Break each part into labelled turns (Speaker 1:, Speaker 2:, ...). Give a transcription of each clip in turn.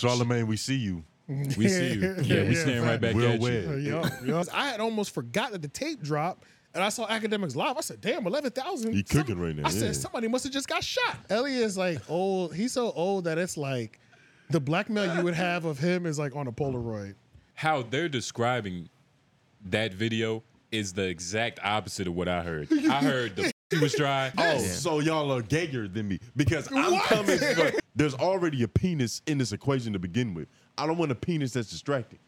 Speaker 1: Charlemagne, we see you.
Speaker 2: We see you. Yeah, we staring right back
Speaker 1: Will
Speaker 2: at you.
Speaker 1: Webb.
Speaker 3: Yeah, yeah. Uh, I had almost forgot that the tape dropped, and I saw Academics Live. I said, "Damn, eleven thousand.
Speaker 1: He cooking right now,
Speaker 3: I
Speaker 1: yeah.
Speaker 3: said, "Somebody must have just got shot." Elliot is like old. He's so old that it's like the blackmail you would have of him is like on a Polaroid.
Speaker 2: How they're describing that video is the exact opposite of what I heard. I heard the he was dry.
Speaker 1: Oh, so y'all are gayer than me because I'm coming. For, there's already a penis in this equation to begin with. I don't want a penis that's distracting.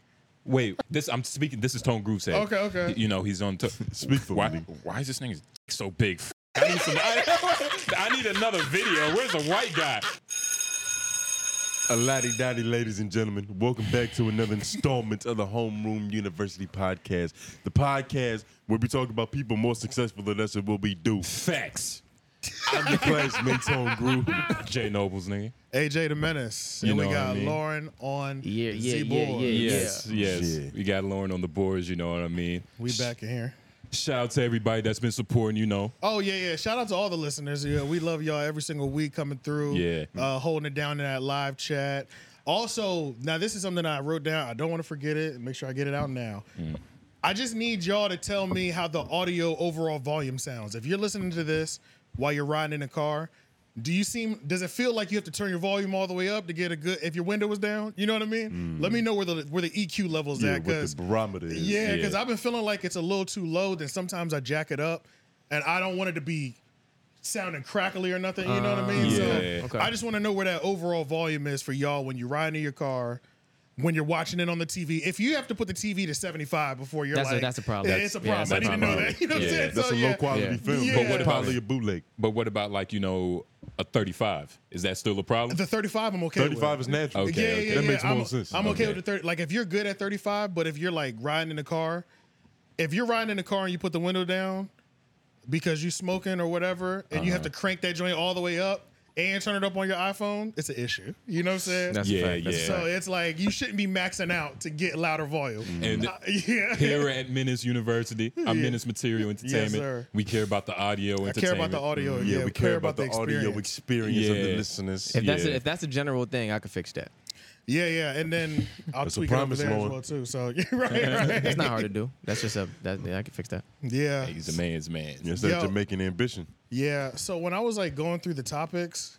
Speaker 2: Wait, this I'm speaking. This is Tone Groove's head.
Speaker 3: Okay, okay.
Speaker 2: Y- You know he's on. T-
Speaker 1: Speak for
Speaker 2: why,
Speaker 1: me.
Speaker 2: Why is this nigga's dick so big? F- I need some. I, I need another video. Where's the white guy?
Speaker 1: Aladi daddy, ladies and gentlemen, welcome back to another installment of the Homeroom University podcast. The podcast where we talk about people more successful than us and what we do.
Speaker 2: Facts.
Speaker 1: I'm your classmate, Tone Groove.
Speaker 2: Jay Nobles, nigga.
Speaker 3: AJ the Menace,
Speaker 2: You
Speaker 3: and we
Speaker 2: know what I
Speaker 3: got
Speaker 2: mean?
Speaker 3: Lauren on
Speaker 4: Yeah, yeah,
Speaker 3: Z
Speaker 4: yeah,
Speaker 3: Boy.
Speaker 4: yeah.
Speaker 2: Yes, yes.
Speaker 1: Yeah.
Speaker 2: We got Lauren on the boards. You know what I mean.
Speaker 3: We back in here.
Speaker 2: Shout out to everybody that's been supporting. You know.
Speaker 3: Oh yeah, yeah! Shout out to all the listeners. Yeah, we love y'all every single week coming through.
Speaker 2: Yeah.
Speaker 3: uh, holding it down in that live chat. Also, now this is something I wrote down. I don't want to forget it. Make sure I get it out now.
Speaker 1: Mm.
Speaker 3: I just need y'all to tell me how the audio overall volume sounds. If you're listening to this while you're riding in a car, do you seem? Does it feel like you have to turn your volume all the way up to get a good? If your window was down, you know what I mean. Let me know where the where the EQ levels
Speaker 1: Mm. Yeah,
Speaker 3: at.
Speaker 1: what
Speaker 3: Because
Speaker 1: the barometer is.
Speaker 3: yeah,
Speaker 2: Yeah.
Speaker 3: because I've been feeling like it's a little too low. Then sometimes I jack it up, and I don't want it to be sounding crackly or nothing. You know what I mean?
Speaker 2: Yeah.
Speaker 3: so
Speaker 2: Okay.
Speaker 3: I just want to know where that overall volume is for y'all when you're riding in your car. When you're watching it on the TV, if you have to put the TV to 75 before you're
Speaker 4: That's a-
Speaker 3: like,
Speaker 4: that's a problem.
Speaker 3: It's a
Speaker 4: Yeah,
Speaker 3: problem.
Speaker 4: that's
Speaker 3: I need
Speaker 4: a
Speaker 3: to know
Speaker 4: problem.
Speaker 3: that. You know what I'm
Speaker 2: Yeah.
Speaker 3: saying?
Speaker 1: That's
Speaker 3: so,
Speaker 1: a
Speaker 3: yeah.
Speaker 1: low quality
Speaker 4: Yeah.
Speaker 1: film,
Speaker 3: Yeah.
Speaker 1: but what
Speaker 3: But
Speaker 2: about
Speaker 1: probably
Speaker 2: it?
Speaker 1: a bootleg.
Speaker 2: But what about like you know a 35? Is that still a problem?
Speaker 3: The 35, I'm okay. with.
Speaker 1: 35 is natural.
Speaker 2: Okay,
Speaker 3: yeah,
Speaker 2: okay.
Speaker 3: yeah,
Speaker 1: That
Speaker 3: yeah.
Speaker 1: makes
Speaker 3: I'm,
Speaker 1: more sense.
Speaker 3: I'm okay,
Speaker 2: Okay.
Speaker 3: with the 30. Like if you're good at 35, but if you're like riding in the car, if you're riding in the car and you put the window down because you smoking or whatever, and you have to crank that joint all the way up and turn it up on your iPhone, it's an issue. You know what I'm saying?
Speaker 4: That's
Speaker 2: Yeah,
Speaker 4: a fact. That's
Speaker 2: yeah. Mm.
Speaker 4: a
Speaker 3: so
Speaker 4: fact.
Speaker 3: it's like you shouldn't be maxing out to get louder volume.
Speaker 2: And-
Speaker 3: Uh, yeah.
Speaker 2: Here at Menace University, our Menace Material Entertainment,
Speaker 3: sir.
Speaker 2: we care about the audio
Speaker 3: I
Speaker 2: entertainment.
Speaker 3: care about the audio.
Speaker 1: Mm.
Speaker 3: Yeah, we, care, about, the, experience.
Speaker 1: audio experience of the
Speaker 2: Yeah.
Speaker 1: listeners.
Speaker 4: If that's
Speaker 2: Yeah.
Speaker 4: a, if that's a general thing, I could fix that.
Speaker 3: yeah, yeah. And then I'll
Speaker 1: That's a
Speaker 3: tweak it over
Speaker 1: promise,
Speaker 3: there as
Speaker 1: Lauren.
Speaker 3: well too. So yeah, right, right.
Speaker 4: That's not hard to do. That's just a that yeah, I could fix that.
Speaker 3: Yeah.
Speaker 2: He's a man's man.
Speaker 1: Yes, that
Speaker 3: Yo.
Speaker 1: Jamaican ambition.
Speaker 3: Yeah. So when I was like going through the topics,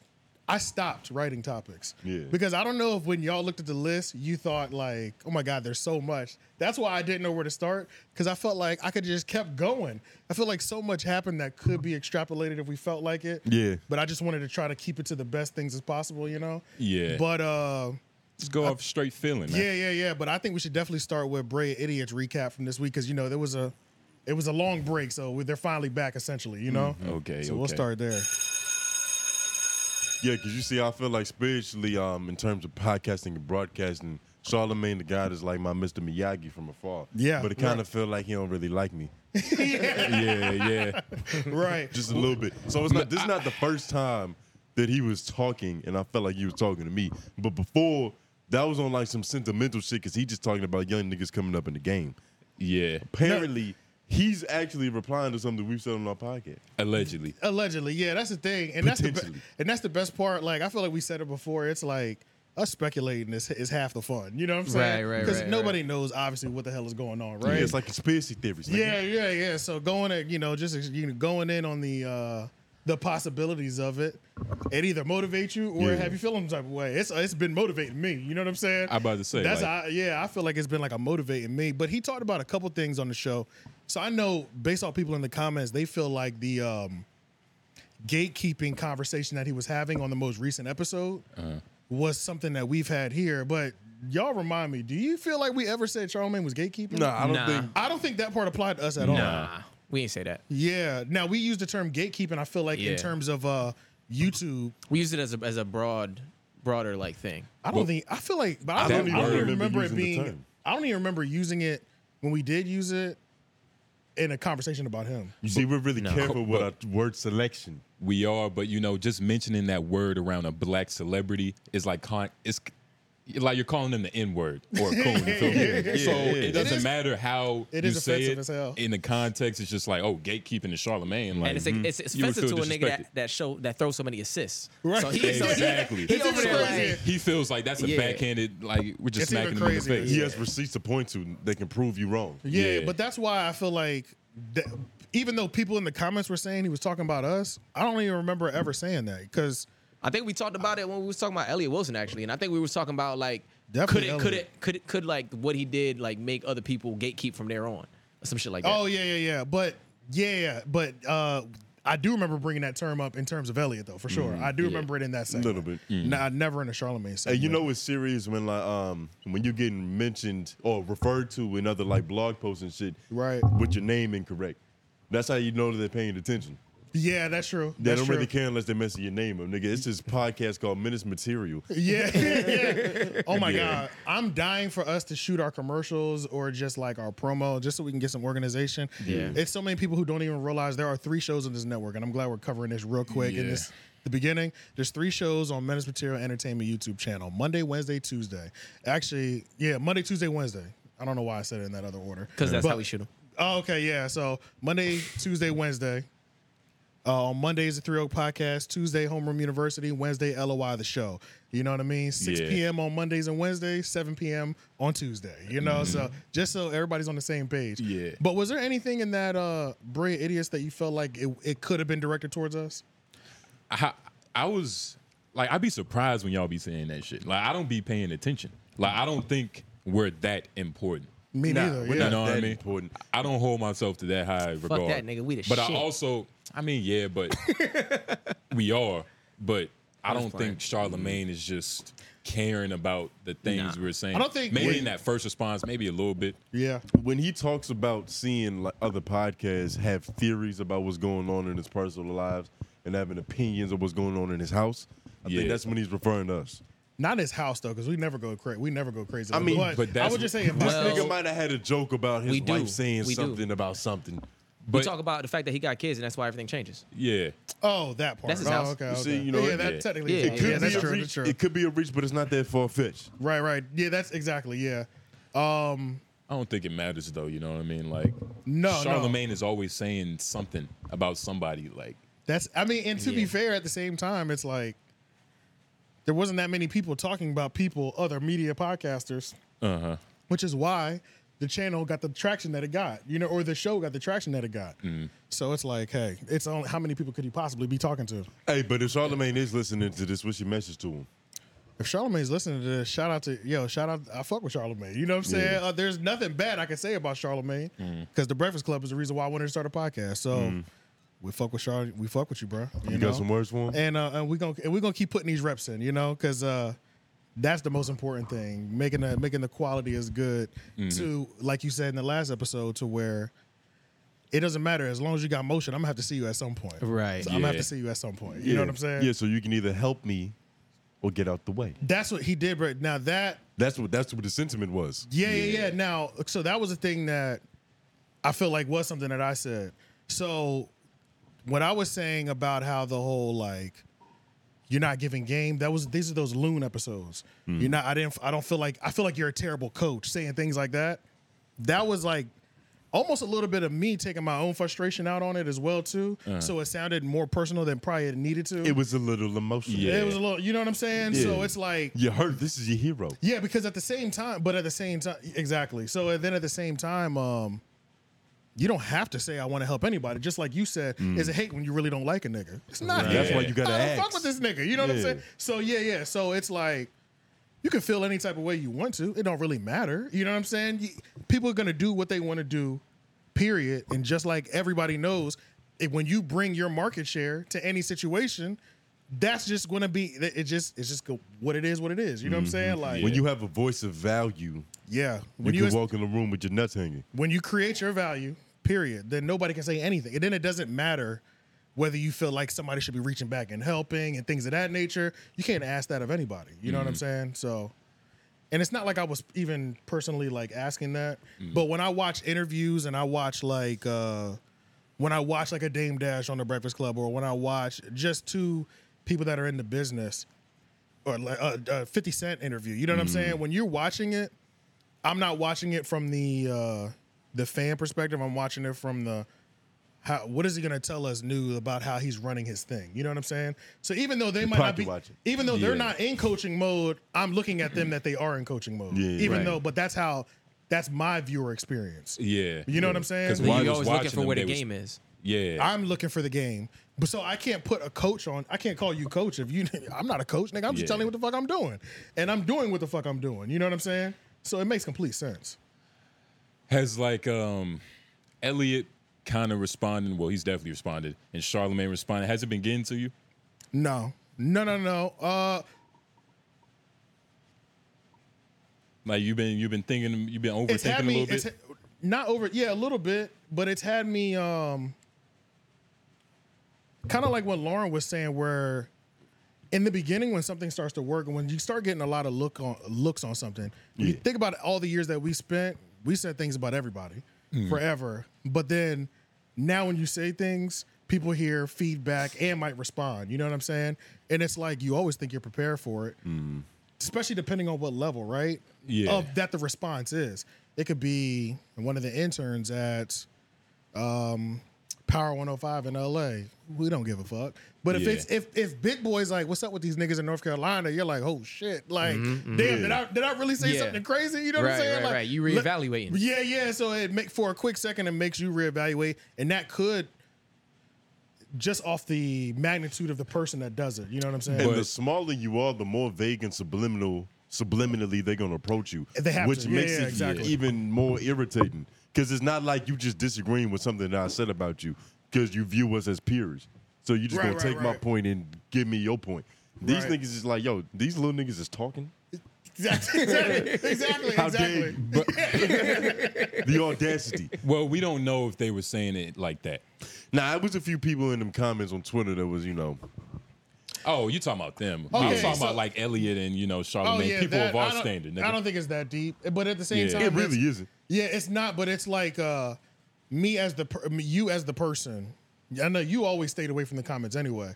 Speaker 3: I stopped writing topics.
Speaker 1: Yeah.
Speaker 3: Because I don't know if when y'all looked at the list, you thought like, oh my God, there's so much. That's why I didn't know where to start. Cause I felt like I could just kept going. I feel like so much happened that could be extrapolated if we felt like it.
Speaker 1: Yeah.
Speaker 3: But I just wanted to try to keep it to the best things as possible, you know?
Speaker 2: Yeah.
Speaker 3: But uh
Speaker 2: Just go off straight feeling, man.
Speaker 3: yeah, yeah, yeah. But I think we should definitely start with Bray Idiots recap from this week because you know there was a it was a long break, so we- they're finally back essentially, you know?
Speaker 2: Mm-hmm. Okay,
Speaker 3: So we'll
Speaker 2: okay.
Speaker 3: start there.
Speaker 1: Yeah, because you see, I feel like spiritually, um, in terms of podcasting and broadcasting, Charlemagne the God is like my Mr. Miyagi from afar.
Speaker 3: Yeah,
Speaker 1: But it kind
Speaker 3: right.
Speaker 1: of feel like he don't really like me.
Speaker 2: Yeah, yeah.
Speaker 3: right.
Speaker 1: Just a little bit. So it's not this is not the first time that he was talking and I felt like he was talking to me. But before, that was on like some sentimental shit because he just talking about young niggas coming up in the game.
Speaker 2: Yeah.
Speaker 1: Apparently, he's actually replying to something we've said on our podcast.
Speaker 2: Allegedly.
Speaker 3: Allegedly, yeah, that's the thing, and that's the be-
Speaker 1: Potentially.
Speaker 3: and that's the best part. Like I feel like we said it before. It's like us speculating is, is half the fun. You know what I'm saying?
Speaker 4: Right, right, right,
Speaker 3: nobody knows obviously what the hell is going on, right?
Speaker 1: Yeah, it's like conspiracy theories. Like,
Speaker 3: yeah, yeah, yeah. So going at you know just you know, going in on the uh the possibilities of it, it either motivates you or
Speaker 1: Yeah.
Speaker 3: have you feeling some type of way. It's it's been motivating me. You know what I'm saying?
Speaker 2: I about to say,
Speaker 3: that's
Speaker 2: like-
Speaker 3: how- yeah. I feel like it's been like a motivating me. But he talked about a couple things on the show, so I know based off people in the comments, they feel like the um gatekeeping conversation that he was having on the most recent episode was something that we've had here, but. Y'all remind me. Do you feel like we ever said Charlemagne was gatekeeping?
Speaker 1: No, I don't
Speaker 4: Nah.
Speaker 1: think
Speaker 3: I don't think that part applied to us at all.
Speaker 4: Nah, we ain't say that.
Speaker 3: Yeah. Now we use the term gatekeeping. I feel like
Speaker 4: Yeah.
Speaker 3: in terms of uh, YouTube,
Speaker 4: We use it as a as a broad broader like thing.
Speaker 3: I don't think I feel like, but I
Speaker 2: That
Speaker 3: don't, I don't
Speaker 2: word-
Speaker 3: even remember it
Speaker 1: using the
Speaker 3: being.
Speaker 1: term.
Speaker 3: I don't even remember using it when we did use it in a conversation about him.
Speaker 1: You see, we're really careful with
Speaker 2: But-
Speaker 1: our word selection.
Speaker 2: We are, but you know, just mentioning that word around a black celebrity is like con- it's like you're calling them the N word or a coon. You feel me? so
Speaker 1: yeah.
Speaker 2: it doesn't
Speaker 3: It is-
Speaker 2: matter how
Speaker 3: it
Speaker 2: you
Speaker 3: is
Speaker 2: say
Speaker 3: offensive
Speaker 2: it
Speaker 3: as hell.
Speaker 2: in the context. It's just like oh, gatekeeping is Charlemagne. Like
Speaker 5: And it's,
Speaker 3: Mm-hmm.
Speaker 5: it's, it's
Speaker 2: You would
Speaker 5: offensive to a
Speaker 2: feel
Speaker 5: nigga
Speaker 2: disrespected.
Speaker 5: that, that show that throws so many assists.
Speaker 3: Right.
Speaker 5: So he, so he-
Speaker 2: Exactly.
Speaker 5: he
Speaker 3: It's
Speaker 5: over
Speaker 3: even
Speaker 5: there
Speaker 3: crazier.
Speaker 5: like,
Speaker 2: he feels like that's a
Speaker 5: Yeah.
Speaker 2: backhanded like we're just
Speaker 3: It's
Speaker 2: smacking him
Speaker 3: even
Speaker 2: in the
Speaker 3: crazier.
Speaker 2: face.
Speaker 1: He has receipts to point to that can prove you wrong.
Speaker 3: Yeah,
Speaker 2: Yeah.
Speaker 3: but that's why I feel like that, even though people in the comments were saying he was talking about us, I don't even remember ever saying that because
Speaker 4: I think we talked about it when we was talking about Elliot Wilson actually, and I think we was talking about like
Speaker 3: Definitely
Speaker 4: could it could
Speaker 3: Elliot.
Speaker 4: it could it could like what he did like make other people gatekeep from there on some shit like that.
Speaker 3: oh yeah, yeah, yeah, but yeah, yeah, but uh, I do remember bringing that term up in terms of Elliot though for sure. I do remember it in that segment
Speaker 1: Mm-hmm. Little bit.
Speaker 3: Nah, never in a Charlemagne
Speaker 1: And
Speaker 3: segment.
Speaker 1: you know it's serious when like um when you're getting mentioned or referred to in other like blog posts and shit,
Speaker 3: Right.
Speaker 1: With your name incorrect. That's how you know that they're paying attention.
Speaker 3: yeah, that's true.
Speaker 1: They
Speaker 3: That's
Speaker 1: don't
Speaker 3: true.
Speaker 1: really care unless they're messing your name up, nigga. It's this podcast called Menace Material.
Speaker 3: Yeah, yeah. Oh my god, I'm dying for us to shoot our commercials or just like our promo, just so we can get some organization.
Speaker 4: Yeah.
Speaker 3: it's so many people who don't even realize there are three shows on this network, and I'm glad we're covering this real quick. in
Speaker 2: Yeah.
Speaker 3: this the beginning, there's three shows on Menace Material Entertainment YouTube channel: Monday, Wednesday, Tuesday. Actually, yeah, Monday, Tuesday, Wednesday. I don't know why I said it in that other order.
Speaker 4: Because that's how
Speaker 3: But-
Speaker 4: we shoot him.
Speaker 3: Oh, okay, yeah. So Monday, Tuesday, Wednesday. Uh, on Mondays, the Three Oak Podcast. Tuesday, Homeroom University. Wednesday, LOI, the show. You know what I mean? 6
Speaker 2: Yeah.
Speaker 3: p.m. on Mondays and Wednesdays, 7 p.m. on Tuesday. You know, so
Speaker 1: Mm-hmm.
Speaker 3: just so everybody's on the same page.
Speaker 2: Yeah.
Speaker 3: But was there anything in that uh, Brilliant Idiots that you felt like it, it could have been directed towards us?
Speaker 2: I, I was like, I'd be surprised when y'all be saying that shit. Like, I don't be paying attention. Like, I don't think we're that important.
Speaker 3: Me
Speaker 1: Nah,
Speaker 3: neither.
Speaker 1: we're
Speaker 3: yeah.
Speaker 2: You know
Speaker 1: Not
Speaker 2: what I
Speaker 1: that
Speaker 2: mean?
Speaker 1: important.
Speaker 2: I don't hold myself to that high regard.
Speaker 4: that, nigga. We the
Speaker 2: but
Speaker 4: shit.
Speaker 2: I also, I mean, yeah, but we are. But I don't
Speaker 4: playing.
Speaker 2: think Charlemagne is just caring about the things
Speaker 4: Nah.
Speaker 2: we're saying.
Speaker 3: I don't think-
Speaker 2: maybe
Speaker 3: Wait.
Speaker 2: in that first response, maybe a little bit.
Speaker 3: yeah.
Speaker 1: When he talks about seeing like other podcasts have theories about what's going on in his personal lives and having opinions of what's going on in his house, I
Speaker 2: Yeah.
Speaker 1: think that's when he's referring to us.
Speaker 3: Not his house though, because we never go crazy. We never go crazy.
Speaker 1: I mean,
Speaker 2: but
Speaker 3: I
Speaker 2: that's-
Speaker 3: would just say if
Speaker 1: This
Speaker 4: Well,
Speaker 1: nigga might have had a joke about his
Speaker 4: we do.
Speaker 1: wife saying
Speaker 4: We do.
Speaker 1: something about something.
Speaker 4: We
Speaker 2: But
Speaker 4: talk about the fact that he got kids and that's why everything changes.
Speaker 2: yeah,
Speaker 3: oh that part.
Speaker 4: That's his
Speaker 3: oh,
Speaker 4: house.
Speaker 3: Okay,
Speaker 1: You see,
Speaker 3: okay.
Speaker 1: you know,
Speaker 3: yeah,
Speaker 1: it-
Speaker 3: that
Speaker 2: yeah.
Speaker 3: technically.
Speaker 4: Yeah,
Speaker 3: Yeah,
Speaker 4: it
Speaker 1: Could
Speaker 3: yeah, that's
Speaker 1: be a
Speaker 3: true.
Speaker 1: reach-
Speaker 3: That's true.
Speaker 1: It could be a reach, but it's not that far fetched.
Speaker 3: Right, right. Yeah, that's exactly. Yeah. Um,
Speaker 2: I don't think it matters though. You know what I mean? Like,
Speaker 3: No, no.
Speaker 2: Charlemagne is always saying something about somebody. Like,
Speaker 3: that's. I mean, and to be
Speaker 4: Yeah.
Speaker 3: fair, at the same time, it's like there wasn't that many people talking about people, other media podcasters,
Speaker 2: uh huh.
Speaker 3: which is why the channel got the traction that it got. You know, or the show got the traction that it got. So it's like, hey, it's only how many people could you possibly be talking to?
Speaker 1: Hey, but if Charlemagne is listening to this, what's your message to him?
Speaker 3: If Charlemagne's listening to this, shout out to yo, shout out. I fuck with Charlemagne. You know what I'm saying? Uh, there's nothing bad I can say about Charlemagne
Speaker 1: Mm-hmm.
Speaker 3: because the Breakfast Club is the reason why I wanted to start a podcast. So. We fuck with Charlie. We fuck with you, bro.
Speaker 1: Mm. You,
Speaker 3: know?
Speaker 1: got some words for him?
Speaker 3: and uh, and we gonna and we gonna keep putting these reps in, you know, because uh, that's the most important thing. Making the making the quality as good
Speaker 1: Mm-hmm.
Speaker 3: to like you said in the last episode to where it doesn't matter as long as you got motion. I'm gonna have to see you at some point,
Speaker 4: Right.
Speaker 3: So I'm gonna have
Speaker 2: Yeah.
Speaker 3: to see you at some point. You know what I'm saying?
Speaker 1: Yeah, so you can either help me or get out the way.
Speaker 3: That's what he did, right now that
Speaker 1: That's what that's what the sentiment was.
Speaker 3: Yeah, yeah, yeah. Now, so that was a thing that I feel like was something that I said. So, what I was saying about how the whole like you're not giving game that was these are those loon episodes. You're not. I didn't. I don't feel like I feel like you're a terrible coach saying things like that. That was like almost a little bit of me taking my own frustration out on it as well too. So it sounded more personal than probably it needed to.
Speaker 1: It was a little emotional.
Speaker 2: Yeah.
Speaker 3: It was a little. You know what I'm saying? So it's like
Speaker 1: You hurt. This is your hero.
Speaker 3: yeah, because at the same time, but at the same time, exactly. So and then at the same time, um, you don't have to say I want to help anybody. Just like you said, is it hate when you really don't like a nigga? It's not.
Speaker 1: Mm. That's
Speaker 3: hate.
Speaker 1: why you gotta
Speaker 3: I don't
Speaker 1: ask.
Speaker 3: fuck with this nigga. You know what I'm
Speaker 1: Yeah.
Speaker 3: saying? So yeah, yeah. So it's like you can feel any type of way you want to. It don't really matter. You know what I'm saying? You- people are gonna do what they want to do. Period. And just like everybody knows, it, when you bring your market share to any situation, that's just gonna be it. Just it's just go, what it is. What it is. You know what I'm saying? Like
Speaker 1: Mm-hmm. When you have a voice of value,
Speaker 3: yeah.
Speaker 1: you
Speaker 3: When
Speaker 1: can
Speaker 3: you,
Speaker 1: walk in the room with your nuts hanging.
Speaker 3: when you create your value, period, then nobody can say anything. And then it doesn't matter whether you feel like somebody should be reaching back and helping and things of that nature. You can't ask that of anybody. You know what
Speaker 1: Mm-hmm.
Speaker 3: I'm saying? So and it's not like I was even personally like asking that. But when I watch interviews and I watch like uh when I watch like a Dame Dash on the Breakfast Club or when I watch just two people that are in the business, or like a, a 50 Cent interview. You know what I'm saying? When you're watching it, I'm not watching it from the uh, the fan perspective. I'm watching it from the how what is he going to tell us new about how he's running his thing? You know what I'm saying? So even though they might not
Speaker 1: pocket
Speaker 3: be,
Speaker 1: watching.
Speaker 3: even though they're
Speaker 2: Yeah.
Speaker 3: not in coaching mode, I'm looking at them that they are in coaching mode.
Speaker 1: Yeah,
Speaker 3: even
Speaker 1: right.
Speaker 3: though, but that's how that's my viewer experience.
Speaker 2: Yeah.
Speaker 3: You know what I'm saying?
Speaker 2: 'Cause
Speaker 3: Then
Speaker 2: while I
Speaker 4: You're
Speaker 2: was
Speaker 4: always looking
Speaker 2: watching
Speaker 4: for
Speaker 2: them,
Speaker 4: where the
Speaker 2: they was-
Speaker 4: game is.
Speaker 2: Yeah.
Speaker 3: I'm looking for the game. But so I can't put a coach on. I can't call you coach if you. I'm not a coach, nigga. I'm just
Speaker 2: Yeah.
Speaker 3: telling you what the fuck I'm doing, and I'm doing what the fuck I'm doing. You know what I'm saying? So it makes complete sense.
Speaker 2: Has like um Elliot kind of responded? Well, he's definitely responded, and Charlemagne responded. Has it been getting to you?
Speaker 3: No, no, no, no. Uh,
Speaker 2: Like you've been you've been thinking you've been
Speaker 3: it's
Speaker 2: overthinking
Speaker 3: had
Speaker 2: a
Speaker 3: me.
Speaker 2: little bit.
Speaker 3: It's ha- not over. Yeah, a little bit, but it's had me. Um, kind of like what Lauren was saying, where in the beginning when something starts to work and when you start getting a lot of look on looks on something when you
Speaker 1: Yeah.
Speaker 3: think about all the years that we spent we said things about everybody forever but then now when you say things people hear feedback and might respond you know what i'm saying and it's like you always think you're prepared for it especially depending on what level right
Speaker 2: Yeah.
Speaker 3: of that the response is it could be one of the interns at Power 105 in LA. We don't give a fuck. But if
Speaker 2: Yeah.
Speaker 3: it's if if Big Boy's like, what's up with these niggas in North Carolina? You're like, oh shit. Like, damn, did I did I really say
Speaker 4: Yeah.
Speaker 3: something crazy? You know what I'm
Speaker 4: Right,
Speaker 3: saying?
Speaker 4: right,
Speaker 3: like,
Speaker 4: right. You
Speaker 3: let-
Speaker 4: reevaluating.
Speaker 3: Yeah, yeah. So it make for a quick second it makes you reevaluate. And that could just off the magnitude of the person that does it. You know what I'm saying?
Speaker 1: And
Speaker 2: But-
Speaker 1: the smaller you are, the more vague and subliminal, subliminally they're gonna approach you,
Speaker 3: They have
Speaker 1: which
Speaker 3: to. Yeah,
Speaker 1: makes
Speaker 3: yeah,
Speaker 1: it
Speaker 3: exactly.
Speaker 1: even more irritating. Because it's not like you just disagreeing with something that I said about you, because you view us as peers. So you just
Speaker 3: Right,
Speaker 1: gonna
Speaker 3: right,
Speaker 1: take my
Speaker 3: right.
Speaker 1: point and give me your point. These
Speaker 3: Right.
Speaker 1: niggas is like, yo, these little niggas is talking.
Speaker 3: exactly. Exactly. Exactly.
Speaker 1: How dare
Speaker 3: exactly.
Speaker 1: you? the audacity.
Speaker 2: well, we don't know if they were saying it like that.
Speaker 1: Now, it was a few people in them comments on Twitter that was, you know,
Speaker 2: Oh, you talking about them? I
Speaker 3: Okay,
Speaker 2: was talking
Speaker 3: so-
Speaker 2: about like Elliot and you know
Speaker 3: Oh
Speaker 2: Charlemagne,
Speaker 3: yeah,
Speaker 2: people
Speaker 3: that-
Speaker 2: of
Speaker 3: I
Speaker 2: our
Speaker 3: don't-
Speaker 2: standard. Nigga.
Speaker 3: I don't think it's that deep, but at the same
Speaker 2: Yeah.
Speaker 3: time,
Speaker 1: it
Speaker 3: it's-
Speaker 1: really isn't.
Speaker 3: Yeah, it's not, but it's like uh me as the per- I mean, you as the person. I know you always stayed away from the comments anyway.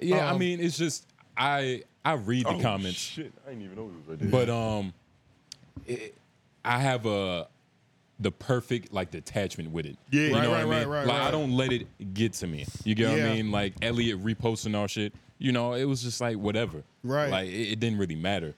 Speaker 2: yeah, I
Speaker 3: um,
Speaker 2: mean, it's just I I read the
Speaker 1: Oh,
Speaker 2: comments.
Speaker 1: Shit, I didn't even know it was right there.
Speaker 2: But um, it, I have a the perfect like detachment with it.
Speaker 1: Yeah.
Speaker 2: you
Speaker 1: Right, right,
Speaker 2: know what I
Speaker 3: right,
Speaker 2: mean?
Speaker 3: right,
Speaker 2: like
Speaker 3: right.
Speaker 2: I don't let it get to me. You get what
Speaker 3: Yeah.
Speaker 2: I mean? Like Elliot reposting our shit. You know, it was just like whatever.
Speaker 3: Right.
Speaker 2: Like it, it didn't really matter.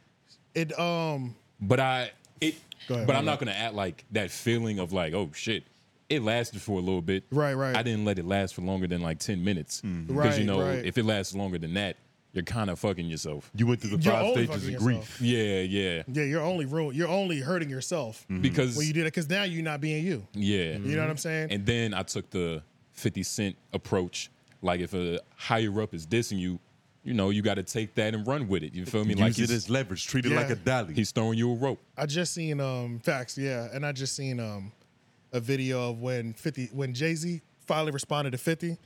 Speaker 3: It um
Speaker 2: But I it.
Speaker 3: Go ahead,
Speaker 2: but I'm
Speaker 3: Mario.
Speaker 2: not gonna act like that feeling of like oh shit. It lasted for a little bit.
Speaker 3: Right, right.
Speaker 2: I didn't let it last for longer than like ten minutes.
Speaker 1: Mm-hmm.
Speaker 2: Because
Speaker 3: Right,
Speaker 2: you know,
Speaker 3: right.
Speaker 2: if it lasts longer than that, you're kind of fucking yourself.
Speaker 1: you went through the
Speaker 3: you're
Speaker 1: five
Speaker 3: only
Speaker 1: stages
Speaker 3: fucking
Speaker 1: of grief.
Speaker 3: yourself.
Speaker 2: Yeah, yeah.
Speaker 3: Yeah, you're only ruined. You're only hurting yourself
Speaker 2: Because
Speaker 3: when Mm-hmm. you do Mm-hmm. that because now you're not being you.
Speaker 2: yeah,
Speaker 3: You know what I'm saying?
Speaker 2: And then I took the 50 cent approach. Like if a higher up is dissing you, you know, you got to take that and run with it. You feel me? Like
Speaker 1: Use it
Speaker 2: he's,
Speaker 1: as leverage. Treat it
Speaker 3: Yeah.
Speaker 1: like a dolly.
Speaker 2: he's throwing you a rope.
Speaker 3: I just seen um facts, yeah, and I just seen um a video of when 50 when Jay-Z finally responded to 50,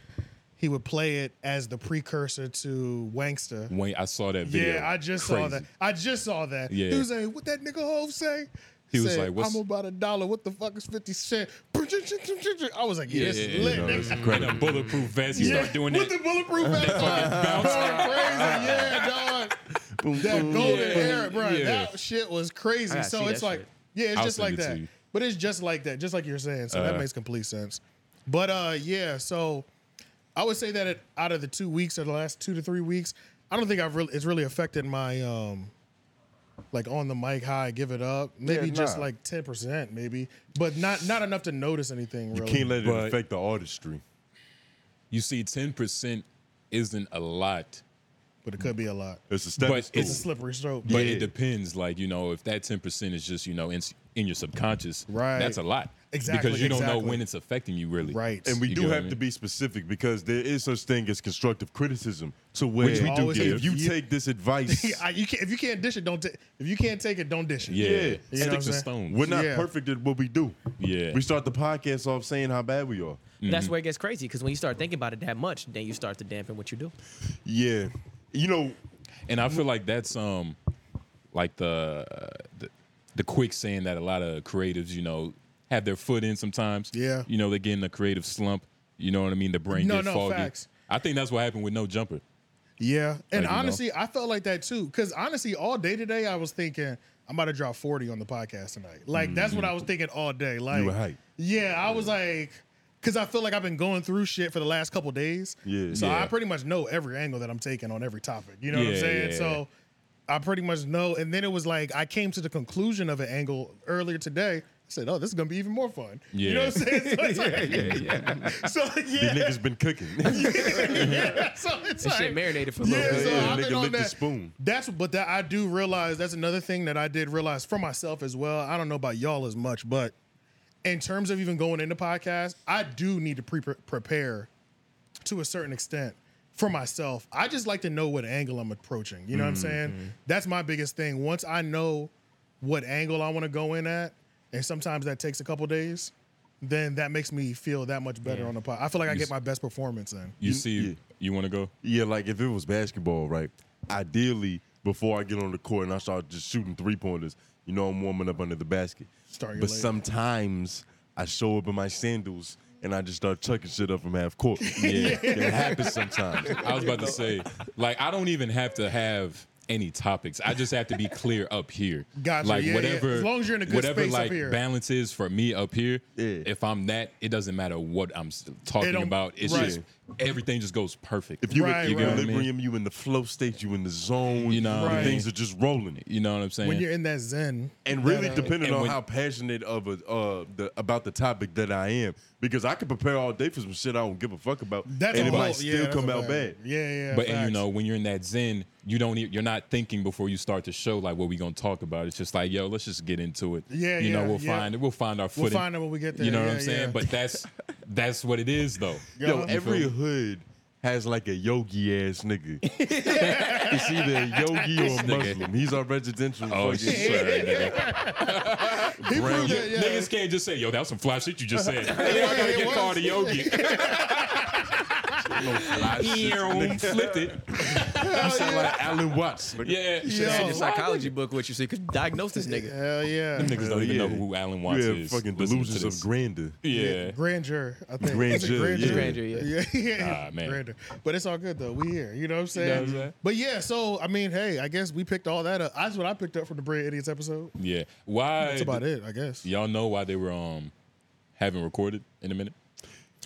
Speaker 3: he would play it as the precursor to Wangsta.
Speaker 2: Wayne, I saw that video.
Speaker 3: Yeah, I just saw
Speaker 2: Crazy.
Speaker 3: that. I just saw that.
Speaker 2: Yeah.
Speaker 3: He was like, what that nigga Hove say?
Speaker 2: He was
Speaker 3: Said,
Speaker 2: like, what's-
Speaker 3: I'm about a dollar. What the fuck is 50 cent? I was like, yeah,
Speaker 2: Yeah,
Speaker 3: this
Speaker 2: yeah,
Speaker 3: is lit,
Speaker 2: you know,
Speaker 3: nigga.
Speaker 2: it's incredible. And a bulletproof vest. You start doing
Speaker 3: With
Speaker 2: that.
Speaker 3: the bulletproof vest on.
Speaker 2: bounce.
Speaker 3: That crazy. Yeah, dog. That golden hair, bro.
Speaker 2: yeah.
Speaker 3: That shit was crazy.
Speaker 4: I gotta
Speaker 3: So
Speaker 4: see
Speaker 3: it's
Speaker 4: that
Speaker 3: like,
Speaker 4: shit.
Speaker 3: yeah, it's
Speaker 2: I'll
Speaker 3: just
Speaker 2: send
Speaker 3: like
Speaker 2: it to
Speaker 3: that.
Speaker 2: you.
Speaker 3: But it's just like that, just like you're saying. So that
Speaker 2: Uh.
Speaker 3: makes complete sense. But uh, yeah, so I would say that it, out of the two weeks or the last two to three weeks, I don't think I've really it's really affected my um like on the mic high, give it up. Maybe
Speaker 1: Yeah,
Speaker 3: just
Speaker 1: nah.
Speaker 3: like ten percent, maybe, but not not enough to notice anything. Really.
Speaker 1: Can't let it
Speaker 2: But-
Speaker 1: affect the artistry.
Speaker 2: You see, 10% isn't a lot,
Speaker 3: but it could be a lot.
Speaker 1: It's a step.
Speaker 2: But
Speaker 3: It's a
Speaker 1: stool.
Speaker 3: slippery slope.
Speaker 2: but
Speaker 1: Yeah.
Speaker 2: it depends. Like, you know, if that 10% is just, you know, in, in your subconscious,
Speaker 3: Right.
Speaker 2: that's a lot.
Speaker 3: Exactly,
Speaker 2: Because you don't know
Speaker 3: exactly.
Speaker 2: when it's affecting you, really.
Speaker 3: right.
Speaker 1: and we
Speaker 2: You
Speaker 1: do
Speaker 2: get what I
Speaker 1: have to
Speaker 2: mean?
Speaker 1: be specific because there is such thing as constructive criticism. So where
Speaker 2: Which we
Speaker 3: do Always give.
Speaker 1: If you
Speaker 3: Yeah.
Speaker 1: take this advice,
Speaker 3: I, you can't, if you can't dish it, don't. ta- if you can't take it, don't dish it.
Speaker 2: Yeah.
Speaker 1: You know
Speaker 3: what I'm
Speaker 2: Sticks and
Speaker 3: saying?
Speaker 2: stones.
Speaker 1: we're not
Speaker 3: Yeah.
Speaker 1: perfect at what we do.
Speaker 2: Yeah.
Speaker 1: we start the podcast off saying how bad we are.
Speaker 5: That's where it gets crazy because when you start thinking about it that much, then you start to dampen what you do.
Speaker 1: Yeah, you know,
Speaker 2: And I feel like that's um like the uh, the, the quicksand that a lot of creatives, you know, have their foot in sometimes.
Speaker 3: Yeah.
Speaker 2: You know, they get in a creative slump. You know what I mean? The brain
Speaker 3: No,
Speaker 2: gets
Speaker 3: no,
Speaker 2: foggy.
Speaker 3: facts.
Speaker 2: I think that's what happened with No Jumper.
Speaker 3: Yeah. And
Speaker 2: Like, you know?
Speaker 3: honestly, I felt like that too. Cause honestly, all day today I was thinking I'm about to drop 40 on the podcast tonight. Like that's
Speaker 2: Mm.
Speaker 3: what I was thinking all day. Like
Speaker 1: were hyped.
Speaker 3: Yeah, I was like, cause I feel like I've been going through shit for the last couple days.
Speaker 1: Yeah.
Speaker 3: So I
Speaker 2: Yeah.
Speaker 3: pretty much know every angle that I'm taking on every topic. You know what I'm
Speaker 2: Yeah,
Speaker 3: saying?
Speaker 2: yeah,
Speaker 3: So I pretty much know. And then it was like I came to the conclusion of an angle earlier today. I said, Oh, this is gonna be even more fun. You know
Speaker 2: Yeah.
Speaker 3: what I'm saying? So it's like, So
Speaker 1: The
Speaker 3: yeah.
Speaker 1: niggas been cooking. yeah,
Speaker 3: So it's
Speaker 4: This
Speaker 3: like,
Speaker 4: shit marinated for a little
Speaker 3: Yeah,
Speaker 4: bit.
Speaker 3: so I've been
Speaker 1: nigga
Speaker 3: on
Speaker 1: licked the
Speaker 3: that.
Speaker 1: spoon.
Speaker 3: That's but that I do realize that's another thing that I did realize for myself as well. I don't know about y'all as much, but in terms of even going into podcast, I do need to pre- prepare to a certain extent for myself. I just like to know what angle I'm approaching. You know what
Speaker 4: Mm-hmm.
Speaker 3: I'm saying? That's my biggest thing. Once I know what angle I want to go in at, and sometimes that takes a couple days, then that makes me feel that much better on the pod. I feel like I get my best performance in.
Speaker 2: You see,
Speaker 1: yeah.
Speaker 2: you want to go?
Speaker 1: Yeah, like if it was basketball, right? Ideally, before I get on the court and I start just shooting three pointers, you know I'm warming up under the basket.
Speaker 3: Start your
Speaker 1: but
Speaker 3: leg.
Speaker 1: sometimes I show up in my sandals and I just start chucking shit up from half court. Yeah, it happens sometimes.
Speaker 2: I was about to say, like, I don't even have to have any topics. I just have to be clear up here.
Speaker 3: Gotcha,
Speaker 2: Like
Speaker 3: yeah, yeah.
Speaker 2: whatever,
Speaker 3: As long as you're in a good
Speaker 2: whatever
Speaker 3: space up
Speaker 2: like
Speaker 3: here.
Speaker 2: balance is for me up here.
Speaker 1: Yeah.
Speaker 2: If I'm that, it doesn't matter what I'm s- talking
Speaker 3: don't-
Speaker 2: about. It's
Speaker 3: right.
Speaker 2: just everything just goes perfect.
Speaker 1: If you
Speaker 3: Right,
Speaker 1: in
Speaker 3: right.
Speaker 1: equilibrium, you in the flow state, you in the zone.
Speaker 2: You know what
Speaker 3: I
Speaker 1: when
Speaker 3: mean?
Speaker 1: things are just rolling.
Speaker 2: you know what I'm saying?
Speaker 3: When you're in that zen.
Speaker 1: and really
Speaker 3: that, uh,
Speaker 1: depending
Speaker 2: And
Speaker 1: on
Speaker 2: when-
Speaker 1: how passionate of a uh the, about the topic that I am, because I could prepare all day for some shit I don't give a fuck about,
Speaker 3: That's
Speaker 1: and
Speaker 3: a
Speaker 1: it
Speaker 3: whole,
Speaker 1: might
Speaker 3: yeah,
Speaker 1: still
Speaker 3: that's
Speaker 1: come
Speaker 3: a
Speaker 1: out bad.
Speaker 3: Yeah, yeah.
Speaker 2: but and
Speaker 3: facts.
Speaker 2: you know when you're in that zen, you don't e- you're not thinking before you start the show like what we gonna talk about. It's just like yo, let's just get into it.
Speaker 3: Yeah,
Speaker 2: you know
Speaker 3: yeah,
Speaker 2: we'll
Speaker 3: yeah.
Speaker 2: find it. We'll find our
Speaker 3: We'll
Speaker 2: footing.
Speaker 3: find out when we get there.
Speaker 2: You know
Speaker 3: yeah,
Speaker 2: what I'm saying?
Speaker 3: yeah.
Speaker 2: But that's that's what it is though.
Speaker 1: Yo,
Speaker 3: You
Speaker 1: every
Speaker 2: feel
Speaker 1: hood has like a yogi ass nigga. it's either a yogi or a
Speaker 2: nigga.
Speaker 1: Muslim. He's our residential.
Speaker 2: Oh,
Speaker 1: fucking
Speaker 2: shit. sorry, nigga.
Speaker 3: He proved it, yeah.
Speaker 2: Niggas can't just say, yo, that was some fly shit you just said. I
Speaker 3: yeah,
Speaker 2: gotta
Speaker 3: it
Speaker 2: get
Speaker 3: was.
Speaker 2: called a yogi. Ew, Flipped it.
Speaker 1: I sound like Alan Watts. nigga.
Speaker 2: Yeah.
Speaker 4: Should have
Speaker 3: Yo.
Speaker 4: had your psychology book with you so you could diagnose this nigga.
Speaker 3: Hell yeah.
Speaker 2: Niggas
Speaker 1: Hell
Speaker 2: don't even
Speaker 1: yeah.
Speaker 2: know who Alan
Speaker 1: You
Speaker 2: Watts
Speaker 1: have
Speaker 2: is.
Speaker 1: fucking
Speaker 2: Listen to
Speaker 1: delusions
Speaker 2: this.
Speaker 1: of grandeur.
Speaker 2: Yeah.
Speaker 3: Grandeur, I think.
Speaker 1: Grandeur,
Speaker 3: Is it grandeur?
Speaker 1: yeah.
Speaker 4: Grandeur, yeah.
Speaker 3: Yeah, yeah.
Speaker 2: Ah, man.
Speaker 3: Grander. But it's all good though. We here. You know what I'm
Speaker 2: know what
Speaker 3: saying?
Speaker 2: I'm saying?
Speaker 3: But yeah, so I mean, hey, I guess we picked all that up. That's what I picked up from the Bread Idiots episode.
Speaker 2: Yeah. Why?
Speaker 3: That's about it, I guess.
Speaker 2: Y'all know why they were um having recorded in a minute?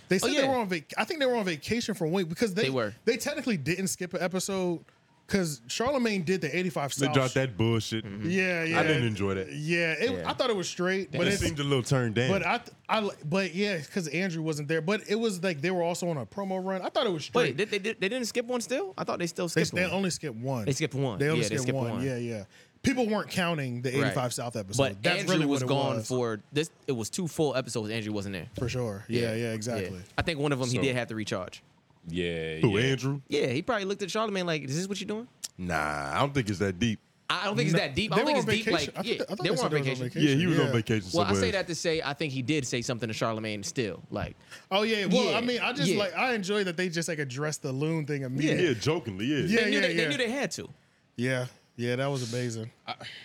Speaker 3: They said
Speaker 4: Oh, yeah.
Speaker 3: they were on vac I think they were on vacation for a week because they,
Speaker 4: They were.
Speaker 3: They technically didn't skip an episode because Charlemagne did the 85
Speaker 1: They
Speaker 3: South.
Speaker 1: dropped
Speaker 3: shit.
Speaker 1: that bullshit.
Speaker 3: Yeah, yeah.
Speaker 1: I didn't enjoy that.
Speaker 3: Yeah, it,
Speaker 4: Yeah.
Speaker 3: I thought it was straight, but
Speaker 1: it
Speaker 3: it's,
Speaker 1: seemed a little turned down.
Speaker 3: But I, th- I, li- but yeah, because Andrew wasn't there. But it was like they were also on a promo run. I thought it was straight.
Speaker 4: Wait, did, they, did, they didn't skip one still? I thought they still
Speaker 3: they,
Speaker 4: skipped
Speaker 3: they
Speaker 4: one.
Speaker 3: only skipped one.
Speaker 4: They skipped one.
Speaker 3: They only
Speaker 4: Yeah, they
Speaker 3: skipped,
Speaker 4: skipped
Speaker 3: one.
Speaker 4: one.
Speaker 3: Yeah, yeah. People weren't counting the 85
Speaker 4: Right.
Speaker 3: South episode.
Speaker 4: but
Speaker 3: That's
Speaker 4: Andrew
Speaker 3: really
Speaker 4: was
Speaker 3: what it
Speaker 4: gone
Speaker 3: was,
Speaker 4: for this. It was two full episodes. Andrew wasn't there.
Speaker 3: for sure. Yeah, yeah, exactly.
Speaker 4: Yeah. I think one of them
Speaker 2: So-
Speaker 4: he did have to recharge.
Speaker 2: Yeah.
Speaker 1: Who,
Speaker 2: yeah.
Speaker 1: Andrew?
Speaker 4: Yeah, he probably looked at Charlemagne like, "Is this what you're doing?"
Speaker 1: Nah, I don't think it's that deep.
Speaker 4: I don't think it's that deep. I
Speaker 3: They
Speaker 4: don't think
Speaker 3: were
Speaker 4: it's
Speaker 3: on
Speaker 4: deep.
Speaker 3: vacation. I
Speaker 4: Like,
Speaker 3: thought- I
Speaker 4: yeah,
Speaker 3: thought
Speaker 4: they
Speaker 3: they
Speaker 4: were
Speaker 3: said
Speaker 4: on
Speaker 3: they was on
Speaker 4: vacation.
Speaker 3: vacation.
Speaker 1: Yeah, he was
Speaker 3: Yeah.
Speaker 1: on vacation
Speaker 4: Well,
Speaker 1: somewhere.
Speaker 4: I say
Speaker 1: else.
Speaker 4: that to say I think he did say something to Charlemagne still. Like,
Speaker 3: Oh yeah. Well,
Speaker 4: Yeah,
Speaker 3: I mean, I just
Speaker 4: yeah.
Speaker 3: like I enjoy that they just like addressed the loon thing immediately.
Speaker 1: Yeah, jokingly, yeah.
Speaker 3: Yeah.
Speaker 4: they, knew they,
Speaker 3: yeah.
Speaker 4: they knew they had to
Speaker 3: Yeah, yeah, that was amazing.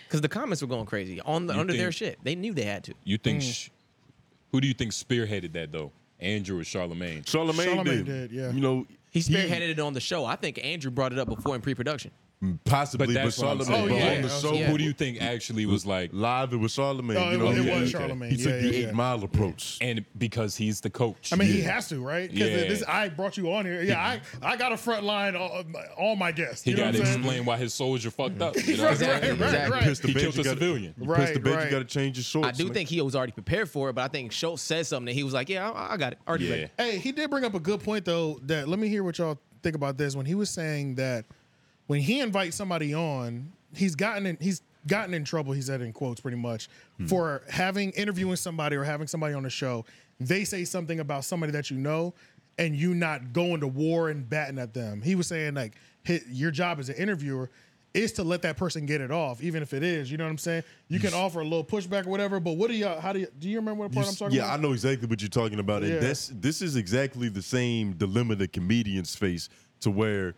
Speaker 4: because the comments were going crazy on the, under their
Speaker 2: think-
Speaker 4: shit. They knew they had to.
Speaker 2: You think sh- who do you think spearheaded that though? Andrew or Charlemagne?
Speaker 1: Charlemagne,
Speaker 3: Charlemagne
Speaker 1: did.
Speaker 3: did, yeah.
Speaker 1: You know,
Speaker 4: He spearheaded it on the show. I think Andrew brought it up before in pre-production.
Speaker 1: possibly, but,
Speaker 2: But that's what I'm
Speaker 1: Charlemagne.
Speaker 2: saying.
Speaker 1: but
Speaker 3: Oh, yeah.
Speaker 1: on the
Speaker 3: Yeah.
Speaker 1: show,
Speaker 4: Yeah.
Speaker 2: Who do you think actually was like
Speaker 1: live it was Charlemagne.
Speaker 3: Oh,
Speaker 1: you
Speaker 3: it
Speaker 1: know,
Speaker 3: was-
Speaker 1: he,
Speaker 3: it was
Speaker 1: he-
Speaker 3: Charlemagne.
Speaker 1: He took
Speaker 3: Yeah,
Speaker 1: the
Speaker 3: yeah,
Speaker 1: eight
Speaker 3: yeah.
Speaker 1: mile approach.
Speaker 2: and because he's the coach?
Speaker 3: I mean, he has to, right? Because
Speaker 2: Yeah.
Speaker 3: this I brought you on here. Yeah, I, I got a front line all, of my- all my guests.
Speaker 2: He
Speaker 3: you know
Speaker 2: got
Speaker 3: what
Speaker 2: to
Speaker 3: I'm saying?
Speaker 2: explain why his soldier fucked up. You know what I'm saying?
Speaker 4: Exactly,
Speaker 3: Right, right,
Speaker 4: exactly.
Speaker 3: right.
Speaker 1: Pissed the
Speaker 2: He
Speaker 1: bench,
Speaker 2: killed
Speaker 1: you
Speaker 2: a
Speaker 1: gotta-
Speaker 2: civilian.
Speaker 1: you
Speaker 3: Right,
Speaker 1: Pissed the bench.
Speaker 3: right.
Speaker 1: You got to change your shorts.
Speaker 4: I do
Speaker 1: man.
Speaker 4: think he was already prepared for it, but I think Schultz said something and he was like, "Yeah, I, I got it already."
Speaker 2: Yeah.
Speaker 4: ready."
Speaker 3: Hey, he did bring up a good point though. That let me hear what y'all think about this. When he was saying that when he invites somebody on, he's gotten in, he's gotten in trouble. He said in quotes pretty much
Speaker 1: Hmm.
Speaker 3: for having interviewing somebody or having somebody on the show. They say something about somebody that you know, and you not going to war and batting at them. He was saying like hi your job as an interviewer is to let that person get it off, even if it is. You know what I'm saying? You can offer a little pushback or whatever. But what do y'all? How do you, do you remember what
Speaker 1: You
Speaker 3: part I'm
Speaker 1: s-
Speaker 3: talking
Speaker 1: yeah,
Speaker 3: about?
Speaker 1: I know exactly what you're talking about. And
Speaker 3: Yeah.
Speaker 1: that's this is exactly the same dilemma that comedians face to where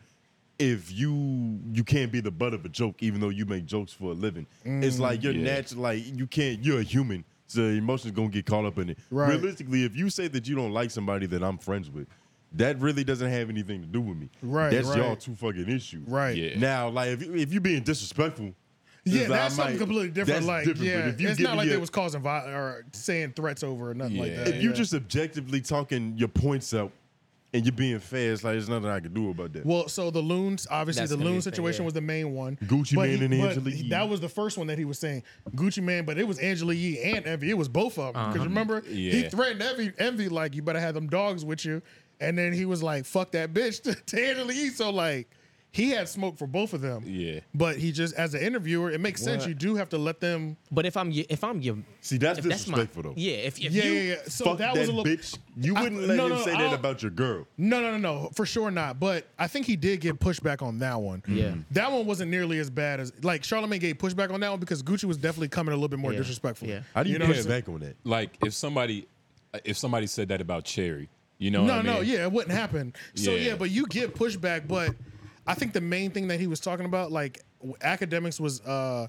Speaker 1: if you you can't be the butt of a joke, even though you make jokes for a living. it's
Speaker 3: Mm,
Speaker 1: like you're
Speaker 2: yeah.
Speaker 1: natural like you can't you're a human. So emotions gonna get caught up in it.
Speaker 3: Right.
Speaker 1: Realistically, if you say that you don't like somebody that I'm friends with, that really doesn't have anything to do with me.
Speaker 3: Right,
Speaker 1: That's
Speaker 3: right.
Speaker 1: y'all two fucking issue.
Speaker 3: Right.
Speaker 2: Yeah.
Speaker 1: Now, like if you, if you being disrespectful,
Speaker 3: Yeah,
Speaker 1: it's like, I
Speaker 3: that's something
Speaker 1: might-
Speaker 3: completely different.
Speaker 1: that's
Speaker 3: like,
Speaker 1: different, but
Speaker 3: yeah,
Speaker 1: if you
Speaker 3: it's
Speaker 1: give
Speaker 3: not
Speaker 1: me
Speaker 3: like they
Speaker 1: a-
Speaker 3: was causing vi- or saying threats over or nothing like
Speaker 2: Yeah.
Speaker 3: that.
Speaker 1: if you
Speaker 3: yeah.
Speaker 1: just objectively talking your points out and you're being fair, it's like there's nothing I can do about that.
Speaker 3: Well, so the loons, obviously,
Speaker 5: That's
Speaker 3: the
Speaker 5: gonna be
Speaker 3: loon
Speaker 5: a thing,
Speaker 3: situation
Speaker 5: yeah.
Speaker 3: was the main one.
Speaker 1: Gucci
Speaker 3: But
Speaker 1: Mane
Speaker 3: he-
Speaker 1: and
Speaker 3: but
Speaker 1: Angela Yee.
Speaker 3: That was the first one that he was saying Gucci Man, but it was Angela Yee and Envy. It was both of them
Speaker 5: Uh-huh.
Speaker 3: because remember he
Speaker 2: Yeah.
Speaker 3: threatened Envy, Envy like you better have them dogs with you, and then he was like fuck that bitch to, to Angela Yee. So like he had smoke for both of them.
Speaker 2: Yeah.
Speaker 3: but he just as an interviewer, it makes sense. You do have to let them.
Speaker 5: But if I'm y- if I'm your
Speaker 1: See, that's
Speaker 5: if that's my
Speaker 1: disrespectful though.
Speaker 5: yeah if, if
Speaker 3: Yeah,
Speaker 5: you
Speaker 3: yeah, yeah. So
Speaker 1: Fuck
Speaker 3: that,
Speaker 1: that,
Speaker 3: was a little.
Speaker 1: bitch. You
Speaker 3: I-
Speaker 1: wouldn't let
Speaker 3: no,
Speaker 1: him
Speaker 3: no,
Speaker 1: say
Speaker 3: I'll-
Speaker 1: that about your girl.
Speaker 3: No, no, no, no, for sure not. But I think he did get pushback on that one.
Speaker 5: Yeah.
Speaker 2: Mm-hmm.
Speaker 3: that one wasn't nearly as bad as like Charlamagne gave pushback on that one because Gucci was definitely coming a little bit more
Speaker 5: Yeah.
Speaker 3: disrespectful.
Speaker 5: Yeah.
Speaker 1: How do you,
Speaker 3: know
Speaker 1: push
Speaker 3: what I'm
Speaker 1: back on that?
Speaker 2: Like if somebody, if somebody said that about Cherry, you know?
Speaker 3: saying?
Speaker 2: what
Speaker 3: No,
Speaker 2: Oh, I
Speaker 3: no,
Speaker 2: mean?
Speaker 3: yeah, it wouldn't happen. So yeah.
Speaker 2: Yeah.
Speaker 3: but you get pushback. But I think the main thing that he was talking about, like w- academics, was uh,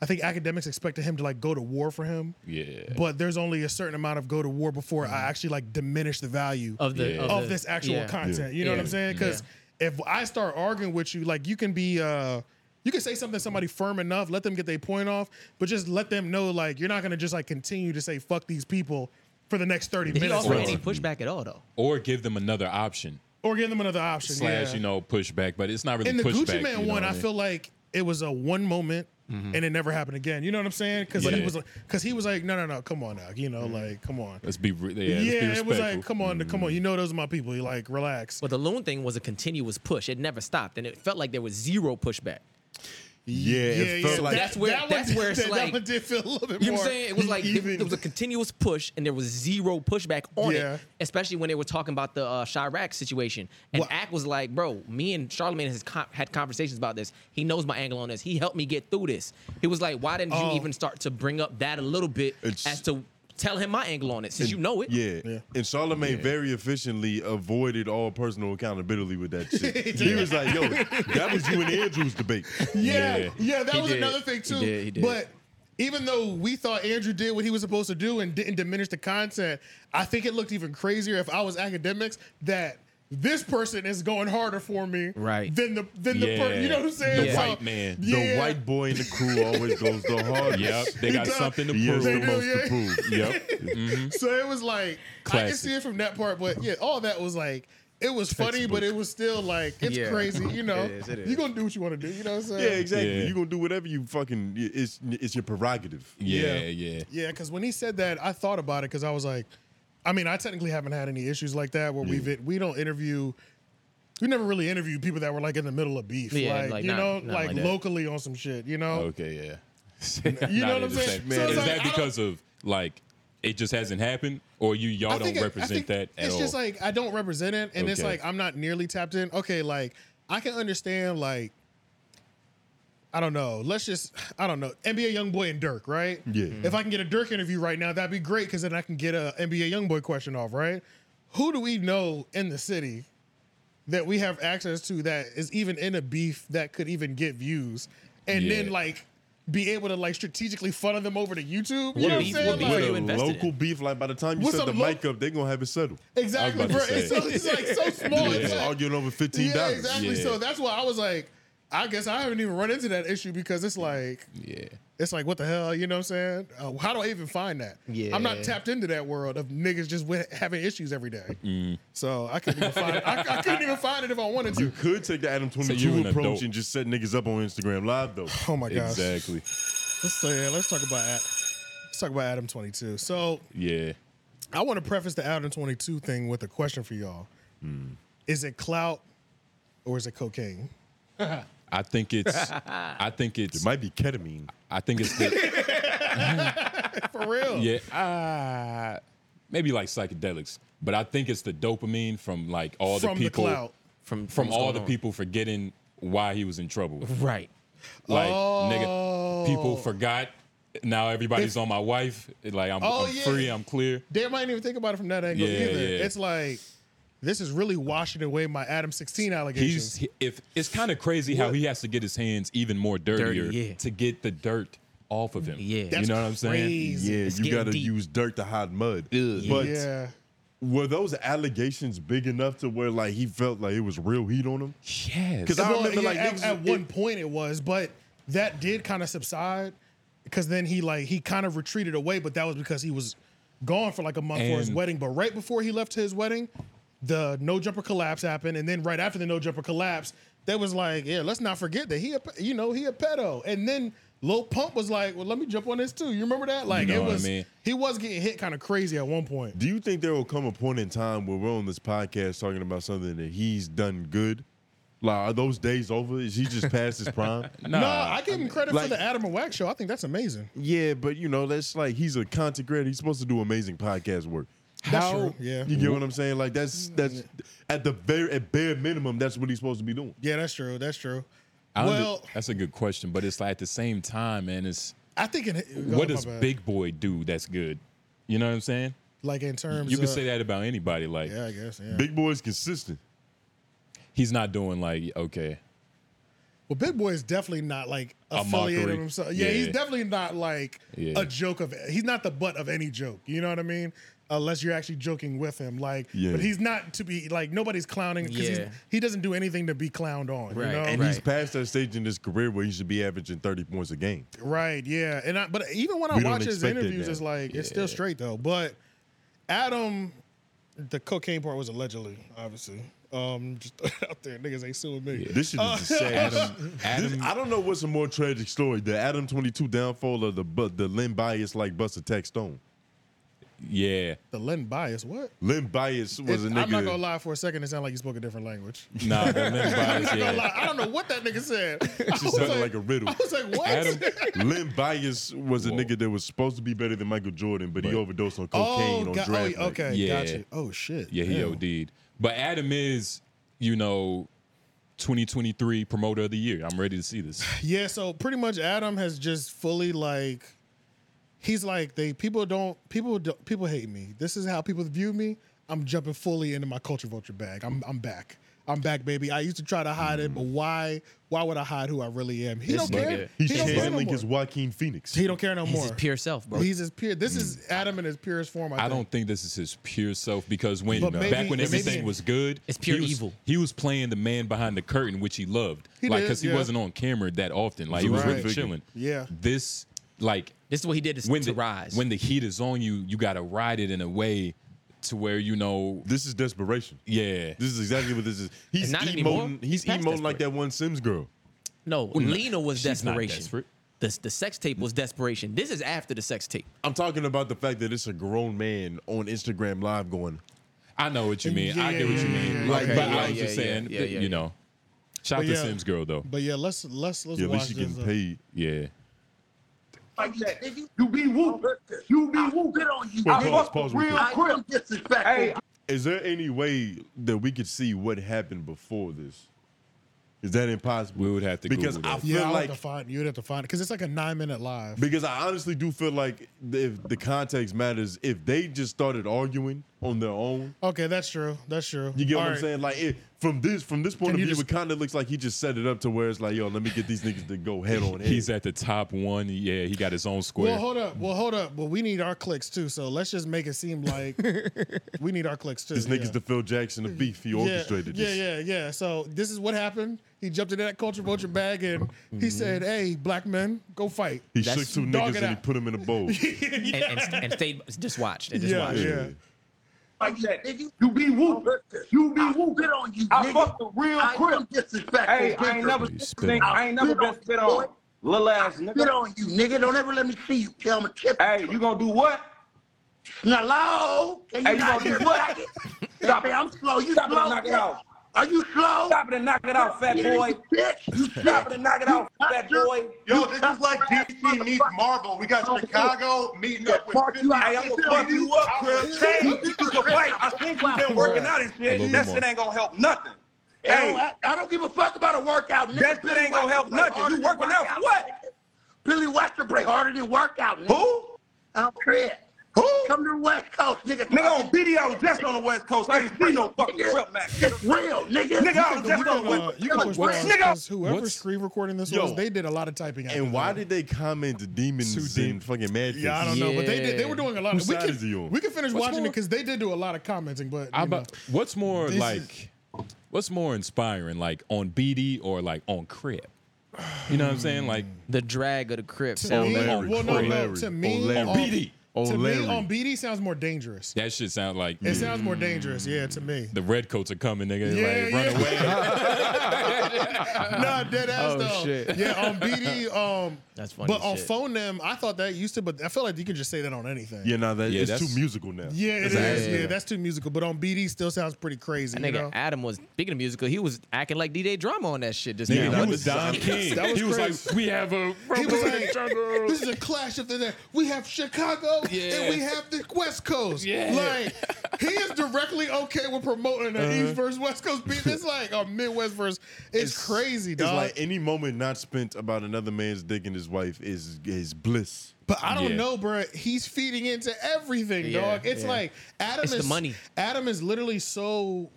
Speaker 3: I think academics expected him to like go to war for him.
Speaker 2: Yeah. Mm-hmm.
Speaker 3: But there's only a certain amount of go to war before I actually like diminish the value
Speaker 5: of the
Speaker 2: Yeah.
Speaker 5: of,
Speaker 3: of
Speaker 5: the-
Speaker 3: this actual
Speaker 5: yeah.
Speaker 3: content. You know what
Speaker 5: Yeah.
Speaker 3: I'm saying? Because if I start arguing with you, like you can be, uh you can say something to somebody firm enough, let them get their point off, but just let them know like you're not gonna just like continue to say fuck these people for the next 30
Speaker 5: Did he
Speaker 3: minutes
Speaker 5: offer
Speaker 2: Right.
Speaker 5: any pushback at all though?
Speaker 2: Or give them another option
Speaker 3: or give them another option.
Speaker 2: slash
Speaker 3: yeah.
Speaker 2: you know pushback, but it's not really
Speaker 3: In the
Speaker 2: pushback.
Speaker 3: Gucci Man
Speaker 2: you know what
Speaker 3: one, I
Speaker 2: mean? Mm-hmm.
Speaker 3: feel like it was a one moment. And it never happened again. You know what I'm saying? Because he
Speaker 2: Yeah.
Speaker 3: was, because he was like, no, no, no, come on now. You know, like, come on.
Speaker 2: Let's be re- yeah. let's
Speaker 3: yeah,
Speaker 2: be
Speaker 3: it
Speaker 2: respectful.
Speaker 3: was
Speaker 2: Mm-hmm.
Speaker 3: like, come on, come on. You know, those are my people. You like, relax.
Speaker 5: But the loon thing was a continuous push. It never stopped, and it felt like there was zero pushback.
Speaker 1: Yeah, it felt like
Speaker 5: That's where-
Speaker 3: one
Speaker 5: that's
Speaker 3: did-
Speaker 5: where it's
Speaker 3: that, that
Speaker 5: like-
Speaker 3: one did feel a little bit
Speaker 5: You know what
Speaker 3: more.
Speaker 5: I'm saying? It was like there-
Speaker 1: even-
Speaker 5: there was a continuous push, and there was zero pushback on
Speaker 3: Yeah.
Speaker 5: it. Especially when they were talking about the uh, Chirac situation, and
Speaker 3: Well-
Speaker 5: Ack was like, "Bro, me and Charlemagne has con- had conversations about this. He knows my angle on this. He helped me get through this. He was like, why didn't
Speaker 3: Oh.
Speaker 5: you even start to bring up that a little bit
Speaker 1: It's-
Speaker 5: as to tell him my angle on it since you know it?
Speaker 1: Yeah.
Speaker 3: Yeah.
Speaker 1: And Charlemagne very efficiently avoided all personal accountability with that shit. he was like, yo, that was you and Andrew's debate.
Speaker 3: yeah, yeah,
Speaker 2: Yeah.
Speaker 3: that
Speaker 5: He
Speaker 3: was
Speaker 5: did.
Speaker 3: another thing too.
Speaker 5: He did, he did.
Speaker 3: But even though we thought Andrew did what he was supposed to do and didn't diminish the content, I think it looked even crazier if I was academics that. This person is going harder for me,
Speaker 5: Right.
Speaker 3: Than the than the per-
Speaker 2: Yeah.
Speaker 3: you know what I'm saying?
Speaker 2: The white man. The
Speaker 1: The white boy in the crew always goes the hardest.
Speaker 2: Yep, they got
Speaker 3: does.
Speaker 2: something to
Speaker 1: He has
Speaker 2: prove.
Speaker 1: the
Speaker 3: do,
Speaker 1: most to
Speaker 3: yeah.
Speaker 1: prove.
Speaker 2: yep.
Speaker 3: So it was like I can
Speaker 2: Classic.
Speaker 3: see it from that part, but yeah, all that was like it was funny, but it was still like it's
Speaker 5: Yeah.
Speaker 3: crazy, you know.
Speaker 5: It is, it
Speaker 3: You
Speaker 5: is.
Speaker 3: gonna do what you want to do, you know what I'm saying?
Speaker 1: Yeah, exactly.
Speaker 2: Yeah.
Speaker 1: You're going to do whatever you fucking, it's, it's your prerogative.
Speaker 2: Yeah, yeah.
Speaker 3: Yeah, because when he said that, I thought about it because I was like, I mean, I technically haven't had any issues like that where we've we don't interview, we never really interview people that were like in the middle of beef,
Speaker 5: Yeah,
Speaker 3: like,
Speaker 5: like,
Speaker 3: you
Speaker 5: not-
Speaker 3: know,
Speaker 5: not
Speaker 3: like,
Speaker 5: like that.
Speaker 3: locally on some shit, you know.
Speaker 2: Okay, yeah. you
Speaker 3: know what I'm saying?
Speaker 1: So it's
Speaker 2: is
Speaker 1: like,
Speaker 3: I
Speaker 2: that
Speaker 3: don't-
Speaker 2: because of like it just hasn't happened, or you y'all don't
Speaker 3: it-
Speaker 2: represent
Speaker 3: think
Speaker 2: that at
Speaker 3: it's
Speaker 2: all?
Speaker 3: just like I don't represent it, and it's
Speaker 2: Okay.
Speaker 3: like I'm not nearly tapped in. Okay, like I can understand like. I don't know. Let's just I don't know. NBA YoungBoy and Dirk, right?
Speaker 1: Yeah.
Speaker 3: If I can get a Dirk interview right now, that'd be great because then I can get a NBA YoungBoy question off, right? Who do we know in the city that we have access to that is even in a beef that could even get views, and then
Speaker 2: Yeah.
Speaker 3: like be able to like strategically funnel them over to YouTube? You
Speaker 5: What
Speaker 3: know what I'm
Speaker 5: beef-
Speaker 3: saying?
Speaker 5: what beef
Speaker 3: Like-
Speaker 5: you
Speaker 1: With a
Speaker 5: invested in?
Speaker 1: local beef, like by the time you
Speaker 3: What's
Speaker 1: set
Speaker 3: up,
Speaker 1: the
Speaker 3: lo-
Speaker 1: mic up, they're going to have it settled.
Speaker 3: Exactly,
Speaker 2: I was
Speaker 3: bro.
Speaker 2: about to
Speaker 3: It's,
Speaker 2: say.
Speaker 3: so, it's like so small.
Speaker 1: It's
Speaker 3: It's like,
Speaker 1: arguing over $15.
Speaker 3: yeah, exactly.
Speaker 2: Yeah.
Speaker 3: So that's why I was like, I guess I haven't even run into that issue because it's like,
Speaker 2: yeah,
Speaker 3: it's like, what the hell? You know what I'm saying? Uh, how do I even find that?
Speaker 5: Yeah.
Speaker 3: I'm not tapped into that world of niggas just wi- having issues every day.
Speaker 2: Mm.
Speaker 3: So I couldn't even find it. I, I couldn't even find it if I wanted to.
Speaker 1: You could take the Adam
Speaker 2: you
Speaker 1: 22
Speaker 2: an
Speaker 1: approach
Speaker 2: adult.
Speaker 1: and just set niggas up on Instagram Live, though.
Speaker 3: Oh my gosh.
Speaker 2: exactly.
Speaker 3: Let's say, let's talk about Ad- let's talk about Adam 22. So
Speaker 2: Yeah,
Speaker 3: I want to preface the Adam 22 thing with a question for y'all.
Speaker 2: Mm.
Speaker 3: Is it clout or is it cocaine?
Speaker 2: I think it's. I think
Speaker 1: It
Speaker 2: it's.
Speaker 1: might be ketamine.
Speaker 2: I think it's the.
Speaker 3: For real.
Speaker 2: Yeah, uh, maybe like psychedelics, but I think it's the dopamine from like all
Speaker 3: From the
Speaker 2: the people
Speaker 3: clout.
Speaker 5: From
Speaker 2: from
Speaker 5: what's
Speaker 2: all
Speaker 5: going
Speaker 2: the
Speaker 5: on.
Speaker 2: people forgetting why he was in trouble.
Speaker 5: right?
Speaker 2: Like,
Speaker 3: Oh.
Speaker 2: nigga, people forgot. Now everybody's on my wife. Like, I'm,
Speaker 3: Oh,
Speaker 2: I'm
Speaker 3: yeah.
Speaker 2: free. I'm clear.
Speaker 3: They might even think about it from that angle
Speaker 2: Yeah,
Speaker 3: either.
Speaker 2: yeah.
Speaker 3: It's like this is really washing away my Adam 16 allegations.
Speaker 2: He's he- if it's kind of crazy how he has to get his hands even more dirtier
Speaker 5: Dirty, yeah.
Speaker 2: to get the dirt off of him.
Speaker 5: Yeah.
Speaker 2: you
Speaker 3: That's
Speaker 2: know what I'm saying?
Speaker 3: crazy.
Speaker 1: Yeah,
Speaker 5: It's
Speaker 1: you
Speaker 5: getting
Speaker 1: gotta
Speaker 5: deep.
Speaker 1: use dirt to hide mud. But
Speaker 3: yeah.
Speaker 1: were those allegations big enough to where like he felt like it was real heat on him?
Speaker 2: Yes.
Speaker 1: 'Cause I
Speaker 3: Well,
Speaker 1: remember,
Speaker 3: yeah,
Speaker 1: like,
Speaker 3: at,
Speaker 1: niggas-
Speaker 3: at
Speaker 1: it-
Speaker 3: one point it was, but that did kind of subside because then he like he kind of retreated away, but that was because he was gone for like a month for his
Speaker 2: And-
Speaker 3: wedding. But right before he left to his wedding, the no jumper collapse happened, and then right after the no jumper collapse, that was like, yeah, let's not forget that he, a, pe- you know, he a pedo, and then. Lil Pump was like, "Well, let me jump on this too." You remember that? Like
Speaker 2: know
Speaker 3: it
Speaker 2: what I
Speaker 3: was,
Speaker 2: mean?
Speaker 3: he was getting hit kind of crazy at one point.
Speaker 1: Do you think there will come a point in time where we're on this podcast talking about something that he's done good? Like, are those days over? Is he just past his prime?
Speaker 2: Nah,
Speaker 3: no, I give him credit
Speaker 1: like-
Speaker 3: for the Adam and Wax show. I think that's amazing.
Speaker 1: Yeah, but you know, that's like he's a content creator. He's supposed to do amazing podcast work.
Speaker 3: That's
Speaker 2: How-
Speaker 3: true. Yeah, Mm-hmm.
Speaker 1: You get what I'm saying? Like that's that's at the very at bare minimum, that's what he's supposed to be doing.
Speaker 3: yeah, that's true. That's true.
Speaker 2: I under-
Speaker 3: well,
Speaker 2: that's a good question, but it's like at the same time, man, it's
Speaker 3: I think in oh, my
Speaker 2: what does
Speaker 3: bad.
Speaker 2: Big Boy do that's good? You know what I'm saying?
Speaker 3: like in terms
Speaker 2: You can
Speaker 3: of,
Speaker 2: say that about anybody. Like
Speaker 3: Yeah, I guess. Yeah.
Speaker 1: Big boy's consistent.
Speaker 2: he's not doing like okay,
Speaker 3: well, Big Boy is definitely not like
Speaker 2: A
Speaker 3: affiliated
Speaker 2: mockery.
Speaker 3: himself. Yeah, he's
Speaker 2: Yeah.
Speaker 3: definitely not like
Speaker 2: Yeah.
Speaker 3: a joke of. He's not the butt of any joke. You know what I mean? Unless you're actually joking with him, like,
Speaker 1: Yeah.
Speaker 3: but he's not to be like nobody's clowning because
Speaker 4: Yeah.
Speaker 3: he doesn't do anything to be clowned on. You
Speaker 4: Right,
Speaker 3: know?
Speaker 4: and
Speaker 1: He's
Speaker 4: Right.
Speaker 1: past that stage in his career where he should be averaging 30 points a game.
Speaker 3: Right, yeah. And I, but even when I
Speaker 1: We don't
Speaker 3: watch his
Speaker 1: expect it
Speaker 3: interviews,
Speaker 1: now.
Speaker 3: it's like it's still straight though. But Adam, the cocaine part was allegedly, obviously. Um, just out there, niggas ain't suing me.
Speaker 1: This shit is the sad.
Speaker 2: Adam,
Speaker 1: This-
Speaker 2: Adam,
Speaker 1: I don't know what's a more tragic story: the Adam 22 downfall or the but the Lynn Bias like Buster Tech Stone.
Speaker 2: yeah,
Speaker 3: The Len bias, what?
Speaker 1: Lynn Bias was
Speaker 3: It-
Speaker 1: a nigga.
Speaker 3: I'm not gonna lie for a second, it sounded like you spoke a different language.
Speaker 2: nah, the limb
Speaker 3: I'm
Speaker 2: bias,
Speaker 3: not gonna
Speaker 2: yeah.
Speaker 3: lie. I don't know what that nigga said. I
Speaker 1: She
Speaker 3: was
Speaker 1: sounded like a riddle.
Speaker 3: I was like, what?
Speaker 2: Adam-
Speaker 1: Lynn Bias was a
Speaker 2: Whoa.
Speaker 1: nigga that was supposed to be better than Michael Jordan, but he
Speaker 2: Right.
Speaker 1: overdosed on
Speaker 3: oh,
Speaker 1: cocaine on
Speaker 3: God, oh,
Speaker 1: draft night.
Speaker 3: okay,
Speaker 2: Yeah.
Speaker 3: gotcha. Oh shit.
Speaker 2: Yeah, he
Speaker 3: Damn.
Speaker 2: OD'd. But Adam is, you know, 2023 promoter of the year. I'm ready to see this.
Speaker 3: Yeah, so pretty much Adam has just fully like he's like they people don't people don't, people hate me. This is how people view me. I'm jumping fully into my culture vulture bag. I'm I'm back. I'm back, baby. I used to try to hide it, but why why would I hide who I really am? He
Speaker 4: This
Speaker 3: don't care.
Speaker 4: nigga-
Speaker 1: He's
Speaker 3: he don't care no
Speaker 1: channeling
Speaker 3: more.
Speaker 1: his Joaquin Phoenix.
Speaker 3: he don't care no
Speaker 4: He's
Speaker 3: more.
Speaker 4: his pure self, bro.
Speaker 3: He's his pure. This is
Speaker 1: Mm.
Speaker 3: Adam in his purest form. I,
Speaker 2: I
Speaker 3: think.
Speaker 2: don't think this is his pure self because when
Speaker 3: But maybe-
Speaker 2: back when
Speaker 3: maybe-
Speaker 2: everything was good,
Speaker 4: It's pure
Speaker 2: he was,
Speaker 4: evil.
Speaker 2: He was playing the man behind the curtain, which he loved,
Speaker 3: He
Speaker 2: like
Speaker 3: did,
Speaker 2: because he
Speaker 3: yeah.
Speaker 2: wasn't on camera that often. Like he was
Speaker 1: Right.
Speaker 2: really chilling.
Speaker 3: Yeah.
Speaker 2: This like
Speaker 4: this is what he did to,
Speaker 2: when
Speaker 4: to
Speaker 2: the
Speaker 4: rise.
Speaker 2: when the heat is on you, you gotta ride it in a way to where you know,
Speaker 1: This is desperation.
Speaker 2: yeah.
Speaker 1: This is exactly what this is. He's
Speaker 4: Not anymore.
Speaker 1: emoting. He's
Speaker 4: He's past
Speaker 1: emoting like
Speaker 4: desperate.
Speaker 1: that one Sims girl.
Speaker 4: no, Lena was
Speaker 2: she's not
Speaker 4: desperation.
Speaker 2: desperate.
Speaker 4: The, the sex tape was desperation. This is after the sex tape.
Speaker 1: I'm talking about the fact that it's a grown man on Instagram Live going.
Speaker 2: I know what you mean. I get what you
Speaker 3: Yeah, yeah,
Speaker 2: mean.
Speaker 3: yeah,
Speaker 2: Like,
Speaker 4: yeah.
Speaker 2: but
Speaker 4: Okay,
Speaker 2: I
Speaker 4: yeah,
Speaker 2: was just
Speaker 4: yeah,
Speaker 2: saying,
Speaker 4: yeah, yeah,
Speaker 2: you
Speaker 4: yeah.
Speaker 2: know, shout out
Speaker 3: But
Speaker 2: to
Speaker 3: yeah.
Speaker 2: Sims girl though.
Speaker 3: But yeah, let's let's let's
Speaker 1: Yeah, at
Speaker 3: watch
Speaker 1: least you
Speaker 3: this.
Speaker 1: getting
Speaker 3: uh,
Speaker 1: paid.
Speaker 2: Yeah.
Speaker 6: like that. nigga. You be whoop. You be whoop. Get on you.
Speaker 1: Pause, pause, pause real
Speaker 6: real quick. Disrespectful. Hey,
Speaker 1: Is there any way that we could see what happened before this? Is that impossible?
Speaker 2: We would have to
Speaker 1: Because
Speaker 2: Google
Speaker 1: I
Speaker 2: that.
Speaker 1: feel
Speaker 3: Yeah, I would
Speaker 1: like
Speaker 3: have to find. You'd have to find it because it's like a nine minute live.
Speaker 1: Because I honestly do feel like if the context matters, if they just started arguing on their own,
Speaker 3: Okay, that's true. That's true.
Speaker 1: you get
Speaker 3: All
Speaker 1: what I'm
Speaker 3: right.
Speaker 1: saying? Like it, from this from this point
Speaker 3: Can
Speaker 1: of
Speaker 3: you
Speaker 1: view,
Speaker 3: just-
Speaker 1: it kind of looks like he just set it up to where it's like, yo, let me get these niggas to go head on head.
Speaker 2: He's at the top one. Yeah, he got his own
Speaker 3: Well,
Speaker 2: square.
Speaker 3: hold up. Well, hold up. But we need our clicks too. So let's just make it seem like we need our clicks too.
Speaker 1: this
Speaker 3: yeah.
Speaker 1: nigga's the Phil Jackson of beef. He
Speaker 3: yeah,
Speaker 1: orchestrated
Speaker 3: yeah,
Speaker 1: this.
Speaker 3: yeah, yeah. So this is what happened. He jumped into that culture vulture bag and
Speaker 4: Mm-hmm.
Speaker 3: he said, "Hey, black men, go fight."
Speaker 1: He
Speaker 4: That's-
Speaker 1: shook two niggas
Speaker 3: Dog it
Speaker 1: and he
Speaker 3: out.
Speaker 1: put them in a bowl.
Speaker 4: And, and, and stayed just watched and just
Speaker 3: yeah,
Speaker 4: watched.
Speaker 3: yeah.
Speaker 6: like that. nigga. You be whoop. You be whoop. Get on you. I fucked the real quick. Disrespectful.
Speaker 7: Hey, I ain't never,
Speaker 2: You spit
Speaker 7: think,
Speaker 2: on.
Speaker 7: I ain't never
Speaker 6: Spit
Speaker 7: been
Speaker 6: on,
Speaker 7: spit on.
Speaker 6: boy.
Speaker 7: Little ass
Speaker 6: Get
Speaker 7: nigga.
Speaker 6: on you, nigga. Don't ever let me see you. Tell me chip.
Speaker 7: Hey, you gonna do what?
Speaker 6: Now, hello. Can you
Speaker 7: Hey, you
Speaker 6: not
Speaker 7: gonna
Speaker 6: hear
Speaker 7: do
Speaker 6: me?
Speaker 7: what? Stop
Speaker 6: Hey,
Speaker 7: it.
Speaker 6: I'm slow. You
Speaker 7: Stop it
Speaker 6: slow.
Speaker 7: and knock it
Speaker 6: bitch.
Speaker 7: out.
Speaker 6: Are you slow?
Speaker 7: Stop it and knock it out, fat
Speaker 6: Yeah,
Speaker 7: boy.
Speaker 6: you Bitch, you
Speaker 7: Stop it and knock it out, fat boy.
Speaker 8: Yo, this is like DC meets Marvel. We got Chicago meeting up with.
Speaker 6: Fuck you,
Speaker 7: Hey, I'm gonna fuck you up, Chris. Hey, you can fight. I think we've been working out and
Speaker 2: A little
Speaker 7: shit. That
Speaker 2: more.
Speaker 7: shit ain't gonna help nothing.
Speaker 6: Hey,
Speaker 7: Hey,
Speaker 6: I, I don't give a fuck about a workout. Nigga.
Speaker 7: That shit
Speaker 6: Billy
Speaker 7: ain't gonna
Speaker 6: Webster
Speaker 7: help
Speaker 6: play
Speaker 7: nothing.
Speaker 6: harder
Speaker 7: You
Speaker 6: than
Speaker 7: working out for what?
Speaker 6: Billy Webster play harder than workout. Nigga.
Speaker 7: who?
Speaker 6: I don't care.
Speaker 9: Who?
Speaker 7: Come to the West Coast, nigga.
Speaker 9: Nigga on BD, I was just on the West Coast. I didn't see no fucking
Speaker 7: Nigga,
Speaker 9: prep match.
Speaker 7: It's real, nigga.
Speaker 9: Nigga, I was just on the
Speaker 3: Uh,
Speaker 9: West
Speaker 3: you can push
Speaker 9: What?
Speaker 3: pause
Speaker 9: Nigga!
Speaker 3: because whoever
Speaker 2: What's-
Speaker 3: screen recording this
Speaker 1: Yo.
Speaker 3: was, they did a lot of typing. after
Speaker 1: And why
Speaker 3: that.
Speaker 1: did they comment to demons
Speaker 2: Too deep.
Speaker 1: and fucking mad?
Speaker 3: Yeah, I don't know, but they did. They were doing a lot.
Speaker 1: Whose
Speaker 3: of, we
Speaker 1: side
Speaker 3: can,
Speaker 1: is he on?
Speaker 3: we can finish
Speaker 2: What's
Speaker 3: watching it
Speaker 2: more-
Speaker 3: because they did do a lot of commenting. But
Speaker 2: I
Speaker 3: you know.
Speaker 2: bu- what's more
Speaker 1: This is-
Speaker 2: like what's more inspiring like on BD or like on crib? You know what I'm
Speaker 3: Hmm.
Speaker 2: saying? Like
Speaker 5: The drag of the crib.
Speaker 3: to
Speaker 5: sound
Speaker 3: me,
Speaker 1: Larry,
Speaker 3: well, no,
Speaker 1: on
Speaker 3: no,
Speaker 1: Larry,
Speaker 3: to
Speaker 1: on
Speaker 3: me,
Speaker 1: Larry.
Speaker 3: on
Speaker 2: BD.
Speaker 1: On
Speaker 3: to
Speaker 1: Larry.
Speaker 3: me, on BD sounds more dangerous.
Speaker 2: that shit sound like
Speaker 3: It sounds more dangerous, yeah, to me.
Speaker 2: the redcoats are coming, nigga.
Speaker 3: Yeah,
Speaker 2: like, run
Speaker 3: yeah.
Speaker 2: away.
Speaker 3: nah, dead ass
Speaker 5: Oh,
Speaker 3: though.
Speaker 5: shit.
Speaker 3: Yeah, on BD, um,
Speaker 5: That's funny
Speaker 3: But
Speaker 5: as
Speaker 3: on
Speaker 5: shit.
Speaker 3: phone them, I thought that used to, but I feel like you can just say that on anything.
Speaker 1: Yeah, now that
Speaker 2: Yeah,
Speaker 1: it's
Speaker 2: that's-
Speaker 1: too musical now.
Speaker 3: yeah, it is.
Speaker 2: Exactly.
Speaker 3: Yeah, that's too musical. But on BD, still sounds pretty crazy.
Speaker 5: That
Speaker 3: you
Speaker 5: nigga
Speaker 3: know?
Speaker 5: Adam was speaking of musical. He was acting like DJ Drama on that shit. Just
Speaker 2: Nigga,
Speaker 5: now.
Speaker 2: he was Don King.
Speaker 3: that was
Speaker 2: he was
Speaker 3: crazy.
Speaker 2: like, we have a
Speaker 3: He was
Speaker 2: robo in the
Speaker 3: like,
Speaker 2: jungle."
Speaker 3: this is a clash of the day. We have Chicago
Speaker 5: Yeah.
Speaker 3: and we have the West Coast.
Speaker 5: Yeah.
Speaker 3: Like, he is directly okay with promoting an East versus West Coast beat. It's like a Midwest versus. It's, crazy,
Speaker 1: It's
Speaker 3: dog.
Speaker 1: like any moment not spent about another man's dick and his wife is is bliss.
Speaker 3: But I don't
Speaker 2: Yeah.
Speaker 3: know, bro. He's feeding into everything,
Speaker 5: Yeah,
Speaker 3: dog. It's
Speaker 5: yeah.
Speaker 3: like Adam
Speaker 5: It's the
Speaker 3: is
Speaker 5: money.
Speaker 3: Adam is literally so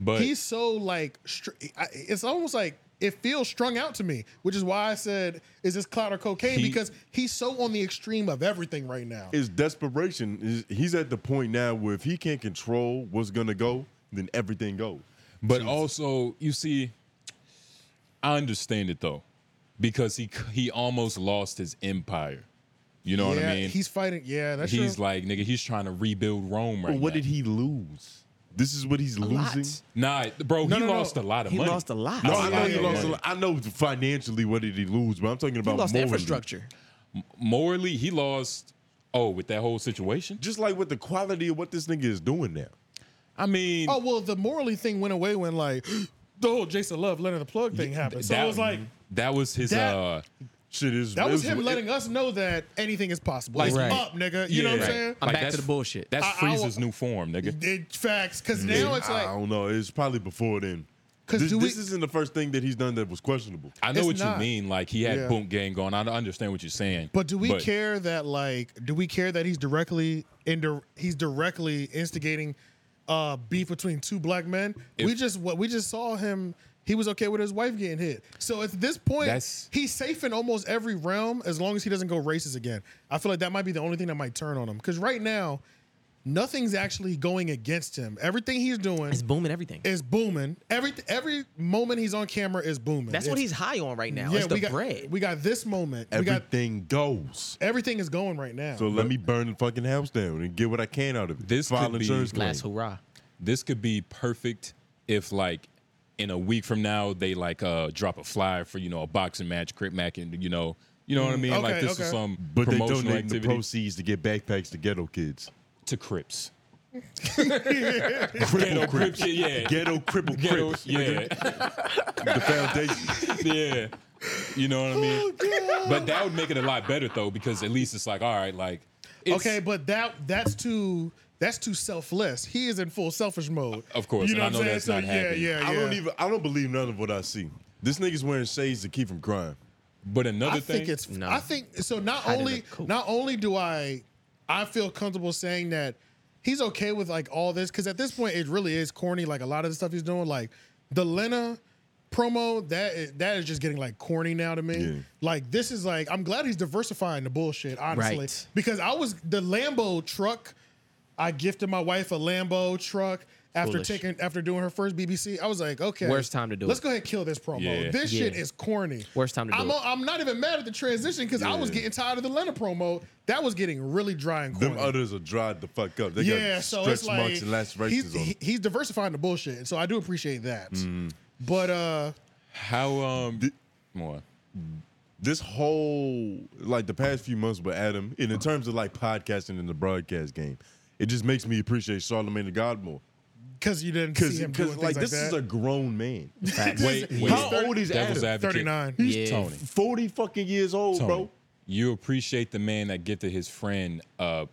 Speaker 2: but
Speaker 3: he's so like str- I- it's almost like it feels strung out to me, which is why I said, "Is this cloud or cocaine?"
Speaker 2: He-
Speaker 3: because he's so on the extreme of everything right now.
Speaker 1: It's desperation. Is he's at the point now where if he can't control what's gonna go, then everything goes.
Speaker 2: But also, you see, I understand it though, because he he almost lost his empire. You know what
Speaker 3: Yeah,
Speaker 2: I mean?
Speaker 3: He's fighting. Yeah, that's
Speaker 2: He's
Speaker 3: true.
Speaker 2: like, nigga, he's trying to rebuild Rome right
Speaker 1: But what
Speaker 2: now.
Speaker 1: did he lose? This is what he's losing.
Speaker 5: lot.
Speaker 2: nah, bro,
Speaker 3: No,
Speaker 2: he
Speaker 3: no, no.
Speaker 2: lost a lot of
Speaker 5: He
Speaker 2: money.
Speaker 5: lost a lot.
Speaker 1: No,
Speaker 2: That's
Speaker 1: I
Speaker 2: a
Speaker 1: know
Speaker 2: lot
Speaker 1: he
Speaker 2: of
Speaker 1: lost. A
Speaker 2: money.
Speaker 1: lot. I know financially what did he lose, but I'm talking
Speaker 5: He
Speaker 1: about
Speaker 5: lost
Speaker 1: morally.
Speaker 5: infrastructure.
Speaker 2: Morally, he lost. Oh, with that whole situation.
Speaker 1: Just like with the quality of what this nigga is doing now.
Speaker 2: I mean,
Speaker 3: oh well, the morally thing went away when like the whole Jason Love letting the plug thing happened. So it was like
Speaker 2: that was his.
Speaker 3: that-
Speaker 2: uh
Speaker 1: Shit is
Speaker 3: that
Speaker 1: it
Speaker 3: was him
Speaker 1: it-
Speaker 3: letting us know that anything is possible.
Speaker 2: Like,
Speaker 3: it's
Speaker 2: right.
Speaker 3: up, nigga. You know what
Speaker 2: yeah.
Speaker 3: I'm saying?
Speaker 5: I'm
Speaker 2: Like,
Speaker 5: back to
Speaker 2: that's-
Speaker 5: the bullshit.
Speaker 2: That's
Speaker 3: I- I wa-
Speaker 2: Frieza's new form, nigga.
Speaker 3: It, facts, because now it's
Speaker 1: I
Speaker 3: like
Speaker 1: don't know. It's probably before then.
Speaker 3: 'Cause
Speaker 1: This,
Speaker 3: do we-
Speaker 1: this isn't the first thing that he's done that was questionable.
Speaker 2: I know
Speaker 3: It's
Speaker 2: what
Speaker 3: not.
Speaker 2: you mean. Like he had
Speaker 3: Yeah.
Speaker 2: boom gang going. I understand what you're saying.
Speaker 3: But do we care that like do we care that he's directly indir- he's directly instigating uh beef between two black men? we
Speaker 2: If-
Speaker 3: just what we just saw him he was okay with his wife getting hit. So at this point
Speaker 2: That's-
Speaker 3: he's safe in almost every realm as long as he doesn't go racist again. I feel like that might be the only thing that might turn on him cuz right now nothing's actually going against him. Everything he's doing
Speaker 5: It's booming everything.
Speaker 3: is booming. Every every moment he's on camera is booming.
Speaker 5: That's what
Speaker 3: It's-
Speaker 5: he's high on right now. it's
Speaker 3: we
Speaker 5: the
Speaker 3: got
Speaker 5: bread.
Speaker 3: we got this moment. We got
Speaker 1: Everything goes.
Speaker 3: everything is going right now.
Speaker 1: So let me burn the fucking house down and get what I can out of it.
Speaker 2: This
Speaker 1: File
Speaker 2: could be
Speaker 1: insurance claim.
Speaker 5: Last hurrah.
Speaker 2: this could be perfect if like in a week from now they like uh drop a flyer for you know a boxing match, crip match, and you know you know what I mean. like
Speaker 3: Mm, okay,
Speaker 2: this
Speaker 3: okay.
Speaker 2: is some
Speaker 1: But they
Speaker 2: promotional
Speaker 1: donating the
Speaker 2: activity
Speaker 1: proceeds to get backpacks to ghetto kids.
Speaker 2: to Crips.
Speaker 1: Cripple
Speaker 2: Crips,
Speaker 1: crips.
Speaker 2: yeah, yeah,
Speaker 1: Ghetto cripple
Speaker 2: Ghetto-
Speaker 1: crips.
Speaker 2: yeah,
Speaker 1: The foundation.
Speaker 2: yeah. You know what I mean. But that would make it a lot better though, because at least it's like all right, like it's,
Speaker 3: okay, but that that's too that's too selfless. He is in full selfish mode.
Speaker 2: Of course, and I know that's not
Speaker 3: yeah,
Speaker 2: happening.
Speaker 3: yeah, yeah.
Speaker 1: I don't even. I don't believe none of what I see. This nigga's wearing shades to keep from crying.
Speaker 2: But another
Speaker 3: I
Speaker 2: thing,
Speaker 3: think it's.
Speaker 5: No.
Speaker 3: I think so. Not
Speaker 5: Hiding
Speaker 3: only
Speaker 5: the coat.
Speaker 3: not only do I I feel comfortable saying that he's okay with like all this because at this point it really is corny. Like a lot of the stuff he's doing, like the Lena promo that is, that is just getting like corny now to me.
Speaker 1: Yeah.
Speaker 3: Like this is like I'm glad he's diversifying the bullshit honestly
Speaker 5: Right.
Speaker 3: because I was the Lambo truck. I gifted my wife a Lambo truck after
Speaker 5: Foolish.
Speaker 3: taking after doing her first BBC. I was like, okay,
Speaker 5: Worst time to do
Speaker 3: Let's
Speaker 5: it.
Speaker 3: go ahead and kill this promo.
Speaker 2: Yeah.
Speaker 3: This
Speaker 5: Yeah.
Speaker 3: shit is corny.
Speaker 5: Worst time to do
Speaker 3: I'm
Speaker 5: it.
Speaker 3: on- I'm not even mad at the transition because I was getting tired of the Lena promo. That was getting really dry and corny.
Speaker 1: Them others are dried the fuck up. They
Speaker 3: yeah,
Speaker 1: got
Speaker 3: so
Speaker 1: stretch
Speaker 3: it's like
Speaker 1: marks and lacerations
Speaker 3: he's,
Speaker 1: on. them.
Speaker 3: he- he's diversifying the bullshit, so I do appreciate that. But uh,
Speaker 2: how um more.
Speaker 1: this whole like the past few months with Adam, and in terms of like podcasting and the broadcast game, it just makes me appreciate Charlemagne the God more.
Speaker 3: because you didn't see
Speaker 1: Because
Speaker 3: him doing
Speaker 1: like,
Speaker 3: things like,
Speaker 1: this is
Speaker 3: that.
Speaker 1: a grown man.
Speaker 2: Wait, wait.
Speaker 1: How old is
Speaker 2: Devil's
Speaker 1: Adam?
Speaker 2: advocate.
Speaker 3: 39.
Speaker 1: He's
Speaker 5: Yeah.
Speaker 2: Tony.
Speaker 1: Forty fucking years old,
Speaker 2: Tony,
Speaker 1: bro.
Speaker 2: You appreciate the man that gifted his friend uh,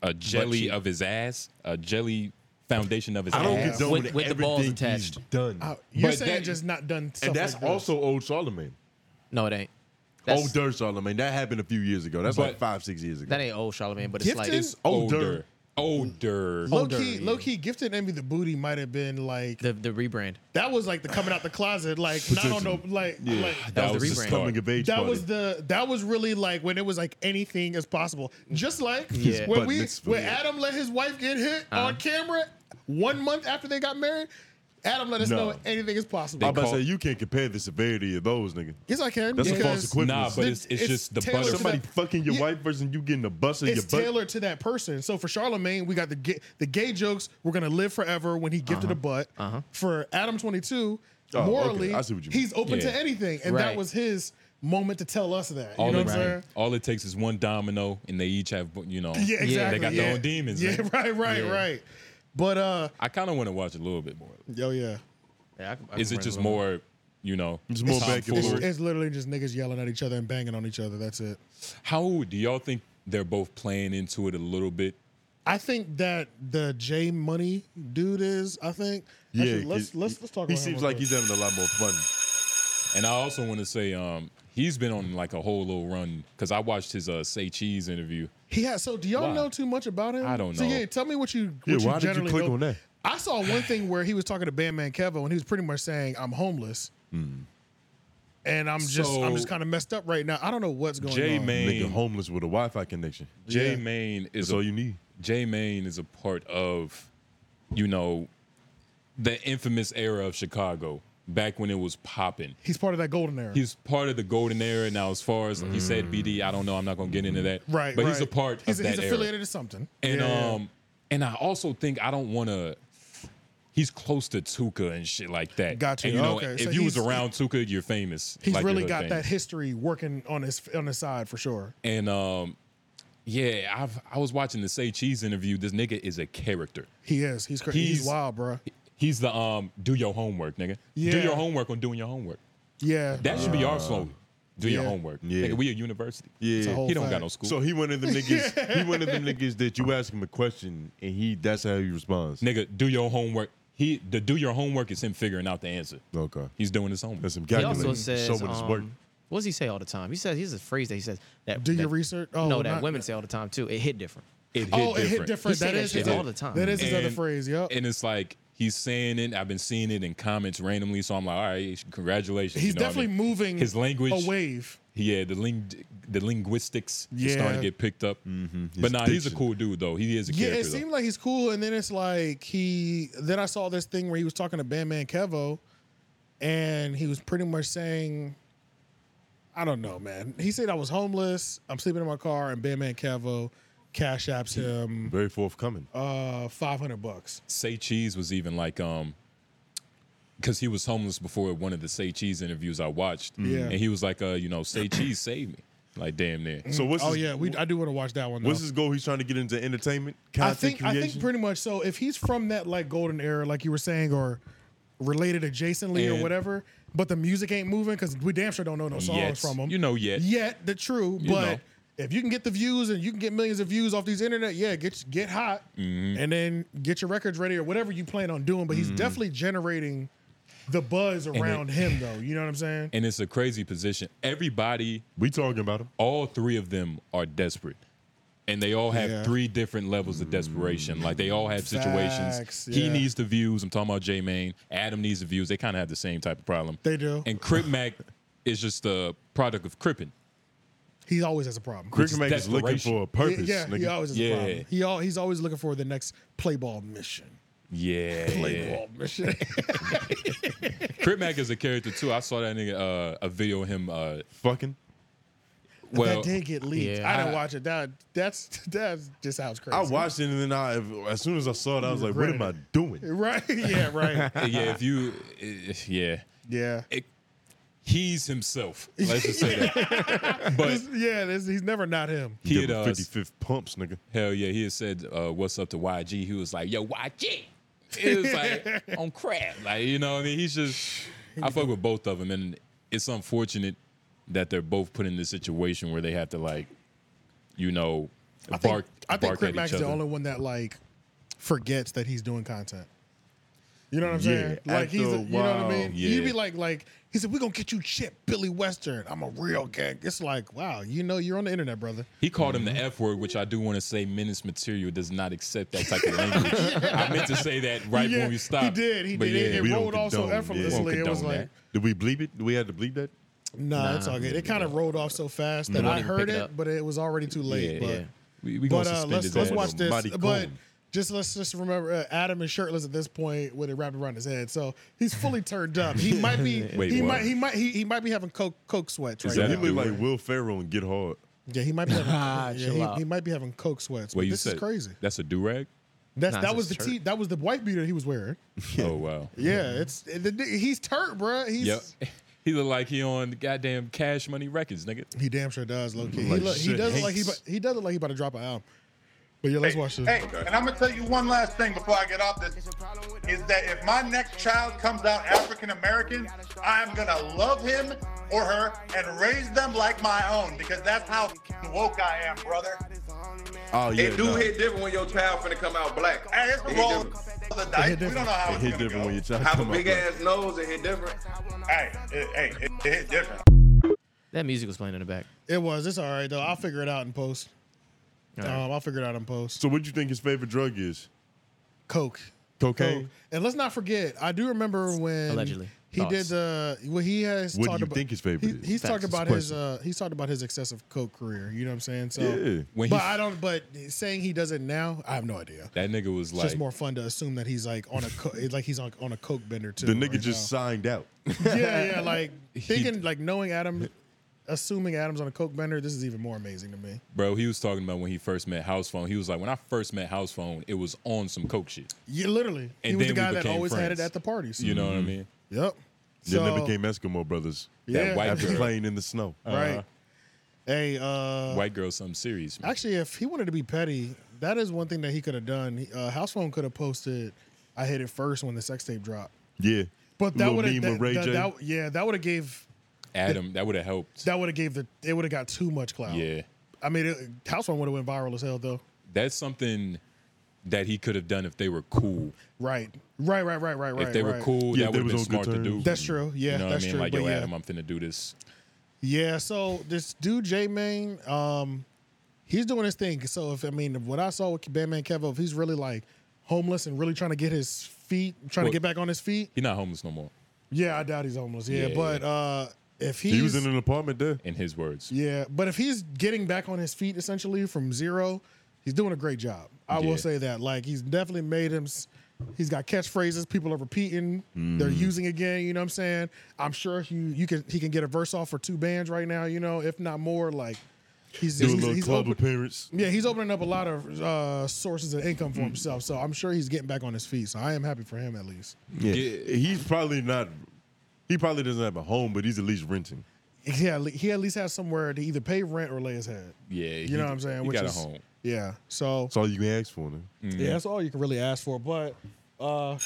Speaker 2: a jelly
Speaker 5: she-
Speaker 2: of his ass, a jelly foundation of his
Speaker 1: I don't
Speaker 2: ass.
Speaker 1: condone
Speaker 5: With- with the balls
Speaker 1: everything
Speaker 5: attached.
Speaker 1: He's done,
Speaker 3: Oh, Uh, You're
Speaker 2: but
Speaker 3: saying
Speaker 2: that-
Speaker 3: just not done. Stuff
Speaker 1: and that's
Speaker 3: like this.
Speaker 1: also old Charlemagne.
Speaker 5: No, it ain't.
Speaker 1: Oh, Dur Charlemagne. That happened a few years ago. That's like
Speaker 2: But-
Speaker 1: five, six years ago.
Speaker 5: That ain't old Charlemagne, but it's
Speaker 3: Gifted?
Speaker 5: like
Speaker 1: Older.
Speaker 2: older, older.
Speaker 3: Low
Speaker 5: Older,
Speaker 3: key,
Speaker 5: yeah.
Speaker 3: low key, gifted envy the booty might have been like
Speaker 5: the the rebrand.
Speaker 3: that was like the coming out the closet, like not on no like like
Speaker 5: That was the
Speaker 2: the
Speaker 5: rebrand.
Speaker 1: Coming of age.
Speaker 3: that
Speaker 1: party.
Speaker 3: was the that was really like when it was like anything is possible. Just like
Speaker 5: Yeah.
Speaker 3: when
Speaker 1: But Uh-huh.
Speaker 3: we
Speaker 1: mitzvah.
Speaker 3: when Adam let his wife get hit on camera one month after they got married, Adam let us
Speaker 1: No.
Speaker 3: know anything is possible.
Speaker 1: I'm about to
Speaker 2: call-
Speaker 1: say you can't compare the severity of those, nigga.
Speaker 3: yes, I can.
Speaker 1: That's a
Speaker 3: because
Speaker 1: false equivalence.
Speaker 2: Nah, but it's, it's,
Speaker 3: It's
Speaker 2: just the
Speaker 3: tailored
Speaker 2: butter.
Speaker 3: to
Speaker 1: Somebody
Speaker 3: that-
Speaker 1: fucking your
Speaker 3: Yeah.
Speaker 1: wife versus you getting a bus in your
Speaker 3: It's
Speaker 1: butt.
Speaker 3: tailored to that person. So for Charlemagne, we got the gay, the gay jokes. We're gonna live forever when he gifted a butt. For Adam twenty two,
Speaker 1: Uh-huh. Oh, okay.
Speaker 3: morally,
Speaker 1: I see what you mean.
Speaker 3: he's open
Speaker 2: Yeah.
Speaker 3: to anything, and that
Speaker 5: Right.
Speaker 3: was his moment to tell us that. You
Speaker 2: all,
Speaker 3: know
Speaker 2: it,
Speaker 3: what I'm saying?
Speaker 2: all it takes is one domino, and they each have you know.
Speaker 3: Yeah,
Speaker 2: They
Speaker 3: exactly.
Speaker 2: got
Speaker 3: yeah.
Speaker 2: their own demons.
Speaker 3: Yeah,
Speaker 2: man.
Speaker 3: right, right,
Speaker 5: Yeah.
Speaker 3: right. But uh,
Speaker 2: I kind of want to watch a little bit more.
Speaker 3: yo, yeah,
Speaker 5: Yeah, I can- I
Speaker 2: Is
Speaker 5: can
Speaker 2: it
Speaker 5: run
Speaker 2: just
Speaker 5: with
Speaker 2: more, you know,
Speaker 1: It's more back and
Speaker 3: it's,
Speaker 1: forth.
Speaker 2: tomfoolery?
Speaker 3: it's literally just niggas yelling at each other and banging on each other. That's it.
Speaker 2: How do y'all think they're both playing into it a little bit?
Speaker 3: I think that the J Money dude is. I think.
Speaker 1: Yeah,
Speaker 3: Actually, let's
Speaker 1: he-
Speaker 3: let's let's talk.
Speaker 1: He
Speaker 3: about him
Speaker 1: seems
Speaker 3: real
Speaker 1: like
Speaker 3: quick.
Speaker 1: he's having a lot more fun.
Speaker 2: And I also want to say, um, he's been on like a whole little run because I watched his uh, Say Cheese interview.
Speaker 3: He has. So, do y'all
Speaker 2: Why?
Speaker 3: know too much about him?
Speaker 2: I don't
Speaker 3: So
Speaker 2: know.
Speaker 3: yeah, tell me what you. What
Speaker 1: Yeah,
Speaker 3: you
Speaker 1: why did you
Speaker 3: generally
Speaker 1: click
Speaker 3: know.
Speaker 1: on that?
Speaker 3: I saw one thing where he was talking to Bandman Kevo, and he was pretty much saying, "I'm homeless." And I'm just, I'm
Speaker 2: Hmm. So-
Speaker 3: just kind of messed up right now. I don't know what's going
Speaker 2: J
Speaker 3: on.
Speaker 1: Nigga
Speaker 2: Main,
Speaker 1: homeless with a Wi-Fi connection.
Speaker 2: J
Speaker 3: Yeah.
Speaker 2: Main is
Speaker 1: That's
Speaker 2: a
Speaker 1: all you need.
Speaker 2: J Main is a part of, you know, the infamous era of Chicago back when it was popping.
Speaker 3: He's part of that golden era.
Speaker 2: He's part of the golden era now. As far as he said, BD, I don't know. I'm not gonna get into that.
Speaker 3: right,
Speaker 2: but
Speaker 3: right.
Speaker 2: he's a part
Speaker 3: He's,
Speaker 2: of that
Speaker 3: he's
Speaker 2: era.
Speaker 3: affiliated to something.
Speaker 2: And
Speaker 3: Yeah, yeah.
Speaker 2: um, and I also think I don't want to. He's close to Tuca and shit like that.
Speaker 3: Gotcha.
Speaker 2: And you know,
Speaker 3: Okay,
Speaker 2: if
Speaker 3: so
Speaker 2: you was
Speaker 3: he's-
Speaker 2: around Tuca, you're famous.
Speaker 3: he's
Speaker 2: Like, you're
Speaker 3: really
Speaker 2: hood
Speaker 3: got that
Speaker 2: famous.
Speaker 3: history working on his on his side for sure.
Speaker 2: And um, yeah, I've I was watching the Say Cheese interview. This nigga is a character.
Speaker 3: He is. He's crazy. He's,
Speaker 2: He's-
Speaker 3: wild, bro.
Speaker 2: He's the um, do your homework, nigga. Do
Speaker 3: Yeah.
Speaker 2: your homework on doing your homework.
Speaker 3: Yeah.
Speaker 2: That should be our slogan. Do your
Speaker 3: yeah.
Speaker 2: homework.
Speaker 1: Uh, Yeah.
Speaker 2: Nigga, we a university.
Speaker 3: It's a
Speaker 1: Yeah.
Speaker 3: whole
Speaker 2: He don't
Speaker 3: fact.
Speaker 2: got no school.
Speaker 1: So he one of them niggas. He one of them niggas that you ask him a question and he that's how he responds.
Speaker 2: nigga, do your homework. He the do your homework is him figuring out the answer.
Speaker 1: Okay.
Speaker 2: He's doing his homework.
Speaker 1: That's him
Speaker 5: He also
Speaker 1: calculating.
Speaker 5: says,
Speaker 1: Showing his work.
Speaker 5: um, what does he say all the time? He says he's a phrase that he says that.
Speaker 3: Do
Speaker 5: that-
Speaker 3: your research? Oh,
Speaker 5: no, that
Speaker 3: not-
Speaker 5: women say all the time too. It hit different.
Speaker 2: It hit
Speaker 3: Oh, it hit different.
Speaker 5: He say
Speaker 3: That
Speaker 5: that
Speaker 3: is
Speaker 5: shit
Speaker 3: his-
Speaker 5: all the time.
Speaker 3: That is his other
Speaker 2: And-
Speaker 3: phrase. Yep.
Speaker 2: And it's like he's saying it. I've been seeing it in comments randomly, so I'm like, all right, congratulations.
Speaker 3: He's
Speaker 2: you know what I
Speaker 3: definitely
Speaker 2: mean?
Speaker 3: moving
Speaker 2: his language.
Speaker 3: a wave.
Speaker 2: Yeah, the ling- the linguistics is starting
Speaker 3: Yeah.
Speaker 2: to get picked up. But nah, he's a
Speaker 1: diction.
Speaker 2: cool dude though. He is a
Speaker 3: Yeah, it
Speaker 2: character. though.
Speaker 3: seemed like he's cool, and then it's like he. Then I saw this thing where he was talking to Bandman Kevo, and he was pretty much saying, "I don't know, man." He said I was homeless. I'm sleeping in my car, and Bandman Kevo cash apps him
Speaker 1: Very forthcoming.
Speaker 3: uh, 500 bucks.
Speaker 2: Say Cheese was even like um because he was homeless before one of the Say Cheese interviews I watched.
Speaker 3: Mm-hmm. Yeah.
Speaker 2: And he was like, uh, you know, Say Cheese saved me. Like damn near.
Speaker 1: So what's
Speaker 3: Oh
Speaker 1: his,
Speaker 3: yeah, we I do want to watch that one. Though.
Speaker 1: what's his goal? He's trying to get into entertainment,
Speaker 3: I
Speaker 1: content
Speaker 3: think I
Speaker 1: creation.
Speaker 3: think pretty much so. If he's from that like golden era, like you were saying, or related adjacently or
Speaker 2: And-
Speaker 3: whatever, but the music ain't moving because we damn sure don't know no songs
Speaker 2: Yet.
Speaker 3: from him.
Speaker 2: You know yet.
Speaker 3: yet the true, but
Speaker 2: know.
Speaker 3: if you can get the views and you can get millions of views off these internet, yeah, get get hot
Speaker 2: Mm-hmm.
Speaker 3: and then get your records ready or whatever you plan on doing. But he's definitely generating the buzz around him though. You know what I'm saying?
Speaker 2: And it's a crazy position. Everybody
Speaker 1: we talking about him.
Speaker 2: all three of them are desperate. And they all have
Speaker 3: Yeah.
Speaker 2: three different levels of desperation. Like they all have situations.
Speaker 3: Facts,
Speaker 2: He
Speaker 3: yeah.
Speaker 2: needs the views. I'm talking about J Main. Adam needs the views. They kind of have the same type of problem.
Speaker 3: They do.
Speaker 2: And Crip Mac is just a product of cripping.
Speaker 3: he always has a problem.
Speaker 1: Cricket Mac is looking
Speaker 2: desperation.
Speaker 1: for a purpose.
Speaker 3: yeah,
Speaker 1: nigga.
Speaker 3: he always has a
Speaker 2: Yeah.
Speaker 3: problem. He al- he's always looking for the next play ball mission.
Speaker 2: Yeah.
Speaker 3: mission.
Speaker 2: Crip Mac is a character too. I saw that nigga uh, a video of him. Uh,
Speaker 1: Fucking.
Speaker 2: well,
Speaker 3: that did get leaked.
Speaker 5: Yeah,
Speaker 3: I didn't
Speaker 2: I-
Speaker 3: watch it. That that's that's just sounds crazy.
Speaker 1: I watched it and then I, as soon as I saw it, I was like, "What am I doing?"
Speaker 3: Right? Yeah. Right.
Speaker 2: yeah, if you, eh, yeah,
Speaker 3: yeah.
Speaker 2: It- he's himself. Let's just say that. But
Speaker 3: This- yeah. This, he's never not him.
Speaker 2: he
Speaker 1: Give
Speaker 2: had,
Speaker 1: him
Speaker 2: uh,
Speaker 1: 55th pumps, nigga.
Speaker 2: hell yeah, he had said, uh, "What's up to YG?" He was like, "Yo, YG." It was like on crap, like you know. What I mean, he's just. I fuck with both of them, and it's unfortunate that they're both put in this situation where they have to like, you know,
Speaker 3: I think
Speaker 2: bark.
Speaker 3: I think
Speaker 2: bark
Speaker 3: Crit
Speaker 2: at
Speaker 3: Mac
Speaker 2: each
Speaker 3: is the
Speaker 2: other.
Speaker 3: only one that like forgets that he's doing content. You know what I'm
Speaker 1: Yeah,
Speaker 3: saying? Like
Speaker 1: after
Speaker 3: he's,
Speaker 1: a
Speaker 3: a, you know what I
Speaker 1: while,
Speaker 3: mean?
Speaker 1: yeah.
Speaker 3: You'd be like, like he said, we gonna get you chip, Billy Western. I'm a real gang. It's like, wow, you know, you're on the internet, brother.
Speaker 2: He called him the
Speaker 3: Mm-hmm.
Speaker 2: F word, which I do want to say. Menace material does not accept that type of language. I meant to say that right
Speaker 3: Yeah,
Speaker 2: when we stopped.
Speaker 3: He did. He
Speaker 2: but
Speaker 3: did. It-
Speaker 2: yeah.
Speaker 3: it
Speaker 1: we don't
Speaker 3: rolled off so
Speaker 1: condone, yeah.
Speaker 2: Won't
Speaker 3: effortlessly. It was
Speaker 2: condone
Speaker 3: like,
Speaker 1: Did we bleep it? Did we have to bleep that?
Speaker 3: nah, it's all good. It kind of rolled off so fast
Speaker 2: Mm-hmm.
Speaker 3: that
Speaker 4: won't
Speaker 3: I
Speaker 4: even
Speaker 3: heard
Speaker 4: pick it
Speaker 3: it,
Speaker 4: up.
Speaker 3: but it was already too late.
Speaker 2: Yeah,
Speaker 3: but
Speaker 2: yeah. we, we
Speaker 3: but
Speaker 2: gonna
Speaker 3: uh,
Speaker 2: suspend
Speaker 3: let's
Speaker 2: his
Speaker 3: let's
Speaker 2: ass.
Speaker 3: watch this.
Speaker 1: Mighty
Speaker 3: But
Speaker 1: Cone.
Speaker 3: just let's just remember uh, Adam is shirtless at this point with it wrapped around his head, so he's fully turned up. He might be.
Speaker 2: Wait,
Speaker 3: he
Speaker 2: what?
Speaker 3: might. He might. He, he might be having coke coke sweats
Speaker 2: that
Speaker 3: right
Speaker 1: He
Speaker 2: Yeah.
Speaker 3: now.
Speaker 1: looked like Will Ferrell and Get Hard.
Speaker 3: Yeah, he might be. Having,
Speaker 4: Ah,
Speaker 3: yeah,
Speaker 4: chill
Speaker 3: he,
Speaker 4: out.
Speaker 3: he might be having coke sweats.
Speaker 2: Well,
Speaker 3: but
Speaker 2: you
Speaker 3: this
Speaker 2: said
Speaker 3: is crazy.
Speaker 2: That's a do rag.
Speaker 3: That's
Speaker 4: Nah,
Speaker 3: that
Speaker 4: it's
Speaker 3: was the
Speaker 4: his
Speaker 3: tee, that was the white beater he was wearing.
Speaker 2: Oh wow.
Speaker 3: Yeah, it's the, the- he's turned, bruh. He's
Speaker 2: Yep. He look like he on the goddamn Cash Money Records, nigga.
Speaker 3: he damn sure does. Low key,
Speaker 1: Like
Speaker 3: he, look, he
Speaker 1: shit,
Speaker 3: does look like he
Speaker 1: Hanks.
Speaker 3: bu- he does look like he about to drop an album. But yeah, let's watch this.
Speaker 10: Hey, and I'm gonna tell you one last thing before I get off this is that if my next child comes out African American, I'm gonna love him or her and raise them like my own because that's how f***ing woke I am, brother.
Speaker 1: Oh yeah,
Speaker 9: It do
Speaker 1: nah.
Speaker 9: hit different when your child finna come out black.
Speaker 10: Hey, it's
Speaker 9: It
Speaker 10: the
Speaker 9: hit
Speaker 10: roll
Speaker 9: different.
Speaker 10: of the dice. We don't know how
Speaker 1: It
Speaker 10: it's
Speaker 1: hit
Speaker 10: gonna
Speaker 1: different
Speaker 10: go.
Speaker 1: when your child
Speaker 9: Have a
Speaker 1: come out.
Speaker 9: big ass nose and hit different.
Speaker 10: Hey, it, hey, it, it hit different.
Speaker 4: That music was playing in the back.
Speaker 3: It was. It's all right though. I'll figure it out in post. Um, I'll figure it out in post.
Speaker 1: So what do you think his favorite drug is?
Speaker 3: Coke.
Speaker 1: Cocaine.
Speaker 3: Coke. And let's not forget, I do remember when
Speaker 4: Allegedly.
Speaker 3: he
Speaker 4: Thoughts.
Speaker 3: did the well, he has
Speaker 1: What do
Speaker 3: talked
Speaker 1: you
Speaker 3: about
Speaker 1: think his favorite
Speaker 3: he-
Speaker 1: is?
Speaker 3: He's
Speaker 1: That's
Speaker 3: talked
Speaker 1: his
Speaker 3: about his
Speaker 1: question.
Speaker 3: uh, he's talked about his excessive coke career. You know what I'm saying? So,
Speaker 1: Yeah.
Speaker 2: When
Speaker 3: but
Speaker 2: he-
Speaker 3: I don't. But saying he does it now, I have no idea.
Speaker 2: That nigga was
Speaker 3: It's
Speaker 2: like
Speaker 3: just more fun to assume that he's like on a co- it's like he's on, on a coke bender too.
Speaker 1: The nigga
Speaker 3: right
Speaker 1: just
Speaker 3: now.
Speaker 1: signed out.
Speaker 3: yeah yeah like thinking like knowing Adam, assuming Adam's on a coke bender. This is even more amazing to me.
Speaker 2: Bro, he was talking about when he first met House Phone. He was like, when I first met House Phone, it was on some coke shit.
Speaker 3: Yeah, literally. he
Speaker 2: And
Speaker 3: was the
Speaker 2: then we
Speaker 3: guy that
Speaker 2: became
Speaker 3: always had
Speaker 2: friends.
Speaker 3: it at the parties.
Speaker 2: You know what I
Speaker 1: Mm-hmm.
Speaker 2: mean?
Speaker 3: Yep.
Speaker 1: Then they
Speaker 3: So-
Speaker 1: became Eskimo brothers Uh,
Speaker 2: That
Speaker 3: Yeah.
Speaker 2: white
Speaker 1: after
Speaker 2: girl.
Speaker 1: playing in the snow.
Speaker 2: uh,
Speaker 3: Right. Hey, uh,
Speaker 2: White girl, something serious. man.
Speaker 3: actually, if he wanted to be petty, that is one thing that he could have done. He- Uh, House phone could have posted, "I hit it first when the sex tape dropped."
Speaker 1: Yeah.
Speaker 3: But that
Speaker 1: Lil
Speaker 3: would have,
Speaker 1: Mean with
Speaker 3: that,
Speaker 1: Ray
Speaker 3: that-
Speaker 1: J.
Speaker 3: that- yeah, that would have gave,
Speaker 2: Adam, that would have helped.
Speaker 3: that would have gave the, it would have got too much clout.
Speaker 2: yeah.
Speaker 3: I mean, it, House phone would have went viral as hell though.
Speaker 2: That's something that he could have done if they were cool.
Speaker 3: Right, right, right, right, right, right.
Speaker 2: if they were
Speaker 3: right.
Speaker 2: cool,
Speaker 1: Yeah,
Speaker 2: that
Speaker 1: they was
Speaker 2: would have been
Speaker 1: on good
Speaker 2: smart to do.
Speaker 1: terms.
Speaker 3: That's true. Yeah,
Speaker 2: you know what I
Speaker 3: that's
Speaker 2: mean?
Speaker 3: true.
Speaker 2: Like,
Speaker 3: but
Speaker 2: yo,
Speaker 3: yeah.
Speaker 2: Adam, I'm finna do this.
Speaker 3: Yeah, so this dude J Main, um, he's doing his thing. So if I mean what I saw with Batman Kevo, if he's really like homeless and really trying to get his feet, trying
Speaker 2: Well-
Speaker 3: to get back on his feet,
Speaker 2: He's not homeless no more,
Speaker 3: yeah, I doubt he's homeless. Yeah,
Speaker 2: Yeah.
Speaker 3: but uh if he's
Speaker 1: He was in an apartment there.
Speaker 2: in his words.
Speaker 3: yeah, but if he's getting back on his feet essentially from zero, he's doing a great job. I
Speaker 2: Yeah.
Speaker 3: will say that. Like he's definitely made him. s- He's got catchphrases people are repeating, they're
Speaker 2: Mm.
Speaker 3: using again. You know what I'm saying? I'm sure he you can he can get a verse off for two bands right now. You know, if not more. Like he's
Speaker 1: Do a
Speaker 3: he's-
Speaker 1: little
Speaker 3: he's
Speaker 1: club
Speaker 3: open-
Speaker 1: appearance.
Speaker 3: yeah, he's opening up a lot of uh, sources of income
Speaker 2: Mm.
Speaker 3: for himself. So I'm sure he's getting back on his feet. So I am happy for him at least.
Speaker 1: Yeah. He's probably not. He probably doesn't have a home, but he's at least renting.
Speaker 3: Yeah, le- he at least has somewhere to either pay rent or lay his head.
Speaker 2: Yeah,
Speaker 3: you
Speaker 2: he-
Speaker 3: know what I'm saying.
Speaker 2: he
Speaker 3: Which
Speaker 2: got a
Speaker 3: is,
Speaker 2: home.
Speaker 3: Yeah, so
Speaker 1: That's all you can ask for him.
Speaker 2: Mm.
Speaker 3: yeah, that's all you can really ask for. But uh,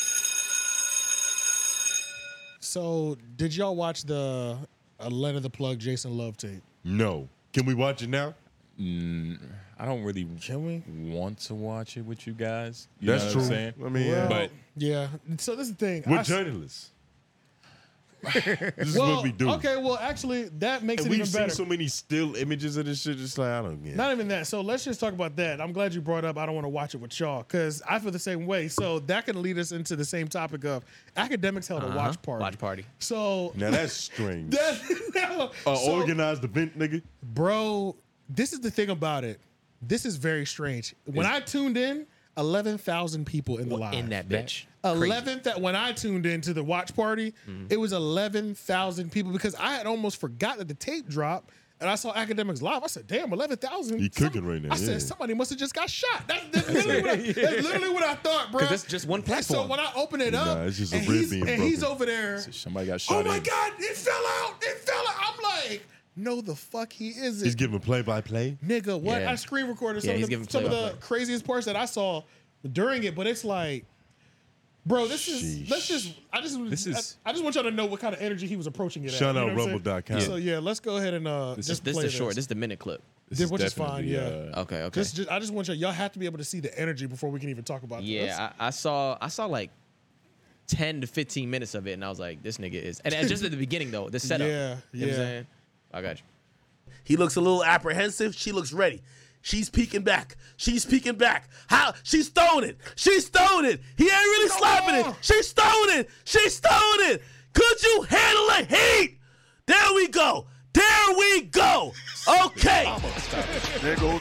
Speaker 3: so did y'all watch the Atlanta the Plug Jason Love tape?
Speaker 1: No. Can we watch it now?
Speaker 2: I don't really
Speaker 3: Can we?
Speaker 2: want to watch it with you guys. You know
Speaker 1: That's
Speaker 2: what
Speaker 1: true.
Speaker 2: I'm saying?
Speaker 1: I mean,
Speaker 3: Well,
Speaker 2: But-
Speaker 3: yeah. So this is the thing.
Speaker 1: we're
Speaker 3: I s-
Speaker 1: journalists. this is
Speaker 3: well,
Speaker 1: what we do.
Speaker 3: Okay, well, actually, that makes
Speaker 1: And
Speaker 3: it
Speaker 1: we've
Speaker 3: even
Speaker 1: seen
Speaker 3: better.
Speaker 1: so many still images of this shit. It's like I don't get. it.
Speaker 3: Not even that. So let's just talk about that. I'm glad you brought up. I don't want to watch it with y'all because I feel the same way. So that could lead us into the same topic of academics held a Uh-huh. watch party.
Speaker 4: Watch party.
Speaker 3: So
Speaker 1: Now that's strange.
Speaker 3: that,
Speaker 1: A
Speaker 3: no. So,
Speaker 1: Uh, organized event, nigga.
Speaker 3: bro. This is the thing about it. This is very strange. When I tuned in, eleven thousand people in the live.
Speaker 4: In that bitch. Crazy. Mm-hmm.
Speaker 3: Eleven that when I tuned into the watch party, it was eleven thousand people because I had almost forgot that the tape dropped. And I saw academics live. I said, "Damn, eleven thousand!
Speaker 1: You cooking right now,
Speaker 3: I
Speaker 1: yeah.
Speaker 3: said, "Somebody must have just got shot." That's, that's literally, what I, that's literally what I thought, bro.
Speaker 4: 'Cause that's just one
Speaker 3: And so
Speaker 4: platform.
Speaker 3: when I open it up,
Speaker 1: Nah, it's just a
Speaker 3: and,
Speaker 1: rib
Speaker 3: he's,
Speaker 1: being
Speaker 3: and he's
Speaker 1: broken.
Speaker 3: over there,
Speaker 2: Somebody got shot.
Speaker 3: "Oh my
Speaker 2: in.
Speaker 3: god, it fell out! It fell out!" I'm like, "No, the fuck, he isn't."
Speaker 1: He's giving play by play.
Speaker 3: nigga, what?
Speaker 4: Yeah.
Speaker 3: I screen recorded some
Speaker 4: Yeah, he's
Speaker 3: of the,
Speaker 4: giving
Speaker 3: some of the
Speaker 4: play-by-play.
Speaker 3: craziest parts that I saw during it, but it's like, bro, this is
Speaker 1: Sheesh.
Speaker 3: let's just I just
Speaker 2: This is-
Speaker 3: I, I just want y'all to know what kind of energy he was approaching it.
Speaker 1: Shout out
Speaker 3: at, you know what I'm saying?
Speaker 1: rumble.com.
Speaker 3: So yeah, let's go ahead and uh,
Speaker 2: This is-
Speaker 3: just
Speaker 4: This
Speaker 3: play
Speaker 4: is the short. This is the minute clip.
Speaker 2: This
Speaker 3: which is fine,
Speaker 2: definitely,
Speaker 3: yeah.
Speaker 2: uh,
Speaker 4: Okay, okay.
Speaker 3: Just, just- I just want y'all. Y'all have to be able to see the energy before we can even talk about this.
Speaker 4: yeah, I, I saw. I saw like ten to fifteen minutes of it, and I was like, this nigga is. And that's just at the beginning though, the setup.
Speaker 3: Yeah,
Speaker 4: You know what I'm
Speaker 3: yeah.
Speaker 4: saying? I got you.
Speaker 6: He looks a little apprehensive. She looks ready. She's peeking back. She's peeking back. How? She's throwing it. She's throwing it. He ain't really slapping it. She's throwing it. She's throwing it. Could you handle the heat? There we go. There we go. Okay.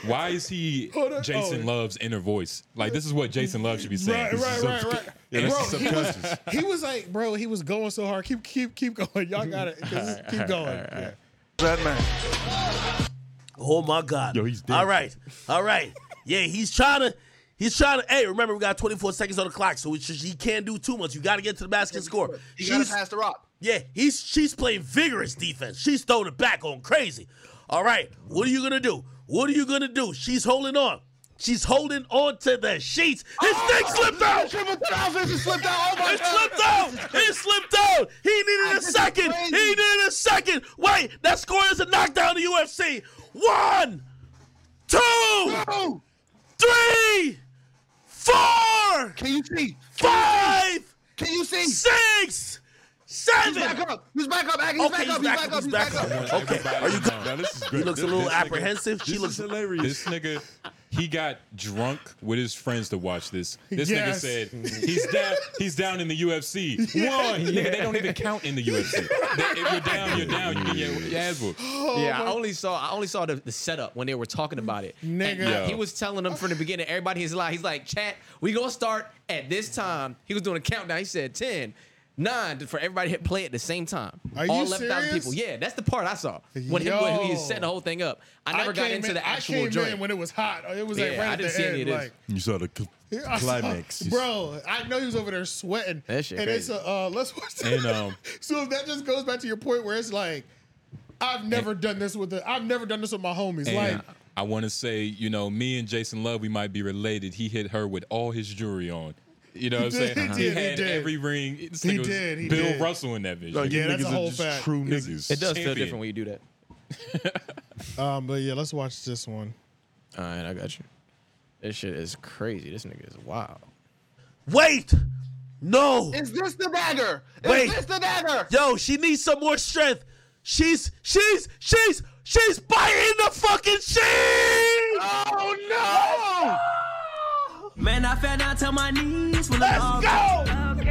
Speaker 2: Why is he
Speaker 3: Oh, that-
Speaker 2: Jason
Speaker 3: oh.
Speaker 2: Love's inner voice? Like this is what Jason Love should be saying.
Speaker 3: Right,
Speaker 2: This is
Speaker 3: right,
Speaker 2: so-
Speaker 3: right, right.
Speaker 1: Yeah, that's
Speaker 3: bro, he was,
Speaker 1: subconscious.
Speaker 3: he was like, bro, he was going so hard. Keep, keep, keep going. Y'all got it. Keep going. Yeah.
Speaker 6: Oh my God.
Speaker 1: Yo, he's
Speaker 6: All
Speaker 1: dancing.
Speaker 6: right. All right. Yeah, he's trying to. He's trying to. Hey, remember we got 24 seconds on the clock, so it's just, he can't do too much. You got to get to the basket and score.
Speaker 11: You gotta
Speaker 6: She's-
Speaker 11: pass the rock.
Speaker 6: Yeah, he's she's playing vigorous defense. She's throwing it back on crazy. All right, what are you gonna do? What are you gonna do? She's holding on. She's holding on to the sheets. His thing slipped out.
Speaker 11: Triple thousand, Oh, it slipped out. Oh my
Speaker 6: It slipped out. It slipped out. He needed a
Speaker 11: This is
Speaker 6: second. He
Speaker 11: crazy.
Speaker 6: needed a second. Wait, that score is a knockdown to UFC. One, two, three, four,
Speaker 11: Can you see?
Speaker 6: five,
Speaker 11: Can you see?
Speaker 6: six,
Speaker 11: He's
Speaker 6: seven.
Speaker 11: back up. He's back up. Aggie. He's
Speaker 6: Okay,
Speaker 11: back up. He's back up. He's back up.
Speaker 6: Okay, are you?
Speaker 1: Now, this is great.
Speaker 6: He looks a
Speaker 1: This-
Speaker 6: little
Speaker 1: this nigga-
Speaker 6: apprehensive. She
Speaker 1: this
Speaker 6: looks.
Speaker 1: is hilarious.
Speaker 2: This nigga, he got drunk with his friends to watch this. This
Speaker 3: Yes.
Speaker 2: nigga said he's down. He's down in the UFC. One, nigga, they don't even count in the UFC. They- if you're down, you're down. You can get your ass whooped.
Speaker 3: Oh,
Speaker 4: yeah, I only saw I only saw the, the setup when they were talking about it. And
Speaker 3: Nigga.
Speaker 2: Yo.
Speaker 4: he was telling them from the beginning, everybody is alive. He's like, chat, we gonna start at this time. He was doing a countdown. He said 10, 9 for everybody to play at the same time.
Speaker 3: Are you
Speaker 4: All 11,000 people.
Speaker 3: serious?
Speaker 4: Yeah, that's the part I saw. When he, when he was setting the whole thing up. I never got
Speaker 3: came
Speaker 4: into
Speaker 3: in-
Speaker 4: the
Speaker 3: I
Speaker 4: actual
Speaker 3: came
Speaker 4: joint.
Speaker 3: in when it was hot. It was like
Speaker 4: Yeah,
Speaker 3: right
Speaker 4: I
Speaker 3: at
Speaker 4: didn't
Speaker 3: the
Speaker 4: see
Speaker 3: end.
Speaker 4: any of this.
Speaker 3: like,
Speaker 1: You saw the cl-
Speaker 3: I saw-
Speaker 1: climax.
Speaker 3: bro. I know he was over there sweating.
Speaker 4: That shit
Speaker 3: and it's
Speaker 4: crazy.
Speaker 3: a uh, let's watch that.
Speaker 2: And, um,
Speaker 3: so if that just goes back to your point where it's like, I've never done this with the, I've never done this with my homies.
Speaker 2: And
Speaker 3: Like,
Speaker 2: I want to say, you know, me and Jason Love, we might be related. He hit her with all his jewelry on. You know what I'm
Speaker 3: He
Speaker 2: saying?
Speaker 3: did, he did, he
Speaker 2: had
Speaker 3: did.
Speaker 2: every ring. This
Speaker 3: He
Speaker 2: nigga was
Speaker 3: did, he
Speaker 2: Bill
Speaker 3: did.
Speaker 2: Russell in that vision.
Speaker 1: Like, you
Speaker 3: Yeah, that's
Speaker 1: niggas
Speaker 3: a whole
Speaker 1: are just
Speaker 3: fact.
Speaker 1: True niggas.
Speaker 4: it does feel
Speaker 2: Champion.
Speaker 4: different when you do that.
Speaker 3: um, but yeah, let's watch this one.
Speaker 4: All right, I got you. This shit is crazy. This nigga is wild.
Speaker 6: Wait. No.
Speaker 11: Is this the dagger? Is
Speaker 6: Wait.
Speaker 11: this the dagger?
Speaker 6: Yo, she needs some more strength. She's she's she's she's biting the fucking sheet. Oh
Speaker 7: Man, I fell down to my knees. When
Speaker 6: Let's
Speaker 7: I
Speaker 6: go!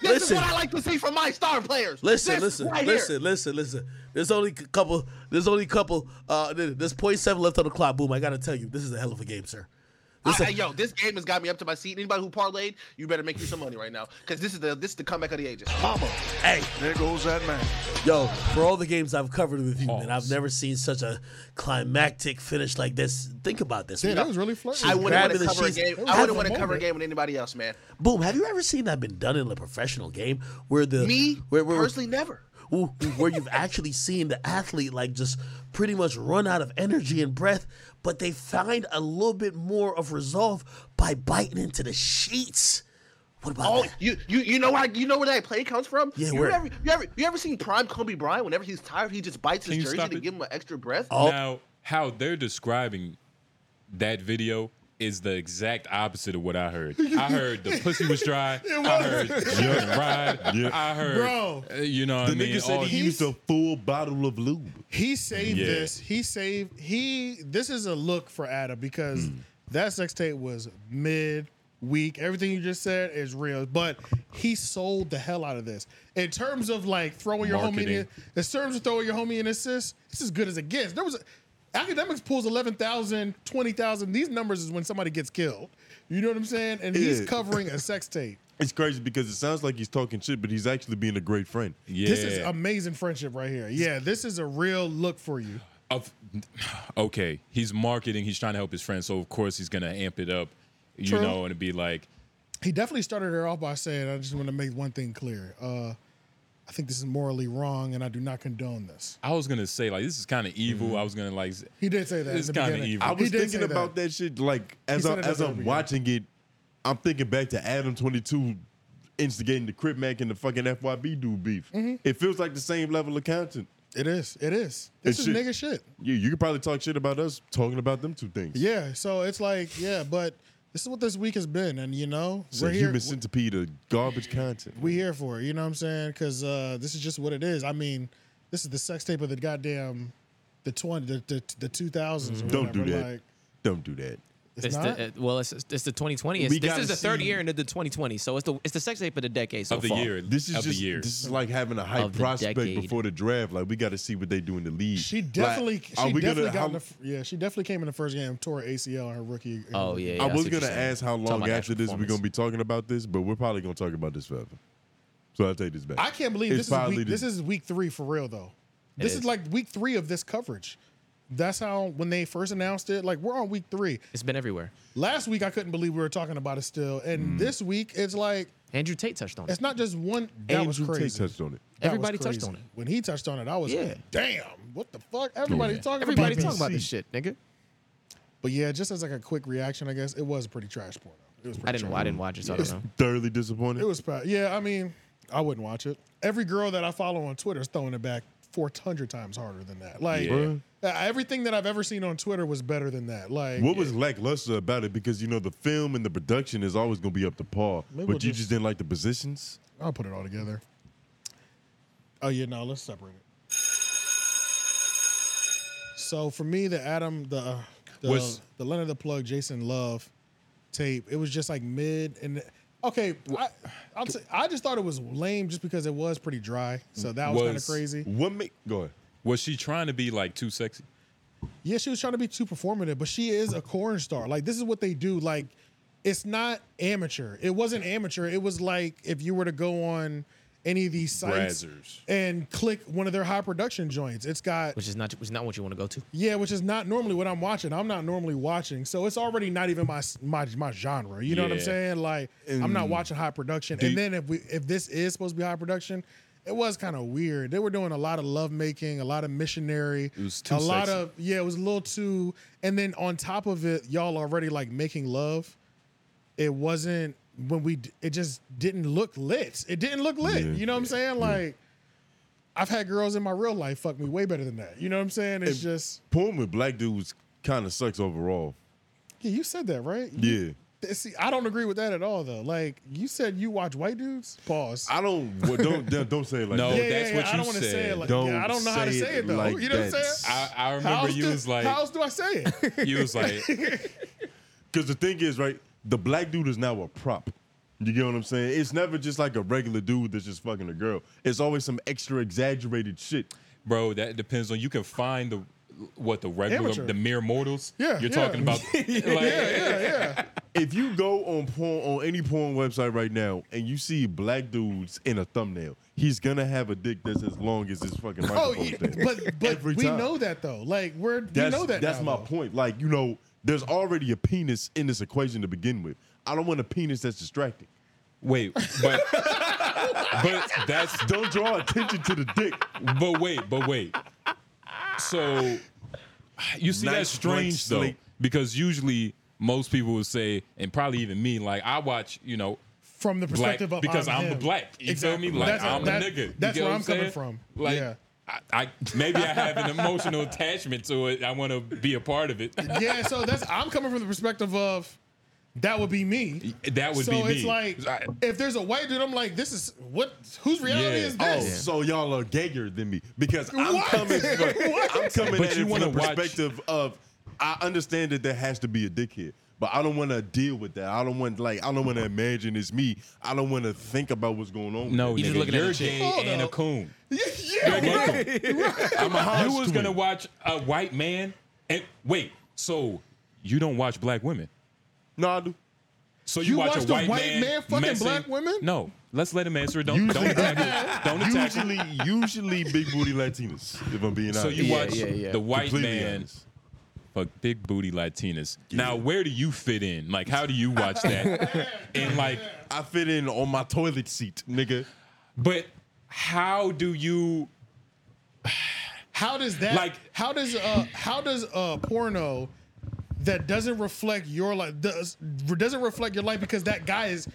Speaker 11: This
Speaker 6: Listen.
Speaker 11: is what I like to see from my star players.
Speaker 6: Listen,
Speaker 11: This
Speaker 6: listen,
Speaker 11: right here.
Speaker 6: listen, listen, listen. There's only a couple. There's only a couple. Uh, th- there's point seven left on the clock. Boom! I gotta tell you, this is a hell of a game, sir. This
Speaker 11: I,
Speaker 6: a-
Speaker 11: I- yo, this game has got me up to my seat. Anybody who parlayed, you better make you some money right now, because this is the this is the comeback of the ages.
Speaker 6: Mama, hey,
Speaker 12: There goes that man.
Speaker 6: yo, for all the games I've covered with you, man, I've
Speaker 2: Pause.
Speaker 6: never seen such a climactic finish like this. Think about this.
Speaker 3: Dude,
Speaker 6: man.
Speaker 3: that was really flirty.
Speaker 11: I wouldn't want
Speaker 6: grabbing
Speaker 11: to
Speaker 6: the
Speaker 11: cover a
Speaker 6: sheets.
Speaker 11: game.
Speaker 6: It was
Speaker 11: I
Speaker 6: a
Speaker 11: wouldn't want to cover a
Speaker 6: moment.
Speaker 11: game with anybody else, man.
Speaker 6: Boom! Have you ever seen that been done in a professional game where the
Speaker 11: Me
Speaker 6: where, where,
Speaker 11: personally, never.
Speaker 6: Ooh, where you've actually seen the athlete like just pretty much run out of energy and breath, but they find a little bit more of resolve by biting into the sheets. What about
Speaker 11: Oh,
Speaker 6: that?
Speaker 11: you you you know why you know where that play comes from?
Speaker 6: Yeah,
Speaker 11: you
Speaker 6: where?
Speaker 11: ever you ever you ever seen prime Kobe Bryant? Whenever he's tired, he just bites
Speaker 2: Can you
Speaker 11: his jersey
Speaker 2: stop
Speaker 11: to
Speaker 2: it?
Speaker 11: give him an extra breath.
Speaker 6: Oh.
Speaker 2: Now, how they're describing that video is the exact opposite of what I heard. I heard the pussy was dry. I heard jerk and ride.
Speaker 1: Yeah.
Speaker 2: I heard,
Speaker 3: Bro.
Speaker 2: uh, you know what
Speaker 1: The
Speaker 2: I mean?
Speaker 1: nigga said
Speaker 2: All-
Speaker 1: he used a full bottle of lube.
Speaker 3: He saved
Speaker 2: Yeah.
Speaker 3: this. He saved he this is a look for Adam because
Speaker 2: Hmm.
Speaker 3: that sex tape was mid week. Everything you just said is real. But he sold the hell out of this. In terms of like throwing your homie in
Speaker 2: Marketing.
Speaker 3: in terms of throwing your homie in assist, it's as good as it gets. There was a, academics pulls 11,000, 20,000. These numbers is when somebody gets killed. You know what I'm saying? And he's
Speaker 1: Yeah.
Speaker 3: covering a sex tape.
Speaker 1: It's crazy because it sounds like he's talking shit, but he's actually being a great friend.
Speaker 2: yeah.
Speaker 3: This is amazing friendship right here. Yeah, this is a real look for you.
Speaker 2: of okay, he's marketing, he's trying to help his friends, so of course he's gonna amp it up, you
Speaker 3: True.
Speaker 2: know, and be like,
Speaker 3: he definitely started her off by saying, "I just want to make one thing clear. Uh, I think this is morally wrong, and I do not condone this."
Speaker 2: I was gonna say like this is kind of evil. I was gonna like s-
Speaker 3: Mm-hmm. He did say that.
Speaker 2: It's
Speaker 3: at the
Speaker 2: kinda
Speaker 3: beginning.
Speaker 2: evil.
Speaker 1: I
Speaker 3: He
Speaker 1: was
Speaker 3: did
Speaker 1: thinking
Speaker 3: say that.
Speaker 1: about that shit like as
Speaker 3: said
Speaker 1: I,
Speaker 3: it
Speaker 1: as
Speaker 3: doesn't
Speaker 1: I'm
Speaker 3: really
Speaker 1: watching it, I'm thinking back to Adam 22 instigating the Crip Mac and the fucking FYB dude beef.
Speaker 3: Mm-hmm.
Speaker 1: It feels like the same level of content.
Speaker 3: It is. It is.
Speaker 1: It's
Speaker 3: This is
Speaker 1: shit.
Speaker 3: nigga shit.
Speaker 1: You you could probably talk shit about us talking about them two things.
Speaker 3: Yeah. So it's like, yeah, but This is what this week has been, and you know,
Speaker 1: It's a
Speaker 3: we're here.
Speaker 1: human centipede of garbage content.
Speaker 3: We here for it. You know what I'm saying? Because uh, this is just what it is. I mean, this is the sex tape of the goddamn, the twenty, the the, the two thousands.
Speaker 1: Don't do that. Don't do that.
Speaker 3: It's
Speaker 4: It's
Speaker 3: not?
Speaker 4: the, uh, well, it's, it's the 2020. It's-
Speaker 1: We
Speaker 4: this
Speaker 1: gotta
Speaker 4: is the third
Speaker 1: see-
Speaker 4: year into the 2020, so it's the it's the sex tape of the decade so
Speaker 2: Of the
Speaker 4: far.
Speaker 2: year.
Speaker 1: This is
Speaker 2: of the
Speaker 1: just
Speaker 2: year.
Speaker 1: this is like having a hype
Speaker 4: Of the
Speaker 1: prospect
Speaker 4: decade.
Speaker 1: before the draft. Like we got to see what they do in the league.
Speaker 3: She definitely,
Speaker 1: Like,
Speaker 3: she
Speaker 1: are we
Speaker 3: definitely
Speaker 1: gonna-
Speaker 3: got
Speaker 1: how-
Speaker 3: in the, f- yeah, she definitely came in the first game, tore ACL in her rookie.
Speaker 4: Oh yeah. yeah,
Speaker 1: I
Speaker 4: see
Speaker 1: was
Speaker 4: what
Speaker 1: gonna
Speaker 4: you're saying.
Speaker 1: ask how
Speaker 4: Talking
Speaker 1: long
Speaker 4: about
Speaker 1: after this we're
Speaker 4: performance.
Speaker 1: gonna be talking about this, but we're probably gonna talk about this forever. So I will take this back.
Speaker 3: I can't believe
Speaker 1: It's
Speaker 3: this is
Speaker 1: probably
Speaker 3: week,
Speaker 1: the-
Speaker 3: this is week three for real though.
Speaker 4: It
Speaker 3: This is.
Speaker 4: is.
Speaker 3: like week three of this coverage. That's how when they first announced it, like we're on week three.
Speaker 4: It's been everywhere.
Speaker 3: Last week I couldn't believe we were talking about it still, and
Speaker 1: Mm.
Speaker 3: this week it's like
Speaker 4: Andrew Tate touched on it.
Speaker 3: it's not just one. That was
Speaker 1: Andrew Tate
Speaker 3: crazy.
Speaker 1: touched on it.
Speaker 3: That was
Speaker 4: Everybody touched
Speaker 3: crazy.
Speaker 4: on it.
Speaker 3: When he touched on it, I was
Speaker 4: Yeah.
Speaker 3: like, damn, what the fuck? Everybody
Speaker 2: Yeah.
Speaker 3: talking
Speaker 4: Everybody
Speaker 3: about
Speaker 4: talking
Speaker 3: this.
Speaker 4: about this shit, nigga.
Speaker 3: But yeah, just as like a quick reaction, I guess it was pretty trash porno. It was pretty
Speaker 4: I didn't. I didn't watch it, so I don't know.
Speaker 1: Thoroughly disappointed.
Speaker 3: It was proud. Yeah, I mean, I wouldn't watch it. Every girl that I follow on Twitter is throwing it back 400 times harder than that. Like,
Speaker 1: Yeah.
Speaker 3: uh, everything that I've ever seen on Twitter was better than that. Like,
Speaker 1: What was lackluster about it? Because you know the film and the production is always gonna be up to par,
Speaker 3: Maybe
Speaker 1: but
Speaker 3: we'll
Speaker 1: you
Speaker 3: just-
Speaker 1: just didn't like the positions.
Speaker 3: I'll put it all together. Oh, yeah, no, let's separate it. So for me, the Adam, the, uh, the,
Speaker 2: Was-
Speaker 3: the Leonard the Plug, Jason Love tape, it was just like mid and. Okay, I, I'll say, I just thought it was lame just because it was pretty dry. So that was kind of
Speaker 2: Was-
Speaker 3: crazy.
Speaker 1: What make? Go ahead.
Speaker 2: Was she trying to be like too sexy?
Speaker 3: Yeah, she was trying to be too performative, but she is a corn star. Like this is what they do. Like it's not amateur. It wasn't amateur. It was like if you were to go on any of these sites
Speaker 2: Brazzers.
Speaker 3: and click one of their high production joints. It's got
Speaker 4: Which is not. Which is not what you want to go to.
Speaker 3: yeah, which is not normally what I'm watching. I'm not normally watching, so it's already not even my my my genre. You know what I'm
Speaker 2: Yeah.
Speaker 3: saying? Like I'm not watching high production. And
Speaker 1: you-
Speaker 3: then if we if this is supposed to be high production, it was kind of weird. They were doing a lot of love making, a lot of missionary, it
Speaker 2: was too
Speaker 3: a lot
Speaker 2: sexy.
Speaker 3: of yeah, it was a little too. And then on top of it, y'all already like making love. It wasn't when we. d- It just didn't look lit. It didn't look lit.
Speaker 1: Yeah.
Speaker 3: You know what I'm saying? Like. I've had girls in my real life fuck me way better than that. You know what I'm saying? It's
Speaker 1: If-
Speaker 3: just
Speaker 1: Porn with black dudes kind of sucks overall.
Speaker 3: yeah, you said that, right?
Speaker 1: Yeah,
Speaker 3: Th- See, I don't agree with that at all, though. Like you said, you watch white dudes. Pause.
Speaker 1: I don't. Well, don't don't- don't say it like
Speaker 2: No,
Speaker 1: that.
Speaker 2: Oh, that's what
Speaker 3: I
Speaker 2: you
Speaker 3: don't wanna say
Speaker 2: said.
Speaker 3: it like
Speaker 1: Don't
Speaker 3: yeah, I don't know how to
Speaker 1: say
Speaker 3: say
Speaker 1: it
Speaker 3: it though.
Speaker 1: like
Speaker 3: you know what I'm
Speaker 1: that.
Speaker 3: saying?
Speaker 2: I, I
Speaker 3: How
Speaker 2: remember
Speaker 3: else
Speaker 2: you
Speaker 3: do-
Speaker 2: was like
Speaker 3: how else do I say it?
Speaker 2: you was like
Speaker 1: Because the thing is, right, the black dude is now a prop. You get what I'm saying? It's never just like a regular dude that's just fucking a girl. It's always some extra exaggerated shit.
Speaker 2: Bro, that depends on you can find the what the regular
Speaker 3: Amateur.
Speaker 2: the mere mortals
Speaker 3: Yeah,
Speaker 2: you're
Speaker 3: yeah.
Speaker 2: talking about. Like,
Speaker 1: If you go on porn on any porn website right now and you see black dudes in a thumbnail, he's gonna have a dick that's as long as his fucking
Speaker 3: oh,
Speaker 1: microphone
Speaker 3: yeah,
Speaker 1: thing.
Speaker 3: but but
Speaker 1: Every
Speaker 3: we
Speaker 1: time.
Speaker 3: know that though. Like we're
Speaker 1: That's,
Speaker 3: we know that.
Speaker 1: that's
Speaker 3: now,
Speaker 1: my
Speaker 3: though.
Speaker 1: point. Like, you know, there's already a penis in this equation to begin with. I don't want a penis that's distracting.
Speaker 2: Wait, but but that's
Speaker 1: Don't draw attention to the dick.
Speaker 2: but wait, but wait. So you see
Speaker 1: Nice
Speaker 2: that's
Speaker 1: blank
Speaker 2: strange though,
Speaker 1: slate.
Speaker 2: because usually most people would say, and probably even me, like I watch, you know,
Speaker 3: From the
Speaker 2: black
Speaker 3: perspective of
Speaker 2: because I'm, the
Speaker 3: him.
Speaker 2: black. You
Speaker 3: exactly.
Speaker 2: feel me? Like
Speaker 3: that's
Speaker 2: I'm
Speaker 3: that-
Speaker 2: a nigga. You
Speaker 3: That's
Speaker 2: get
Speaker 3: where
Speaker 2: what
Speaker 3: I'm coming
Speaker 2: saying?
Speaker 3: from.
Speaker 2: Like
Speaker 3: yeah.
Speaker 2: I, I maybe I have an emotional attachment to it. I want to be a part of it.
Speaker 3: yeah, so that's I'm coming from the perspective of that would be me.
Speaker 2: That would
Speaker 3: so
Speaker 2: be me.
Speaker 3: it's like
Speaker 2: I-
Speaker 3: if there's a white dude, I'm like, this is what whose reality
Speaker 2: Yeah.
Speaker 3: is
Speaker 1: Oh,
Speaker 3: this?
Speaker 1: so y'all are gayer than me because I'm
Speaker 3: What?
Speaker 1: coming. From, I'm coming
Speaker 2: But
Speaker 1: at it
Speaker 2: you
Speaker 1: from
Speaker 2: wanna
Speaker 1: the
Speaker 2: watch-
Speaker 1: perspective of I understand that there has to be a dick here, but I don't want to deal with that. I don't want like I don't want to imagine it's me. I don't want to think about what's going on.
Speaker 2: no,
Speaker 1: with
Speaker 2: nigga,
Speaker 1: it.
Speaker 4: just looking at
Speaker 2: you're
Speaker 4: a chick.
Speaker 2: gay
Speaker 3: Hold
Speaker 2: and a
Speaker 3: up.
Speaker 2: coon.
Speaker 3: Yeah,
Speaker 2: You're
Speaker 3: right.
Speaker 2: gay. I'm a-
Speaker 1: house
Speaker 2: you was gonna
Speaker 1: twin.
Speaker 2: watch a white man and wait. So you don't watch black women.
Speaker 1: no, I do.
Speaker 2: So you,
Speaker 3: You
Speaker 2: watch,
Speaker 3: watch
Speaker 2: a
Speaker 3: the
Speaker 2: white,
Speaker 3: white
Speaker 2: man,
Speaker 3: man fucking
Speaker 2: messing-
Speaker 3: black women?
Speaker 2: No, let's let him answer. it. Don't don't
Speaker 1: Usually-
Speaker 2: attack him. Don't attack him.
Speaker 1: Usually, usually big booty Latinas. If I'm being honest,
Speaker 2: So you
Speaker 4: Yeah,
Speaker 2: watch
Speaker 4: yeah, yeah.
Speaker 2: the white
Speaker 1: Completely
Speaker 2: man
Speaker 1: honest.
Speaker 2: fuck big booty Latinas. Now where do you fit in? Like how do you watch that? and like,
Speaker 1: I fit in on my toilet seat, nigga.
Speaker 2: but how do you?
Speaker 3: How does that like
Speaker 2: Like-
Speaker 3: how does uh how does uh porno that doesn't reflect your life does doesn't reflect your life because that guy is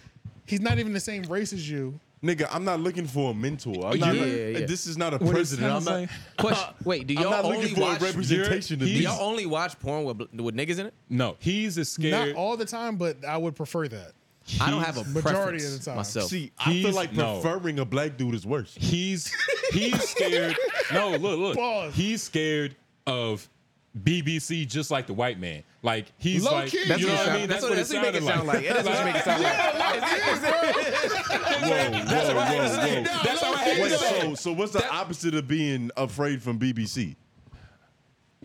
Speaker 3: he's not even the same race as you.
Speaker 1: Nigga, I'm not looking for a mentor. I'm
Speaker 4: Yeah,
Speaker 1: not
Speaker 4: yeah,
Speaker 1: looking-
Speaker 4: yeah.
Speaker 1: This is not a
Speaker 4: What is
Speaker 1: president. I'm
Speaker 4: Sam's
Speaker 1: not.
Speaker 4: Question- wait, do
Speaker 1: I'm
Speaker 4: y'all
Speaker 1: not
Speaker 4: only
Speaker 1: looking for
Speaker 4: watch-
Speaker 1: a representation
Speaker 4: Do
Speaker 1: of these.
Speaker 4: y'all only watch porn with, bl- with niggas in it?
Speaker 2: No, he's as
Speaker 3: Not
Speaker 2: scared.
Speaker 3: all the time, but I would prefer that.
Speaker 4: I don't have a
Speaker 3: Majority
Speaker 4: preference
Speaker 3: of the time.
Speaker 4: myself.
Speaker 1: See, I feel
Speaker 2: He's-
Speaker 1: like
Speaker 2: no.
Speaker 1: preferring a black dude is worse.
Speaker 2: He's he's scared. no, look, look.
Speaker 3: Pause.
Speaker 2: He's scared of BBC just like the white man. Like he's
Speaker 3: Low
Speaker 2: like
Speaker 3: key.
Speaker 2: you know what I mean?
Speaker 4: That's what it sound- that's what- that's what you make it sound like. That's what you make it sound like.
Speaker 1: Whoa, whoa, whoa, whoa.
Speaker 2: That's how I had
Speaker 1: Wait,
Speaker 2: to say it.
Speaker 1: so, so what's the opposite of being afraid from BBC?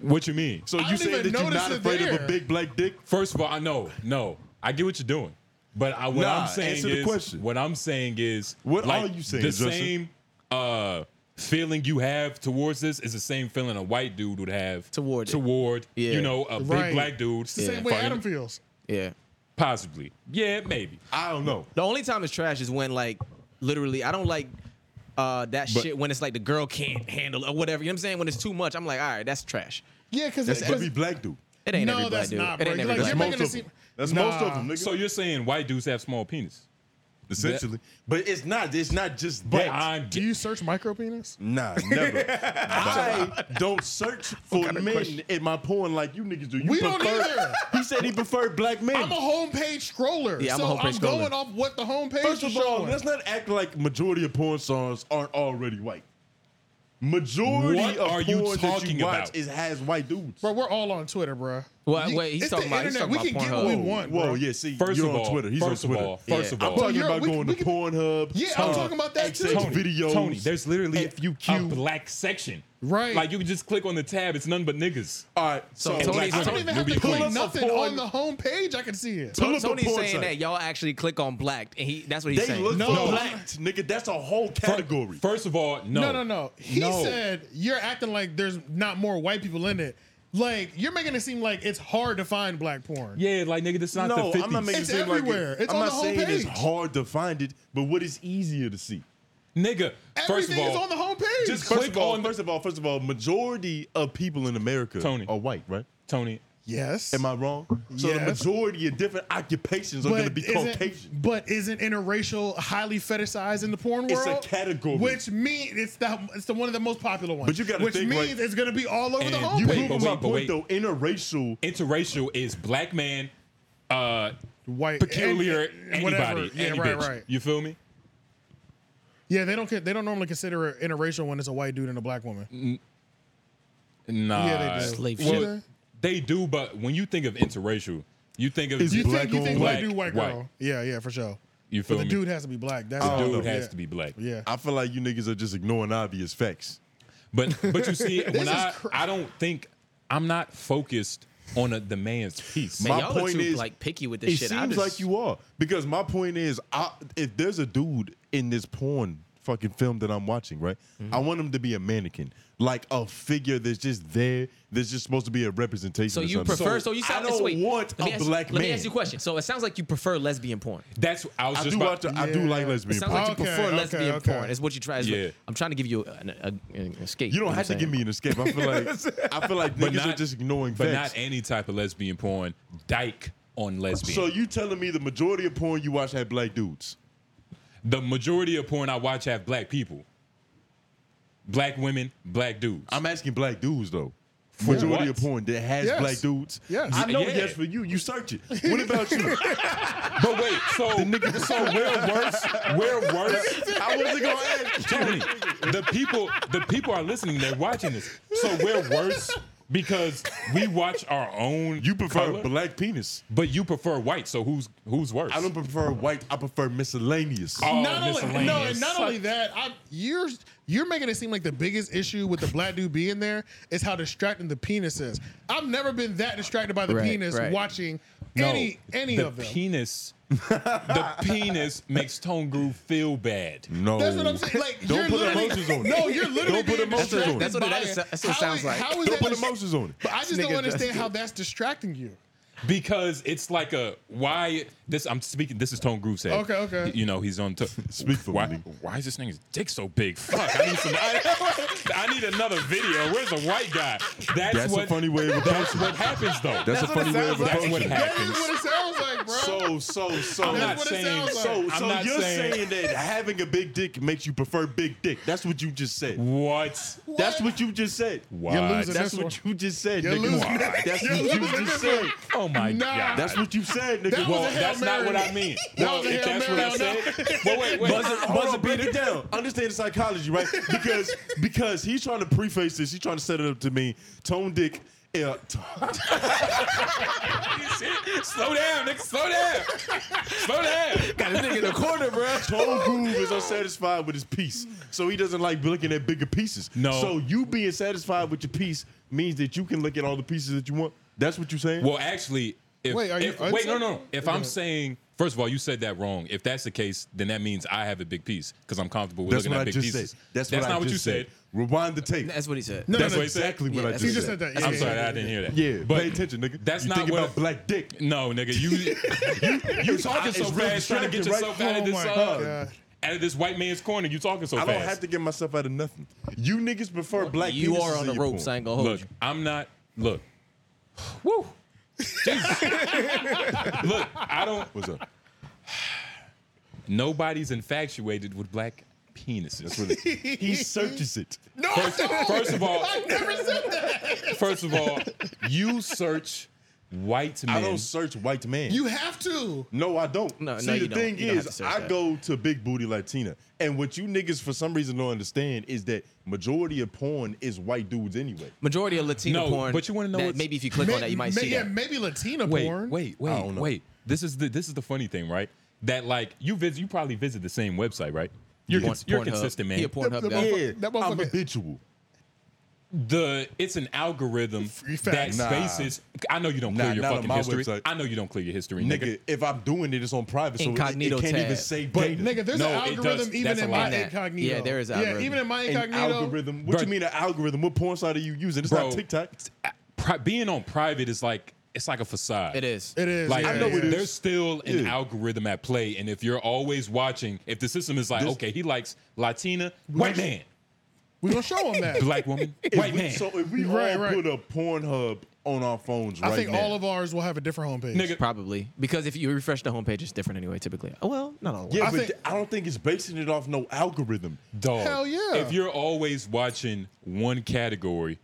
Speaker 2: What you mean?
Speaker 1: So
Speaker 3: I
Speaker 1: you
Speaker 3: don't
Speaker 1: say that
Speaker 3: even
Speaker 1: you're
Speaker 3: notice
Speaker 1: not
Speaker 3: it
Speaker 1: afraid of a
Speaker 3: there.
Speaker 1: big black dick?
Speaker 2: First of all, I know, no, I get what you're doing, but I, what
Speaker 1: Nah,
Speaker 2: I'm saying
Speaker 1: answer the
Speaker 2: is,
Speaker 1: question.
Speaker 2: what I'm saying is,
Speaker 1: What are you saying,
Speaker 2: The
Speaker 1: Justin?
Speaker 2: same uh, feeling you have towards this is the same feeling a white dude would have
Speaker 4: Toward it.
Speaker 2: toward
Speaker 4: Yeah.
Speaker 2: you know a
Speaker 3: Right.
Speaker 2: big black dude.
Speaker 3: It's the same way
Speaker 2: Fucking-
Speaker 3: Adam feels.
Speaker 4: Yeah.
Speaker 2: possibly, yeah, maybe.
Speaker 1: I don't know.
Speaker 4: The only time it's trash is when like literally I don't like uh, that
Speaker 2: But-
Speaker 4: shit when it's like the girl can't handle it or whatever. You know what I'm saying? When it's too much, I'm like, all right, that's trash.
Speaker 3: Yeah, because
Speaker 1: That's
Speaker 3: it's
Speaker 1: every black dude.
Speaker 4: It ain't
Speaker 3: No,
Speaker 4: every black
Speaker 3: that's
Speaker 4: dude.
Speaker 3: not,
Speaker 4: it
Speaker 3: bro.
Speaker 4: ain't
Speaker 3: You're
Speaker 4: every
Speaker 3: like,
Speaker 4: black
Speaker 1: That's
Speaker 3: you're making
Speaker 4: dude.
Speaker 1: most
Speaker 3: it
Speaker 1: of them.
Speaker 3: seem-
Speaker 1: That's
Speaker 3: Nah.
Speaker 1: most of them, nigga.
Speaker 2: So you're saying white dudes have small penis?
Speaker 1: essentially, but it's not. It's not just
Speaker 2: But
Speaker 1: that.
Speaker 2: I'm
Speaker 3: Do you search micro penis?
Speaker 1: Nah, never. I don't search for men in my porn like you niggas do. You
Speaker 3: We don't either.
Speaker 1: He said he preferred black men.
Speaker 3: I'm a homepage scroller.
Speaker 4: Yeah, I'm a
Speaker 3: so
Speaker 4: homepage
Speaker 3: I'm
Speaker 4: scroller.
Speaker 3: going off what the homepage
Speaker 1: First
Speaker 3: is
Speaker 1: of all,
Speaker 3: showing.
Speaker 1: let's not act like majority of porn stars aren't already white. Majority
Speaker 2: What
Speaker 1: of
Speaker 2: are
Speaker 1: porn
Speaker 2: you
Speaker 1: that
Speaker 2: talking
Speaker 1: you watch
Speaker 2: about?
Speaker 1: is has white dudes.
Speaker 3: Bro, we're all on Twitter, bro.
Speaker 4: Well, wait, he's
Speaker 3: it's
Speaker 4: talking
Speaker 3: the
Speaker 4: about- he's
Speaker 3: internet.
Speaker 4: talking
Speaker 3: we
Speaker 4: about
Speaker 3: can get
Speaker 4: Pornhub.
Speaker 3: what we want.
Speaker 1: Oh, Whoa,
Speaker 3: bro.
Speaker 1: yeah, see,
Speaker 2: First
Speaker 1: you're
Speaker 2: of
Speaker 1: on
Speaker 2: all,
Speaker 1: Twitter. He's
Speaker 2: first
Speaker 1: on
Speaker 2: of
Speaker 1: Twitter.
Speaker 2: all, first
Speaker 4: Yeah.
Speaker 2: of
Speaker 1: I'm
Speaker 2: all,
Speaker 3: Well,
Speaker 1: talking
Speaker 3: you're-
Speaker 1: about
Speaker 3: we-
Speaker 1: going
Speaker 3: we
Speaker 1: to
Speaker 3: can-
Speaker 1: Pornhub.
Speaker 3: Yeah, I'm talking about that
Speaker 1: XX
Speaker 3: too.
Speaker 1: Tony, videos.
Speaker 2: Tony, there's literally
Speaker 1: FUQ.
Speaker 2: a black section.
Speaker 3: Right.
Speaker 2: Like you can just click on the tab. It's nothing but niggas.
Speaker 1: All right, so,
Speaker 4: So Tony's-
Speaker 3: I don't
Speaker 4: Tony-
Speaker 3: even have to
Speaker 2: Ruby
Speaker 3: click
Speaker 2: Queen.
Speaker 3: nothing
Speaker 1: Porn-
Speaker 3: on the homepage. I can see it.
Speaker 1: pull up the
Speaker 4: Tony's
Speaker 1: porn
Speaker 4: saying
Speaker 1: site.
Speaker 4: that y'all actually click on black, and he that's what he's
Speaker 1: They
Speaker 4: saying.
Speaker 1: look
Speaker 3: No.
Speaker 1: for black, nigga. That's a whole category.
Speaker 2: First of all, no,
Speaker 3: No, no, no. He said you're acting like there's not more white people in it. Like you're making it seem like it's hard to find black porn.
Speaker 2: Yeah, like nigga, that's not
Speaker 1: no,
Speaker 2: the 50s.
Speaker 1: I'm not making
Speaker 3: It's
Speaker 1: it seem
Speaker 3: everywhere.
Speaker 1: Like it-
Speaker 3: It's
Speaker 1: I'm
Speaker 3: on
Speaker 1: not
Speaker 3: the whole
Speaker 1: saying it's
Speaker 3: page.
Speaker 1: hard to find it, but what is easier to see?
Speaker 2: nigga. First
Speaker 3: Everything
Speaker 2: of all,
Speaker 3: is on the homepage.
Speaker 2: just
Speaker 1: First
Speaker 2: click
Speaker 1: of all,
Speaker 2: on
Speaker 1: first of all, first of all, majority of people in America
Speaker 2: Tony.
Speaker 1: are white, right?
Speaker 2: Tony.
Speaker 3: yes.
Speaker 1: Am I wrong? So the
Speaker 3: Yes.
Speaker 1: majority of different occupations are going to be Caucasian.
Speaker 3: Isn't, but isn't interracial highly fetishized in the porn
Speaker 1: It's a
Speaker 3: world?
Speaker 1: category.
Speaker 3: which means it's the it's the one of the most popular ones.
Speaker 1: But you gotta
Speaker 3: which
Speaker 1: think,
Speaker 3: means
Speaker 1: like-
Speaker 3: it's gonna be all over the
Speaker 2: And you
Speaker 1: You
Speaker 2: Wait,
Speaker 1: proving
Speaker 3: homepage.
Speaker 2: but
Speaker 1: my
Speaker 2: wait, but
Speaker 1: point
Speaker 2: wait.
Speaker 1: though. Interracial.
Speaker 2: Interracial is black man, uh,
Speaker 3: White
Speaker 2: peculiar
Speaker 3: and-
Speaker 2: anybody,
Speaker 3: and whatever.
Speaker 2: any
Speaker 3: Yeah, right,
Speaker 2: bitch.
Speaker 3: right.
Speaker 2: You feel me?
Speaker 3: Yeah, they don't they don't normally consider it interracial when it's a white dude and a black woman.
Speaker 2: Nah,
Speaker 3: Yeah, they do. Slave
Speaker 2: Well,
Speaker 3: ship.
Speaker 2: they do, but when you think of interracial, you think of
Speaker 1: It's
Speaker 3: You
Speaker 1: Black
Speaker 3: think you
Speaker 1: on
Speaker 3: think
Speaker 2: black,
Speaker 3: white dude, white
Speaker 2: white.
Speaker 3: girl? Yeah, yeah, for sure.
Speaker 2: You
Speaker 3: But
Speaker 2: feel
Speaker 3: the
Speaker 2: me?
Speaker 3: dude has to be black. That's
Speaker 1: The
Speaker 3: all.
Speaker 2: Dude
Speaker 3: Yeah.
Speaker 2: has to be black.
Speaker 3: Yeah.
Speaker 1: I feel like you niggas are just ignoring obvious facts.
Speaker 2: But but you see, when
Speaker 3: is
Speaker 2: I
Speaker 3: cra-
Speaker 2: I don't think I'm not focused on a, the man's piece.
Speaker 4: Man,
Speaker 1: My
Speaker 4: y'all are
Speaker 1: point
Speaker 4: too
Speaker 1: is,
Speaker 4: like picky with
Speaker 1: It
Speaker 4: this shit. I
Speaker 1: seems
Speaker 4: just,
Speaker 1: like you are because my point is, I, if there's a dude in this porn fucking film that I'm watching, right?
Speaker 4: Mm-hmm.
Speaker 1: I want him to be a mannequin, like a figure that's just there, that's just supposed to be a representation.
Speaker 4: So
Speaker 1: of
Speaker 4: you
Speaker 1: something.
Speaker 4: prefer? So you sound.
Speaker 1: I don't
Speaker 4: so wait,
Speaker 1: want
Speaker 4: let me
Speaker 1: a
Speaker 4: ask-
Speaker 1: black
Speaker 4: Let
Speaker 1: man.
Speaker 4: me ask you a question. So it sounds like you prefer lesbian porn.
Speaker 2: That's I was
Speaker 1: I
Speaker 2: just
Speaker 1: do
Speaker 2: about
Speaker 1: watch. I do
Speaker 3: Yeah.
Speaker 1: like
Speaker 4: It
Speaker 1: lesbian
Speaker 4: sounds
Speaker 1: porn.
Speaker 4: like you
Speaker 3: Okay,
Speaker 4: prefer
Speaker 3: okay,
Speaker 4: lesbian
Speaker 3: okay.
Speaker 4: porn. Is what you try. is what-
Speaker 2: Yeah.
Speaker 4: I'm trying to give you an, an, an escape.
Speaker 1: You don't have to
Speaker 4: know
Speaker 1: give me an escape. I feel like I feel like niggas are just ignoring
Speaker 2: but
Speaker 1: facts.
Speaker 2: not any type of lesbian porn. Dyke on lesbian.
Speaker 1: so you telling me the majority of porn you watch had black dudes?
Speaker 2: the majority of porn I watch have black people, black women, black dudes.
Speaker 1: I'm asking black dudes though.
Speaker 2: For
Speaker 1: majority
Speaker 2: what?
Speaker 1: of porn that has
Speaker 3: Yes.
Speaker 1: black dudes.
Speaker 3: Yes.
Speaker 1: I know
Speaker 2: Yeah.
Speaker 1: yes for you. You search it. What about you?
Speaker 2: but wait, so so we're worse. We're worse.
Speaker 1: I wasn't gonna ask.
Speaker 2: Tony, the people, the people are listening. They're watching this. So we're worse because we watch our own.
Speaker 1: You prefer
Speaker 2: color,
Speaker 1: black penis.
Speaker 2: but you prefer white. So who's who's worse?
Speaker 1: I don't prefer white. I prefer miscellaneous.
Speaker 2: Oh,
Speaker 3: not only, no,
Speaker 2: miscellaneous.
Speaker 3: and not only that, I, you're you're making it seem like the biggest issue with the black dude being there is how distracting the penis is. I've never been that distracted by the
Speaker 4: Right,
Speaker 3: penis
Speaker 4: right.
Speaker 3: watching any any
Speaker 2: the
Speaker 3: of them.
Speaker 2: penis. the penis makes Tone Groove feel bad.
Speaker 1: no.
Speaker 3: That's what I'm saying. Like,
Speaker 1: Oh. Don't
Speaker 3: you're
Speaker 1: put
Speaker 3: literally-
Speaker 1: emotions on it.
Speaker 3: No, you're literally
Speaker 1: Don't put
Speaker 3: being
Speaker 1: emotions on it.
Speaker 3: distracted
Speaker 4: That's what it-
Speaker 3: by
Speaker 4: that's-
Speaker 3: it.
Speaker 4: that's what it
Speaker 3: How
Speaker 4: sounds
Speaker 3: is-
Speaker 4: like.
Speaker 3: How is
Speaker 1: Don't
Speaker 3: that
Speaker 1: put
Speaker 3: dis-
Speaker 1: emotions on it.
Speaker 3: But I just
Speaker 4: Nigga,
Speaker 3: don't understand
Speaker 4: that's-
Speaker 3: how that's distracting you.
Speaker 2: because it's like a why this I'm speaking this is Tone Groove said.
Speaker 3: Okay, okay.
Speaker 2: You know, he's on to
Speaker 1: Speak for
Speaker 2: why,
Speaker 1: me.
Speaker 2: Why is this nigga's dick so big? Fuck. I need some I, I need another video. Where's the white guy? That's,
Speaker 1: That's
Speaker 2: what
Speaker 1: a funny way of approaching.
Speaker 2: that's what happens though.
Speaker 1: That's a funny way of
Speaker 2: That's what
Speaker 1: approaching.
Speaker 3: That is
Speaker 2: happens.
Speaker 3: what it sounds like, bro.
Speaker 1: So, so, so.
Speaker 3: That's what it sounds like.
Speaker 1: so,
Speaker 2: I'm
Speaker 1: so
Speaker 2: not
Speaker 1: you're
Speaker 2: saying-
Speaker 1: saying, that having a big dick makes you prefer big dick. That's what you just said.
Speaker 2: What?
Speaker 1: That's what you just said.
Speaker 2: What? You're losing
Speaker 1: That's
Speaker 3: this
Speaker 1: what you just said,
Speaker 3: You're
Speaker 1: nigga.
Speaker 3: losing
Speaker 1: Why?
Speaker 3: this-
Speaker 1: That's
Speaker 3: you're
Speaker 1: what you
Speaker 3: losing
Speaker 1: just
Speaker 3: this
Speaker 1: said.
Speaker 3: one.
Speaker 2: Oh my
Speaker 3: Nah.
Speaker 2: god.
Speaker 1: That's what you said, nigga.
Speaker 3: That was
Speaker 2: Well,
Speaker 3: a Hail
Speaker 2: that's not
Speaker 3: Mary.
Speaker 2: what I mean.
Speaker 3: That
Speaker 2: well,
Speaker 3: was a
Speaker 2: if
Speaker 3: Hail
Speaker 2: that's what I
Speaker 3: Mary, no.
Speaker 2: said. Well, wait, wait.
Speaker 1: Buzzer, buzzer, break it down. Understand the psychology, right? Because because he's trying to preface this. He's trying to set it up to me. Tone Dick. Uh, t-
Speaker 2: Slow down, nigga. Slow down. Slow down.
Speaker 1: Got a nigga in the corner, bro. Tone Groove is unsatisfied with his piece, so he doesn't like looking at bigger pieces.
Speaker 2: No.
Speaker 1: So you being satisfied with your piece means that you can look at all the pieces that you want. That's what you're saying.
Speaker 2: Well, actually, if,
Speaker 3: Wait, are you-
Speaker 2: if-
Speaker 3: are you
Speaker 2: wait, no,
Speaker 3: saying-
Speaker 2: no. If I'm saying, first of all, you said that wrong. If that's the case, then that means I have a big piece because I'm comfortable with
Speaker 1: that's
Speaker 2: looking
Speaker 1: what
Speaker 2: at
Speaker 1: I
Speaker 2: big
Speaker 1: just
Speaker 2: pieces.
Speaker 1: said. That's, what I
Speaker 2: not what
Speaker 1: just
Speaker 2: you said.
Speaker 1: Rewind the tape.
Speaker 4: That's what he said.
Speaker 3: No,
Speaker 1: That's
Speaker 3: no, no.
Speaker 1: exactly what I
Speaker 4: that's
Speaker 1: just
Speaker 3: He
Speaker 1: said.
Speaker 3: just said that. Yeah,
Speaker 2: I'm
Speaker 3: yeah,
Speaker 2: sorry,
Speaker 3: yeah.
Speaker 2: I didn't hear that.
Speaker 1: Yeah,
Speaker 2: but
Speaker 1: pay attention, nigga.
Speaker 2: That's
Speaker 1: you
Speaker 2: not
Speaker 1: thinking
Speaker 2: what-
Speaker 1: about black dick.
Speaker 2: No, nigga, you you talking so
Speaker 1: it's real
Speaker 2: fast trying to get
Speaker 1: distracting, right?
Speaker 2: yourself out of
Speaker 3: Oh
Speaker 2: this
Speaker 3: my
Speaker 2: uh,
Speaker 3: God.
Speaker 2: out of this white man's corner. You talking so
Speaker 1: I
Speaker 2: fast?
Speaker 1: don't have to get myself out of nothing. You niggas prefer black.
Speaker 4: You
Speaker 1: penises
Speaker 4: are
Speaker 1: in
Speaker 4: on the
Speaker 1: your
Speaker 4: ropes.
Speaker 1: porn.
Speaker 4: I ain't gonna hold
Speaker 2: Look,
Speaker 4: you.
Speaker 2: I'm not. Look, woo. Jesus. look, I don't.
Speaker 1: What's up?
Speaker 2: Nobody's infatuated with black penises.
Speaker 1: He searches it.
Speaker 2: First, first of all, I never said that. First of all, you search white men.
Speaker 1: I don't search white man.
Speaker 3: You have to.
Speaker 1: no, I don't.
Speaker 4: No,
Speaker 1: See,
Speaker 4: no,
Speaker 1: the
Speaker 4: you don't.
Speaker 1: thing
Speaker 4: You don't have to
Speaker 1: is,
Speaker 4: search
Speaker 1: I
Speaker 4: that.
Speaker 1: go to big booty Latina, and what you niggas for some reason don't understand is that majority of porn is white dudes anyway.
Speaker 4: Majority of Latino
Speaker 2: No,
Speaker 4: porn.
Speaker 2: but you wanna know
Speaker 4: that
Speaker 2: what's-
Speaker 4: Maybe if you click
Speaker 3: May-
Speaker 4: on that, you might
Speaker 3: may-
Speaker 4: see
Speaker 3: yeah,
Speaker 4: that.
Speaker 3: maybe Latina
Speaker 2: wait,
Speaker 3: porn.
Speaker 2: Wait,
Speaker 1: I
Speaker 2: wait,
Speaker 1: don't know.
Speaker 2: wait. This is the this is the funny thing, right? That like you visit, you probably visit the same website, right? You're
Speaker 4: Porn-
Speaker 2: cons- you're
Speaker 4: Pornhub.
Speaker 2: consistent, man.
Speaker 4: He a Pornhub
Speaker 3: the-
Speaker 4: guy.
Speaker 1: Yeah,
Speaker 3: that
Speaker 1: I'm
Speaker 3: motherfucker-
Speaker 1: habitual.
Speaker 2: the it's an algorithm that
Speaker 3: facts.
Speaker 1: Nah.
Speaker 2: spaces. I know you don't clear
Speaker 1: Nah,
Speaker 2: your
Speaker 1: not on
Speaker 2: fucking
Speaker 1: my
Speaker 2: history.
Speaker 1: website.
Speaker 2: I know you don't clear your history, nigga.
Speaker 1: Nigga, if I'm doing it, it's on private, so it- it,
Speaker 4: Incognito
Speaker 1: can't even
Speaker 4: tab.
Speaker 1: say
Speaker 3: But
Speaker 1: data.
Speaker 3: nigga, there's
Speaker 2: No,
Speaker 3: an
Speaker 2: it
Speaker 3: algorithm
Speaker 2: does-
Speaker 3: even
Speaker 2: that's
Speaker 3: in
Speaker 2: a
Speaker 3: my
Speaker 2: lie.
Speaker 4: That-
Speaker 3: incognito.
Speaker 4: yeah, there is
Speaker 3: Yeah,
Speaker 4: algorithm.
Speaker 3: even in my
Speaker 1: an
Speaker 3: incognito.
Speaker 1: algorithm. What
Speaker 2: Bro.
Speaker 1: you mean an algorithm? What porn site are you using? It's
Speaker 2: Bro.
Speaker 1: not TikTok.
Speaker 2: Pri- being on private is like it's like a facade.
Speaker 4: It is.
Speaker 3: It is.
Speaker 2: Like
Speaker 3: yeah,
Speaker 1: I know
Speaker 3: yeah.
Speaker 1: it is.
Speaker 2: there's still an
Speaker 1: Yeah.
Speaker 2: algorithm at play, and if you're always watching, if the system is like,
Speaker 1: This-
Speaker 2: okay, he likes Latina, white man,
Speaker 3: We gonna show them that.
Speaker 2: black woman,
Speaker 1: If
Speaker 2: white
Speaker 1: we-
Speaker 2: man,
Speaker 1: So if we
Speaker 3: Right,
Speaker 1: all
Speaker 3: right.
Speaker 1: put a Pornhub on our phones right
Speaker 3: I think
Speaker 1: now,
Speaker 3: all of ours will have a different homepage.
Speaker 2: nigga.
Speaker 4: Probably because if you refresh the homepage, it's different anyway. Typically, Oh, well, not all.
Speaker 1: yeah,
Speaker 3: I
Speaker 1: but
Speaker 3: think-
Speaker 1: th- I don't think it's basing it off no algorithm.
Speaker 2: Dog.
Speaker 3: Hell yeah.
Speaker 2: If you're always watching one category,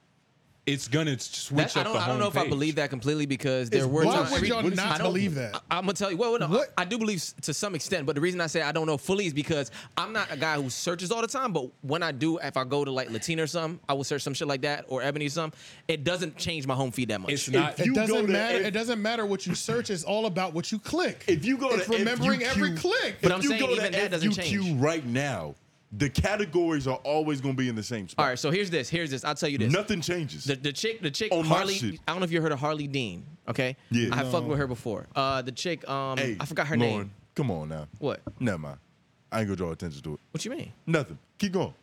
Speaker 2: it's gonna switch
Speaker 4: That, I
Speaker 2: up
Speaker 4: don't.
Speaker 2: the
Speaker 4: I don't know if I
Speaker 2: homepage.
Speaker 4: believe that completely because there
Speaker 3: It's-
Speaker 4: were
Speaker 3: why
Speaker 4: times.
Speaker 3: would y'all
Speaker 4: What is-
Speaker 3: not
Speaker 4: I don't-
Speaker 3: believe that?
Speaker 4: I, am gonna tell you. Well, no,
Speaker 3: What?
Speaker 4: I, I do believe s- to some extent, but the reason I say I don't know fully is because I'm not a guy who searches all the time. But when I do, if I go to like Latina or something, I will search some shit like that or Ebony or something. It doesn't change my home feed that much.
Speaker 2: It's not.
Speaker 1: you
Speaker 3: It
Speaker 1: go
Speaker 3: doesn't
Speaker 1: to
Speaker 3: matter.
Speaker 1: F-
Speaker 3: It doesn't matter what you search. It's all about what you click.
Speaker 1: If you go
Speaker 3: it's
Speaker 1: to
Speaker 3: remembering
Speaker 1: FUQ,
Speaker 3: every click.
Speaker 4: But
Speaker 1: if
Speaker 4: I'm
Speaker 1: you
Speaker 4: saying
Speaker 1: go
Speaker 4: even
Speaker 1: to
Speaker 4: that doesn't
Speaker 1: FUQ
Speaker 4: change.
Speaker 1: right now. The categories are always going to be in the same spot.
Speaker 4: all right. So here's this. Here's this. I'll tell you this.
Speaker 1: Nothing changes.
Speaker 4: The, the chick, the chick
Speaker 1: On my shit.
Speaker 4: Harley. I don't know if you heard of Harley Dean. Okay.
Speaker 1: Yeah.
Speaker 4: I
Speaker 1: No.
Speaker 4: fucked with her before. Uh, the chick. Um,
Speaker 1: hey,
Speaker 4: I forgot her
Speaker 1: Lauren,
Speaker 4: name.
Speaker 1: Come on now.
Speaker 4: What?
Speaker 1: Never mind. I ain't gonna draw attention to it.
Speaker 4: What you mean?
Speaker 1: Nothing. Keep going.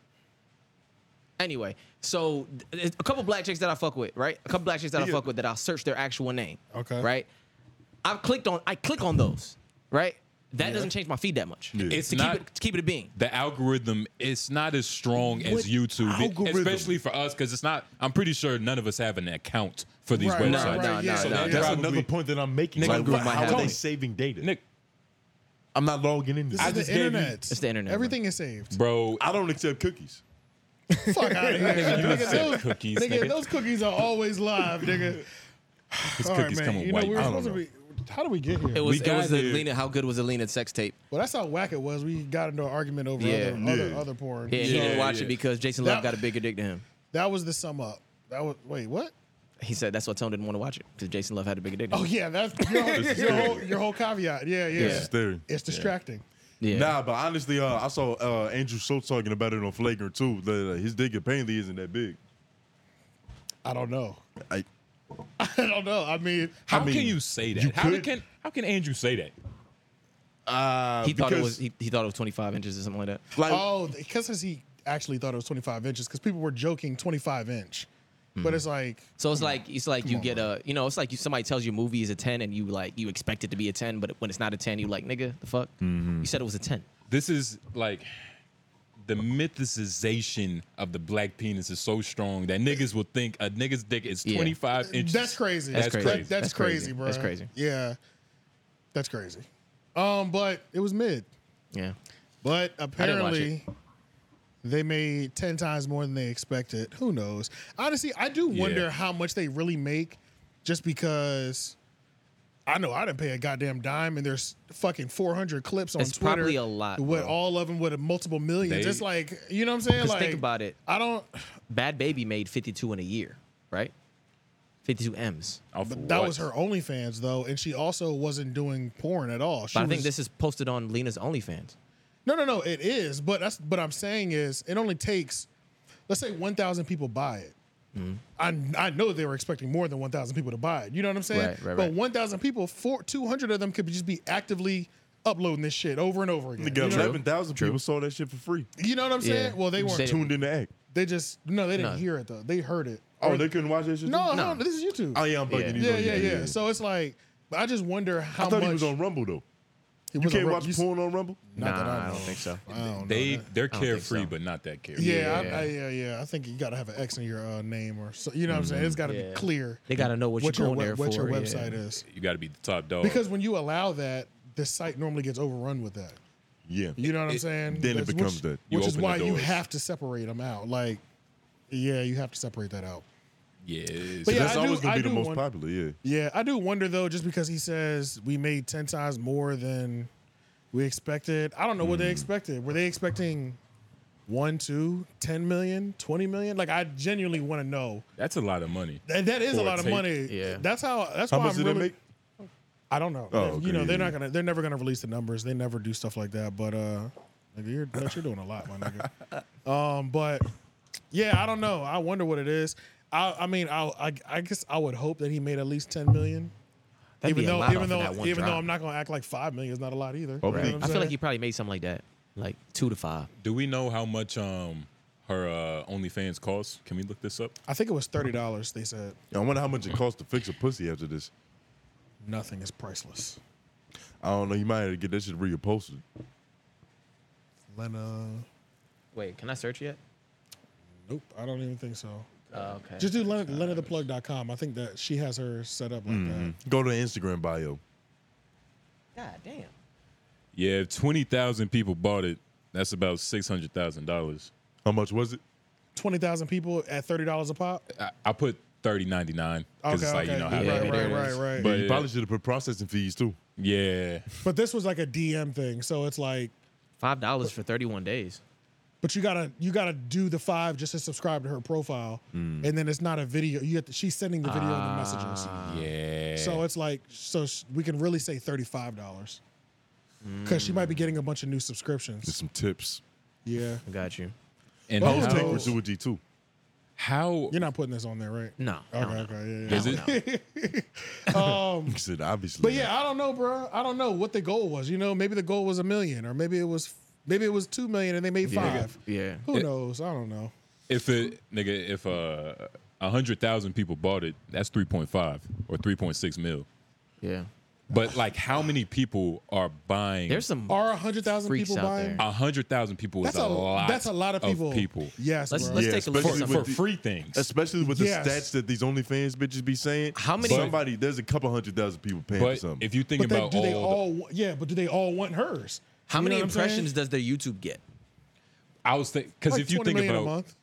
Speaker 4: Anyway, so th- it's a couple black chicks that I fuck with, right? A couple black chicks that I
Speaker 1: Yeah.
Speaker 4: fuck with that I'll search their actual name.
Speaker 3: Okay.
Speaker 4: Right? I've clicked on I click on those, right? That doesn't change my feed that much.
Speaker 2: It's
Speaker 4: to
Speaker 2: not-
Speaker 4: keep it to keep it a being.
Speaker 2: the algorithm it's not as strong as
Speaker 1: What
Speaker 2: YouTube, it-
Speaker 1: algorithm?
Speaker 2: especially for us, because it's not. I'm pretty sure none of us have an account for these
Speaker 3: Right,
Speaker 2: websites.
Speaker 3: right, right, yeah,
Speaker 2: so
Speaker 3: yeah,
Speaker 2: they're
Speaker 3: yeah.
Speaker 1: That's
Speaker 2: probably-
Speaker 1: another point that I'm making.
Speaker 2: Nigga,
Speaker 1: Like,
Speaker 2: I'm gonna
Speaker 1: how
Speaker 4: have
Speaker 1: are they
Speaker 4: it.
Speaker 1: saving data?
Speaker 2: Nick,
Speaker 1: I'm not logging in.
Speaker 3: This
Speaker 1: I
Speaker 3: is
Speaker 1: just
Speaker 3: the
Speaker 1: gave you-
Speaker 3: internet.
Speaker 4: It's the internet,
Speaker 3: Everything is saved.
Speaker 2: bro,
Speaker 1: I don't accept cookies.
Speaker 3: Fuck out of here.
Speaker 2: you
Speaker 3: nigga,
Speaker 2: accept
Speaker 3: those,
Speaker 2: cookies,
Speaker 3: nigga,
Speaker 2: nigga.
Speaker 3: those cookies are always live, nigga.
Speaker 2: his
Speaker 3: All right,
Speaker 2: cookies
Speaker 3: man.
Speaker 2: coming
Speaker 3: you know,
Speaker 2: white.
Speaker 3: we were
Speaker 2: I don't
Speaker 3: supposed
Speaker 2: know.
Speaker 3: to be. How do we get here?
Speaker 4: It was it
Speaker 2: got
Speaker 4: was the
Speaker 2: here.
Speaker 4: Lena, how good was the Lena sex tape?
Speaker 3: well, that's how whack it was. We got into an argument over
Speaker 4: Yeah.
Speaker 3: other, Other,
Speaker 1: Yeah.
Speaker 3: other porn.
Speaker 4: Yeah, he
Speaker 2: Yeah,
Speaker 4: didn't watch
Speaker 2: yeah.
Speaker 4: it because Jason Love
Speaker 3: That-
Speaker 4: got a bigger dick than him.
Speaker 3: That was the sum up. That was wait what?
Speaker 4: He said that's why Tone didn't want to watch it because Jason Love had a bigger dick. Than
Speaker 3: Oh
Speaker 4: him.
Speaker 3: yeah, that's your whole,
Speaker 1: This is
Speaker 3: your whole,
Speaker 1: theory.
Speaker 3: your whole caveat. Yeah, yeah.
Speaker 1: This is theory.
Speaker 3: It's distracting.
Speaker 4: yeah.
Speaker 1: Nah, but honestly, uh, I saw uh, Andrew Schultz talking about it on Flagrant too. That uh, his dick apparently isn't that big.
Speaker 3: I don't know.
Speaker 1: I,
Speaker 3: I don't know. I mean,
Speaker 2: how
Speaker 1: I mean,
Speaker 2: can you say that?
Speaker 1: you
Speaker 2: how
Speaker 1: could-
Speaker 2: can how can Andrew say that?
Speaker 1: uh,
Speaker 4: He thought it
Speaker 1: because,
Speaker 4: was he, he thought it was 25 inches or something like that.
Speaker 1: like
Speaker 3: oh, because he actually thought it was 25 inches because people were joking 25 inch, but it's like
Speaker 4: So it's like it's like you get a you know it's like you, somebody tells you a movie is a 10 and you like you expect it to be a 10 but when it's not a 10 you like nigga the fuck you said it was a 10.
Speaker 2: This is like the mythicization of the black penis is so strong that niggas will think a nigga's dick is
Speaker 4: Yeah.
Speaker 2: 25 inches.
Speaker 3: that's crazy.
Speaker 2: That's
Speaker 3: That-
Speaker 2: crazy.
Speaker 3: That's, crazy, bro.
Speaker 4: That's crazy.
Speaker 3: Yeah. That's crazy. Um, but it was mid.
Speaker 4: Yeah.
Speaker 3: But
Speaker 4: didn't watch
Speaker 3: apparently, they made ten times more than they expected. Who knows? Honestly, I do wonder how much they really make, just because. I know I didn't pay a goddamn dime, and there's fucking 400 clips on
Speaker 4: It's
Speaker 3: Twitter.
Speaker 4: probably a lot,
Speaker 3: With
Speaker 4: bro.
Speaker 3: all of them with a multiple millions,
Speaker 2: They-
Speaker 3: it's like you know what I'm saying.
Speaker 4: 'Cause
Speaker 3: Like
Speaker 4: think about it.
Speaker 3: I don't.
Speaker 4: Bad Baby made 52 in a year, right? 52 M's.
Speaker 2: Off
Speaker 3: But
Speaker 2: of
Speaker 3: that
Speaker 2: what?
Speaker 3: was her OnlyFans though, and she also wasn't doing porn at all. She
Speaker 4: But I think
Speaker 3: was-
Speaker 4: this is posted on Lena's OnlyFans.
Speaker 3: No, no, no. It is, but that's but I'm saying is it only takes, let's say, one thousand people buy it.
Speaker 4: Mm-hmm.
Speaker 3: I I know they were expecting more than one thousand people to buy it. You know what I'm saying?
Speaker 4: Right, right,
Speaker 3: but
Speaker 4: right.
Speaker 3: one thousand people, four, two hundred of them could be- just be actively uploading this shit over and over again.
Speaker 1: Nigga,
Speaker 3: You know,
Speaker 1: 11,000 people saw that shit for free.
Speaker 3: you know what I'm saying?
Speaker 4: Yeah.
Speaker 3: Well, they
Speaker 4: You
Speaker 3: weren't.
Speaker 4: said it-
Speaker 1: Tuned in the act.
Speaker 3: They just no, they didn't
Speaker 4: No.
Speaker 3: hear it though. They heard it.
Speaker 1: Oh,
Speaker 3: Or-
Speaker 1: they couldn't watch that shit?
Speaker 3: no,
Speaker 1: too?
Speaker 3: no, this is YouTube.
Speaker 1: Oh, yeah, I'm bugging you.
Speaker 3: yeah, yeah, yeah,
Speaker 1: I
Speaker 3: So it's like, but I just wonder how
Speaker 1: thought
Speaker 3: much
Speaker 1: he was on Rumble, though.
Speaker 3: he
Speaker 1: You
Speaker 3: was on
Speaker 1: can't
Speaker 3: Ru-
Speaker 1: watch
Speaker 3: you s-
Speaker 1: porn on Rumble?
Speaker 3: Not that
Speaker 4: Nah,
Speaker 3: I
Speaker 4: I
Speaker 3: know
Speaker 4: don't think so.
Speaker 3: I don't know
Speaker 2: They
Speaker 3: that.
Speaker 2: they're
Speaker 4: don't think
Speaker 2: carefree,
Speaker 4: so.
Speaker 2: but not that carefree.
Speaker 3: Yeah, I, I, yeah, yeah. I think you got to have an X in your uh, name or so. You know what I'm saying? It's got to
Speaker 4: Yeah.
Speaker 3: be clear
Speaker 4: They got to know what,
Speaker 3: what
Speaker 4: you're
Speaker 3: your
Speaker 4: going
Speaker 3: we-
Speaker 4: there
Speaker 3: what
Speaker 4: for.
Speaker 3: your
Speaker 4: yeah. Oh.
Speaker 3: website is.
Speaker 2: you got to be the top dog.
Speaker 3: Because when you allow that, the site normally gets overrun with that.
Speaker 1: Yeah.
Speaker 3: You know what I'm saying?
Speaker 1: then it
Speaker 3: That's-
Speaker 1: becomes
Speaker 3: which,
Speaker 1: that.
Speaker 2: You
Speaker 3: Which is
Speaker 2: open the
Speaker 3: why you
Speaker 2: doors.
Speaker 3: have to separate them out. Like, yeah, you have to separate that out.
Speaker 2: yeah, it's-
Speaker 3: But yeah,
Speaker 1: That's
Speaker 3: I do-
Speaker 1: always going
Speaker 3: I
Speaker 1: to be the
Speaker 3: do
Speaker 1: most
Speaker 3: want-
Speaker 1: popular, yeah.
Speaker 3: Yeah, I do wonder though, just because he says we made ten times more than we expected. I don't know what
Speaker 1: Mm.
Speaker 3: they expected. Were they expecting one, two, 10 million, 20 million? Like, I genuinely want to know.
Speaker 2: that's a lot of money.
Speaker 3: That, that is
Speaker 2: For
Speaker 3: a
Speaker 2: a
Speaker 3: lot of
Speaker 2: tape.
Speaker 3: money.
Speaker 4: Yeah.
Speaker 3: That's how. That's
Speaker 1: How
Speaker 3: why
Speaker 1: much
Speaker 3: I'm
Speaker 1: did they
Speaker 3: really.
Speaker 1: make?
Speaker 3: I don't know.
Speaker 1: Oh,
Speaker 3: you know,
Speaker 1: okay,
Speaker 3: they're
Speaker 1: yeah.
Speaker 3: not gonna. They're never gonna release the numbers. They never do stuff like that. But uh, nigga, you're Dutch, you're doing a lot, my nigga. Um, but yeah, I don't know. I wonder what it is. I, I mean, I, I, I guess I would hope that he made at least ten million.
Speaker 4: That'd
Speaker 3: even
Speaker 4: be a
Speaker 3: though,
Speaker 4: lot
Speaker 3: even
Speaker 4: off of
Speaker 3: though,
Speaker 4: that one
Speaker 3: even though
Speaker 4: drop.
Speaker 3: I'm not gonna act like five million is not a lot either.
Speaker 1: Oh,
Speaker 3: You know
Speaker 1: right.
Speaker 3: what I'm
Speaker 4: I feel like
Speaker 3: saying?
Speaker 4: he probably made something like that, like two to five.
Speaker 2: Do we know how much um her uh, OnlyFans costs? Can we look this up?
Speaker 3: I think it was thirty dollars. They said
Speaker 1: I wonder how much it costs to fix a pussy after this.
Speaker 3: nothing is priceless.
Speaker 1: I don't know. You might have to get that shit reupholstered.
Speaker 3: Lena,
Speaker 4: Wait, can I search yet?
Speaker 3: nope, I don't even think so.
Speaker 4: Oh, okay.
Speaker 3: Just do Lena, lenatheplug.com. I think that she has her set up like
Speaker 4: Mm-hmm.
Speaker 3: that.
Speaker 1: Go to the Instagram bio.
Speaker 4: God damn.
Speaker 2: Yeah, if twenty thousand people bought it, that's about six hundred thousand dollars.
Speaker 1: How much was it?
Speaker 3: Twenty thousand people at thirty dollars a pop.
Speaker 2: I, I put thirty ninety nine because
Speaker 3: Okay,
Speaker 2: it's like
Speaker 3: okay,
Speaker 2: you know how
Speaker 3: yeah,
Speaker 2: they
Speaker 3: right,
Speaker 2: do
Speaker 3: right,
Speaker 2: it.
Speaker 3: right, right.
Speaker 1: But
Speaker 2: But
Speaker 1: you
Speaker 2: yeah.
Speaker 1: probably should have put processing fees too.
Speaker 2: Yeah,
Speaker 3: But this was like a DM thing, so it's like,
Speaker 4: Five dollars for 31 days.
Speaker 3: but you gotta you gotta do the five just to subscribe to her profile,
Speaker 4: Hmm.
Speaker 3: and then it's not a video. You have to, she's sending the video and the messages,
Speaker 4: Ah,
Speaker 2: yeah.
Speaker 3: so it's like so sh- we can really say thirty five dollars,
Speaker 4: Hmm.
Speaker 3: because she might be getting a bunch of new
Speaker 1: Just
Speaker 3: subscriptions.
Speaker 1: some tips.
Speaker 3: Yeah,
Speaker 4: Got you.
Speaker 2: and
Speaker 3: Well,
Speaker 1: Take
Speaker 2: how,
Speaker 3: no.
Speaker 1: gratuity too.
Speaker 2: how
Speaker 3: you're not putting this on there, right?
Speaker 4: No.
Speaker 3: Okay,
Speaker 4: no, no.
Speaker 3: okay, yeah, yeah.
Speaker 2: is it?
Speaker 1: He said obviously.
Speaker 3: But yeah, I don't know, bro. I don't know what the goal was. You know, maybe the goal was a million, or maybe it was maybe it was two million, and they made five.
Speaker 4: Yeah.
Speaker 3: Who
Speaker 2: It-
Speaker 3: knows? I don't know.
Speaker 2: If it, nigga, if uh, a hundred thousand people bought it, that's three point five or three point six mil.
Speaker 4: Yeah.
Speaker 2: But like, how many people are buying?
Speaker 4: There's some.
Speaker 3: Are a hundred thousand
Speaker 4: Freaks
Speaker 3: people
Speaker 4: out
Speaker 3: buying?
Speaker 4: there.
Speaker 2: a hundred thousand people. Is
Speaker 3: That's a,
Speaker 2: lot.
Speaker 3: that's a lot of people. Yes,
Speaker 4: Let's-
Speaker 3: bro.
Speaker 4: let's
Speaker 1: Yeah,
Speaker 4: take a look at
Speaker 1: especially
Speaker 2: for,
Speaker 4: some.
Speaker 1: with
Speaker 2: for
Speaker 1: the-
Speaker 2: free things.
Speaker 1: Especially with the
Speaker 3: Yes.
Speaker 1: stats that these OnlyFans bitches be saying.
Speaker 4: How many-
Speaker 1: Somebody, there's a couple hundred thousand people paying for
Speaker 2: But
Speaker 1: something.
Speaker 2: if you think
Speaker 3: But they,
Speaker 2: about
Speaker 3: do
Speaker 2: all,
Speaker 3: they
Speaker 2: the-
Speaker 3: all? wa- Yeah, but do they all want hers?
Speaker 4: How
Speaker 3: You know
Speaker 4: many
Speaker 3: what I'm saying?
Speaker 4: impressions does their YouTube get?
Speaker 2: I was thinking because
Speaker 3: Like
Speaker 2: if you
Speaker 3: 20
Speaker 2: think
Speaker 3: million a
Speaker 2: about
Speaker 3: month.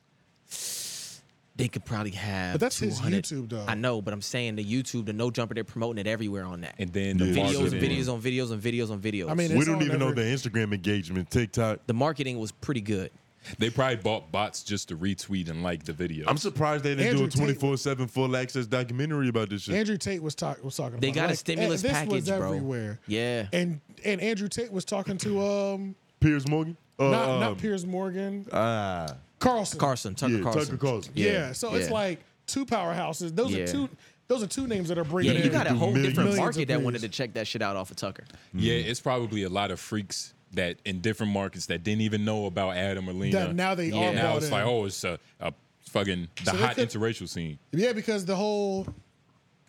Speaker 4: They could probably have.
Speaker 3: But that's his
Speaker 4: 200
Speaker 3: YouTube, though.
Speaker 4: I know, but I'm saying the YouTube, the no jumper, they're promoting it everywhere on that.
Speaker 2: and then the
Speaker 1: Yeah.
Speaker 4: videos,
Speaker 2: marketing.
Speaker 4: videos on videos, and videos on videos.
Speaker 3: I mean,
Speaker 1: we
Speaker 3: it's
Speaker 1: don't
Speaker 3: on
Speaker 1: even know
Speaker 3: every-
Speaker 1: the Instagram engagement, TikTok.
Speaker 4: the marketing was pretty good.
Speaker 2: They probably bought bots just to retweet and like the video.
Speaker 1: I'm surprised they didn't
Speaker 3: Andrew
Speaker 1: do a
Speaker 3: Tate-
Speaker 1: 24 7 full access documentary about this shit.
Speaker 3: Andrew Tate was, talk, was talking.
Speaker 4: They
Speaker 3: about it.
Speaker 4: got a
Speaker 3: Like,
Speaker 4: stimulus
Speaker 3: and this
Speaker 4: package,
Speaker 3: was
Speaker 4: bro.
Speaker 3: everywhere.
Speaker 4: Yeah.
Speaker 3: And and Andrew Tate was talking to um
Speaker 1: Piers Morgan? Uh,
Speaker 3: not
Speaker 1: um,
Speaker 3: not Piers Morgan
Speaker 1: ah,
Speaker 3: Carlson
Speaker 4: Carson, Tucker
Speaker 1: yeah,
Speaker 4: Carlson.
Speaker 1: Tucker Carlson.
Speaker 3: Yeah,
Speaker 4: Yeah,
Speaker 3: so it's
Speaker 4: yeah.
Speaker 3: like two powerhouses. Those
Speaker 4: Yeah.
Speaker 3: are two. Those are two names that are
Speaker 4: Yeah,
Speaker 3: bringing.
Speaker 4: you
Speaker 3: in-
Speaker 4: got a whole
Speaker 1: Millions.
Speaker 4: different
Speaker 3: Millions of
Speaker 4: market that wanted to
Speaker 3: views.
Speaker 4: check that shit out off of Tucker.
Speaker 2: yeah, it's probably a lot of freaks that in different markets that didn't even know about Adam or Lena.
Speaker 3: That now they
Speaker 2: And
Speaker 3: all
Speaker 2: now
Speaker 3: bought
Speaker 2: it's
Speaker 3: in.
Speaker 2: like oh, it's a, a fucking the
Speaker 3: So they
Speaker 2: hot
Speaker 3: could-
Speaker 2: interracial scene.
Speaker 3: Yeah, because the whole,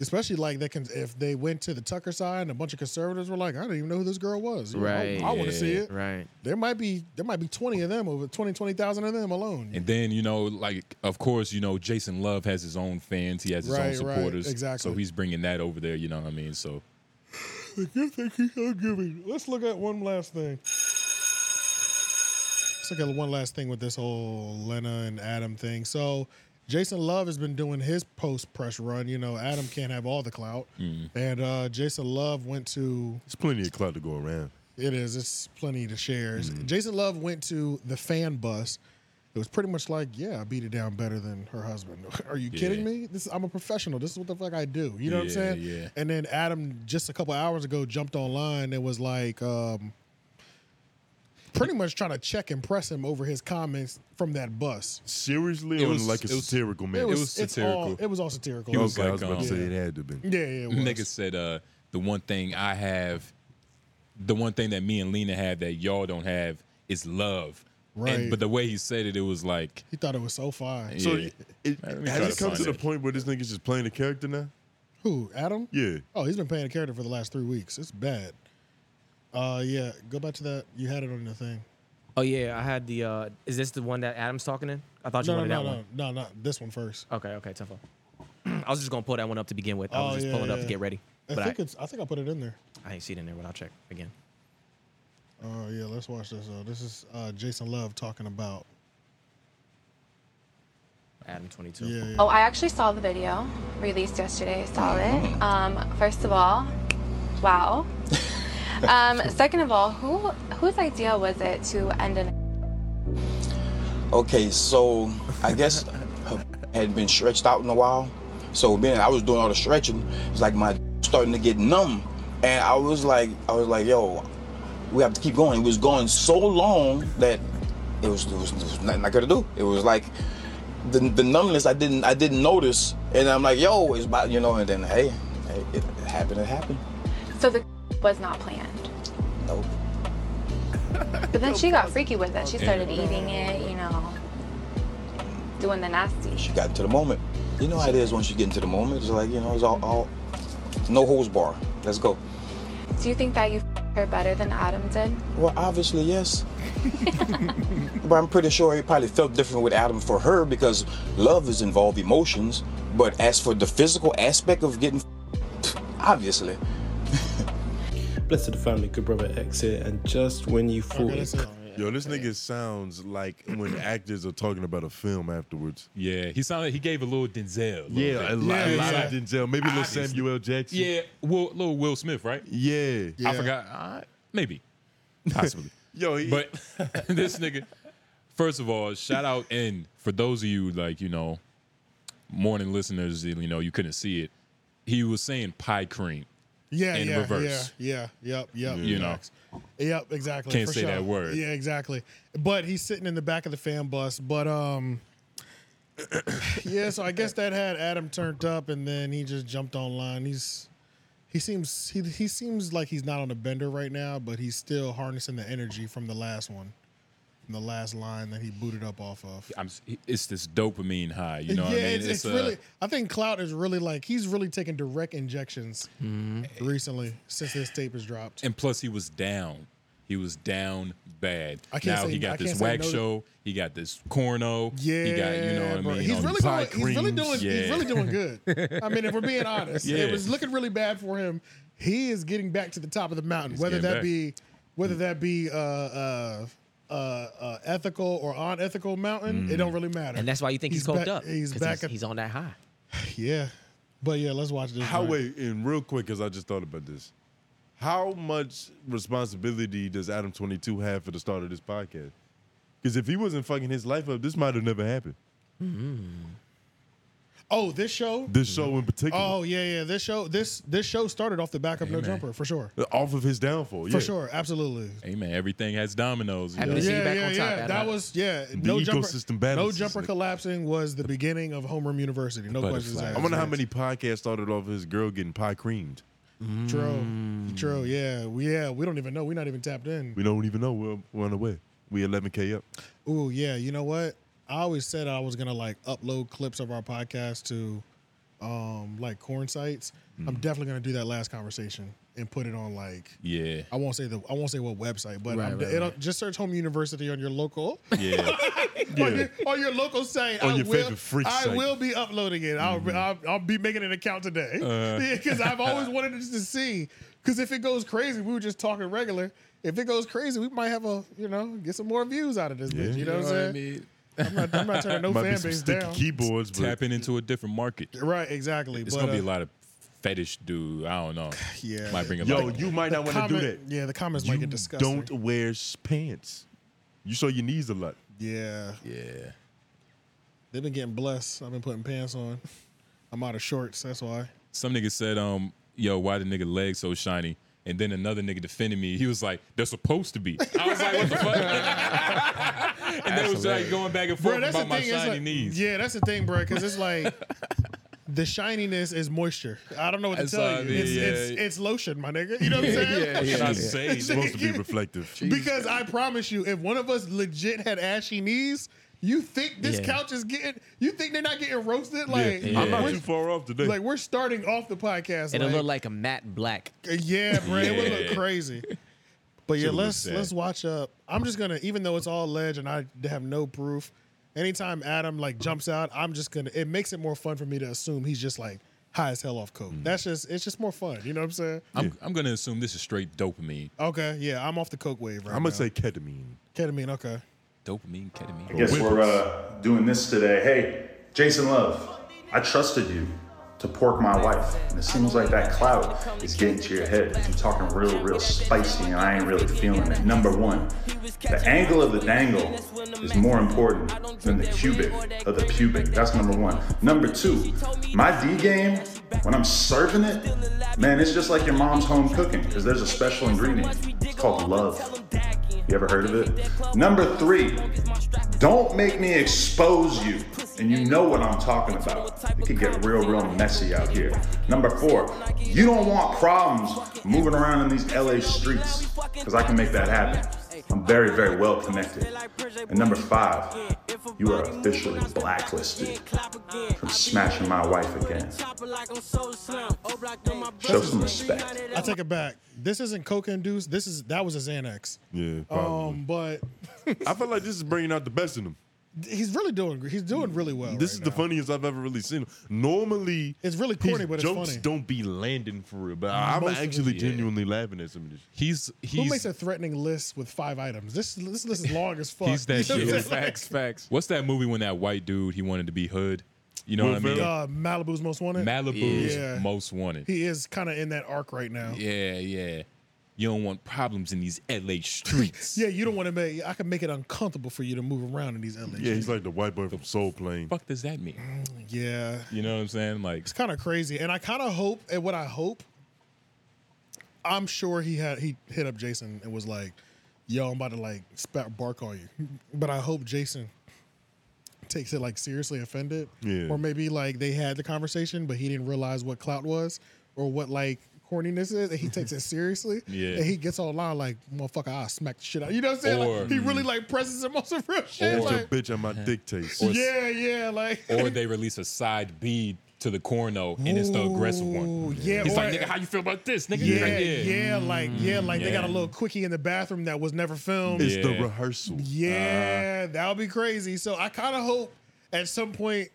Speaker 3: especially like they can if they went to the Tucker side and a bunch of conservatives were like, I don't even know who this girl was. You know, I-
Speaker 4: Right.
Speaker 3: I, want to see it.
Speaker 4: Right.
Speaker 3: There might be there might be twenty of them over 20, 20,000 of them alone.
Speaker 2: And then you know, like of course, you know, Jason Love has his own fans. He has his
Speaker 3: Right,
Speaker 2: own
Speaker 3: right,
Speaker 2: supporters.
Speaker 3: exactly.
Speaker 2: So he's bringing that over there. You know what I mean? So
Speaker 3: The gift that keeps on giving. Let's look at one last thing. Let's look at one last thing with this whole Lena and Adam thing. So, Jason Love has been doing his post press run. You know, Adam can't have all the clout,
Speaker 4: Mm.
Speaker 3: and uh, Jason Love went to
Speaker 1: There's plenty of clout to go around.
Speaker 3: it is. It's plenty to shares.
Speaker 2: Mm.
Speaker 3: Jason Love went to the fan bus. It was pretty much like, yeah, I beat it down better than her husband. Are you kidding me? This I'm a professional. This is what the fuck I do. You know what I'm
Speaker 2: Yeah,
Speaker 3: saying?
Speaker 2: yeah.
Speaker 3: And then Adam just a couple hours ago jumped online and was like, um, pretty much trying to check and press him over his comments from that bus.
Speaker 1: Seriously,
Speaker 2: It
Speaker 1: it was
Speaker 2: was-
Speaker 1: like a
Speaker 2: it was-
Speaker 1: satirical man.
Speaker 3: It was,
Speaker 2: was
Speaker 3: it's all-
Speaker 2: satirical.
Speaker 3: it was all satirical.
Speaker 2: He was
Speaker 1: okay, I was
Speaker 2: like,
Speaker 1: about to
Speaker 2: um,
Speaker 1: say it had to be.
Speaker 3: yeah, yeah, it was.
Speaker 2: Nigga said, uh, the one thing I have, the one thing that me and Lena have that y'all don't have is love. And-
Speaker 3: Right.
Speaker 2: but the way he said it, it was like,
Speaker 3: He thought it was so fine.
Speaker 1: So
Speaker 2: yeah.
Speaker 1: it,
Speaker 2: Let me try
Speaker 1: has
Speaker 2: to
Speaker 1: it come
Speaker 2: find
Speaker 1: to the
Speaker 2: it.
Speaker 1: point where this nigga's just playing a character now?
Speaker 3: Who? Adam?
Speaker 1: Yeah.
Speaker 3: Oh, he's been playing a character for the last three weeks. It's bad. Uh, yeah. Go back to that. You had it on the thing.
Speaker 4: Oh yeah, I had the. uh Is this the one that Adam's talking in? I thought you
Speaker 3: No, no,
Speaker 4: wanted
Speaker 3: no,
Speaker 4: that
Speaker 3: no,
Speaker 4: one.
Speaker 3: no, not this one first.
Speaker 4: Okay, okay, tough. I was just gonna pull that one up to begin with. I was
Speaker 3: Oh,
Speaker 4: just
Speaker 3: yeah,
Speaker 4: pulling up
Speaker 3: yeah.
Speaker 4: to get ready,
Speaker 3: I
Speaker 4: but I,
Speaker 3: think it's. I think I put it in there.
Speaker 4: I ain't seen it in there. But I'll check again.
Speaker 3: Oh yeah, let's watch this. Uh, this is uh, Jason Love talking about.
Speaker 4: Adam twenty two.
Speaker 3: Yeah, yeah.
Speaker 13: Oh, I actually saw the video released yesterday. Saw it. Um, first of all, wow. Um, second of all, who whose idea was it to end an
Speaker 7: Okay, so I guess her had been stretched out in a while. So being I was doing all the stretching, it's like my starting to get numb, and I was like, I was like, yo, we have to keep going. It was going so long that it was it was, it was nothing I could do. It was like the, the numbness I didn't I didn't notice, and I'm like, yo, it's about you know, and then hey, hey, it happened, it happened.
Speaker 13: So the was not planned.
Speaker 7: Nope.
Speaker 13: But then she got freaky with it. She started eating it, you know, doing the nasty.
Speaker 7: she got into the moment. You know how it is once you get into the moment. It's like you know, it's all, all no holds bar. Let's go.
Speaker 13: Do you think that you her better than Adam did?
Speaker 7: Well, obviously yes, but I'm pretty sure it probably felt different with Adam for her because love is involved emotions. But as for the physical aspect of getting, obviously,
Speaker 14: Bless to the family, good brother X here, and just when you thought
Speaker 3: Okay,
Speaker 14: it
Speaker 3: Oh, that's it.
Speaker 1: Yo, this nigga sounds like when actors are talking about a film afterwards.
Speaker 2: yeah, he sounded, he gave a little Denzel. a little bit.
Speaker 1: a lot, a
Speaker 3: Yeah,
Speaker 1: lot
Speaker 3: yeah.
Speaker 1: of Denzel. Maybe a little
Speaker 2: Obviously.
Speaker 1: Samuel Jackson.
Speaker 2: yeah, Will, little Will Smith, right?
Speaker 1: Yeah.
Speaker 2: I
Speaker 3: Yeah.
Speaker 2: forgot. Uh, maybe, possibly.
Speaker 1: Yo, he,
Speaker 2: But this nigga, first of all, shout out and for those of you like you know, morning listeners, you know you couldn't see it. He was saying pie cream.
Speaker 3: Yeah,
Speaker 2: In
Speaker 3: yeah,
Speaker 2: reverse.
Speaker 3: yeah, yeah, yep, yep.
Speaker 2: You know.
Speaker 3: facts. Yep, exactly.
Speaker 2: Can't
Speaker 3: for
Speaker 2: say
Speaker 3: sure.
Speaker 2: that word.
Speaker 3: Yeah, exactly. But he's sitting in the back of the fan bus. But um, yeah. So I guess that had Adam turned up, and then he just jumped online. He's he seems he he seems like he's not on a bender right now, but he's still harnessing the energy from the last one, from the last line that he booted up off of.
Speaker 2: I'm. It's this dopamine high. You know
Speaker 3: yeah,
Speaker 2: what I mean? uh,
Speaker 3: it's, it's
Speaker 2: a-
Speaker 3: really. I think Clout is really like he's really taking direct injections recently since this tape is dropped.
Speaker 2: Mm-hmm. and plus he was down. He was down bad.
Speaker 3: I can't
Speaker 2: now
Speaker 3: say-
Speaker 2: he got
Speaker 3: I
Speaker 2: this
Speaker 3: can't say
Speaker 2: wax
Speaker 3: no to-
Speaker 2: show. He got this corno.
Speaker 3: Yeah,
Speaker 2: He got you know what
Speaker 3: bro.
Speaker 2: I mean.
Speaker 3: He's
Speaker 2: on
Speaker 3: really,
Speaker 2: pie
Speaker 3: going, he's really
Speaker 2: creams.
Speaker 3: doing. He's
Speaker 2: Yeah.
Speaker 3: really doing good. I mean, if we're being honest, it
Speaker 2: Yeah.
Speaker 3: was looking really bad for him. He is getting back to the top of the mountain,
Speaker 2: He's
Speaker 3: whether
Speaker 2: getting
Speaker 3: that
Speaker 2: back.
Speaker 3: be whether that be uh, uh, uh, uh, ethical or unethical mountain. It
Speaker 2: Mm.
Speaker 3: don't really matter.
Speaker 4: And that's why you think he's,
Speaker 3: He's
Speaker 4: coked
Speaker 3: back-
Speaker 4: up.
Speaker 3: he's
Speaker 4: 'cause
Speaker 3: back
Speaker 4: He's,
Speaker 3: at-
Speaker 4: he's on that high.
Speaker 3: yeah. But yeah, let's watch this.
Speaker 1: how
Speaker 3: joint.
Speaker 1: wait, and real quick, because I just thought about this. How much responsibility does Adam 22 have for the start of this podcast? Because if he wasn't fucking his life up, this might have never happened.
Speaker 3: Oh, this show.
Speaker 1: This show in particular.
Speaker 3: Oh yeah, yeah. This show. This this show started off the back of no jumper for sure.
Speaker 1: Off of his downfall.
Speaker 3: For
Speaker 1: yeah.
Speaker 3: sure, absolutely.
Speaker 2: Hey man, everything has dominoes. You
Speaker 4: Happy
Speaker 2: know?
Speaker 4: to see you
Speaker 3: yeah,
Speaker 4: back
Speaker 3: yeah,
Speaker 4: on top,
Speaker 3: yeah.
Speaker 4: Adam.
Speaker 3: That was yeah. no
Speaker 1: ecosystem
Speaker 3: jumper. No
Speaker 1: balances,
Speaker 3: jumper
Speaker 1: nigga.
Speaker 3: collapsing was the beginning of Homeroom University. No questions
Speaker 2: butterfly.
Speaker 3: asked.
Speaker 1: I wonder how many podcasts started off with his girl getting pie creamed.
Speaker 3: True,
Speaker 1: Mm.
Speaker 3: true. Yeah, we, yeah. We don't even know. We're not even tapped in.
Speaker 1: We don't even know. We're, we're on the way. We 11K up.
Speaker 3: Ooh, yeah. You know what? I always said I was gonna like upload clips of our
Speaker 1: Mm.
Speaker 3: podcast to, um, like corn sites. I'm definitely gonna do that last conversation. and put it on like
Speaker 2: Yeah.
Speaker 3: I won't say the I won't say what website, but
Speaker 2: Right,
Speaker 3: I'm-
Speaker 2: right,
Speaker 3: it'll- just search Home University on your local
Speaker 2: Yeah.
Speaker 3: on, your, on your local site.
Speaker 1: On
Speaker 3: I
Speaker 1: your
Speaker 3: will,
Speaker 1: favorite freak
Speaker 3: I
Speaker 1: site.
Speaker 3: will be uploading it. I'll, I'll,
Speaker 2: Mm-hmm.
Speaker 3: I'll be making an account today
Speaker 1: Uh.
Speaker 3: because I've always wanted just to see. Because if it goes crazy, we were just talking regular. If it goes crazy, we might have a you know get some more views out of this. Bitch, you know what I'm saying? I'm not, I'm not turning no
Speaker 2: Might be
Speaker 3: fan
Speaker 2: some
Speaker 3: base
Speaker 2: sticky
Speaker 3: down.
Speaker 1: keyboards, but-
Speaker 2: tapping into a different market.
Speaker 3: Right, exactly.
Speaker 2: It's
Speaker 3: but,
Speaker 2: gonna be a
Speaker 3: uh,
Speaker 2: lot of fetish dude. I don't know.
Speaker 3: Yeah.
Speaker 2: might bring a
Speaker 1: Yo,
Speaker 2: lot.
Speaker 1: you might not
Speaker 3: The
Speaker 1: want to do that.
Speaker 3: comment- yeah, the comments
Speaker 1: you
Speaker 3: might get disgusting.
Speaker 1: Don't wear s- pants. You show your knees a lot.
Speaker 3: Yeah.
Speaker 2: Yeah.
Speaker 3: They've been getting blessed. I've been putting pants on. I'm out of shorts. That's why.
Speaker 2: Some nigga said, um, yo, why the nigga legs so shiny? And then another nigga defended me. He was like, they're supposed to be. I was like, what the fuck? and they was like going back and forth
Speaker 3: Bruh,
Speaker 2: about my
Speaker 3: it's
Speaker 2: shiny
Speaker 3: like-
Speaker 2: knees.
Speaker 3: Yeah, that's the thing, bro. Because it's like the shininess is moisture. I don't know what to
Speaker 2: That's
Speaker 3: tell you.
Speaker 2: all I mean,
Speaker 3: it's, it's,
Speaker 2: yeah.
Speaker 3: it's lotion, my nigga. You know what I'm saying?
Speaker 2: Should I say
Speaker 1: It's supposed to be reflective.
Speaker 3: Because I promise you, if one of us legit had ashy knees, you think this
Speaker 1: Yeah.
Speaker 3: couch is getting? You think they're not getting roasted? Like
Speaker 1: I'm not
Speaker 3: we're-
Speaker 1: too far off today.
Speaker 3: Like we're starting off the podcast.
Speaker 4: It'll
Speaker 3: like,
Speaker 4: look like a matte black.
Speaker 3: Yeah, bro, it would look
Speaker 4: Yeah.
Speaker 3: crazy. But yeah,
Speaker 4: Should've been
Speaker 3: let's
Speaker 4: said.
Speaker 3: let's watch up. I'm just gonna, even though it's all ledge and I have no proof. Anytime Adam like jumps out, I'm just gonna. It makes it more fun for me to assume he's just like high as hell off coke. That's just it's just more fun. You know what I'm saying?
Speaker 2: I'm, I'm gonna assume this is straight dopamine.
Speaker 3: Okay, yeah, I'm off the coke wave right
Speaker 2: I'ma
Speaker 3: now.
Speaker 2: say
Speaker 1: ketamine.
Speaker 3: Ketamine, okay.
Speaker 2: Dopamine, ketamine.
Speaker 15: I guess we're uh, doing this today. Hey, Jason Love, I trusted you to pork my wife. And it seems like that cloud is getting to your head. You're talking real, real spicy, and I ain't really feeling it. Number one, the angle of the dangle is more important than the cubic of the pubic. That's number one. Number two, my D game, when I'm serving it, man, it's just like your mom's home cooking because there's a special ingredient. It's called love. You ever heard of it? Number three, don't make me expose you. And you know what I'm talking about. It could get real, real messy out here. Number four, you don't want problems moving around in these LA streets because I can make that happen. I'm very, very well connected. And number five, you are officially blacklisted from smashing my wife again. Show some respect.
Speaker 3: I take it back. This isn't coke induced. This is that was a Xanax.
Speaker 1: Yeah, probably.
Speaker 3: Um, but
Speaker 1: I feel like this is bringing out the best in him.
Speaker 3: he's really doing he's doing really well.
Speaker 1: This is the funniest I've ever really seen him. Normally,
Speaker 3: it's really corny,
Speaker 1: his
Speaker 3: but it's
Speaker 1: jokes
Speaker 3: funny.
Speaker 1: don't be landing for real. But I'm
Speaker 3: Most of it-
Speaker 1: actually
Speaker 3: Yeah.
Speaker 1: genuinely laughing at some of this.
Speaker 2: He's
Speaker 3: Who makes a threatening list with five items? This this list is long as fuck.
Speaker 2: He's that
Speaker 3: You know
Speaker 2: shit.
Speaker 3: what I'm saying?
Speaker 2: facts. What's that movie when that white dude he wanted to be hood? You know what I mean?
Speaker 3: Uh, Malibu's most wanted.
Speaker 2: Malibu's
Speaker 3: Yeah.
Speaker 2: most wanted.
Speaker 3: He is kind of in that arc right now. Yeah.
Speaker 2: Yeah, yeah. You don't want problems in these LA streets.
Speaker 3: you don't want to make. I can make it uncomfortable for you to move around in these LA.
Speaker 1: Yeah, he's like the white boy from Soul Plane.
Speaker 2: Fuck does that mean?
Speaker 3: Yeah,
Speaker 2: You know what I'm saying? Like
Speaker 3: it's kind of crazy, and I kind of hope. And what I hope, I'm sure he had he hit up Jason and was like, "Yo, I'm about to like spat bark on you," but I hope Jason takes it like seriously offended,
Speaker 1: Yeah.
Speaker 3: or maybe like they had the conversation, but he didn't realize what clout was or what like. Corniness is, and he takes it seriously.
Speaker 2: Yeah.
Speaker 3: and he gets online like, "Motherfucker, I will smack the shit out." You know what I'm saying?
Speaker 2: Or-
Speaker 3: like, he really like presses him on some real shit.
Speaker 1: Get your
Speaker 3: like,
Speaker 1: bitch on my dick taste.
Speaker 3: yeah, yeah, like
Speaker 2: or they release a side B to the corno and it's the aggressive one.
Speaker 3: yeah,
Speaker 2: He's like,
Speaker 3: or-
Speaker 2: nigga, how you feel about this? Nigga,
Speaker 3: Yeah,
Speaker 2: Right
Speaker 3: yeah,
Speaker 2: there.
Speaker 3: like yeah, like they got a
Speaker 2: Yeah.
Speaker 3: little quickie in the bathroom that was never filmed.
Speaker 1: It's the rehearsal.
Speaker 3: Yeah, that would be crazy. So I kind of hope at some point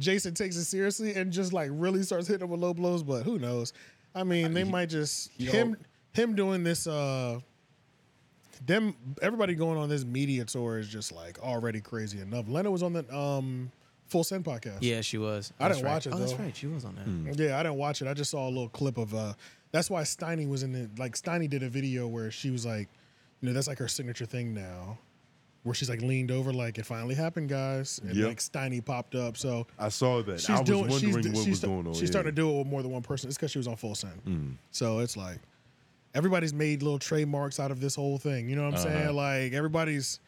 Speaker 3: Jason takes it seriously and just like really starts hitting him with low blows. But who knows? I mean, they might just him him doing this. uh Them everybody going on this media tour is just like already crazy enough. Lena was on the um Full Send podcast.
Speaker 4: Yeah, she was.
Speaker 3: I
Speaker 4: That's
Speaker 3: didn't
Speaker 4: right.
Speaker 3: watch it
Speaker 4: Oh,
Speaker 3: though.
Speaker 4: that's right. She was on that.
Speaker 3: Yeah, I didn't watch it. I just saw a little clip of. uh That's why Steiny was in it. Like Steiny did a video where she was like, you know, that's like her signature thing now, where she's like leaned over, like it finally happened, guys, and
Speaker 1: Yep.
Speaker 3: like Steiny popped up. So
Speaker 1: I saw that. I was wondering what was
Speaker 3: sta-
Speaker 1: going on,
Speaker 3: She's
Speaker 1: yeah. Mm.
Speaker 3: starting to do it with more than one person. It's because she was on Full Send. So it's like everybody's made little trademarks out of this whole thing. You know what I'm
Speaker 1: Uh-huh.
Speaker 3: saying? Like everybody's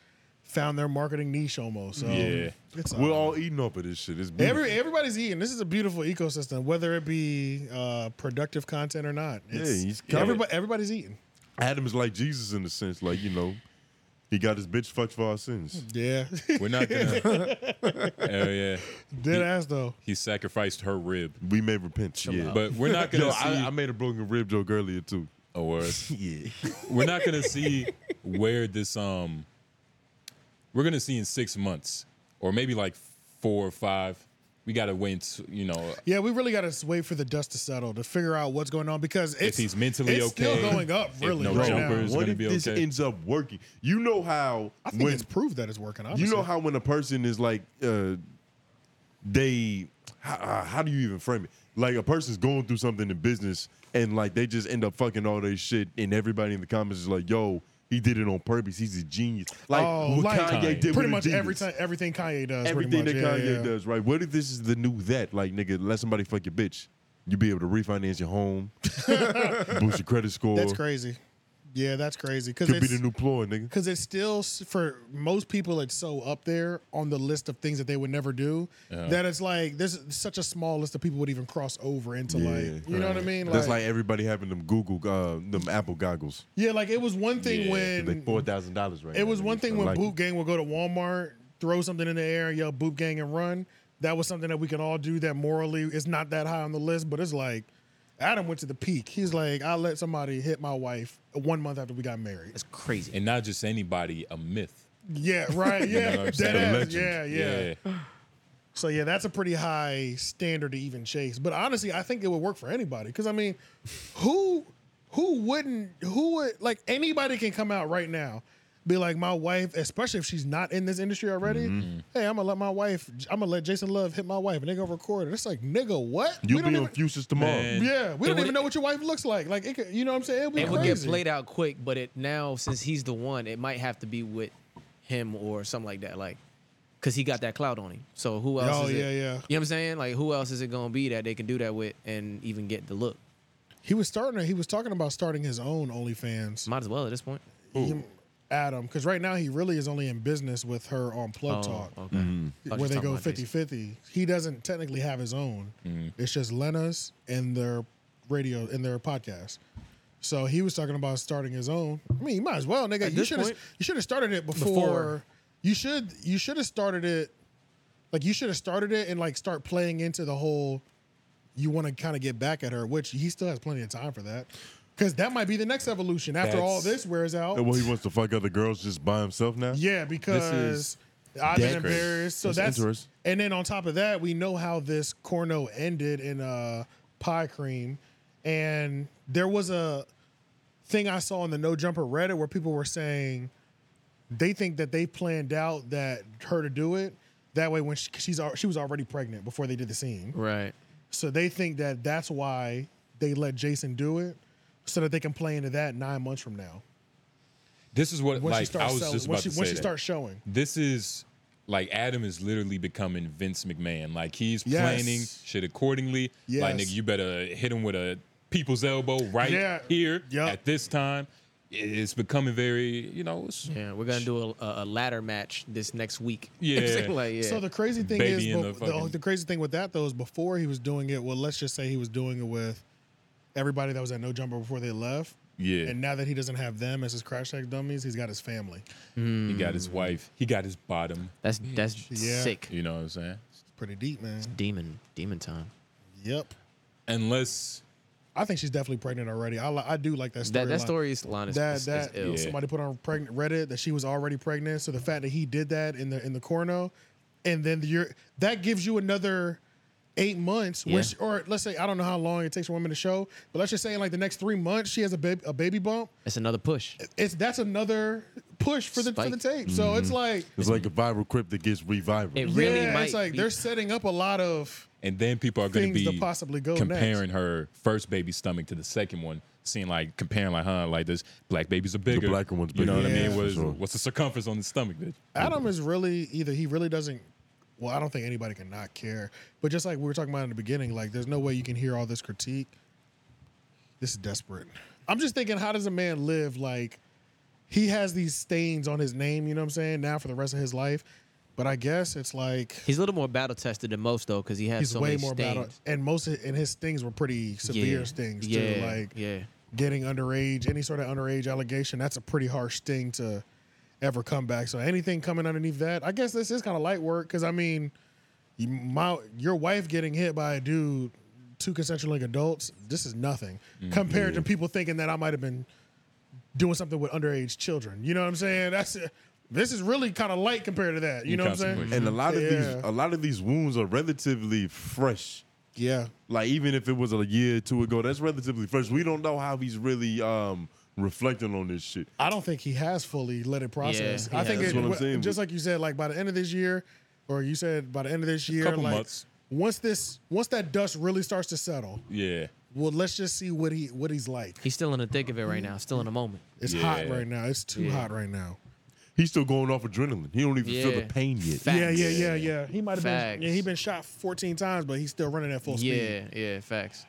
Speaker 3: found their marketing niche almost. So
Speaker 1: yeah.
Speaker 3: it's
Speaker 1: We're all eating up of this shit. It's beautiful.
Speaker 3: Every, everybody's eating. This is a beautiful ecosystem, whether it be uh, productive content or not.
Speaker 1: Yeah,
Speaker 3: It's-
Speaker 1: he's covered.
Speaker 3: everybody, everybody's eating.
Speaker 1: Adam is like Jesus in a sense, like you know, He got his bitch fucked for our sins.
Speaker 3: Yeah.
Speaker 2: We're not gonna. Hell yeah.
Speaker 3: Dead ass though.
Speaker 2: He sacrificed her rib.
Speaker 1: We may repent. Yeah.
Speaker 2: But we're not gonna
Speaker 1: Yo,
Speaker 2: see.
Speaker 1: I, I made a broken rib joke earlier too.
Speaker 2: Oh, word.
Speaker 1: yeah.
Speaker 2: we're not gonna see where this um we're gonna see in six months or maybe like four or five we gotta wait until, you know
Speaker 3: Yeah, we really got to wait for the dust to settle to figure out what's going on because it's,
Speaker 2: he's mentally
Speaker 3: it's still
Speaker 2: okay,
Speaker 3: going up
Speaker 2: if
Speaker 3: really
Speaker 2: no
Speaker 3: right
Speaker 2: jumper
Speaker 3: now.
Speaker 2: is- It's
Speaker 1: what
Speaker 2: gonna
Speaker 1: if
Speaker 2: be
Speaker 1: this
Speaker 2: okay.
Speaker 1: ends up working? You know how
Speaker 3: I think
Speaker 1: when
Speaker 3: it's proved that it's working. Obviously.
Speaker 1: you know how when a person is like uh they how, uh, how do you even frame it? Like a person's going through something in business and like they just end up fucking all their shit and everybody in the comments is like, "Yo, he did it on purpose. He's a genius." Like
Speaker 3: Oh,
Speaker 1: what
Speaker 3: like
Speaker 1: Kanye did
Speaker 3: pretty
Speaker 1: with
Speaker 3: much
Speaker 1: Adidas.
Speaker 3: every time everything Kanye does. pretty
Speaker 1: everything
Speaker 3: much.
Speaker 1: that
Speaker 3: Yeah,
Speaker 1: Kanye
Speaker 3: yeah.
Speaker 1: does, right? What if this is the new that? Like, nigga, let somebody fuck your bitch. You be able to refinance your home, boost your credit score.
Speaker 3: That's crazy. Yeah, that's crazy because
Speaker 1: Could be
Speaker 3: it's
Speaker 1: the new ploy, nigga.
Speaker 3: because it's still s- for most people it's so up there on the list of things that they would never do that it's like there's such a small list of people would even cross over into like you know what I mean.
Speaker 1: That's like everybody having them Google, uh, them Apple goggles.
Speaker 3: yeah, like it was one thing when
Speaker 1: Like four thousand dollars right now.
Speaker 3: It was one
Speaker 1: nigga.
Speaker 3: thing
Speaker 1: I
Speaker 3: when
Speaker 1: like
Speaker 3: Boop
Speaker 1: it.
Speaker 3: Gang would go to Walmart, throw something in the air, and yell Boop Gang and run. That was something that we can all do that morally is not that high on the list, but it's like Adam went to the peak. He's like, I let somebody hit my wife one month after we got married.
Speaker 4: That's crazy.
Speaker 2: and not just anybody a myth
Speaker 3: Yeah, right.
Speaker 2: You know
Speaker 3: Yeah.
Speaker 2: what I'm
Speaker 3: dead
Speaker 2: saying?
Speaker 3: ass.
Speaker 1: Legend.
Speaker 3: Yeah, yeah, So yeah, that's a pretty high standard to even chase. But honestly, I think it would work for anybody. Cause I mean, who who wouldn't who would like anybody can come out right now, be like, my wife, especially if she's not in this industry already, hey, I'm gonna let my wife, I'm gonna let Jason Love hit my wife and they gonna record it. It's like, nigga, what?
Speaker 1: you
Speaker 3: we
Speaker 1: be
Speaker 3: don't even,
Speaker 1: on Fuses tomorrow.
Speaker 2: Man.
Speaker 3: Yeah, we
Speaker 4: It
Speaker 3: don't
Speaker 4: would-
Speaker 3: even know what your wife looks like. Like it could, you know what I'm saying? It would,
Speaker 4: It would get
Speaker 3: crazy.
Speaker 4: played out quick, but it now since he's the one, it might have to be with him or something like that, like because he got that cloud on him. So who else?
Speaker 3: Oh,
Speaker 4: is it-
Speaker 3: yeah, yeah.
Speaker 4: You know what I'm saying? Like who else is it gonna be that they can do that with and even get the look?
Speaker 3: He was starting he was talking about starting his own OnlyFans.
Speaker 4: Might as well at this point.
Speaker 3: him- Adam, because right now he really is only in business with her on Plug
Speaker 4: Oh,
Speaker 3: Talk,
Speaker 4: okay. Thought you
Speaker 3: where
Speaker 4: was
Speaker 3: they
Speaker 4: talking
Speaker 3: go
Speaker 4: about
Speaker 3: 50
Speaker 4: Jason. Mm-hmm.
Speaker 3: 50. He doesn't technically have his own, it's just Lena's and their radio and their podcast. So he was talking about starting his own. I mean, you might as well, nigga. you
Speaker 4: this
Speaker 3: should have
Speaker 4: point-
Speaker 3: you should have started it before,
Speaker 4: Before.
Speaker 3: You should you should have started it. Like you should have started it and like start playing into the whole. You want to kind of get back at her, which he still has plenty of time for that, because that might be the next evolution after all
Speaker 2: That's-
Speaker 3: this wears out.
Speaker 1: And well, he wants to fuck other girls just by himself now.
Speaker 3: Yeah, because
Speaker 1: is
Speaker 3: I've been
Speaker 1: dead crazy.
Speaker 3: embarrassed. So
Speaker 1: That's
Speaker 3: that's,
Speaker 1: interesting.
Speaker 3: and then on top of that, we know how this corno ended in uh, pie cream, and there was a thing I saw on the No Jumper Reddit where people were saying they think that they planned out that her to do it that way when she, she's al- she was already pregnant before they did the scene.
Speaker 4: Right.
Speaker 3: So they think that that's why they let Jason do it so that they can play into that nine months from now
Speaker 2: this is what
Speaker 3: when
Speaker 2: like
Speaker 3: she
Speaker 2: i
Speaker 3: starts
Speaker 2: was
Speaker 3: selling,
Speaker 2: just
Speaker 3: when
Speaker 2: about
Speaker 3: she,
Speaker 2: to say
Speaker 3: when she
Speaker 2: that.
Speaker 3: starts showing.
Speaker 2: this is like Adam is literally becoming Vince McMahon. Like he's
Speaker 3: Yes.
Speaker 2: planning shit accordingly. Like
Speaker 3: Yes.
Speaker 2: nigga, you better hit him with a people's elbow right
Speaker 3: Yeah.
Speaker 2: here
Speaker 3: Yup.
Speaker 2: at this time. I- It's becoming very, you know, it's,
Speaker 4: Yeah, we're gonna do a, a, a ladder match this next week.
Speaker 2: Yeah.
Speaker 4: like, yeah.
Speaker 3: So the crazy thing
Speaker 2: Baby
Speaker 3: is,
Speaker 2: in
Speaker 3: but
Speaker 2: the
Speaker 3: the,
Speaker 2: fucking-
Speaker 3: the crazy thing with that though is before he was doing it. Well, let's just say he was doing it with everybody that was at No Jumper before they left.
Speaker 2: Yeah.
Speaker 3: And now that he doesn't have them as his crash tag dummies, he's got his family.
Speaker 2: he got
Speaker 1: Mm.
Speaker 2: his wife, he got his bottom.
Speaker 4: that's that's
Speaker 3: Yeah.
Speaker 4: sick.
Speaker 2: You know what I'm saying?
Speaker 3: It's pretty deep, man.
Speaker 4: Demon, demon time.
Speaker 3: Yep.
Speaker 2: Unless
Speaker 3: I think she's definitely pregnant already. I, li- I do like that story.
Speaker 4: That that story is line is,
Speaker 3: that
Speaker 4: is-
Speaker 3: that
Speaker 4: is ill.
Speaker 2: Yeah.
Speaker 3: somebody put on pregnant Reddit that she was already pregnant. So the fact that he did that in the in the corno, and then you're that gives you another eight months, which or let's say I don't know how long it takes for women to show, but let's just say in like the next three months she has a baby a baby bump.
Speaker 4: That's another push.
Speaker 3: It's that's another push for the for the
Speaker 4: Spike.
Speaker 3: tape. So it's like
Speaker 1: It's like a viral clip that gets revival.
Speaker 4: It really
Speaker 3: yeah,
Speaker 4: might.
Speaker 3: it's like
Speaker 4: be-
Speaker 3: they're setting up a lot of
Speaker 2: and then people are going
Speaker 3: Things
Speaker 2: be
Speaker 3: to possibly go
Speaker 2: comparing her first baby stomach to the second one, seeing like comparing like, huh, like this black babies are bigger.
Speaker 1: blacker one's
Speaker 2: You know
Speaker 1: bigger,
Speaker 2: what I
Speaker 3: yeah,
Speaker 2: mean?
Speaker 1: for
Speaker 2: What's,
Speaker 1: sure.
Speaker 2: what's the circumference on the stomach, bitch?
Speaker 4: Mm-hmm.
Speaker 3: Adam is really either he really doesn't. Well, I don't think anybody can not care. But just like we were talking about in the beginning, like there's no way you can hear all this critique. This is desperate. I'm just thinking, how does a man live? Like he has these stains on his name, you know what I'm saying? Now for the rest of his life. But I guess it's like
Speaker 4: He's a little more battle tested than most though, because he has
Speaker 3: he's
Speaker 4: so
Speaker 3: way
Speaker 4: many
Speaker 3: more
Speaker 4: stains.
Speaker 3: battle, and most of, and his stings were pretty severe
Speaker 4: Yeah.
Speaker 3: stings too.
Speaker 4: Yeah.
Speaker 3: Like
Speaker 4: yeah.
Speaker 3: getting underage, any sort of underage allegation, that's a pretty harsh thing to. ever come back. So anything coming underneath that, I guess this is kind of light work because I mean, you, my your wife getting hit by a dude, two consensually adults. This is nothing compared to people thinking that I might have been doing something with underage children. You know what I'm saying? That's it. This is really kind of light compared to that. You know what I'm saying?
Speaker 1: And a lot of
Speaker 3: Yeah.
Speaker 1: these a lot of these wounds are relatively fresh.
Speaker 3: Yeah.
Speaker 1: Like even if it was a year or two ago, that's relatively fresh. We don't know how he's really um reflecting on this shit.
Speaker 3: I don't think he has fully let it process.
Speaker 1: Yeah,
Speaker 3: I
Speaker 1: he hasn't.
Speaker 3: think it,
Speaker 1: That's what I'm saying.
Speaker 3: just like you said, like by the end of this year, or you said by the end of this year,
Speaker 2: couple
Speaker 3: like
Speaker 2: months.
Speaker 3: once this once that dust really starts to settle,
Speaker 2: Yeah.
Speaker 3: well, let's just see what he what he's like.
Speaker 5: He's still in the thick of it right now. Still in the moment.
Speaker 3: It's hot right now. It's too
Speaker 5: Yeah.
Speaker 3: hot right now.
Speaker 1: He's still going off adrenaline. He don't even feel
Speaker 5: Yeah.
Speaker 1: the pain yet.
Speaker 5: Facts.
Speaker 3: Yeah, yeah, yeah, yeah. He might have been
Speaker 5: Facts.
Speaker 3: yeah, he been shot 14 times, but he's still running at full speed.
Speaker 5: Yeah, yeah, facts.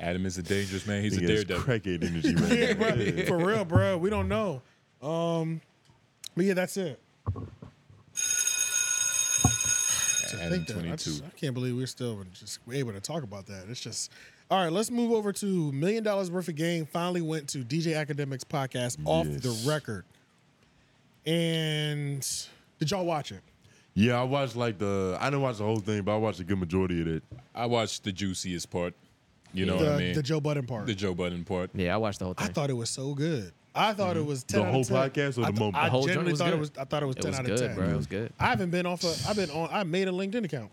Speaker 2: Adam is a dangerous man. He's a
Speaker 1: He has
Speaker 2: daredevil.
Speaker 1: crackhead energy right now.
Speaker 3: Yeah, bro, for real, bro. We don't know. Um, but yeah, that's it. I
Speaker 2: Adam
Speaker 3: think that- I,
Speaker 2: 22.
Speaker 3: just- I can't believe we're still just able to talk about that. It's just all right. Let's move over to million dollars worth of game. Finally went to DJ Academics podcast off
Speaker 1: Yes.
Speaker 3: the record. And did y'all watch it?
Speaker 1: Yeah, I watched like the I didn't watch the whole thing, but I watched a good majority of it.
Speaker 2: I watched the juiciest part. You know
Speaker 3: the,
Speaker 2: what I mean?
Speaker 3: the Joe Budden part.
Speaker 2: The Joe Budden part.
Speaker 5: Yeah, I watched the whole
Speaker 3: I
Speaker 5: thing.
Speaker 3: thought it was so good. I thought it was 10
Speaker 1: The
Speaker 3: out of
Speaker 1: whole
Speaker 3: 10.
Speaker 1: podcast or the
Speaker 3: I th-
Speaker 1: moment?
Speaker 3: I
Speaker 5: The whole joint
Speaker 3: generally
Speaker 5: was
Speaker 3: thought it
Speaker 5: good.
Speaker 3: was. I thought it was
Speaker 5: It
Speaker 3: ten
Speaker 5: was
Speaker 3: out of
Speaker 5: good,
Speaker 3: ten,
Speaker 5: bro. It was good.
Speaker 3: I haven't been off. A, I've been on. I made a LinkedIn account.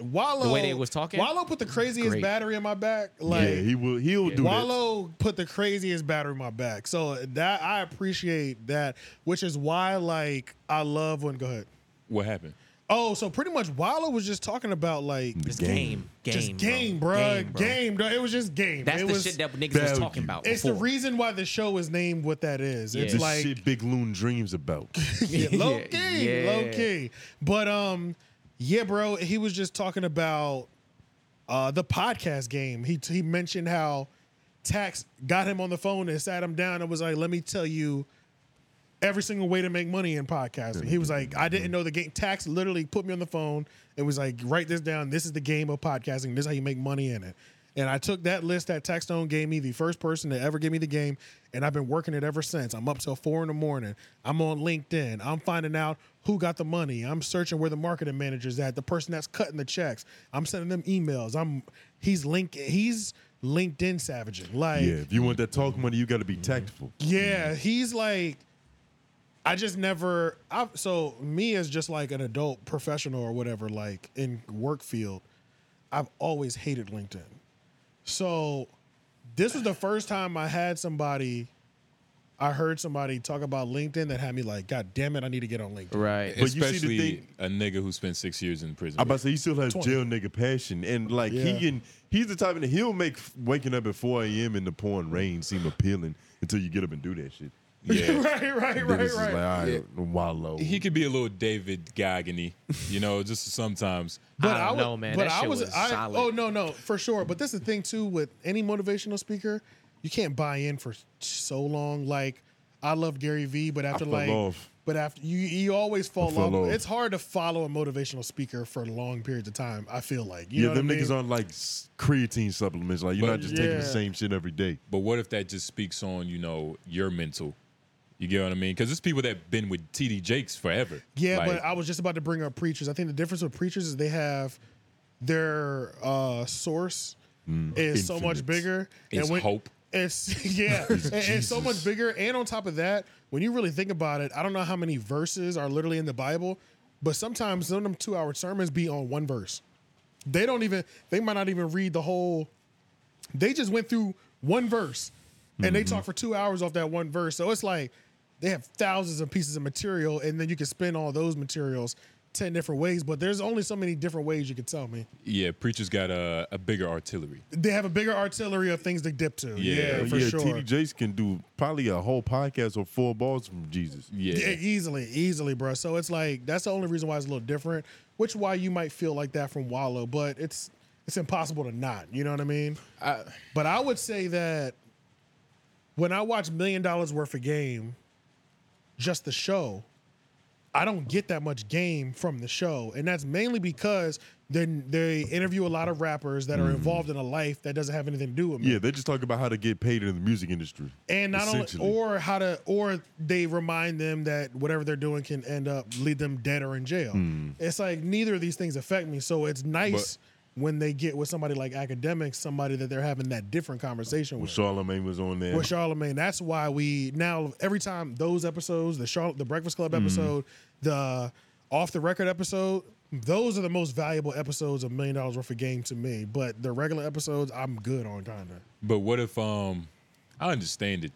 Speaker 3: Wallow.
Speaker 5: way they was talking?
Speaker 3: Wallow put the craziest
Speaker 5: Great.
Speaker 3: battery in my back. Like
Speaker 1: yeah, he will he'll do that.
Speaker 3: Wallow put the craziest battery in my back. So that I appreciate that, which is why like I love when. Go ahead.
Speaker 2: What happened?
Speaker 3: Oh, so pretty much Wallow was just talking about like
Speaker 5: Just game, game,
Speaker 3: just game,
Speaker 5: bro.
Speaker 3: bro. Game, bro. It was just game.
Speaker 5: That's
Speaker 3: it
Speaker 5: the
Speaker 3: was,
Speaker 5: shit that niggas was
Speaker 1: value.
Speaker 5: talking about.
Speaker 3: It's the
Speaker 5: before.
Speaker 3: reason why the show is named what that is. It's
Speaker 1: The
Speaker 3: like
Speaker 1: shit Big Loon dreams about.
Speaker 3: Yeah, low key,
Speaker 5: yeah.
Speaker 3: low key. But um, yeah, bro, he was just talking about uh the podcast game. He he mentioned how Tax got him on the phone and sat him down and was like, "Let me tell you." Every single way to make money in podcasting. He was like, I didn't know the game. Tax literally put me on the phone and was like, write this down. This is the game of podcasting. This is how you make money in it. And I took that list that Taxstone gave me, the first person to ever give me the game, and I've been working it ever since. I'm up till four in the morning. I'm on LinkedIn. I'm finding out who got the money. I'm searching where the marketing manager's at, the person that's cutting the checks. I'm sending them emails. I'm he's link he's LinkedIn savaging. Like
Speaker 1: yeah, if you want that talk money, you gotta
Speaker 3: Mm-hmm.
Speaker 1: be tactful.
Speaker 3: yeah, he's like, I just never. I've, so me as just like an adult professional or whatever, like in work field, I've always hated LinkedIn. So this was the first time I had somebody. I heard somebody talk about LinkedIn that had me like, God damn it, I need to get on LinkedIn.
Speaker 5: right.
Speaker 1: But you see the
Speaker 2: Especially
Speaker 1: thing-
Speaker 2: a nigga who spent six years in prison.
Speaker 1: I'm about to say he still has
Speaker 3: 20.
Speaker 1: jail nigga passion, and like
Speaker 3: Yeah.
Speaker 1: he can, he's the type of he'll make f- waking up at 4 a.m. in the pouring rain seem appealing until you get up and do that shit.
Speaker 2: yeah.
Speaker 3: right, right,
Speaker 1: Then
Speaker 3: right,
Speaker 1: it's just
Speaker 3: right.
Speaker 1: like, all right, uh, wallow.
Speaker 2: He could be a little David Gogginy, you know, just sometimes.
Speaker 5: I don't know, man. That shit was solid.
Speaker 3: Oh no, no, for sure. But this is the thing too with any motivational speaker, you can't buy in for so long. Like I love Gary Vee, but after
Speaker 1: fell
Speaker 3: like,
Speaker 1: off.
Speaker 3: but after you, you always fall
Speaker 1: fell
Speaker 3: off.
Speaker 1: off.
Speaker 3: It's hard to follow a motivational speaker for long periods of time. I feel like you
Speaker 1: yeah,
Speaker 3: know
Speaker 1: them
Speaker 3: what I mean?
Speaker 1: niggas on like s- creatine supplements. Like you're
Speaker 2: But-
Speaker 1: not just taking the
Speaker 3: Yeah.
Speaker 1: same shit every day.
Speaker 2: But what if that just speaks on, you know, your mental? You get what I mean? Because there's people that been with TD Jakes forever.
Speaker 3: Yeah,
Speaker 2: Like,
Speaker 3: but I was just about to bring up preachers. I think the difference with preachers is they have their uh, source is so much
Speaker 1: Mm. Infinite.
Speaker 3: bigger.
Speaker 2: It's hope.
Speaker 3: It's yeah, it's, it's so much bigger. And on top of that, when you really think about it, I don't know how many verses are literally in the Bible, but sometimes some of them two-hour sermons be on one verse. They don't even. They might not even read the whole they just went through one verse and they
Speaker 2: Mm-hmm.
Speaker 3: talked for two hours off that one verse. So it's like they have thousands of pieces of material, and then you can spin all those materials 10 different ways, but there's only so many different ways you can tell me.
Speaker 2: yeah, preachers got a, a bigger artillery.
Speaker 3: They have a bigger artillery of things to dip to.
Speaker 2: Yeah.
Speaker 3: Yeah,
Speaker 1: But
Speaker 3: for
Speaker 1: yeah,
Speaker 3: sure.
Speaker 1: TD Jakes can do probably a whole podcast or four balls from Jesus.
Speaker 2: Yeah.
Speaker 3: Yeah, easily, easily, bro. So it's like that's the only reason why it's a little different, which why you might feel like that from Wallow, but it's it's impossible to not. You know what I mean? but I would say that when I watch Million Dollars Worth of Game, just the show, I don't get that much game from the show, and that's mainly because then they interview a lot of rappers that are involved in a life that doesn't have anything to do with me.
Speaker 1: Yeah, they just talk about how to get paid in the music industry.
Speaker 3: and not only
Speaker 1: essentially.
Speaker 3: or how to or they remind them that whatever they're doing can end up lead them dead or in jail
Speaker 2: Hmm.
Speaker 3: it's like neither of these things affect me so it's nice when they get with somebody like academics somebody that they're having that different conversation
Speaker 1: Well,
Speaker 3: with
Speaker 1: Charlemagne was on there.
Speaker 3: with Charlemagne. That's why we now every time those episodes, the Charlotte, the Breakfast
Speaker 2: Hmm.
Speaker 3: Club episode, the off the record episode, those are the most valuable episodes of Million Dollars Worth of Game to me. But the regular episodes, I'm good on kinda.
Speaker 2: But what if um I understand it.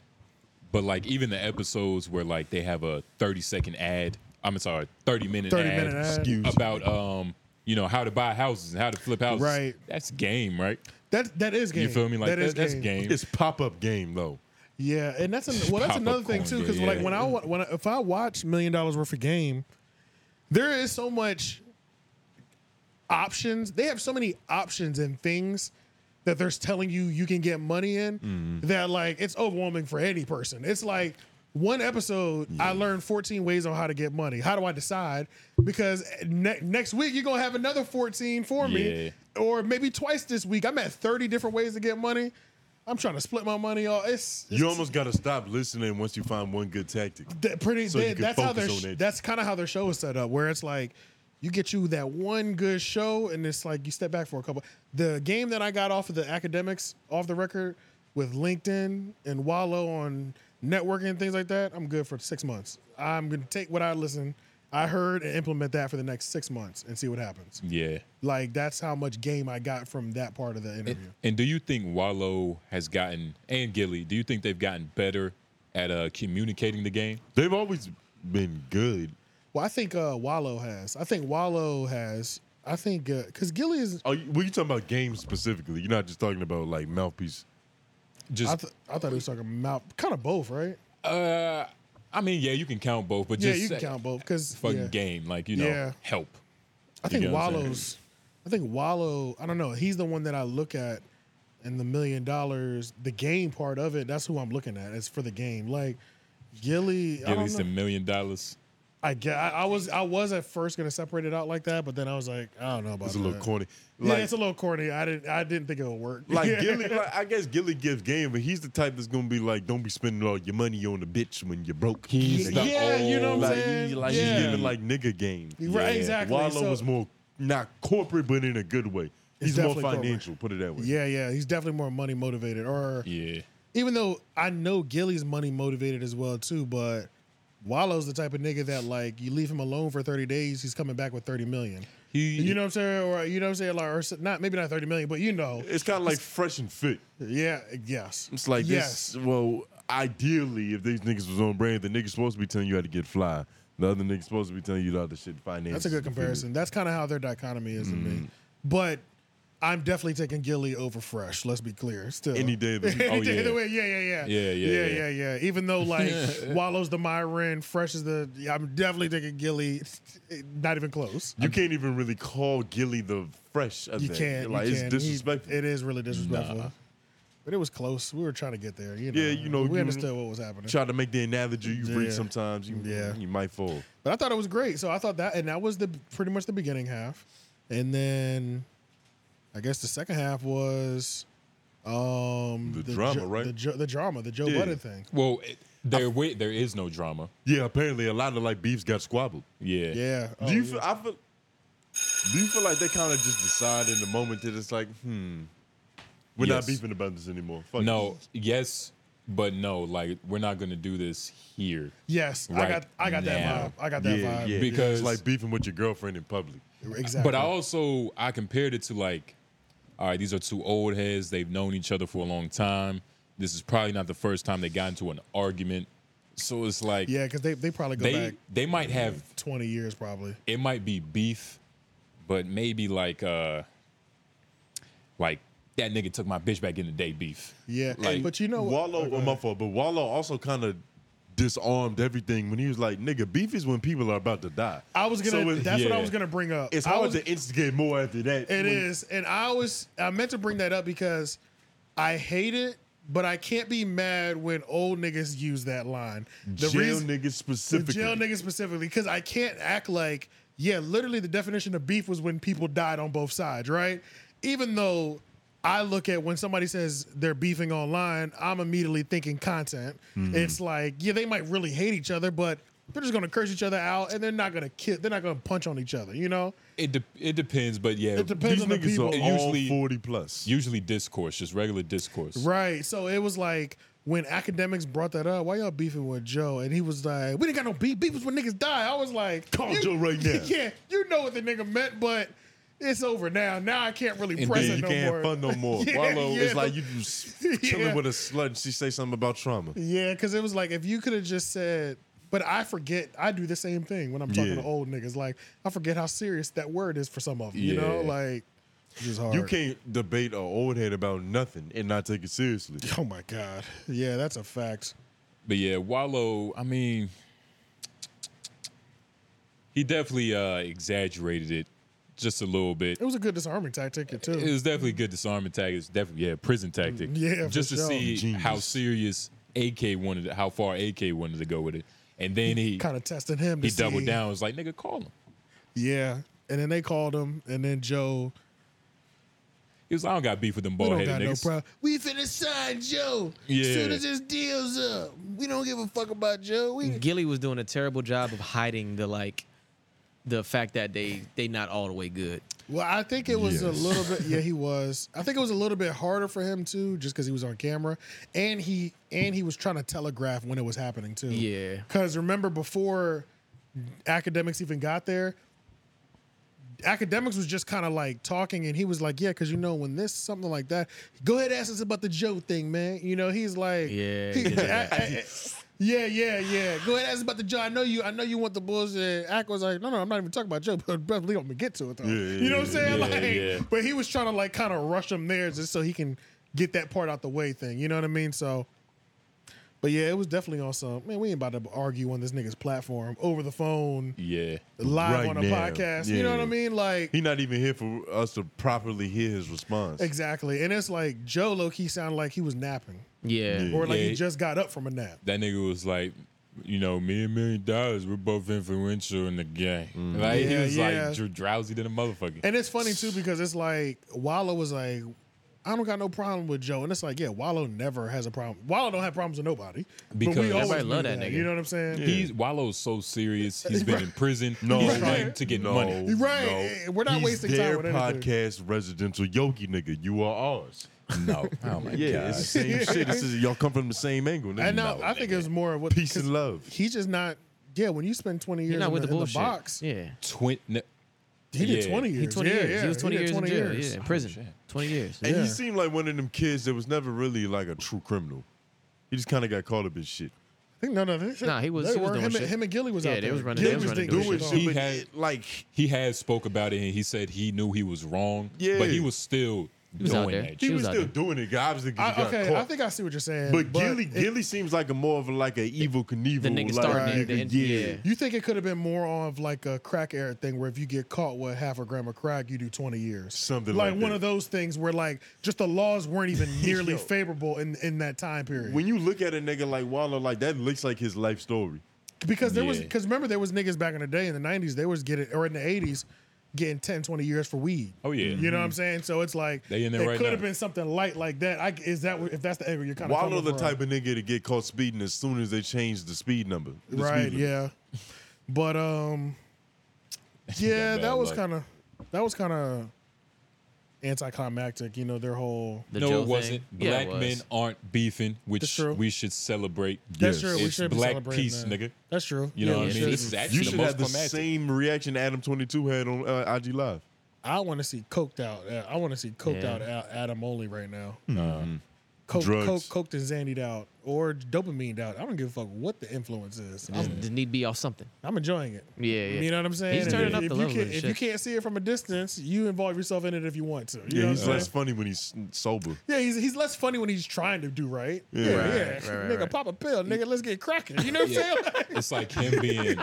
Speaker 2: But like even the episodes where like they have a 30 second ad, I'm sorry, 30 minute
Speaker 3: 30
Speaker 2: ad,
Speaker 3: minute ad. Excuse.
Speaker 2: about um you know how to buy houses and how to flip houses.
Speaker 3: Right.
Speaker 2: That's game, right?
Speaker 3: That that is game.
Speaker 2: You feel me? Like
Speaker 3: That is
Speaker 2: that's
Speaker 3: game.
Speaker 2: game.
Speaker 1: It's pop up game though.
Speaker 3: Yeah, and that's an, well, that's
Speaker 2: Pop
Speaker 3: another
Speaker 2: up
Speaker 3: thing
Speaker 2: on
Speaker 3: too,
Speaker 2: there,
Speaker 3: because like
Speaker 2: yeah.
Speaker 3: when I wa- when I, if I watch Million Dollars Worth of Game, there is so much options. They have so many options and things that they're telling you you can get money in
Speaker 2: Mm-hmm.
Speaker 3: that like it's overwhelming for any person. It's like one episode I learned 14 ways on how to get money. How do I decide? Because ne- next week you're gonna have another 14 for me, or maybe twice this week. I'm at 30 different ways to get money. I'm trying to split my money. All it's
Speaker 1: You almost got to stop listening once you find one good tactic.
Speaker 3: that pretty
Speaker 1: So you
Speaker 3: they-
Speaker 1: can
Speaker 3: that's how their
Speaker 1: focus
Speaker 3: sh-
Speaker 1: on it.
Speaker 3: that's kind of how their show is set up where it's like you get you that one good show and it's like you step back for a couple the game that i got off of the academics off the record with linkedin and wallow on networking and things like that i'm good for six months i'm gonna take what i listen i heard and implement that for the next six months and see what happens
Speaker 2: Yeah.
Speaker 3: like that's how much game i got from that part of the interview
Speaker 2: And do you think Wallow has gotten and Gilly, do you think they've gotten better at uh communicating the game?
Speaker 1: They've always been good.
Speaker 3: well i think uh, wallow has i think wallow has i think because gilly is
Speaker 1: Are you, were you talking about games specifically? You're not just talking about like mouthpiece.
Speaker 2: Just
Speaker 3: I, th- I thought he was talking about kind of both, right?
Speaker 2: uh I mean, yeah, you can count both, but
Speaker 3: Yeah,
Speaker 2: just
Speaker 3: you can
Speaker 2: say-
Speaker 3: count both because
Speaker 2: fucking game, like you know,
Speaker 3: Yeah.
Speaker 2: help.
Speaker 3: I
Speaker 2: You
Speaker 3: think
Speaker 2: get what I'm saying?
Speaker 3: Wallow's. I think Wallow. I don't know. He's the one that I look at, and the million dollars, the game part of it. That's who I'm looking at. It's for the game. Like Gilly. I,
Speaker 2: At
Speaker 3: don't
Speaker 2: least
Speaker 3: know.
Speaker 2: a million dollars.
Speaker 3: I ge- I, I was. I was at first gonna separate it out like that, but then I was like, I don't know about
Speaker 1: It's a little
Speaker 3: that.
Speaker 1: corny.
Speaker 3: Uh-huh. yeah,
Speaker 1: Like,
Speaker 3: it's a little corny. I didn't. I didn't think it would work.
Speaker 1: like
Speaker 3: Yeah.
Speaker 1: Gilly, like, I guess Gilly gives game, but he's the type that's gonna be like, don't be spending all your money on a bitch when you're broke. He's
Speaker 2: the
Speaker 3: yeah, you know what I'm
Speaker 2: old-
Speaker 3: saying.
Speaker 1: like
Speaker 3: yeah.
Speaker 1: he's giving like nigga game.
Speaker 3: Right, exactly.
Speaker 1: Wallow
Speaker 3: So-
Speaker 1: was more not corporate, but in a good way.
Speaker 3: It's
Speaker 1: He's more
Speaker 3: definitely corporate.
Speaker 1: financial. Put it that way.
Speaker 3: yeah, yeah. He's definitely more money motivated, or
Speaker 2: Yeah,
Speaker 3: even though I know Gilly's money motivated as well too, but Wallow's the type of nigga that like you leave him alone for 30 days, he's coming back with 30 million.
Speaker 2: he.
Speaker 3: You know what I'm saying? Or you know what I'm saying? Like, or s- not maybe not 30 million, but you know.
Speaker 1: It's kind of like fresh and fit.
Speaker 3: Yeah, yes.
Speaker 1: It's like
Speaker 3: yes.
Speaker 1: this. Well, ideally, if these niggas was on brand, the niggas supposed to be telling you how to get fly. The other niggas supposed to be telling you how to shit finance.
Speaker 3: That's a good comparison. That's kind of how their dichotomy is to me. But I'm definitely taking Gilly over Fresh. Let's be clear. Still,
Speaker 1: Any day of the week.
Speaker 3: Any
Speaker 2: Oh,
Speaker 3: day of the
Speaker 2: yeah.
Speaker 3: week. Yeah, yeah, yeah.
Speaker 2: Yeah, yeah,
Speaker 3: yeah,
Speaker 2: yeah.
Speaker 3: yeah, yeah. Even though like Wallow's the Myron, Fresh is the. yeah, I'm definitely taking Gilly. Not even close.
Speaker 1: You can't even really call Gilly the fresh. Of
Speaker 3: You
Speaker 1: that.
Speaker 3: can't.
Speaker 1: Like
Speaker 3: you
Speaker 1: it's
Speaker 3: can't. He-
Speaker 1: disrespectful.
Speaker 3: it is really disrespectful. But it was close. We were trying to get there. You know,
Speaker 1: Yeah, you know,
Speaker 3: we
Speaker 1: you-
Speaker 3: understood what was happening.
Speaker 1: Try to make the analogy you bring
Speaker 3: Yeah.
Speaker 1: sometimes. You,
Speaker 3: Yeah.
Speaker 1: you might fall.
Speaker 3: But I thought it was great. So I thought that, and that was the pretty much the beginning half, and then I guess the second half was um
Speaker 1: The drama,
Speaker 3: Jo-
Speaker 1: right?
Speaker 3: The, jo- the drama, the Joe
Speaker 1: Yeah.
Speaker 3: Budden thing.
Speaker 2: well, it, there wait, there is no drama.
Speaker 1: Yeah, apparently a lot of like beefs got squabbled.
Speaker 2: Yeah.
Speaker 3: Yeah. Oh,
Speaker 1: do you
Speaker 3: yeah.
Speaker 1: feel, I feel do you feel like they kind of just decide in the moment that it's like, hmm, we're
Speaker 2: Yes.
Speaker 1: not beefing about this anymore. Fuck
Speaker 2: No. Yes, but no. Like we're not gonna do this here.
Speaker 3: yes, I
Speaker 2: Right
Speaker 3: got I got
Speaker 2: now.
Speaker 3: that vibe. I got
Speaker 1: yeah,
Speaker 3: that vibe.
Speaker 1: yeah.
Speaker 2: Because-
Speaker 1: it's like beefing with your girlfriend in public.
Speaker 3: Exactly.
Speaker 2: But I also I compared it to like, all right, these are two old heads. They've known each other for a long time. This is probably not the first time they got into an argument. So it's like
Speaker 3: yeah, because they they probably go
Speaker 2: they
Speaker 3: back
Speaker 2: they might have
Speaker 3: twenty years probably.
Speaker 2: it might be beef, but maybe like uh like that nigga took my bitch back in the day beef.
Speaker 3: Yeah,
Speaker 2: Like,
Speaker 3: but you know what?
Speaker 1: Wallow, oh, my fault, but Wallow also kind of disarmed everything when he was like, nigga, beef is when people are about to die.
Speaker 3: I was gonna.
Speaker 1: So it-
Speaker 3: that's what I
Speaker 2: yeah.
Speaker 3: was gonna bring up.
Speaker 1: It's
Speaker 3: I
Speaker 1: hard
Speaker 3: was,
Speaker 1: to instigate more after that.
Speaker 3: It
Speaker 1: when-
Speaker 3: is, and I always I meant to bring that up because I hate it but I can't be mad when old niggas use that line. The
Speaker 1: jail
Speaker 3: reason,
Speaker 1: niggas specifically.
Speaker 3: The jail niggas specifically, because I can't act like, yeah, literally the definition of beef was when people died on both sides, right? Even though I look at when somebody says they're beefing online, I'm immediately thinking content.
Speaker 1: Mhm.
Speaker 3: It's like, yeah, they might really hate each other, but they're just gonna curse each other out and they're not gonna kill they're not gonna punch on each other, you know?
Speaker 2: It de- it depends, but yeah,
Speaker 3: It depends These on the niggas people. are
Speaker 2: It
Speaker 3: all
Speaker 1: forty plus.
Speaker 2: Usually discourse, just regular discourse.
Speaker 3: Right. So it was like when academics brought that up, why y'all beefing with Joe? And he was like, We didn't got no beef. Beef is when niggas die. I was like,
Speaker 1: Call
Speaker 3: you-
Speaker 1: Joe right now.
Speaker 3: Yeah, you know what the nigga meant, but it's over now. Now I can't really
Speaker 1: And
Speaker 3: press
Speaker 1: then
Speaker 3: it
Speaker 1: you
Speaker 3: no
Speaker 1: can't
Speaker 3: more.
Speaker 1: fun no more.
Speaker 3: Yeah,
Speaker 1: Wallow
Speaker 3: yeah.
Speaker 1: is like you just chilling
Speaker 3: Yeah.
Speaker 1: with a slut. and She say something about trauma.
Speaker 3: Yeah, because it was like if you could have just said, but I forget. I do the same thing when I'm talking
Speaker 1: Yeah.
Speaker 3: to old niggas. Like I forget how serious that word is for some of them. You know,
Speaker 1: Yeah.
Speaker 3: like it's just hard.
Speaker 1: You can't debate an old head about nothing and not take it seriously.
Speaker 3: Oh my god. Yeah, that's a fact.
Speaker 2: But yeah, Wallow, I mean, he definitely uh, exaggerated it just a little bit.
Speaker 3: It was a good disarming tactic too.
Speaker 2: It was definitely a good disarming tactic. It's definitely yeah, prison tactic.
Speaker 3: Mm, Yeah, for
Speaker 2: just to
Speaker 3: sure.
Speaker 2: see
Speaker 3: Genius.
Speaker 2: how serious AK wanted, to, how far AK wanted to go with it, and then he
Speaker 3: kind of testing him. To
Speaker 2: he doubled
Speaker 3: see.
Speaker 2: down. Was like, nigga, call him.
Speaker 3: Yeah, and then they called him, and then Joe.
Speaker 2: He was, like, I don't got beef with them
Speaker 3: We
Speaker 4: Oh,
Speaker 2: bald
Speaker 3: don't
Speaker 2: headed
Speaker 3: got no
Speaker 2: niggas.
Speaker 3: problem. We finna sign Joe.
Speaker 2: Yeah.
Speaker 3: Soon as this deal's up, we don't give a fuck about Joe. We
Speaker 4: Gilly was doing a terrible job of hiding the like the fact that they they not all the way good.
Speaker 3: Well, I think it was a
Speaker 4: Yes.
Speaker 3: little bit. Yeah, he was. I think it was a little bit harder for him too, just because he was on camera, and he and he was trying to telegraph when it was happening too.
Speaker 4: Yeah.
Speaker 3: Because remember, before academics even got there, academics was just kind of like talking, and he was like, "Yeah, because you know when this something like that, go ahead ask us about the Joe thing, man. You know, he's like,
Speaker 4: Yeah,
Speaker 3: he-
Speaker 4: he did that.
Speaker 3: I- I- yeah, yeah, yeah. Go ahead ask us about the Joe. I know you. I know you want the bullshit. Ack was like, no, no, I'm not even talking about Joe, but bro, we gonna get to it though.
Speaker 1: Yeah,
Speaker 3: you know what I'm saying?
Speaker 1: yeah,
Speaker 3: like,
Speaker 1: yeah.
Speaker 3: but he was trying to like kind of rush him there just so he can get that part out the way thing. You know what I mean? So, but yeah, it was definitely on some. Man, we ain't about to argue on this nigga's platform over the phone,
Speaker 2: Yeah,
Speaker 3: live
Speaker 1: Right
Speaker 3: on a
Speaker 1: now.
Speaker 3: podcast. You know what
Speaker 1: Yeah.
Speaker 3: I mean? Like.
Speaker 1: He not even here for us to properly hear his response.
Speaker 3: Exactly. And it's like Joe low key sounded like he was napping.
Speaker 4: Yeah.
Speaker 3: Or like
Speaker 2: Yeah.
Speaker 3: he just got up from a nap.
Speaker 2: That nigga was like, you know, me and Million Dollars, we're both influential in the game.
Speaker 4: Mm.
Speaker 2: Like he
Speaker 3: Yeah,
Speaker 2: was
Speaker 3: yeah.
Speaker 2: like dr- drowsy than a motherfucker.
Speaker 3: And it's funny too because it's like Wallow was like, I don't got no problem with Joe, and it's like, yeah, Wallow never has a problem. Wallow don't have problems with nobody. But
Speaker 2: Because-
Speaker 3: we always
Speaker 2: Everybody
Speaker 3: knew
Speaker 2: love that nigga.
Speaker 3: You know what I'm saying?
Speaker 2: He's Wallow's so serious. He's been in prison.
Speaker 1: No,
Speaker 2: he's running to get
Speaker 1: no,
Speaker 2: money.
Speaker 3: Right. We're not
Speaker 1: He's
Speaker 3: wasting time
Speaker 1: their
Speaker 3: with anything.
Speaker 1: podcast residential yogi nigga. You are ours.
Speaker 2: No. Oh my
Speaker 1: yeah,
Speaker 2: God.
Speaker 1: it's the same shit. This is y'all come from the same angle. nigga.
Speaker 3: I know. I think it was more of what
Speaker 1: Peace and love.
Speaker 3: He's just not. Yeah, when you spend 20 years
Speaker 4: You're not
Speaker 3: in,
Speaker 4: with
Speaker 3: the,
Speaker 4: the
Speaker 3: in the
Speaker 4: bullshit.
Speaker 3: box,
Speaker 4: Yeah.
Speaker 2: Twen- no-
Speaker 3: he did
Speaker 2: Yeah.
Speaker 3: 20 years.
Speaker 4: He 20
Speaker 3: yeah,
Speaker 4: years.
Speaker 3: Yeah,
Speaker 4: he was 20
Speaker 3: did
Speaker 4: years in
Speaker 3: 20
Speaker 4: jail.
Speaker 3: years.
Speaker 4: Yeah, in
Speaker 2: Oh,
Speaker 4: prison. 20 years.
Speaker 1: And he
Speaker 4: yeah.
Speaker 1: seemed like one of them kids that was never really like a true criminal. He just kind of got caught up in shit.
Speaker 3: I think- No, no, they-
Speaker 4: Nah, he was-
Speaker 3: they
Speaker 4: he was
Speaker 3: were-
Speaker 4: doing
Speaker 3: him,
Speaker 4: shit.
Speaker 3: him and Gilly was
Speaker 4: Yeah,
Speaker 3: out
Speaker 4: they
Speaker 3: there.
Speaker 4: was running-
Speaker 3: Gilly
Speaker 4: they was running
Speaker 3: thinking
Speaker 1: doing
Speaker 3: shit.
Speaker 1: shit.
Speaker 3: on.
Speaker 2: he
Speaker 1: but
Speaker 2: had
Speaker 1: it, like
Speaker 2: he had spoke about it and he said he knew he was wrong.
Speaker 1: Yeah.
Speaker 2: But he was still
Speaker 4: He was out
Speaker 2: doing
Speaker 4: there.
Speaker 2: that.
Speaker 1: he
Speaker 4: She
Speaker 1: was,
Speaker 4: was out
Speaker 1: still
Speaker 4: there.
Speaker 1: doing it. Obviously, 'cause he
Speaker 3: I,
Speaker 1: got
Speaker 3: okay,
Speaker 1: caught.
Speaker 3: I think I see what you're saying.
Speaker 1: but Gilly,
Speaker 3: it-
Speaker 1: Gilly seems like a more of like an evil Knievel.
Speaker 4: The
Speaker 1: like,
Speaker 4: nigga starting it,
Speaker 1: nigga,
Speaker 4: the- yeah.
Speaker 3: You think it could have been more of like a crack era thing where if you get caught with half a gram of crack, you do 20 years.
Speaker 1: Something
Speaker 3: like,
Speaker 1: like
Speaker 3: one
Speaker 1: that.
Speaker 3: of those things where like just the laws weren't even nearly
Speaker 1: Yo.
Speaker 3: favorable in, in that time period.
Speaker 1: When you look at a nigga like Wallow, like that looks like his life story.
Speaker 3: because there was
Speaker 2: Yeah.
Speaker 3: because remember there was niggas back in the day in the 90s, they was getting or in the 80s getting 10, 20 years for weed.
Speaker 2: Oh, yeah.
Speaker 3: You know what I'm saying? So it's like
Speaker 2: They in there
Speaker 3: it
Speaker 2: right
Speaker 3: could
Speaker 2: now.
Speaker 3: have been something light like that. I, is that what- if that's the angle you're kind of
Speaker 1: Wallow the type of nigga to get caught speeding as soon as they change the speed number. the speed
Speaker 3: right?
Speaker 1: limit.
Speaker 3: Yeah, but um, yeah,
Speaker 2: bad
Speaker 3: that was
Speaker 2: luck.
Speaker 3: kind of that was kind of anticlimactic. You know, their whole
Speaker 4: The
Speaker 2: no,
Speaker 4: Joe
Speaker 2: it
Speaker 4: thing?
Speaker 2: wasn't.
Speaker 4: Yeah,
Speaker 2: black
Speaker 4: it was.
Speaker 2: men aren't beefing,
Speaker 3: That's
Speaker 2: which
Speaker 3: true.
Speaker 2: we should celebrate.
Speaker 3: That's true. We
Speaker 2: It's
Speaker 3: should be
Speaker 2: black
Speaker 3: celebrating
Speaker 2: peace,
Speaker 3: that.
Speaker 2: nigga.
Speaker 3: That's true.
Speaker 2: You know what I
Speaker 3: we
Speaker 2: mean?
Speaker 3: should.
Speaker 2: This is actually
Speaker 1: You
Speaker 2: the
Speaker 1: should
Speaker 2: most
Speaker 1: have the
Speaker 2: climactic.
Speaker 1: same reaction Adam Twenty Two had on uh, IG Live.
Speaker 3: I want to see coked out. uh, I want to see coked
Speaker 4: Yeah.
Speaker 3: out out Adam only right now.
Speaker 2: Um,
Speaker 3: Coke,
Speaker 1: Drugs.
Speaker 3: coke, coked and zandied out or dopamine out. I don't give a fuck what the influence is.
Speaker 4: Just
Speaker 3: I'm,
Speaker 4: need to be off something.
Speaker 3: I'm enjoying it.
Speaker 4: Yeah, yeah.
Speaker 3: You know what I'm saying?
Speaker 4: He's
Speaker 3: And
Speaker 4: turning up
Speaker 3: if
Speaker 4: the
Speaker 3: you
Speaker 4: level
Speaker 3: can't-
Speaker 4: of
Speaker 3: If
Speaker 4: shit.
Speaker 3: you can't see it from a distance, you involve yourself in it if you want to. You know
Speaker 1: Yeah,
Speaker 3: what
Speaker 1: he's
Speaker 3: I'm saying?
Speaker 1: less funny when he's sober.
Speaker 3: Yeah, he's, he's less funny when he's trying to do right.
Speaker 1: Yeah.
Speaker 3: Yeah,
Speaker 1: Right,
Speaker 3: yeah.
Speaker 1: right,
Speaker 3: nigga, pop a pill, nigga. Let's get cracking. You know what I'm saying? Like,
Speaker 2: it's like him being,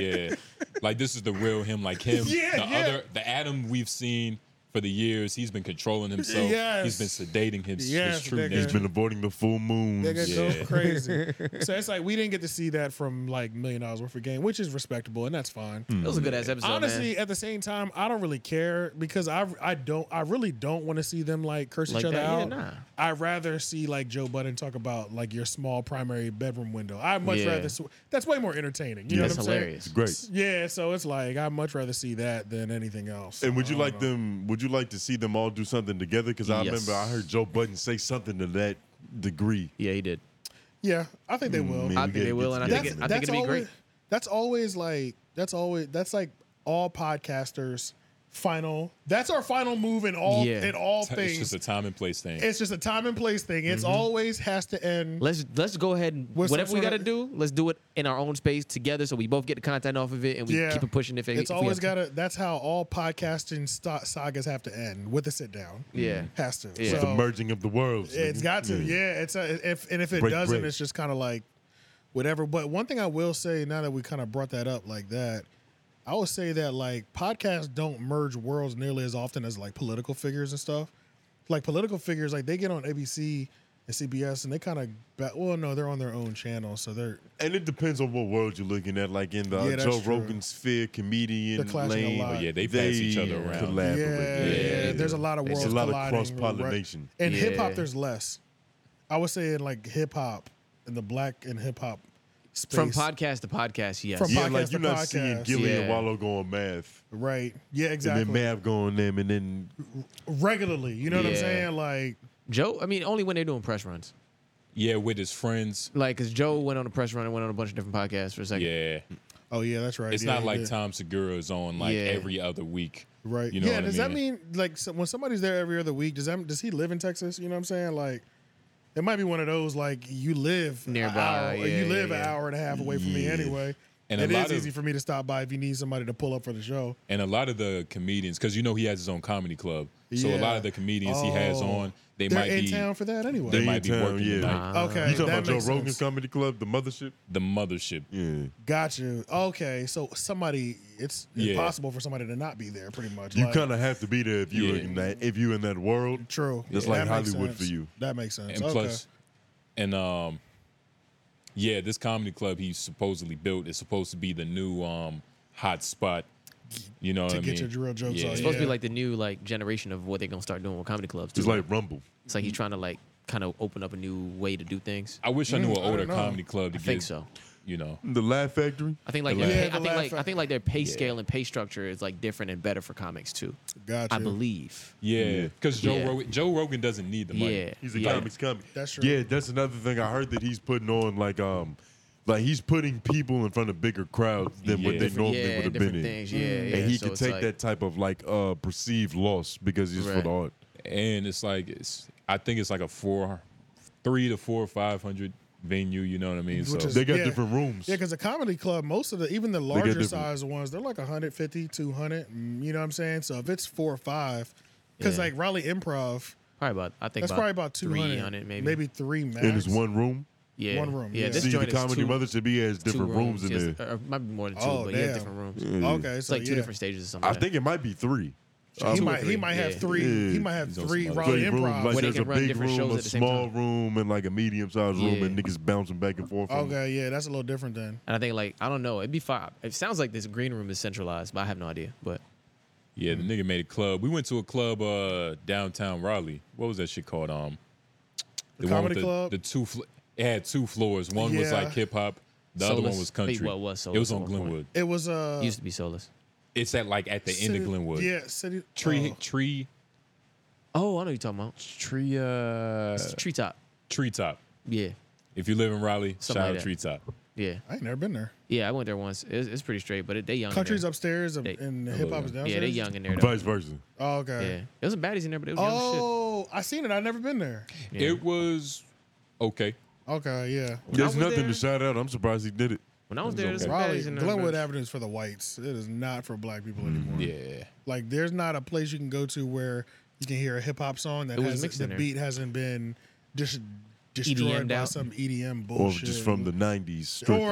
Speaker 2: yeah, like this is the real him, like him.
Speaker 3: Yeah,
Speaker 2: the
Speaker 3: yeah.
Speaker 2: other, the Adam we've seen for the years. He's been controlling himself.
Speaker 3: Yes.
Speaker 2: He's been sedating his,
Speaker 3: Yes,
Speaker 2: his true
Speaker 3: nigga.
Speaker 2: nature.
Speaker 3: He's been
Speaker 1: avoiding the full moon.
Speaker 3: That guy goes
Speaker 2: Yeah.
Speaker 3: crazy. so it's like we didn't get to see that from like million dollars worth of game, which is respectable and that's fine.
Speaker 1: Mm.
Speaker 4: It was a good ass episode. man.
Speaker 3: Honestly, at the same time, I don't really care because I I don't I really don't want to see them like curse
Speaker 4: Like
Speaker 3: each other
Speaker 4: that? Yeah,
Speaker 3: out.
Speaker 4: nah.
Speaker 3: I'd rather see like Joe Budden talk about like your small primary bedroom window. I'd much
Speaker 4: Yeah.
Speaker 3: rather s that's way more entertaining. You know
Speaker 1: Yeah.
Speaker 3: what I'm
Speaker 1: That's
Speaker 3: saying?
Speaker 1: hilarious. It's great.
Speaker 3: Yeah, so it's like I'd much rather see that than anything else.
Speaker 1: And would you
Speaker 3: I don't
Speaker 1: like
Speaker 3: know.
Speaker 1: them? Would you like to see them all do something together? Because I
Speaker 3: Yes.
Speaker 1: remember I heard Joe Budden say something to that degree.
Speaker 4: Yeah, he did.
Speaker 3: Yeah, I think they will.
Speaker 1: Man,
Speaker 4: I
Speaker 1: we
Speaker 4: think
Speaker 1: gotta
Speaker 4: they will,
Speaker 1: get
Speaker 4: and Mm, I
Speaker 1: together.
Speaker 4: think it- I think it'd be
Speaker 3: always,
Speaker 4: great.
Speaker 3: That's always like that's always that's like all podcasters final. That's our final move in all
Speaker 2: Yeah.
Speaker 3: in all
Speaker 2: It's
Speaker 3: things.
Speaker 2: just a time and place thing.
Speaker 3: It's just a time and place thing. It's
Speaker 4: Mm-hmm.
Speaker 3: always has to end.
Speaker 4: Let's let's go ahead and
Speaker 3: With some
Speaker 4: whatever we
Speaker 3: sorta-
Speaker 4: got to do, let's do it in our own space together, so we both get the content off of it and we
Speaker 3: yeah,
Speaker 4: keep it pushing. If it,
Speaker 3: it's
Speaker 4: if we
Speaker 3: always
Speaker 4: have to.
Speaker 3: got to. That's how all podcasting sto- sagas have to end with a sit down.
Speaker 1: Mm.
Speaker 4: Yeah.
Speaker 3: has to.
Speaker 4: Yeah.
Speaker 1: The
Speaker 3: So
Speaker 1: merging of the worlds.
Speaker 3: it's
Speaker 1: nigga.
Speaker 3: got to. Oh. Yeah, it's a, if and if it
Speaker 1: Break
Speaker 3: doesn't,
Speaker 1: bread.
Speaker 3: it's just kind of like whatever. But one thing I will say now that we kind of brought that up like that, I would say that like podcasts don't merge worlds nearly as often as like political figures and stuff. Like political figures, like they get on ABC and CBS and they kind of well, no, they're on their own channel, so they're
Speaker 1: And it depends on what world you're looking at. Like in the uh,
Speaker 3: Yeah, that's
Speaker 1: Joe
Speaker 3: true.
Speaker 1: Rogan sphere, comedian
Speaker 3: They're clashing a
Speaker 1: lane.
Speaker 3: lot. Oh,
Speaker 2: yeah, they pass each other around.
Speaker 1: Collaborate.
Speaker 3: Yeah, yeah, there's a lot of worlds
Speaker 1: There's a lot of
Speaker 3: colliding,
Speaker 1: cross pollination.
Speaker 3: right? In hip hop,
Speaker 4: Yeah.
Speaker 3: there's less. I would say in like hip hop, in the black and hip hop space,
Speaker 4: from podcast to podcast. Yes,
Speaker 3: From
Speaker 1: Yeah,
Speaker 3: podcast
Speaker 1: like
Speaker 3: to
Speaker 1: you're not
Speaker 3: podcast.
Speaker 1: seeing Gilly
Speaker 4: Yeah.
Speaker 1: and Wallow going math,
Speaker 3: right? Yeah, exactly.
Speaker 1: and then Mav going them, and then
Speaker 3: Regularly, you know what I'm
Speaker 4: Yeah.
Speaker 3: saying? Like,
Speaker 4: Joe. I mean, only when they're doing press runs.
Speaker 2: yeah, with his friends.
Speaker 4: Like, cause Joe went on a press run and went on a bunch of different podcasts for a second.
Speaker 2: Yeah.
Speaker 3: oh yeah, that's right.
Speaker 2: It's
Speaker 3: Yeah,
Speaker 2: not like
Speaker 3: yeah.
Speaker 2: Tom Segura is on like
Speaker 4: Yeah.
Speaker 2: every other week.
Speaker 3: right?
Speaker 2: You know
Speaker 3: yeah,
Speaker 2: what I
Speaker 3: does that
Speaker 2: mean?
Speaker 3: mean like so, when somebody's there every other week? Does that does he live in Texas? You know what I'm saying? Like, it might be one of those like you live an
Speaker 4: Nearby,
Speaker 3: hour-
Speaker 4: yeah,
Speaker 3: you
Speaker 4: yeah,
Speaker 3: live an
Speaker 4: yeah.
Speaker 3: hour and a half away from me anyway.
Speaker 2: And
Speaker 3: And
Speaker 2: a
Speaker 3: it
Speaker 2: lot
Speaker 3: is
Speaker 2: of-
Speaker 3: easy for me to stop by if you need somebody to pull up for the show.
Speaker 2: And a lot of the comedians, because you know he has his own comedy club, so a lot
Speaker 3: Yeah.
Speaker 2: of the comedians he has
Speaker 3: Oh.
Speaker 2: on, they
Speaker 3: They're
Speaker 2: might
Speaker 3: in
Speaker 2: be
Speaker 3: town for that anyway.
Speaker 2: they
Speaker 1: They
Speaker 2: might
Speaker 1: in
Speaker 2: be
Speaker 1: town,
Speaker 2: working
Speaker 1: yeah.
Speaker 2: the night.
Speaker 3: Okay,
Speaker 1: Uh, you talking
Speaker 3: that
Speaker 1: about Joe
Speaker 3: makes
Speaker 1: Rogan's
Speaker 3: sense.
Speaker 1: comedy club, the mothership?
Speaker 2: The mothership.
Speaker 1: Yeah,
Speaker 3: Got you. Okay, so somebody, it's
Speaker 2: Yeah.
Speaker 3: impossible for somebody to not be there, pretty much.
Speaker 1: you
Speaker 3: Like,
Speaker 1: kind of have to be there if you are
Speaker 2: Yeah.
Speaker 1: in that if you in that world.
Speaker 3: true.
Speaker 1: It's
Speaker 3: Yeah,
Speaker 1: like
Speaker 3: that makes
Speaker 1: Hollywood
Speaker 3: sense.
Speaker 1: for you.
Speaker 3: That makes sense.
Speaker 2: And
Speaker 3: okay.
Speaker 2: plus, and um, yeah, this comedy club he supposedly built is supposed to be the new um hot spot. You know
Speaker 3: To
Speaker 2: what I
Speaker 3: get
Speaker 2: mean?
Speaker 3: your drill jokes
Speaker 2: yeah.
Speaker 3: off,
Speaker 4: It's
Speaker 2: Yeah.
Speaker 4: supposed to
Speaker 3: Yeah.
Speaker 4: be like the new like generation of what they're gonna start doing with comedy clubs. Too.
Speaker 1: It's like Rumble.
Speaker 4: it's like he's trying to like kind of open up a new way to do things.
Speaker 2: I wish I knew an
Speaker 3: Mm, don't
Speaker 2: older
Speaker 3: know.
Speaker 2: comedy club to
Speaker 4: I
Speaker 2: get.
Speaker 4: think so.
Speaker 2: You know,
Speaker 1: The Laugh Factory.
Speaker 4: I think like
Speaker 2: The
Speaker 4: their
Speaker 2: laugh.
Speaker 4: pay,
Speaker 3: Yeah,
Speaker 4: I
Speaker 3: the
Speaker 4: think
Speaker 3: laugh
Speaker 4: like I
Speaker 3: factor.
Speaker 4: think like their pay scale and pay structure is like different and better for comics too.
Speaker 3: Got
Speaker 4: I
Speaker 3: you.
Speaker 4: believe.
Speaker 2: yeah, because Joe
Speaker 4: Yeah.
Speaker 2: Rogan, Joe Rogan doesn't need the money.
Speaker 4: Yeah.
Speaker 1: He's a
Speaker 4: yeah.
Speaker 1: comics comic.
Speaker 3: That's true.
Speaker 1: Yeah, that's another thing I heard that he's putting on like um like he's putting people in front of bigger crowds than what
Speaker 2: Yeah.
Speaker 1: they
Speaker 2: Different-
Speaker 1: normally
Speaker 4: yeah,
Speaker 1: would have
Speaker 4: different
Speaker 1: been in.
Speaker 4: things, yeah,
Speaker 3: Mm.
Speaker 4: yeah.
Speaker 1: And he
Speaker 4: So
Speaker 1: could
Speaker 4: it's
Speaker 1: take
Speaker 4: like-
Speaker 1: that type of like uh perceived loss because he's for
Speaker 4: Right.
Speaker 1: the art.
Speaker 2: and it's like it's I think it's like a four, three to four five hundred venue. You know what I mean? so
Speaker 3: Which is-
Speaker 1: They got
Speaker 3: Yeah.
Speaker 1: different rooms.
Speaker 3: Yeah, because the comedy club, most of the, even the larger
Speaker 1: different-
Speaker 3: size ones, they're like 150, 200. mm, You know what I'm saying? So if it's four or five, because
Speaker 4: Yeah.
Speaker 3: like Raleigh Improv,
Speaker 4: Probably about I think
Speaker 3: that's
Speaker 4: about
Speaker 3: probably about 200.
Speaker 4: 300 maybe.
Speaker 3: Maybe three max.
Speaker 1: and it's one room.
Speaker 4: yeah.
Speaker 3: one room,
Speaker 4: Yeah,
Speaker 3: yeah.
Speaker 4: this
Speaker 1: See the
Speaker 4: joint is
Speaker 1: comedy
Speaker 4: two,
Speaker 1: mothership he has
Speaker 4: two
Speaker 1: different rooms, in there.
Speaker 4: yes, Or, or might be more than two,
Speaker 3: Oh,
Speaker 4: but yeah,
Speaker 3: damn.
Speaker 4: different rooms.
Speaker 3: Okay,
Speaker 4: Mm. It's
Speaker 3: so
Speaker 4: like two
Speaker 3: yeah.
Speaker 4: different stages or something.
Speaker 1: I
Speaker 4: like that.
Speaker 1: think it might be three.
Speaker 3: He
Speaker 4: two or
Speaker 3: might, he
Speaker 4: three,
Speaker 3: might
Speaker 4: yeah.
Speaker 3: have three. He
Speaker 1: Yeah.
Speaker 3: might have
Speaker 2: He's on
Speaker 3: three
Speaker 2: some
Speaker 3: Raleigh
Speaker 1: Three rooms,
Speaker 3: Improv.
Speaker 1: like
Speaker 4: Where they
Speaker 1: there's
Speaker 4: can
Speaker 1: a
Speaker 4: run
Speaker 1: big
Speaker 4: different
Speaker 1: room,
Speaker 4: shows
Speaker 1: a
Speaker 4: at the same
Speaker 1: small
Speaker 4: time.
Speaker 1: room, and like a medium sized room,
Speaker 4: Yeah.
Speaker 1: and niggas bouncing back and forth. from it.
Speaker 3: Okay, yeah, that's a little different then.
Speaker 4: And I think like I don't know, it'd be five. It sounds like this green room is centralized, but I have no idea. But
Speaker 2: yeah,
Speaker 3: Mm-hmm.
Speaker 2: the nigga made a club. We went to a club uh downtown Raleigh. What was that shit called? Um,
Speaker 3: The
Speaker 2: one
Speaker 3: comedy
Speaker 2: with the,
Speaker 3: club?
Speaker 2: The two fl- it had two floors. One was
Speaker 3: Yeah.
Speaker 2: like hip hop. The other one
Speaker 4: Solace-
Speaker 2: was country.
Speaker 4: wait, what was
Speaker 2: it
Speaker 4: Solace
Speaker 2: was
Speaker 4: at
Speaker 2: on
Speaker 4: one point?
Speaker 2: Glenwood.
Speaker 3: It was uh,
Speaker 4: it used to be Solus.
Speaker 2: It's at like at the end
Speaker 3: City-
Speaker 2: of Glenwood.
Speaker 3: Yeah, city
Speaker 2: Tree
Speaker 3: oh.
Speaker 2: tree
Speaker 4: Oh, I know what you're talking about.
Speaker 2: tree uh
Speaker 4: It's treetop.
Speaker 2: treetop.
Speaker 4: Yeah,
Speaker 2: If you live in Raleigh, shout
Speaker 4: Something like
Speaker 2: out
Speaker 4: that.
Speaker 2: treetop.
Speaker 4: yeah,
Speaker 3: I ain't never been there.
Speaker 4: yeah. I went there once. It's, it's pretty straight, but it, they young. in
Speaker 3: Country's
Speaker 4: there.
Speaker 3: upstairs and,
Speaker 4: They-
Speaker 3: and
Speaker 2: I
Speaker 3: hip
Speaker 2: love
Speaker 3: hop is
Speaker 2: it.
Speaker 3: downstairs.
Speaker 4: Yeah, they young in there. Though.
Speaker 1: Vice versa.
Speaker 3: Oh,
Speaker 4: Yeah,
Speaker 3: okay.
Speaker 4: there was some baddies in there, but it was young as shit.
Speaker 3: Oh, I seen it. I never been there.
Speaker 4: Yeah.
Speaker 2: It was okay.
Speaker 3: Okay, yeah.
Speaker 1: There's
Speaker 4: I was
Speaker 1: nothing
Speaker 4: there-
Speaker 1: to shout out. I'm surprised he did it.
Speaker 4: When I was there, there's some
Speaker 3: Raleigh,
Speaker 4: baddies in there.
Speaker 3: Glenwood
Speaker 4: bruh.
Speaker 3: Avenue is for the whites. It is not for black people
Speaker 2: Mm-hmm.
Speaker 3: anymore.
Speaker 2: Yeah.
Speaker 3: Like, there's not a place you can go to where you can hear a hip hop song that
Speaker 4: It was
Speaker 3: has
Speaker 4: mixed
Speaker 3: the
Speaker 4: in there.
Speaker 2: E
Speaker 3: beat hasn't been just destroyed
Speaker 4: EDM
Speaker 3: by
Speaker 4: doubt.
Speaker 3: some EDM
Speaker 1: or
Speaker 3: bullshit.
Speaker 1: Oh, just from the '90s.
Speaker 3: Or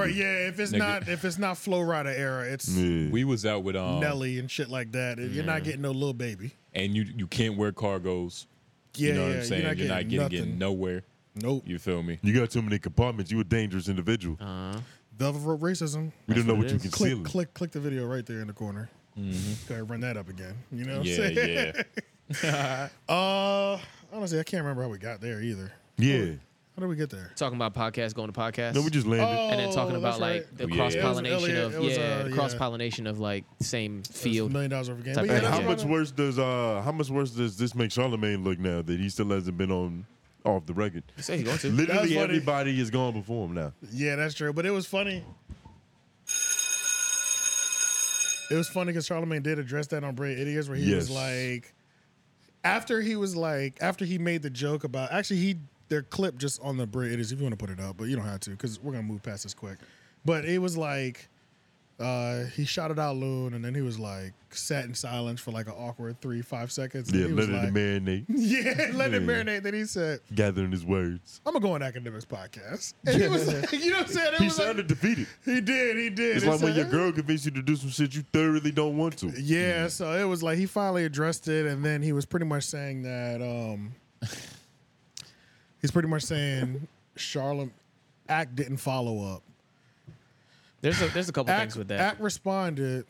Speaker 1: strictly.
Speaker 3: yeah, if it's
Speaker 2: Nigga.
Speaker 3: not if it's not Flow Rider era, it's
Speaker 1: Yeah.
Speaker 2: We was out with um
Speaker 3: Nelly and shit like that. You're not
Speaker 2: Yeah.
Speaker 3: getting no little baby.
Speaker 2: and you you can't wear cargos.
Speaker 3: Yeah,
Speaker 2: you know
Speaker 3: yeah,
Speaker 2: what
Speaker 3: you're
Speaker 2: I'm saying? You're
Speaker 3: not
Speaker 2: not getting,
Speaker 3: getting nothing.
Speaker 2: getting nowhere.
Speaker 3: Nope.
Speaker 2: You feel me?
Speaker 1: You got too many compartments. You a dangerous individual.
Speaker 3: Velvet Rope Racism.
Speaker 1: we don't know what, you
Speaker 3: Click,
Speaker 1: concealing.
Speaker 3: click, click the video right there in the corner. Go ahead, run that up again. You know what
Speaker 2: Mm-hmm. Yeah,
Speaker 3: I'm saying?
Speaker 2: yeah.
Speaker 3: Uh, honestly, I can't remember how we got there either.
Speaker 1: Yeah.
Speaker 3: How did we get there?
Speaker 4: Talking about podcasts, going to podcasts.
Speaker 1: No, we just landed.
Speaker 4: and then talking
Speaker 3: Oh, that's
Speaker 4: about like
Speaker 3: right.
Speaker 4: the
Speaker 2: Yeah.
Speaker 4: cross pollination
Speaker 3: It was
Speaker 4: of
Speaker 3: earlier. It was,
Speaker 4: yeah,
Speaker 3: uh, yeah.
Speaker 4: cross pollination of like same
Speaker 3: It's
Speaker 4: field.
Speaker 3: Million dollars over game.
Speaker 4: Type
Speaker 3: But
Speaker 4: of
Speaker 3: yeah,
Speaker 1: And
Speaker 4: thing.
Speaker 1: how
Speaker 3: that's
Speaker 1: much
Speaker 3: about
Speaker 1: worse does uh how much worse does this make Charlemagne look now that he still hasn't been on off the record?
Speaker 4: Say he going to.
Speaker 3: That's
Speaker 1: Literally
Speaker 3: funny.
Speaker 1: everybody is gone before him now.
Speaker 3: it. Yeah, that's true. But it was funny. It was funny because Charlemagne did address that on Bray Idiots, where he was
Speaker 1: Yes.
Speaker 3: like, after he was like, after he made the joke about, actually, he their clip just on the Bray Idiots, if you want to put it up, but you don't have to, because we're gonna move past this quick. But it was like, uh, he shouted out Loon, and then he was like, sat in silence for like an awkward three, five seconds. and
Speaker 1: Yeah,
Speaker 3: he was
Speaker 1: let it
Speaker 3: like-
Speaker 1: marinate,
Speaker 3: Yeah, let it
Speaker 1: Yeah.
Speaker 3: marinate. Then he said,
Speaker 1: gathering his words.
Speaker 3: I'm gonna go on academics podcast. And he was like, you know what I'm saying? It
Speaker 1: He
Speaker 3: was
Speaker 1: sounded
Speaker 3: like,
Speaker 1: defeated.
Speaker 3: he did, he did.
Speaker 1: It's
Speaker 3: It
Speaker 1: like when your
Speaker 3: said-
Speaker 1: girl convinces you to do some shit you thoroughly don't want to.
Speaker 3: Yeah, so it was like he finally addressed it, and then he was pretty much saying that um he's pretty much saying Charlotte Act didn't follow up.
Speaker 4: There's a there's a couple
Speaker 3: Act,
Speaker 4: things with that. Mm-hmm.
Speaker 3: Act responded.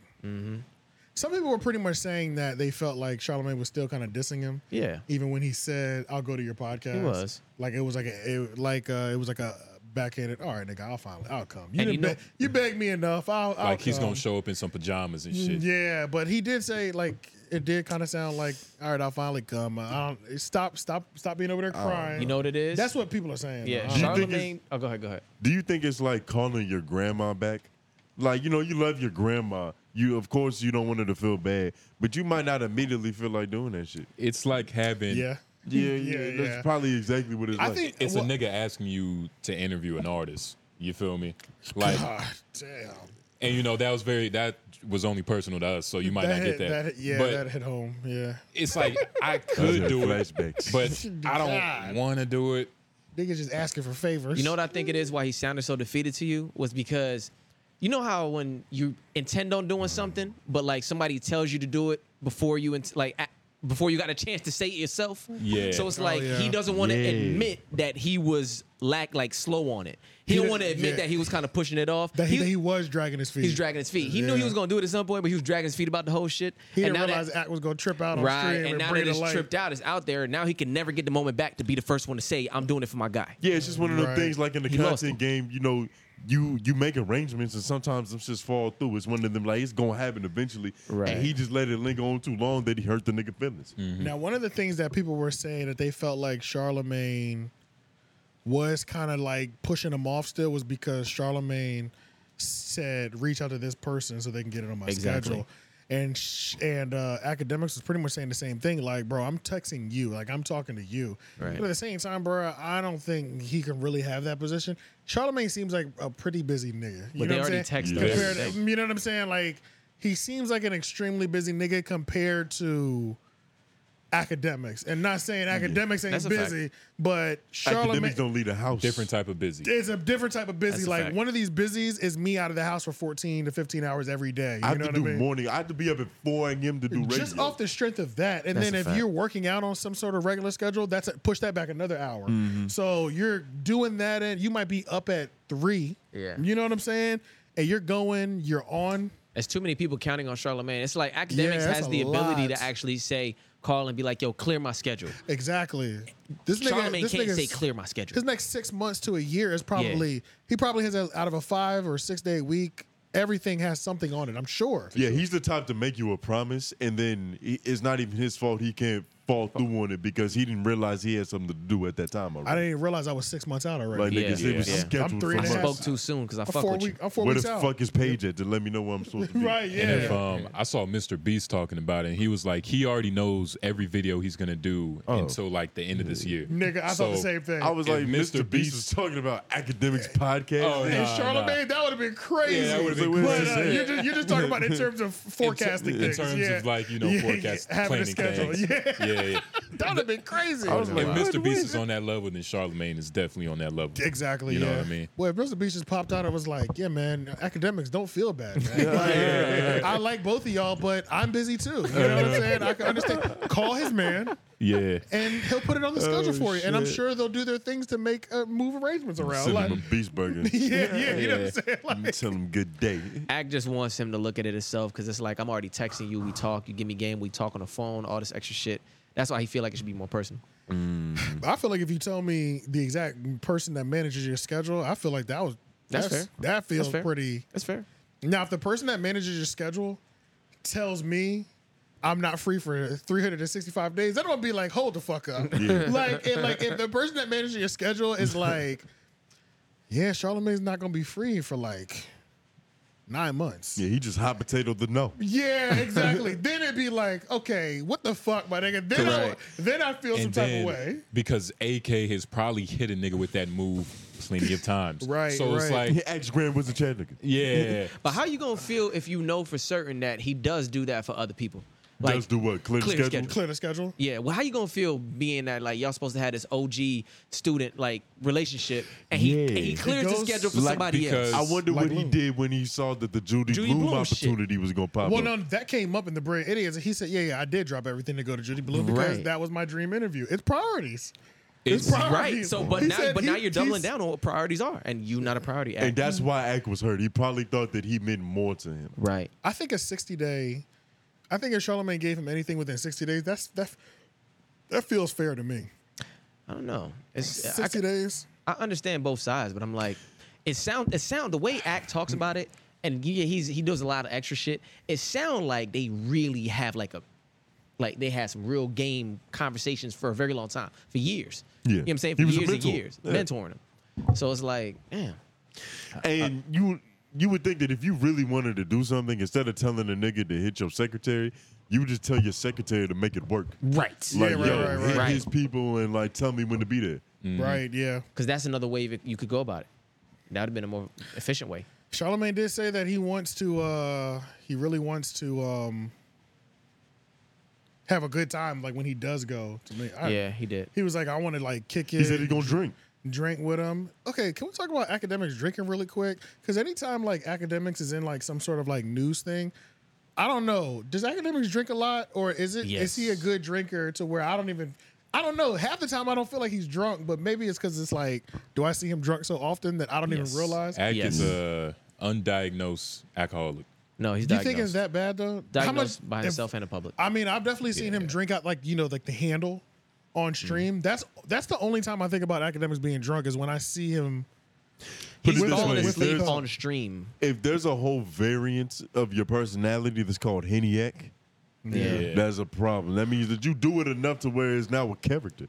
Speaker 3: Some people were pretty much saying that they felt like Charlemagne was still kind of dissing him.
Speaker 4: yeah.
Speaker 3: even when he said, "I'll go to your podcast,"
Speaker 4: He was.
Speaker 3: like it was like a it, like uh, it was like a backhanded. All right, nigga, I'll finally I'll come. You
Speaker 4: And
Speaker 3: didn't
Speaker 4: you know-
Speaker 3: beg- you begged me enough. I'll, I'll
Speaker 2: Like he's
Speaker 3: come.
Speaker 2: gonna show up in some pajamas and shit.
Speaker 3: Mm, Yeah, but he did say like it did kind of sound like, "All right, I'll finally come." I don't stop stop stop being over there crying.
Speaker 4: Oh, You know what it is?
Speaker 3: that's what people are saying.
Speaker 4: Yeah.
Speaker 3: though.
Speaker 1: think it's-
Speaker 4: Charlemagne. Oh, go ahead. Go ahead.
Speaker 1: Do you think it's like calling your grandma back? Like, you know, you love your grandma. You of course you don't want her to feel bad, but you might not immediately feel like doing that shit.
Speaker 2: It's like having
Speaker 3: yeah.
Speaker 1: Yeah,
Speaker 3: Yeah,
Speaker 1: yeah.
Speaker 3: yeah.
Speaker 1: That's probably exactly what it's
Speaker 3: I
Speaker 1: like.
Speaker 3: think
Speaker 2: it's
Speaker 3: well,
Speaker 2: a nigga asking you to interview an artist. You feel me? Like
Speaker 3: God damn.
Speaker 2: and you know, that was very that was only personal to us, so you might
Speaker 3: That
Speaker 2: not get
Speaker 3: hit,
Speaker 2: that.
Speaker 3: that. hit- yeah,
Speaker 2: but
Speaker 3: that hit home. Yeah,
Speaker 2: it's like I could
Speaker 1: Those are
Speaker 2: do it,
Speaker 1: flashbacks.
Speaker 2: but I
Speaker 3: God.
Speaker 2: don't wanna do it.
Speaker 3: niggas just asking for favors.
Speaker 4: You know what I think it is why he sounded so defeated to you was because you know how when you intend on doing something, but like somebody tells you to do it before you int- like a- before you got a chance to say it yourself.
Speaker 2: Yeah.
Speaker 4: So it's like
Speaker 3: Oh, yeah.
Speaker 4: he doesn't want to
Speaker 1: Yeah.
Speaker 4: admit that he was lack like slow on it. He,
Speaker 3: He
Speaker 4: don't
Speaker 3: did-
Speaker 4: want to admit
Speaker 3: yeah.
Speaker 4: that he was kind of pushing it off.
Speaker 3: that he,
Speaker 4: He-
Speaker 3: that he was dragging his feet.
Speaker 4: he's dragging his feet. He knew he
Speaker 3: Yeah.
Speaker 4: was gonna do it at some point, but he was dragging his feet about the whole shit.
Speaker 3: He
Speaker 4: And
Speaker 3: didn't
Speaker 4: now that-
Speaker 3: realize Act was gonna trip out on
Speaker 4: Right,
Speaker 3: stream
Speaker 4: and now
Speaker 3: bring
Speaker 4: that
Speaker 3: it
Speaker 4: it's
Speaker 3: to light.
Speaker 4: tripped out, it's out there. Now he can never get the moment back to be the first one to say, "I'm doing it for my guy."
Speaker 1: Yeah, it's just one of those
Speaker 3: Right.
Speaker 1: things like in the
Speaker 4: He lost
Speaker 1: content game, you know, you you make arrangements and sometimes them just fall through. It's one of them like it's gonna happen eventually.
Speaker 4: Right.
Speaker 1: And he just let it linger on too long that he hurt the nigga feelings.
Speaker 4: Mm-hmm.
Speaker 3: Now, one of the things that people were saying that they felt like Charlemagne was kind of like pushing him off still was because Charlemagne said, "Reach out to this person so they can get it on my
Speaker 4: Exactly.
Speaker 3: schedule." And sh- and uh, academics was pretty much saying the same thing, like, "Bro, I'm texting you, like I'm talking to you." But at the same time, bro, I don't think he can really have that position. Charlemagne seems like a pretty busy nigga. You
Speaker 4: But
Speaker 3: know
Speaker 4: they
Speaker 3: what I'm
Speaker 4: already
Speaker 3: saying?
Speaker 4: texted
Speaker 2: Yeah.
Speaker 4: us.
Speaker 3: compared to- you know what I'm saying? Like he seems like an extremely busy nigga compared to academics. And not saying academics ain't
Speaker 4: Mm-hmm. That's a fact.
Speaker 3: busy, but
Speaker 1: Academics
Speaker 3: Charlemagne
Speaker 1: don't leave the house.
Speaker 2: Different type of busy.
Speaker 3: it's a different type of busy.
Speaker 4: That's a
Speaker 3: Like
Speaker 4: fact.
Speaker 3: one of these busies is me out of the house for 14 to 15 hours every day. You
Speaker 1: I have
Speaker 3: know
Speaker 1: to
Speaker 3: what
Speaker 1: do
Speaker 3: I mean?
Speaker 1: morning. I have to be up at 4 a.m. to do radio.
Speaker 3: Just off the strength of that, and
Speaker 4: That's
Speaker 3: then
Speaker 4: a
Speaker 3: if
Speaker 4: fact.
Speaker 3: you're working out on some sort of regular schedule, that's a, push that back another hour.
Speaker 4: Mm-hmm.
Speaker 3: So you're doing that, and you might be up at three.
Speaker 4: Yeah.
Speaker 3: you know what I'm saying. And you're going, you're on
Speaker 4: It's too many people counting on Charlemagne. It's like academics
Speaker 3: that's
Speaker 4: has
Speaker 3: a
Speaker 4: the ability
Speaker 3: lot.
Speaker 4: to actually say, call and be like, yo, clear my schedule.
Speaker 3: Exactly. This nigga,
Speaker 4: Charlemagne
Speaker 3: this
Speaker 4: can't
Speaker 3: nigga's-
Speaker 4: say clear my schedule.
Speaker 3: His next six months to a year is probably he probably has a, out of a five or six day week. Everything has something on it. I'm sure.
Speaker 1: yeah, he's the type to make you a promise, and then i- it's not even his fault he can't fall through on it because he didn't realize he had something to do at that time.
Speaker 3: I
Speaker 1: Already.
Speaker 3: didn't even realize I was six months out
Speaker 1: Like
Speaker 3: already.
Speaker 4: Yeah,
Speaker 1: niggas, it was
Speaker 4: yeah. I'm
Speaker 1: scheduled for
Speaker 3: three and a
Speaker 4: I
Speaker 3: half-
Speaker 1: months.
Speaker 4: spoke too soon because I
Speaker 3: I'm
Speaker 4: fuck
Speaker 3: four
Speaker 4: with
Speaker 3: week.
Speaker 4: you.
Speaker 3: I'm four
Speaker 1: Where
Speaker 3: weeks
Speaker 1: the
Speaker 3: out.
Speaker 1: fuck is Paige at to let me know where I'm supposed to be?
Speaker 3: right. Yeah.
Speaker 2: And if um, I saw Mr. Beast talking about it, and he was like, he already knows every video he's gonna do until like the end of this year.
Speaker 3: Nigga, I thought
Speaker 2: So,
Speaker 3: the same thing.
Speaker 1: I was
Speaker 2: If
Speaker 1: like, Mr.
Speaker 2: Mr.
Speaker 1: Beast,
Speaker 2: Beast-
Speaker 1: was talking about academics podcast.
Speaker 2: Oh,
Speaker 1: Damn.
Speaker 2: nah,
Speaker 3: and Charlemagne, that would have been crazy.
Speaker 2: Yeah, that would've
Speaker 1: But,
Speaker 2: been
Speaker 3: But,
Speaker 1: crazy.
Speaker 3: uh, you're, just, you're just talking about in terms of
Speaker 2: in ter-
Speaker 3: forecasting
Speaker 2: in
Speaker 3: things.
Speaker 2: terms
Speaker 3: yeah.
Speaker 2: of like you know
Speaker 3: Yeah,
Speaker 2: forecast
Speaker 3: having a
Speaker 2: planning
Speaker 3: schedule.
Speaker 2: things.
Speaker 3: Yeah.
Speaker 2: Yeah. yeah, yeah.
Speaker 3: That would have been crazy.
Speaker 2: I was like, Mr. Beast is on that level, then Charlemagne is definitely on that level.
Speaker 3: Exactly.
Speaker 2: You
Speaker 3: yeah.
Speaker 2: know what I mean?
Speaker 3: Well, if Mr. Beast just popped out, I was like, yeah, man, academics don't feel bad. man. Like, I like both of y'all, but I'm busy too. You know what I'm saying? I can understand. Call his man,
Speaker 2: Yeah.
Speaker 3: and he'll put it on the
Speaker 1: Oh,
Speaker 3: schedule for you. And I'm
Speaker 1: shit.
Speaker 3: sure they'll do their things to make uh, move arrangements around.
Speaker 1: Send
Speaker 3: like,
Speaker 1: him a beast burger.
Speaker 3: yeah, yeah, you know what I'm saying? Like,
Speaker 1: Tell him good day.
Speaker 4: Act just wants him to look at it himself because it's like I'm already texting you. We talk. You give me game. We talk on the phone. All this extra shit. That's why he feel like it should be more personal.
Speaker 2: Mm.
Speaker 3: I feel like if you tell me the exact person that manages your schedule, I feel like that was
Speaker 4: That's
Speaker 3: that's-
Speaker 4: fair.
Speaker 3: That feels
Speaker 4: That's fair.
Speaker 3: pretty.
Speaker 4: That's fair.
Speaker 3: Now, if the person that manages your schedule tells me I'm not free for 365 days, that would be like, hold the fuck up.
Speaker 1: Yeah.
Speaker 3: like, and like if the person that manages your schedule is like, yeah, Charlemagne's not gonna be free for like nine months.
Speaker 1: Yeah, he just hot potato the no.
Speaker 3: Yeah, exactly. then it'd be like, okay, what the fuck, my nigga? Then, I,
Speaker 2: Correct.
Speaker 3: then I feel some
Speaker 2: And
Speaker 3: type
Speaker 2: then,
Speaker 3: of way.
Speaker 2: because AK has probably hit a nigga with that move plenty of times.
Speaker 3: Right,
Speaker 2: So it's
Speaker 3: right.
Speaker 2: like,
Speaker 1: He asked Grand Wizard Chad nigga.
Speaker 2: yeah.
Speaker 4: But how you gonna feel if you know for certain that he does do that for other people? Like,
Speaker 1: Does do what? Clear, the
Speaker 4: clear
Speaker 1: schedule.
Speaker 4: schedule.
Speaker 3: Clear the schedule.
Speaker 4: yeah. Well, how you gonna feel being that like y'all supposed to have this OG student like relationship and he and he
Speaker 1: Yeah.
Speaker 4: clears
Speaker 3: It
Speaker 4: the
Speaker 3: goes-
Speaker 4: schedule for
Speaker 2: Like,
Speaker 4: somebody
Speaker 2: because-
Speaker 4: else?
Speaker 1: I wonder
Speaker 3: Like
Speaker 1: what he
Speaker 3: Bloom.
Speaker 1: did when he saw that the Judy,
Speaker 4: Judy
Speaker 1: Bloom,
Speaker 4: Blume shit.
Speaker 1: opportunity was gonna pop
Speaker 3: Well,
Speaker 1: up.
Speaker 3: no, that came up in the Brilliant Idiots, and he said, "Yeah, yeah, I did drop everything to go to Judy Blue because
Speaker 4: Right.
Speaker 3: that was my dream interview. It's priorities.
Speaker 2: It's
Speaker 4: Right. So, but
Speaker 3: He
Speaker 4: now,
Speaker 3: said
Speaker 4: but
Speaker 3: he-
Speaker 4: now you're
Speaker 3: he's-
Speaker 4: doubling down on what priorities are, and you not a priority.
Speaker 1: And
Speaker 4: Act.
Speaker 1: that's why Ack was hurt. He probably thought that he meant more to him.
Speaker 4: right.
Speaker 3: I think a 60 day. I think if Charlemagne gave him anything within 60 days, that's that. That feels fair to me.
Speaker 4: I don't know. It's,
Speaker 3: 60
Speaker 4: I,
Speaker 3: days.
Speaker 4: I understand both sides, but I'm like, it sound it sound the way Act talks about it, and yeah, he's he does a lot of extra shit. It sound like they really have like a like they had some real game conversations for a very long time, for years.
Speaker 1: Yeah.
Speaker 4: You know what I'm saying?
Speaker 1: He
Speaker 4: For
Speaker 1: was a
Speaker 4: years and
Speaker 1: mentor.
Speaker 4: years.
Speaker 1: Yeah.
Speaker 4: Mentoring him. So it's like, damn.
Speaker 1: And you you would think that if you really wanted to do something, instead of telling a nigga to hit your secretary, you would just tell your secretary to make it work.
Speaker 4: Right.
Speaker 1: Like,
Speaker 3: right,
Speaker 1: yo,
Speaker 3: right,
Speaker 1: hit
Speaker 4: right.
Speaker 1: his people and like tell me when to be there.
Speaker 4: Mm-hmm.
Speaker 3: Right. Yeah.
Speaker 4: Because that's another way that you could go about it. That would have been a more efficient way.
Speaker 3: Charlemagne did say that he wants to. uh He really wants to. um have a good time like when he does go to me. I-
Speaker 4: yeah, he did.
Speaker 3: He was like, I want to like kick it.
Speaker 1: He said he gonna drink.
Speaker 3: drink with them. Okay, can we talk about academics drinking really quick? Because anytime like academics is in like some sort of like news thing, I don't know. Does academics drink a lot, or is it is
Speaker 4: Yes.
Speaker 3: he a good drinker to where I don't even I don't know. Half the time I don't feel like he's drunk, but maybe it's because it's like, do I see him drunk so often that I don't
Speaker 4: Yes.
Speaker 3: even realize?
Speaker 2: Act
Speaker 4: Yes.
Speaker 2: is a undiagnosed alcoholic.
Speaker 4: No, he's
Speaker 3: Do you
Speaker 4: diagnosed.
Speaker 3: think it's that bad though?
Speaker 4: diagnosed by
Speaker 3: if-
Speaker 4: himself and the public.
Speaker 3: I mean, I've definitely seen him drink out like you know, like the handle
Speaker 4: Mm.
Speaker 3: on stream. That's that's the only time I think about academics being drunk is when I see him.
Speaker 1: Put
Speaker 4: He's
Speaker 1: it this
Speaker 4: falling
Speaker 1: way, if
Speaker 4: asleep
Speaker 1: there's,
Speaker 4: on stream.
Speaker 1: if there's a whole variance of your personality that's called Heniac,
Speaker 4: Yeah.
Speaker 1: that's a problem. That means that you do it enough to where it's now a character.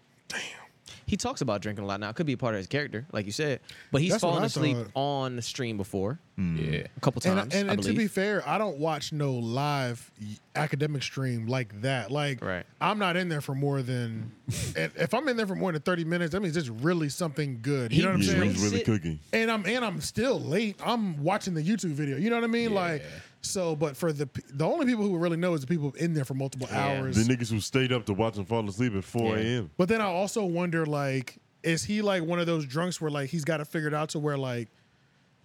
Speaker 4: He talks about drinking a lot now. It could be a part of his character, like you said. But he's
Speaker 3: That's what
Speaker 4: fallen
Speaker 3: I
Speaker 4: asleep
Speaker 3: thought.
Speaker 4: on the stream before
Speaker 2: Yeah.
Speaker 4: a couple
Speaker 3: And,
Speaker 4: times.
Speaker 3: and, and
Speaker 4: I
Speaker 3: to
Speaker 4: believe.
Speaker 3: be fair, I don't watch no live y- academic stream like that. Like,
Speaker 4: Right.
Speaker 3: I'm not in there for more than, if if I'm in there for more than 30 minutes, that means it's really something good. You
Speaker 4: He
Speaker 3: know what I'm
Speaker 1: Yeah,
Speaker 3: saying?
Speaker 1: he
Speaker 4: drinks
Speaker 1: was really
Speaker 4: it.
Speaker 1: cooking.
Speaker 3: and I'm and I'm still late. I'm watching the YouTube video. You know what I mean? Like so, but for the p- the only people who really know is the people in there for multiple
Speaker 4: Yeah.
Speaker 1: The
Speaker 3: hours.
Speaker 1: niggas who stayed up to watch him fall asleep at 4
Speaker 4: Yeah.
Speaker 1: a.m.
Speaker 3: But then I also wonder like, is he like one of those drunks where like he's got it figured out to where like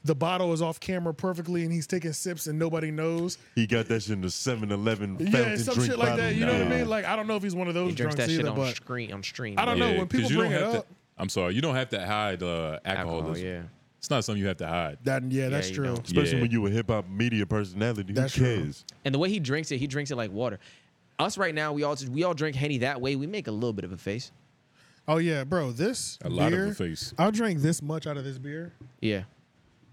Speaker 3: the bottle is off camera perfectly and he's taking sips and nobody knows.
Speaker 1: He got that shit in the 7 Eleven fountain
Speaker 3: yeah, some
Speaker 1: drink
Speaker 3: shit like
Speaker 1: bottle.
Speaker 3: that. You know what I
Speaker 1: Nah.
Speaker 3: mean? Like I don't know if he's one of those
Speaker 4: he drinks
Speaker 3: drunks
Speaker 4: that shit
Speaker 3: either.
Speaker 4: on
Speaker 3: but
Speaker 4: screen. On stream,
Speaker 3: I don't
Speaker 4: yeah.
Speaker 3: know, when
Speaker 2: 'cause
Speaker 3: people
Speaker 2: you don't
Speaker 3: bring it
Speaker 2: have
Speaker 3: up-
Speaker 2: To, I'm sorry. You don't have to hide uh, alcoholism.
Speaker 4: Alcohol, yeah.
Speaker 2: It's not something you have to hide.
Speaker 3: that yeah, that's
Speaker 4: you
Speaker 3: true.
Speaker 4: don't.
Speaker 1: Especially
Speaker 2: Yeah.
Speaker 1: when you a hip hop media personality.
Speaker 3: That's
Speaker 1: Who
Speaker 3: true.
Speaker 1: cares?
Speaker 4: And the way he drinks it, he drinks it like water. Us right now, we all we all drink henny that way. We make a little bit of a face.
Speaker 3: Oh yeah, bro. This
Speaker 2: A lot of
Speaker 3: beer,
Speaker 2: the face.
Speaker 3: I'll drink this much out of this beer.
Speaker 4: Yeah,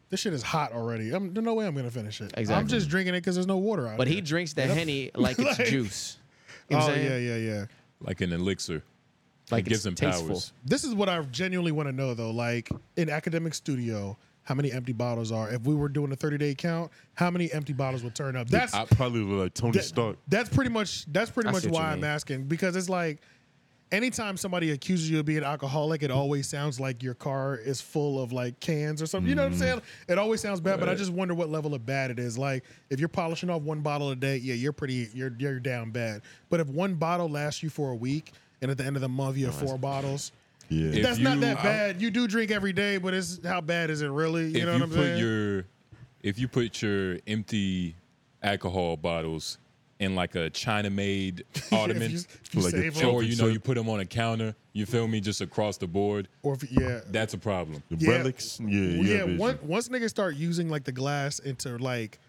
Speaker 3: This shit is hot already. I'm, there's no way I'm gonna finish it. I'm
Speaker 4: Exactly.
Speaker 3: just drinking it because there's no water out.
Speaker 4: but he
Speaker 3: there.
Speaker 4: drinks the henny like it's
Speaker 3: Like-
Speaker 4: juice. You know
Speaker 3: Oh
Speaker 4: what I'm
Speaker 3: yeah,
Speaker 4: saying?
Speaker 3: yeah, yeah.
Speaker 2: Like an elixir.
Speaker 4: Like
Speaker 2: it gives
Speaker 4: it's
Speaker 2: them
Speaker 4: tasteful.
Speaker 2: powers.
Speaker 3: This is what I genuinely want to know though. Like in academic studio, how many empty bottles are? If we were doing a 30 day count, how many empty bottles would turn up? That's
Speaker 1: I probably look like Tony
Speaker 3: that-
Speaker 1: Stark.
Speaker 3: that's pretty much that's pretty
Speaker 4: I
Speaker 3: much
Speaker 4: see what
Speaker 3: why
Speaker 4: you
Speaker 3: I'm
Speaker 4: mean.
Speaker 3: asking because it's like anytime somebody accuses you of being alcoholic, it always sounds like your car is full of like cans or something. You know
Speaker 2: Mm-hmm.
Speaker 3: what I'm
Speaker 11: Mhm.
Speaker 3: saying? It always sounds bad, but I
Speaker 11: Right.
Speaker 3: just wonder what level of bad it is. Like if you're polishing off one bottle a day, yeah, you're pretty, you're you're down bad. But if one bottle lasts you for a week, and at the end of the month
Speaker 4: Oh,
Speaker 3: you have four bottles.
Speaker 1: Yeah.
Speaker 3: That's
Speaker 2: If
Speaker 3: not
Speaker 2: you-
Speaker 3: that
Speaker 2: I-
Speaker 3: bad. you do drink every day, but it's how bad is it really? You
Speaker 2: if
Speaker 3: know
Speaker 2: you
Speaker 3: what I'm
Speaker 2: put
Speaker 3: saying?
Speaker 2: your if you put your empty alcohol bottles in like a China made ottoman,
Speaker 3: you- if you Like a save 'em.
Speaker 2: or you know
Speaker 3: chocolate
Speaker 2: you put them on a counter. You feel me? Just across the board.
Speaker 3: Or if, yeah,
Speaker 2: that's a problem.
Speaker 1: The Yeah. relics? Yeah,
Speaker 3: Well,
Speaker 1: yeah,
Speaker 3: yeah.
Speaker 1: bitch.
Speaker 3: once, once niggas start using like the glass into like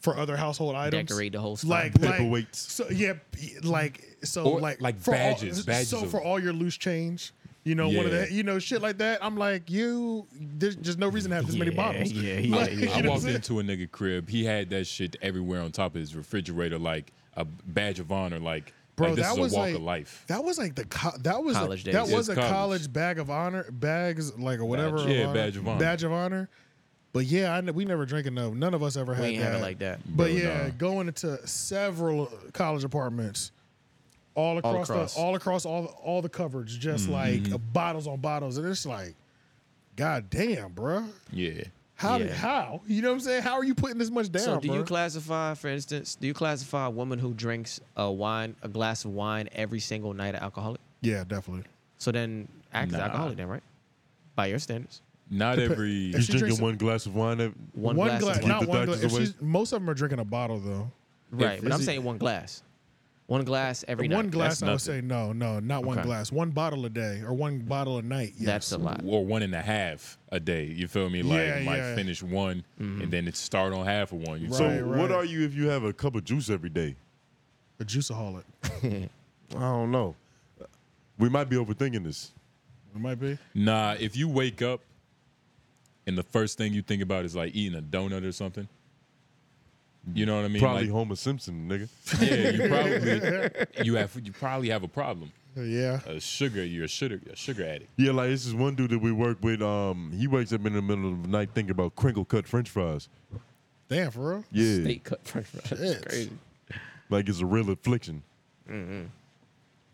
Speaker 3: for other household items,
Speaker 4: Decorate the whole spot.
Speaker 3: like Like,
Speaker 1: Paperweights.
Speaker 3: so yeah, p- like so
Speaker 1: Or,
Speaker 3: like
Speaker 1: like,
Speaker 3: for all-
Speaker 1: badges, badges
Speaker 3: So
Speaker 1: of-
Speaker 3: for all your loose change, you know, one of
Speaker 2: Yeah.
Speaker 3: the you know shit like that. I'm like you. There's just no reason to have this many bottles. Like, you know
Speaker 2: I
Speaker 3: what I'm
Speaker 2: walked
Speaker 3: saying?
Speaker 2: into a nigga crib. He had that shit everywhere on top of his refrigerator, like a badge of honor. Like,
Speaker 3: Bro,
Speaker 2: like this
Speaker 3: that
Speaker 2: is
Speaker 3: was
Speaker 2: a walk
Speaker 3: like-
Speaker 2: of life.
Speaker 3: That was like the co- that was
Speaker 2: College
Speaker 3: a, that
Speaker 2: days.
Speaker 3: was
Speaker 2: It's
Speaker 3: a
Speaker 2: college.
Speaker 3: college bag of honor bags like or whatever
Speaker 2: Badge. Yeah,
Speaker 3: honor-
Speaker 2: badge of honor.
Speaker 3: badge of honor. But yeah, I, ne- we never drank enough. None of us ever
Speaker 4: We
Speaker 3: had
Speaker 4: ain't
Speaker 3: that.
Speaker 4: have it like that.
Speaker 3: But
Speaker 4: Bro,
Speaker 3: yeah,
Speaker 4: nah.
Speaker 3: going into several college apartments, all across,
Speaker 4: across.
Speaker 3: the all across all all the cupboards, just
Speaker 2: Mm-hmm.
Speaker 3: like uh, bottles on bottles, and it's like, god damn, bruh.
Speaker 2: Yeah.
Speaker 3: How did
Speaker 4: Yeah.
Speaker 3: how you know what I'm saying? How are you putting this much down?
Speaker 4: so do you
Speaker 3: bruh?
Speaker 4: classify, for instance, do you classify a woman who drinks a wine, a glass of wine every single night, an alcoholic?
Speaker 3: yeah, definitely.
Speaker 4: So then, act as
Speaker 1: Nah.
Speaker 4: alcoholic, then, right? By your standards.
Speaker 2: Not
Speaker 3: Dep- every-
Speaker 1: You
Speaker 3: if she drinks
Speaker 1: drinking
Speaker 3: a-
Speaker 1: one glass of wine? Every,
Speaker 4: One
Speaker 3: one
Speaker 4: glass
Speaker 3: glass,
Speaker 4: of wine.
Speaker 3: not
Speaker 1: Keep the
Speaker 3: one glass.
Speaker 1: doctors
Speaker 3: If
Speaker 1: away.
Speaker 3: she's- Most of them are drinking a bottle though.
Speaker 4: Right, but
Speaker 3: Is
Speaker 4: I'm
Speaker 3: it-
Speaker 4: saying one glass, one glass every night.
Speaker 3: one glass,
Speaker 4: That's
Speaker 3: I would say
Speaker 4: nothing.
Speaker 3: no, no, not one
Speaker 4: Okay.
Speaker 3: glass. One bottle a day or one bottle a night. Yes.
Speaker 4: That's a lot.
Speaker 2: or one and a half a day. You feel me? Like
Speaker 3: Yeah,
Speaker 2: might
Speaker 3: yeah. Mm-hmm.
Speaker 2: finish one and then it start on half of one. You
Speaker 1: so
Speaker 2: feel me?
Speaker 1: what are you if you have a cup of juice every day?
Speaker 3: A juiceaholic.
Speaker 1: I don't know. We might be overthinking this.
Speaker 3: It might be.
Speaker 2: Nah, if you wake up and the first thing you think about is like eating a donut or something. You know what I mean?
Speaker 1: Probably
Speaker 2: Like,
Speaker 1: Homer Simpson, nigga.
Speaker 2: yeah, you probably you have you probably have a problem.
Speaker 3: Yeah.
Speaker 2: A sugar, you're a sugar a sugar addict.
Speaker 1: Yeah, like this is one dude that we work with. Um, he wakes up in the middle of the night thinking about crinkle cut French fries.
Speaker 3: Damn, for real.
Speaker 1: Yeah,
Speaker 4: Steak cut French fries.
Speaker 3: Shit.
Speaker 4: That's crazy.
Speaker 1: like it's a real affliction.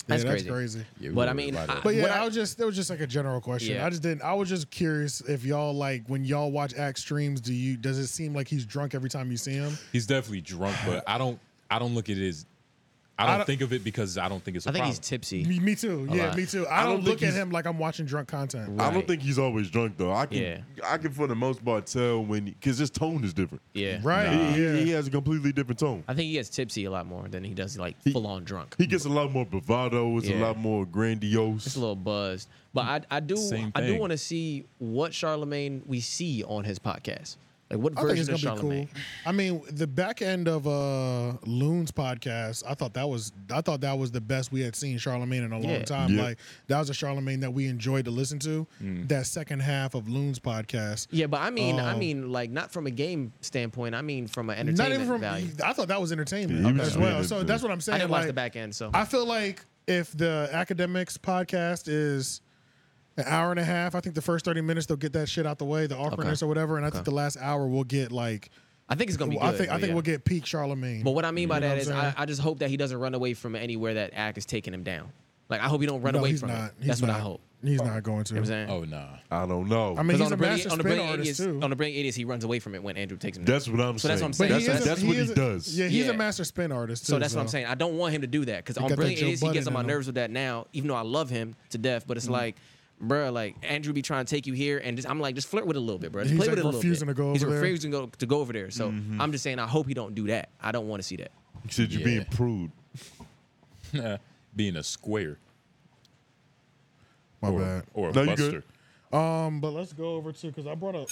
Speaker 4: That's
Speaker 3: yeah,
Speaker 4: crazy.
Speaker 3: that's crazy.
Speaker 4: but I mean, I-
Speaker 3: But yeah,
Speaker 4: what
Speaker 3: I, was just it was just like a general question.
Speaker 4: Yeah.
Speaker 3: I just didn't. I was just curious if y'all like when y'all watch act streams. Do you does it seem like he's drunk every time you see him?
Speaker 2: He's definitely drunk, but I don't I don't look at it as I don't,
Speaker 3: I don't-
Speaker 2: think of it because I don't think it's a
Speaker 4: I think
Speaker 2: problem.
Speaker 4: he's tipsy.
Speaker 3: Me, me too.
Speaker 2: A
Speaker 3: yeah,
Speaker 2: lot.
Speaker 3: me too. I,
Speaker 1: I don't
Speaker 3: don't, look
Speaker 1: think
Speaker 3: at
Speaker 1: he's-
Speaker 3: him like I'm watching drunk content.
Speaker 1: I don't think he's always drunk though. I can
Speaker 4: Yeah.
Speaker 1: I can for the most part tell when because his tone is different.
Speaker 4: Yeah.
Speaker 3: Right,
Speaker 1: He, he-
Speaker 3: yeah.
Speaker 1: he has a completely different tone.
Speaker 4: I think he gets tipsy a lot more than he does like full on drunk.
Speaker 1: He gets a lot more bravado. It's a
Speaker 4: Yeah.
Speaker 1: lot more grandiose. It's
Speaker 4: a little buzzed. But I, I do
Speaker 1: Same
Speaker 4: I do
Speaker 1: thing.
Speaker 4: want to see what Charlemagne we see on his podcast. Like what
Speaker 3: I think it's
Speaker 4: version of
Speaker 3: gonna be cool.
Speaker 4: Charlemagne?
Speaker 3: I mean, the back end of uh Loon's podcast, I thought that was I thought that was the best we had seen Charlemagne in a long
Speaker 4: Yeah.
Speaker 3: time.
Speaker 4: Yeah. Mm.
Speaker 3: Like that was a Charlemagne that we enjoyed to listen to. That second half of Loon's podcast.
Speaker 4: Yeah, but I mean I
Speaker 3: Um,
Speaker 4: mean like not from a game standpoint. I mean from an
Speaker 3: not
Speaker 4: entertainment
Speaker 3: even from
Speaker 4: value.
Speaker 3: I thought that was entertainment
Speaker 4: Yeah, he was
Speaker 3: as
Speaker 4: just
Speaker 3: well.
Speaker 4: being
Speaker 3: So
Speaker 4: a-
Speaker 3: that's what I'm saying.
Speaker 4: I didn't watch
Speaker 3: like,
Speaker 4: the back end, so
Speaker 3: I feel like if the academics podcast is an hour and a half, I think the first 30 minutes they'll get that shit out the way, the awkwardness or whatever, and I think
Speaker 4: Okay.
Speaker 3: the last hour we'll get like
Speaker 4: I think it's gonna be
Speaker 3: I
Speaker 4: good,
Speaker 3: think I
Speaker 4: but
Speaker 3: think
Speaker 4: yeah.
Speaker 3: we'll get peak Charlemagne.
Speaker 4: But what I mean by
Speaker 3: You know
Speaker 4: that
Speaker 3: what
Speaker 4: is
Speaker 3: I'm
Speaker 4: I,
Speaker 3: saying?
Speaker 4: I just hope that he doesn't run away from anywhere that act is taking him down. Like I hope he don't run
Speaker 3: No,
Speaker 4: away
Speaker 3: he's
Speaker 4: from
Speaker 3: not.
Speaker 4: it.
Speaker 3: He's
Speaker 4: That's what
Speaker 3: not.
Speaker 4: I hope.
Speaker 3: He's not going to.
Speaker 4: You know what I'm
Speaker 2: Oh
Speaker 4: saying?
Speaker 2: nah.
Speaker 1: I don't know.
Speaker 3: I mean, he's
Speaker 4: 'Cause on
Speaker 3: a
Speaker 4: the Brilliant-
Speaker 3: master
Speaker 4: on the
Speaker 3: spin
Speaker 4: Brilliant
Speaker 3: artist,
Speaker 4: Idiots,
Speaker 3: too.
Speaker 4: On the Brilliant Idiots, he runs away from it when Andrew takes him.
Speaker 1: That's what I'm
Speaker 4: So that's what I'm
Speaker 1: saying.
Speaker 4: saying.
Speaker 1: But he is a-
Speaker 4: that's
Speaker 1: he
Speaker 4: what
Speaker 1: is
Speaker 4: he
Speaker 1: a-
Speaker 4: does.
Speaker 3: Yeah, he's
Speaker 4: Yeah.
Speaker 3: a master spin artist.
Speaker 4: So
Speaker 3: too,
Speaker 4: that's what I'm saying. I don't want him to do that because
Speaker 3: He
Speaker 4: on
Speaker 3: got that
Speaker 4: Brilliant
Speaker 3: Joe
Speaker 4: Idiots, he gets
Speaker 3: Budden Mm-hmm.
Speaker 4: on my
Speaker 3: in him.
Speaker 4: nerves with that now, even though I love him to death. But it's like, bruh, like Andrew be trying to take you here, and just, I'm like, just flirt with it a little bit, bro. Just
Speaker 3: He's,
Speaker 4: play
Speaker 3: like,
Speaker 4: with it a little
Speaker 3: refusing
Speaker 4: bit.
Speaker 3: to go
Speaker 4: He's
Speaker 3: over there.
Speaker 4: refusing to go, to go over there. So I'm just saying, I hope he don't do that. I don't want to see that.
Speaker 1: He said you're being prude.
Speaker 2: Being a square.
Speaker 3: My
Speaker 2: or,
Speaker 3: bad.
Speaker 2: Or a
Speaker 3: No, you
Speaker 2: buster.
Speaker 3: good. Um, but let's go over to because I brought up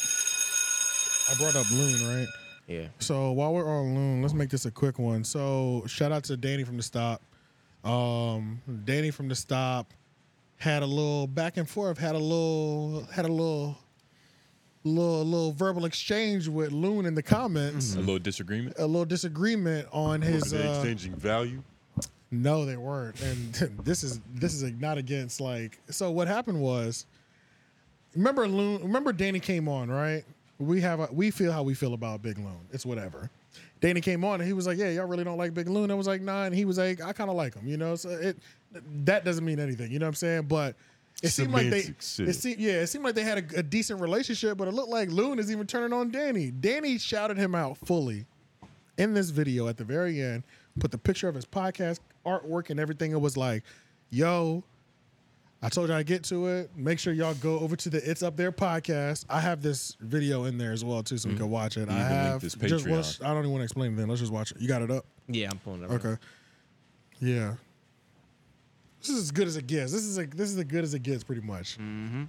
Speaker 3: I brought up Loon, right?
Speaker 4: Yeah.
Speaker 3: So while we're on Loon, let's make this a quick one. So shout out to Danny from the Stop. Um, Danny from the Stop had a little back and forth, had a little had a little little little verbal exchange with Loon in the
Speaker 4: Mm-hmm.
Speaker 3: comments.
Speaker 2: A little disagreement.
Speaker 3: A little disagreement on his
Speaker 1: Are they
Speaker 3: uh,
Speaker 1: exchanging value?
Speaker 3: no, they weren't. And this is this is not against like. So what happened was, remember Loon, remember Danny came on right. We have a, we feel how we feel about Big Loon. It's whatever. Danny came on and he was like, "Yeah, y'all really don't like Big Loon." I was like, "Nah," and he was like, "I kind of like him," you know. So it that doesn't mean anything, you know what I'm saying? But it seemed like they,
Speaker 1: Semantic shit.
Speaker 3: it seemed yeah, it seemed like they had a, a decent relationship, but it looked like Loon is even turning on Danny. Danny shouted him out fully in this video at the very end. Put the picture of his podcast artwork and everything. It was like, "Yo, I told you I get to it. Make sure y'all go over to the It's Up There podcast. I have this video in there as well too, so we can watch it. I
Speaker 2: can link
Speaker 3: have
Speaker 2: this
Speaker 3: just
Speaker 2: Patreon.
Speaker 3: watch- I don't even want to explain it. Then let's just watch it. You got it up?
Speaker 4: Yeah, I'm pulling it up.
Speaker 3: Okay. Yeah. This is as good as it gets. This is a, this is as good as it gets, pretty much. Mm-hmm.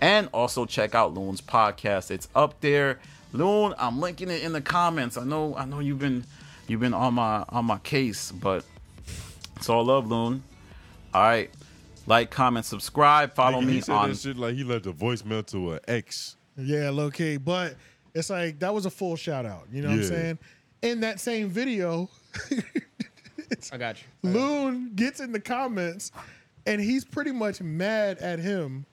Speaker 11: And also check out Loon's podcast. It's up there. Loon, I'm linking it in the comments. I know I know you've been you've been on my on my case, but it's all love, Loon. All right. Like, comment, subscribe, follow
Speaker 1: Nigga, he
Speaker 11: me
Speaker 1: said
Speaker 11: on
Speaker 1: that shit like he left a voicemail to an ex.
Speaker 3: Yeah, low key. But it's like that was a full shout out. You know what I'm
Speaker 1: Yeah.
Speaker 3: saying? In that same video,
Speaker 4: I got you.
Speaker 3: Loon gets in the comments and he's pretty much mad at him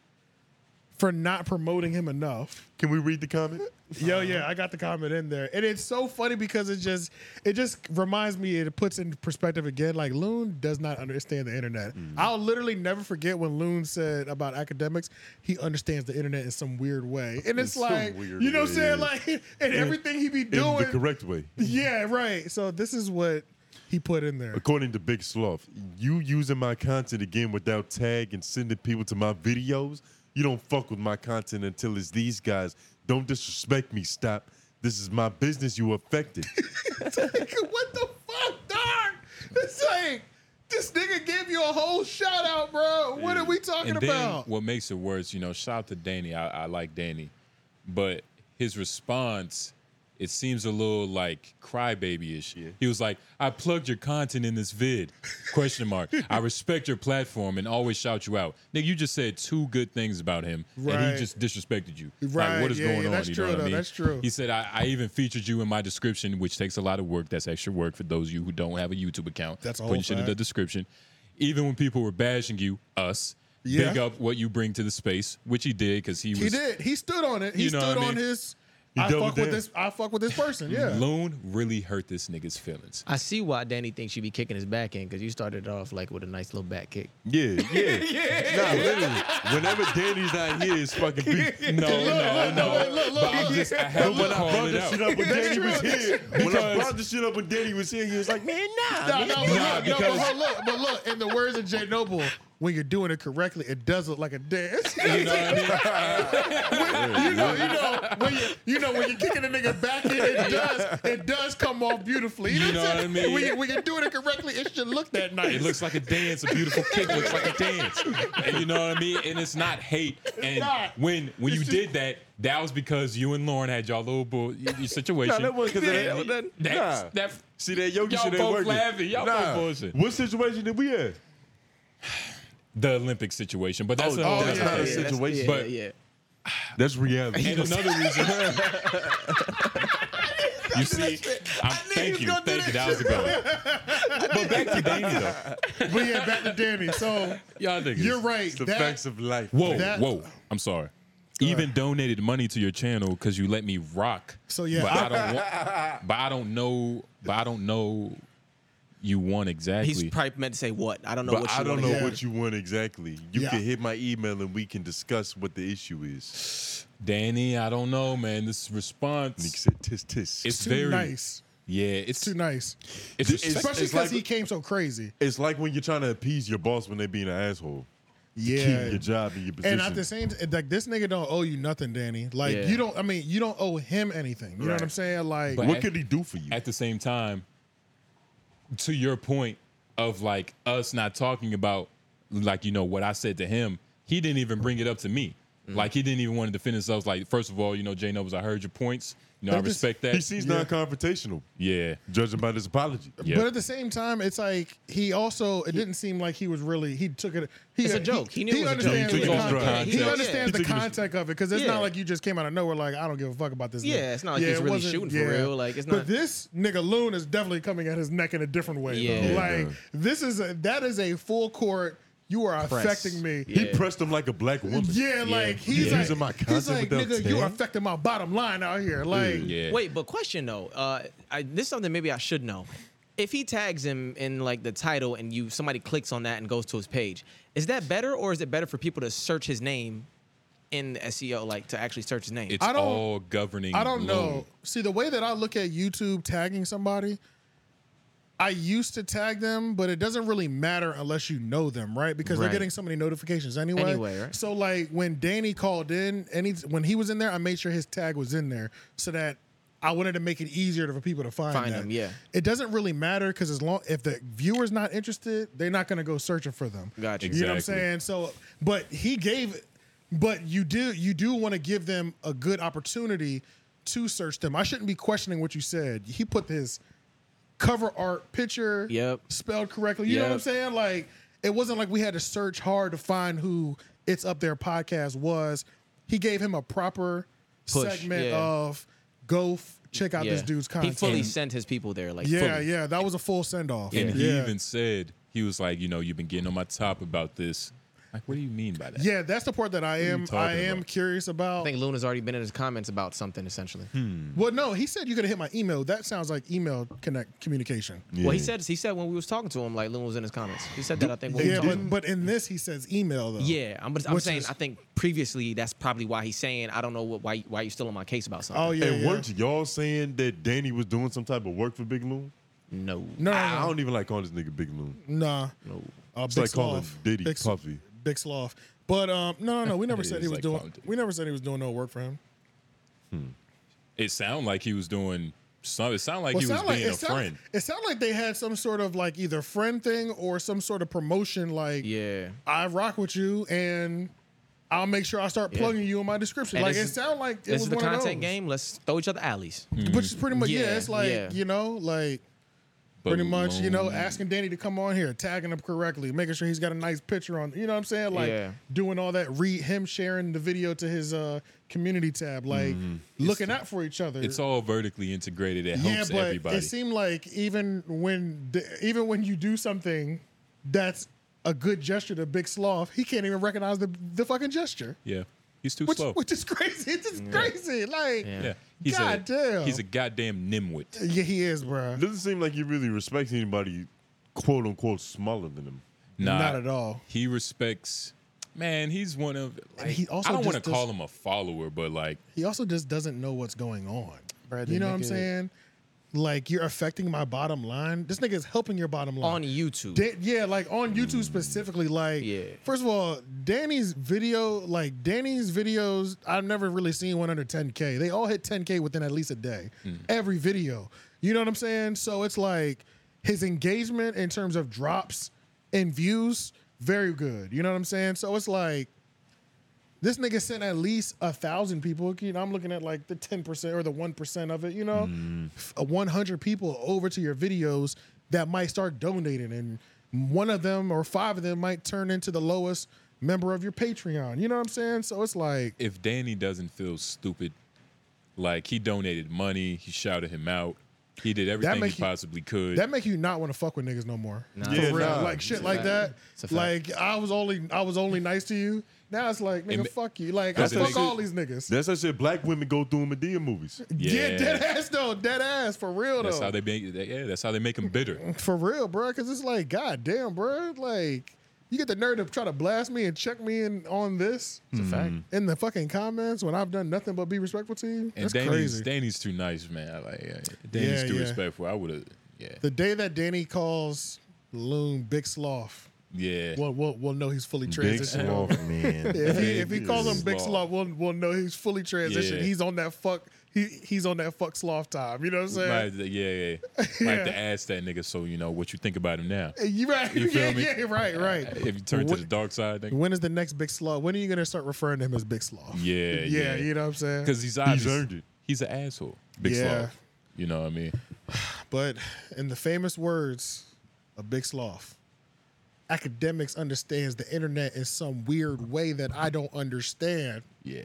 Speaker 3: for not promoting him enough.
Speaker 1: Can we read the comment?
Speaker 3: Yo,
Speaker 1: Uh-huh.
Speaker 3: yeah, I got the comment in there. And it's so funny because it just it just reminds me, it puts in perspective again. Like Loon does not understand the internet.
Speaker 1: Mm.
Speaker 3: I'll literally never forget when Loon said about academics, he understands the internet in some weird way. And it's,
Speaker 1: In some
Speaker 3: like
Speaker 1: weird
Speaker 3: you know what I'm saying?
Speaker 1: way.
Speaker 3: Like and everything he be
Speaker 1: In the
Speaker 3: doing.
Speaker 1: correct way.
Speaker 3: yeah, right. So this is what he put in there.
Speaker 1: According to Big Sloth, you using my content again without tag and sending people to my videos. You don't fuck with my content until it's these guys. Don't disrespect me. Stop. This is my business. You affected.
Speaker 3: It's like, what the fuck, dog? It's like this nigga gave you a whole shout out, bro. What are we talking
Speaker 2: and then
Speaker 3: about?
Speaker 2: what makes it worse, you know, shout out to Danny. I, I like Danny, but his response, it seems a little like crybaby-ish. He was like, "I plugged your content in this vid?" Question mark. I respect your platform and always shout you out, nigga. You just said two good things about him, and
Speaker 3: Right.
Speaker 2: he just disrespected you.
Speaker 3: Right,
Speaker 2: Like, what is
Speaker 3: yeah,
Speaker 2: going
Speaker 3: yeah,
Speaker 2: on?
Speaker 3: that's
Speaker 2: you
Speaker 3: true,
Speaker 2: know what
Speaker 3: though,
Speaker 2: I mean?
Speaker 3: that's true.
Speaker 2: He said, I, "I even featured you in my description, which takes a lot of work. That's extra work for those of you who don't have a YouTube account.
Speaker 3: That's a
Speaker 2: putting
Speaker 3: whole
Speaker 2: shit in the
Speaker 3: fact.
Speaker 2: description." Even when people were bashing you, us,
Speaker 3: Yeah.
Speaker 2: big up what you bring to the space, which he did because he was
Speaker 3: He did. He stood on it. He
Speaker 2: You know
Speaker 3: stood
Speaker 2: what I
Speaker 3: on
Speaker 2: mean?
Speaker 3: his.
Speaker 2: He
Speaker 3: I
Speaker 2: doubled
Speaker 3: fuck with
Speaker 2: down.
Speaker 3: this. I fuck with this person. Yeah.
Speaker 2: Loon really hurt this nigga's feelings.
Speaker 4: I see why Danny thinks you be kicking his back in because you started off like with a nice little back kick.
Speaker 1: Yeah, yeah. Nah, literally. Whenever Danny's not here, it's fucking beef.
Speaker 2: No,
Speaker 4: Oh,
Speaker 2: no, no.
Speaker 3: look,
Speaker 2: But I'm just, I have
Speaker 1: But
Speaker 2: to
Speaker 1: when I
Speaker 2: call
Speaker 1: brought
Speaker 2: it
Speaker 1: this
Speaker 2: out.
Speaker 1: shit up when
Speaker 3: That's
Speaker 1: Danny
Speaker 3: true.
Speaker 1: was here, when I
Speaker 2: Because-
Speaker 1: brought this shit up when Danny was here, he was like, "Man, nah,
Speaker 3: No,
Speaker 1: man,
Speaker 3: no, but
Speaker 1: nah."
Speaker 3: look, no, but
Speaker 2: because-
Speaker 3: hold- look, but look, in the words of Jay Noble, when you're doing it correctly, it does look like a dance.
Speaker 2: You know what I mean?
Speaker 3: you know, you know, when you, you know, when you're kicking a nigga back in, it does, it does come off beautifully.
Speaker 2: You know what
Speaker 3: I'm
Speaker 2: I
Speaker 3: saying?
Speaker 2: mean?
Speaker 3: When, you, when you're doing it correctly, it should look that nice.
Speaker 2: It looks like a dance. A beautiful kick looks like a dance. And you know what I mean? And it's not hate. And
Speaker 3: not.
Speaker 2: when when you
Speaker 3: It's
Speaker 2: did that, that was because you and Lauren had y'all little bull y- y- situation.
Speaker 1: Nah, that wasn't because of that.
Speaker 2: And
Speaker 1: that-
Speaker 2: that's-
Speaker 1: nah.
Speaker 2: that-
Speaker 1: See that yogi
Speaker 2: Y'all
Speaker 1: shit ain't
Speaker 2: both
Speaker 1: working.
Speaker 2: laughing. Y'all both
Speaker 1: Nah.
Speaker 2: bullshit.
Speaker 1: What situation did we have?
Speaker 2: the Olympic situation. But that's,
Speaker 1: Oh,
Speaker 2: another
Speaker 1: that's
Speaker 2: thing.
Speaker 1: not a
Speaker 2: Yeah, that's-
Speaker 1: situation.
Speaker 2: But-
Speaker 4: yeah, yeah.
Speaker 1: That's reality.
Speaker 2: And another reason. you see, I'm, thank you, thank you. That was a good one. But back to Danny though.
Speaker 3: but yeah, back to Danny. So
Speaker 2: Y'all niggas.
Speaker 3: you're right.
Speaker 1: It's the
Speaker 3: that-
Speaker 1: facts of life.
Speaker 2: Whoa,
Speaker 3: That-
Speaker 2: whoa. I'm sorry. Even donated money to your channel because you let me rock.
Speaker 3: So, yeah,
Speaker 2: but
Speaker 3: I-
Speaker 2: I, don't. Want, but I don't know. But I don't know. You won exactly.
Speaker 4: He's probably meant to say what? I don't know
Speaker 1: But
Speaker 4: what you
Speaker 1: I don't
Speaker 4: wanna
Speaker 1: know
Speaker 4: hear.
Speaker 1: what you want exactly. You
Speaker 3: Yeah.
Speaker 1: can hit my email and we can discuss what the issue is.
Speaker 2: Danny, I don't know, man. This
Speaker 1: Nick
Speaker 2: response.
Speaker 1: said, "Tis tis."
Speaker 2: It's
Speaker 3: too
Speaker 2: very
Speaker 3: nice.
Speaker 2: Yeah, it's
Speaker 3: Too nice,
Speaker 2: It's, respect-
Speaker 3: especially
Speaker 1: it's like-
Speaker 3: because he came so crazy.
Speaker 1: It's like when you're trying to appease your boss when they being an asshole.
Speaker 3: Yeah.
Speaker 1: Keep your job and your position.
Speaker 3: And at the same, eh, like this nigga don't owe you nothing, Danny. Like
Speaker 4: Yeah.
Speaker 3: you don't. I mean, you don't owe him anything. You know what I'm saying? Like
Speaker 2: But-
Speaker 1: what could he do for you?
Speaker 2: at the same time, to your point of like us not talking about like you know what I said to him, he didn't even bring it up to me. Like he didn't even want to defend himself. Like first of all, you know, Jay Nobles, I heard your points. You know, I
Speaker 3: That just-
Speaker 2: respect
Speaker 1: he
Speaker 2: that.
Speaker 1: seems
Speaker 3: Yeah.
Speaker 1: non-confrontational,
Speaker 2: yeah,
Speaker 1: judging by this apology.
Speaker 2: yeah.
Speaker 3: But at the same time, it's like he also. It didn't seem like he was really. He took it. He,
Speaker 4: It's a joke. He knew it was a joke.
Speaker 3: understands
Speaker 1: He
Speaker 3: the
Speaker 1: took it
Speaker 3: con-
Speaker 1: as dry.
Speaker 3: He
Speaker 1: He took-
Speaker 3: understands
Speaker 1: he
Speaker 3: the
Speaker 1: took it as-
Speaker 3: context of it because it's
Speaker 4: Yeah.
Speaker 3: not like you just came out of nowhere. Like I don't give a fuck about this.
Speaker 4: Yeah,
Speaker 3: nigga.
Speaker 4: it's not like he's
Speaker 3: it
Speaker 4: really
Speaker 3: wasn't-
Speaker 4: shooting for real, like, it's
Speaker 3: But
Speaker 4: not-
Speaker 3: this nigga Loon is definitely coming at his neck in a different way.
Speaker 4: Yeah.
Speaker 3: though.
Speaker 4: Yeah,
Speaker 3: like this is a that is a full court. you are
Speaker 1: Press.
Speaker 3: affecting me.
Speaker 1: He pressed him like a black woman.
Speaker 3: Yeah, like he's like,
Speaker 1: using my content
Speaker 3: he's like,
Speaker 1: without
Speaker 3: nigga, you
Speaker 1: saying.
Speaker 3: are affecting my bottom line out here. Like,
Speaker 4: Wait, but question though. Uh, I, this is something maybe I should know. If he tags him in like the title and you somebody clicks on that and goes to his page, is that better or is it better for people to search his name in SEO, like to actually search his name?
Speaker 2: It's all governing.
Speaker 3: I don't
Speaker 2: loom.
Speaker 3: know. See, the way that I look at YouTube tagging somebody, I used to tag them, but it doesn't really matter unless you know them, right? Because
Speaker 4: Right.
Speaker 3: they're getting so many notifications anyway.
Speaker 4: Anyway, right.
Speaker 3: So like when Danny called in, and he, when he was in there, I made sure his tag was in there so that I wanted to make it easier for people to find,
Speaker 4: Find
Speaker 3: that.
Speaker 4: him, yeah.
Speaker 3: It doesn't really matter because as long if the viewer's not interested, they're not going to go searching for them.
Speaker 4: Gotcha.
Speaker 3: You know what I'm
Speaker 4: Exactly.
Speaker 3: saying? So, but he gave, but you do you do want to give them a good opportunity to search them. I shouldn't be questioning what you said. He put his cover art picture
Speaker 4: Yep.
Speaker 3: spelled correctly. You know what I'm
Speaker 4: Yep.
Speaker 3: saying? Like it wasn't like we had to search hard to find who it's up there podcast was. He gave him a proper
Speaker 4: Push,
Speaker 3: segment
Speaker 4: yeah.
Speaker 3: of go f- check out this
Speaker 4: Yeah.
Speaker 3: dude's content.
Speaker 4: He fully sent his people there. Like
Speaker 3: yeah,
Speaker 4: fully.
Speaker 3: yeah, that was a full send off.
Speaker 2: And he
Speaker 3: yeah.
Speaker 2: even said he was like, you know, you've been getting on my top about this. Like, what do you mean by that?
Speaker 3: Yeah, that's the part that I
Speaker 2: are you
Speaker 3: am I
Speaker 2: talking
Speaker 3: am
Speaker 2: about?
Speaker 3: curious about.
Speaker 4: I think Luna's already been in his comments about something essentially.
Speaker 3: Well, no, he said you could have hit my email. That sounds like email connect communication.
Speaker 4: Well, he said he said when we was talking to him, like Luna was in his comments. He said that I think. When we
Speaker 3: yeah,
Speaker 4: were talking.
Speaker 3: but, but in this he says email though.
Speaker 4: Yeah, I'm, but I'm
Speaker 3: Which
Speaker 4: saying
Speaker 3: is-
Speaker 4: I think previously that's probably why he's saying I don't know what why why you still on my case about something.
Speaker 3: Oh,
Speaker 1: And weren't y'all saying that Danny was doing some type of work for Big Loon?
Speaker 4: No.
Speaker 3: No, no,
Speaker 1: I, I
Speaker 3: no.
Speaker 1: don't even like calling this nigga Big Loon.
Speaker 3: Nah.
Speaker 4: No.
Speaker 3: Uh,
Speaker 1: it's
Speaker 3: Big
Speaker 1: like calling
Speaker 3: Sloth.
Speaker 1: Diddy
Speaker 3: Big,
Speaker 1: Puffy.
Speaker 3: Big Sloth. But um, no, no, no. We never
Speaker 2: It
Speaker 3: said
Speaker 2: is
Speaker 3: he was
Speaker 2: like
Speaker 3: doing.
Speaker 2: calling Diddy.
Speaker 3: We never said he was doing no work for him.
Speaker 2: It sounded like he was doing some. It sounded like
Speaker 3: Well,
Speaker 2: he was
Speaker 3: sound like-
Speaker 2: being
Speaker 3: it
Speaker 2: a
Speaker 3: sound-
Speaker 2: friend.
Speaker 3: It sounded like they had some sort of like either friend thing or some sort of promotion. Like,
Speaker 4: yeah,
Speaker 3: I rock with you, and I'll make sure I start
Speaker 4: Yeah.
Speaker 3: plugging you in my description.
Speaker 4: And
Speaker 3: like,
Speaker 4: this
Speaker 3: it
Speaker 4: is-
Speaker 3: sounded like it
Speaker 4: this
Speaker 3: was
Speaker 4: is the
Speaker 3: one
Speaker 4: content
Speaker 3: of those.
Speaker 4: game. Let's throw each other alleys.
Speaker 2: Mm-hmm.
Speaker 3: Which is pretty much yeah. it's like
Speaker 4: yeah.
Speaker 3: you know, like
Speaker 4: But
Speaker 3: pretty much you know,
Speaker 4: Loon-
Speaker 3: asking Danny to come on here, tagging him correctly, making sure he's got a nice picture on. You know what I'm saying? Like
Speaker 4: Yeah.
Speaker 3: doing all that. Read him sharing the video to his uh community tab, like looking out for each other.
Speaker 2: Mm-hmm. It's all vertically integrated. It
Speaker 3: yeah,
Speaker 2: helps
Speaker 3: but
Speaker 2: everybody.
Speaker 3: it seemed like even when the, even when you do something that's a good gesture to Big Sloth, he can't even recognize the the fucking gesture.
Speaker 2: yeah, he's too
Speaker 3: Which,
Speaker 2: slow.
Speaker 3: which is crazy. It's just
Speaker 2: Yeah.
Speaker 3: crazy. Like,
Speaker 2: yeah.
Speaker 3: yeah.
Speaker 2: he's a,
Speaker 3: goddamn.
Speaker 2: He's a goddamn nimwit.
Speaker 3: he is, bro.
Speaker 1: Doesn't seem like he really respects anybody, quote unquote, smaller than him.
Speaker 2: Nah,
Speaker 3: Not at all.
Speaker 2: He respects. Man, he's one of. Like,
Speaker 3: he also
Speaker 2: I don't want
Speaker 3: just
Speaker 2: to
Speaker 3: does-
Speaker 2: call him a follower, but like,
Speaker 3: He also just doesn't know what's going on.
Speaker 2: the
Speaker 3: you know what I'm
Speaker 2: nigga-
Speaker 3: saying? Like you're affecting my bottom line. This nigga is helping your bottom line
Speaker 4: on YouTube.
Speaker 3: Da- yeah, like on YouTube specifically. Like, first of all, Danny's video, like Danny's videos, I've never really seen one under 10k. They all hit 10k within at least a day, every video. You know what I'm saying? So it's like his engagement in terms of drops and views, very good. You know what I'm saying? So it's like this nigga sent at least a thousand people. You know, I'm looking at like the 10% or the 1% of it, you know, F- uh, 100 people over to your videos that might start donating. And one of them or five of them might turn into the lowest member of your Patreon. You know what I'm saying? So it's like,
Speaker 2: if Danny doesn't feel stupid, like he donated money, he shouted him out, he did everything he
Speaker 3: make you-
Speaker 2: possibly could.
Speaker 3: that make you not want to fuck with niggas no more.
Speaker 2: Nah.
Speaker 3: For
Speaker 2: Yeah,
Speaker 3: real.
Speaker 2: nah.
Speaker 3: Like shit
Speaker 2: It's a
Speaker 3: like
Speaker 2: fact.
Speaker 3: that.
Speaker 2: It's a fact.
Speaker 3: Like I was only I was only nice to you. Now it's like, nigga,
Speaker 1: ma-
Speaker 3: fuck you. Like I
Speaker 1: That's that
Speaker 3: fuck
Speaker 1: shit-
Speaker 3: all these niggas.
Speaker 1: That's that shit black women go through in Medea movies.
Speaker 3: Yeah. dead ass though. Dead ass for real
Speaker 2: that's
Speaker 3: though.
Speaker 2: how they make. They, yeah, that's how they make him bitter.
Speaker 3: For real, bro, because it's like, god damn, bro, like you get the nerve to try to blast me and check me in on this.
Speaker 2: It's a fact.
Speaker 3: In the fucking comments when I've done nothing but be respectful to you.
Speaker 2: And
Speaker 3: That's
Speaker 2: Danny's
Speaker 3: crazy.
Speaker 2: Danny's too nice, man. I Like yeah, Danny's
Speaker 3: Yeah,
Speaker 2: too
Speaker 3: yeah.
Speaker 2: respectful. I would have. Yeah,
Speaker 3: The day that Danny calls Loon Big Sloth,
Speaker 2: yeah.
Speaker 3: we'll, we'll, we'll know he's fully
Speaker 2: Big
Speaker 3: transitioned.
Speaker 2: Sloth,
Speaker 3: over.
Speaker 2: man.
Speaker 3: if he, if he
Speaker 2: Big
Speaker 3: calls him Big
Speaker 2: Sloth.
Speaker 3: Sloth, we'll, we'll know he's fully transitioned.
Speaker 2: Yeah.
Speaker 3: He's on that fuck. He, he's on that fuck sloth time. You know what I'm saying?
Speaker 2: Might- yeah, yeah. I have to ask that nigga so you know what you think about him now.
Speaker 3: You right?
Speaker 2: You feel
Speaker 3: yeah,
Speaker 2: me?
Speaker 3: yeah, right, right.
Speaker 2: If you turn to
Speaker 3: When-
Speaker 2: the dark side, nigga.
Speaker 3: When is the next Big Sloth? When are you gonna start referring to him as Big Sloth?
Speaker 2: Yeah, yeah.
Speaker 3: yeah, you know what I'm saying?
Speaker 2: Because he's obvious. He's an asshole. Big
Speaker 3: Yeah.
Speaker 2: Sloth. You know what I mean?
Speaker 3: But in the famous words of Big Sloth, academics understands the internet in some weird way that I don't understand.
Speaker 2: Yeah.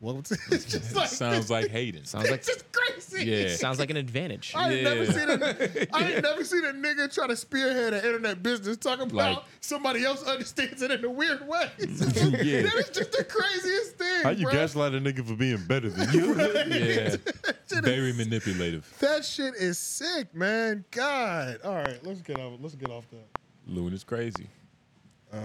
Speaker 3: Well, it's, it's just like
Speaker 2: Sounds like Hayden.
Speaker 3: it's just crazy.
Speaker 2: Yeah.
Speaker 4: Sounds like an advantage.
Speaker 3: I ain't never
Speaker 2: Yeah.
Speaker 3: seen a, I ain't never seen a nigga try to spearhead an internet business talking about
Speaker 2: Like-
Speaker 3: somebody else understands it in a weird way. That is just the craziest thing.
Speaker 1: How you
Speaker 3: bruh.
Speaker 1: gaslight a nigga for being better than you?
Speaker 2: Yeah. Very manipulative.
Speaker 3: That shit is sick, man. God. All right, let's get off. Let's get off that.
Speaker 2: Loon is crazy.
Speaker 3: Uh,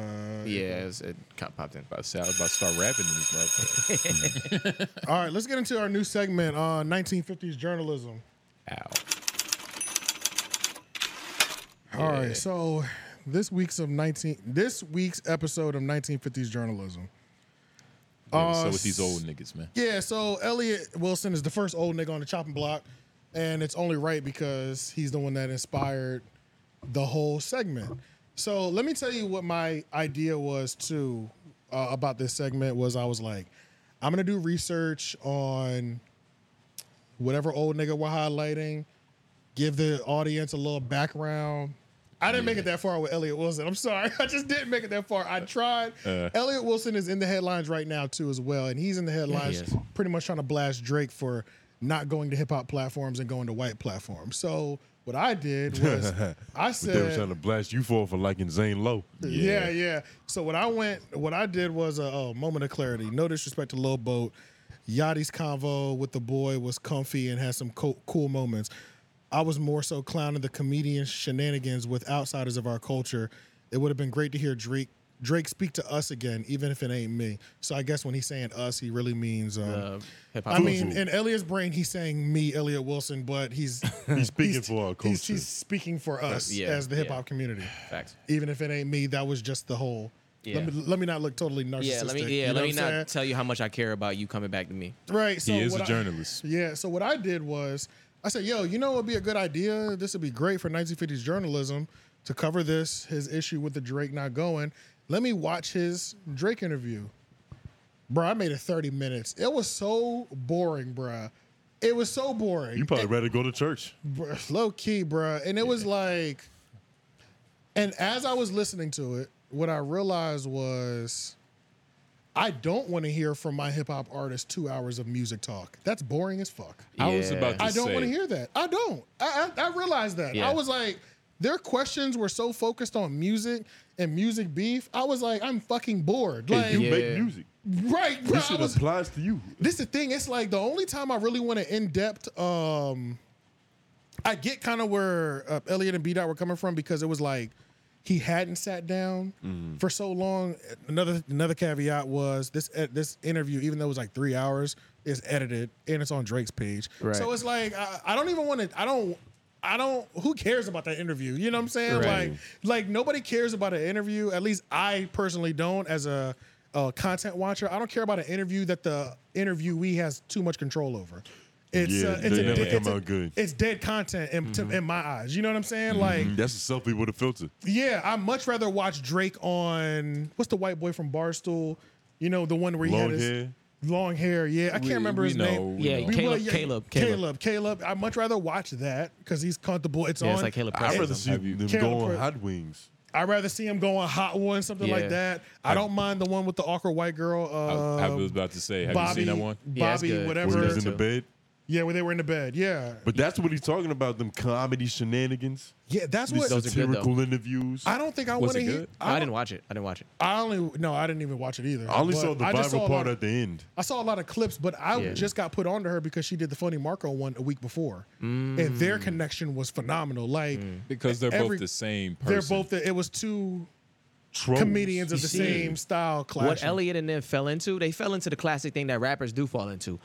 Speaker 5: Yeah, it's, it kind of popped in.
Speaker 2: About to, say, I was about to start rapping in this motherfucker.
Speaker 3: All right, let's get into our new segment on 1950s journalism. Ow. All right, so this week's of 19 this week's episode of 1950s journalism.
Speaker 2: Yeah, so
Speaker 3: Uh,
Speaker 2: with these old niggas, man.
Speaker 3: Yeah, so Elliot Wilson is the first old nigga on the chopping block, and it's only right because he's the one that inspired the whole segment. So let me tell you what my idea was too uh, about this segment was I was like, I'm gonna do research on whatever old nigga we're highlighting, give the audience a little background. I didn't make it that far with Elliot Wilson. I'm sorry. I just didn't make it that far. I tried.
Speaker 2: Uh.
Speaker 3: Elliot Wilson is in the headlines right now too as well, and he's in the headlines
Speaker 2: is.
Speaker 3: pretty much trying to blast Drake for not going to hip hop platforms and going to white platforms. So what I did was I
Speaker 1: But they were trying
Speaker 3: said
Speaker 1: to blast you for for liking Zane Lowe.
Speaker 3: yeah. yeah, So what I went, what I did was a oh, moment of clarity. No disrespect to Lil Boat. Yachty's convo with the boy was comfy and had some co- cool moments. I was more so clowning the comedian shenanigans with outsiders of our culture. It would have been great to hear Drake Drake speak to us again, even if it ain't me. So I guess when he's saying us, he really means. Um,
Speaker 5: hip-hop
Speaker 3: I mean,
Speaker 5: culture.
Speaker 3: in Elliot's brain, he's saying me, Elliot Wilson, but he's
Speaker 1: He's speaking for our
Speaker 3: he's,
Speaker 1: culture.
Speaker 3: he's speaking for us
Speaker 5: yeah,
Speaker 3: as the hip hop
Speaker 5: yeah.
Speaker 3: community
Speaker 5: Facts.
Speaker 3: even if it ain't me, that was just the whole.
Speaker 5: Yeah.
Speaker 3: Let me let me not look totally narcissistic.
Speaker 5: Yeah, let me
Speaker 3: you
Speaker 5: yeah,
Speaker 3: know
Speaker 5: let
Speaker 3: what
Speaker 5: me
Speaker 3: I'm
Speaker 5: not
Speaker 3: saying?
Speaker 5: tell you how much I care about you coming back to me.
Speaker 3: Right. So
Speaker 2: he is
Speaker 3: what
Speaker 2: a
Speaker 3: I-
Speaker 2: journalist.
Speaker 3: yeah. So what I did was I said, "Yo, you know what would be a good idea? This would be great for 1950s journalism to cover this his issue with the Drake not going. Let me watch his Drake interview." Bro, I made it 30 minutes. It was so boring, bruh. It was so boring.
Speaker 1: You probably rather go to church.
Speaker 3: Bruh, low key, bruh. And it was like, and as I was listening to it, what I realized was, I don't want to hear from my hip hop artist two hours of music talk. That's boring as fuck.
Speaker 2: I was about to
Speaker 3: I don't
Speaker 2: say,
Speaker 3: want to hear that. I don't. I I, I realized that.
Speaker 2: Yeah.
Speaker 3: I was like, their questions were so focused on music and music beef. I was like, I'm fucking bored. Like,
Speaker 1: Hey, you make music.
Speaker 3: right, bro.
Speaker 1: This
Speaker 3: I
Speaker 1: shit
Speaker 3: was
Speaker 1: applies to you.
Speaker 3: this the thing. It's like the only time I really want to in depth. Um, I get kind of where uh, Elliot and B Dot were coming from because it was like he hadn't sat down
Speaker 1: Mm.
Speaker 3: for so long. Another another caveat was this uh, this interview, even though it was like three hours, is edited and it's on Drake's page.
Speaker 5: Right.
Speaker 3: So it's like I, I don't even want to. I don't. I don't. Who cares about that interview? You know what I'm saying?
Speaker 2: Right.
Speaker 3: Like, like nobody cares about an interview. At least I personally don't. As a, a content watcher, I don't care about an interview that the interviewee has too much control over. It's
Speaker 1: Yeah,
Speaker 3: uh, it's
Speaker 1: they
Speaker 3: a,
Speaker 1: never
Speaker 3: dead-
Speaker 1: come
Speaker 3: it's a-
Speaker 1: out good.
Speaker 3: It's dead content in,
Speaker 2: Mm-hmm.
Speaker 3: to, in my eyes. You know what I'm saying? Like,
Speaker 1: Mm, That's a selfie with a filter.
Speaker 3: yeah, I much rather watch Drake on what's the white boy from Barstool? You know the one where he
Speaker 1: Long
Speaker 3: had his
Speaker 1: hair.
Speaker 3: long hair. Yeah, I can't
Speaker 2: We-
Speaker 3: remember
Speaker 2: we
Speaker 3: his
Speaker 2: know,
Speaker 3: name.
Speaker 2: we Yeah,
Speaker 4: know. Caleb- Caleb, Caleb.
Speaker 3: Caleb, Caleb. I much rather watch that because he's comfortable. It's
Speaker 4: Yeah,
Speaker 3: on.
Speaker 4: it's like Caleb
Speaker 1: I'd
Speaker 4: Preston.
Speaker 1: rather see
Speaker 2: Have you-
Speaker 1: them
Speaker 3: Carol
Speaker 1: go on
Speaker 3: Pres-
Speaker 1: hot wings.
Speaker 3: I'd rather see him go on Hot One, something
Speaker 4: Yeah.
Speaker 3: like that. I don't mind the one with the awkward white girl.
Speaker 2: I,
Speaker 3: Uh,
Speaker 2: I was about to say, have
Speaker 3: Bobby,
Speaker 2: you seen that one?
Speaker 4: Yeah, it's
Speaker 3: Bobby,
Speaker 4: good.
Speaker 1: Where
Speaker 3: whatever.
Speaker 1: he's in the bed.
Speaker 3: Yeah, where they were in the bed. Yeah,
Speaker 1: But that's what he's talking about, them comedy shenanigans.
Speaker 3: yeah. That's
Speaker 1: These
Speaker 3: what
Speaker 4: Those are good, though.
Speaker 1: satirical interviews.
Speaker 3: I don't think I want
Speaker 2: Was
Speaker 3: to
Speaker 2: it
Speaker 3: hear.
Speaker 2: good?
Speaker 4: I,
Speaker 3: I,
Speaker 4: didn't
Speaker 3: don't-
Speaker 4: watch it. I didn't watch it.
Speaker 3: I only no, I didn't even watch it either.
Speaker 1: I only
Speaker 3: But
Speaker 1: saw the
Speaker 3: I just saw
Speaker 1: viral
Speaker 3: a
Speaker 1: part
Speaker 3: lot of-
Speaker 1: at the end.
Speaker 3: I saw a lot of clips, but I
Speaker 4: Yeah.
Speaker 3: just got put onto her because she did the Funny Marco one a week before, and their connection was phenomenal. Like
Speaker 2: Because they're
Speaker 3: Every-
Speaker 2: both the same person.
Speaker 3: they're both the, it was two
Speaker 1: Trolls.
Speaker 3: comedians of the
Speaker 4: see?
Speaker 3: same style clash.
Speaker 4: What Elliot and them fell into, they fell into the classic thing that rappers do fall into.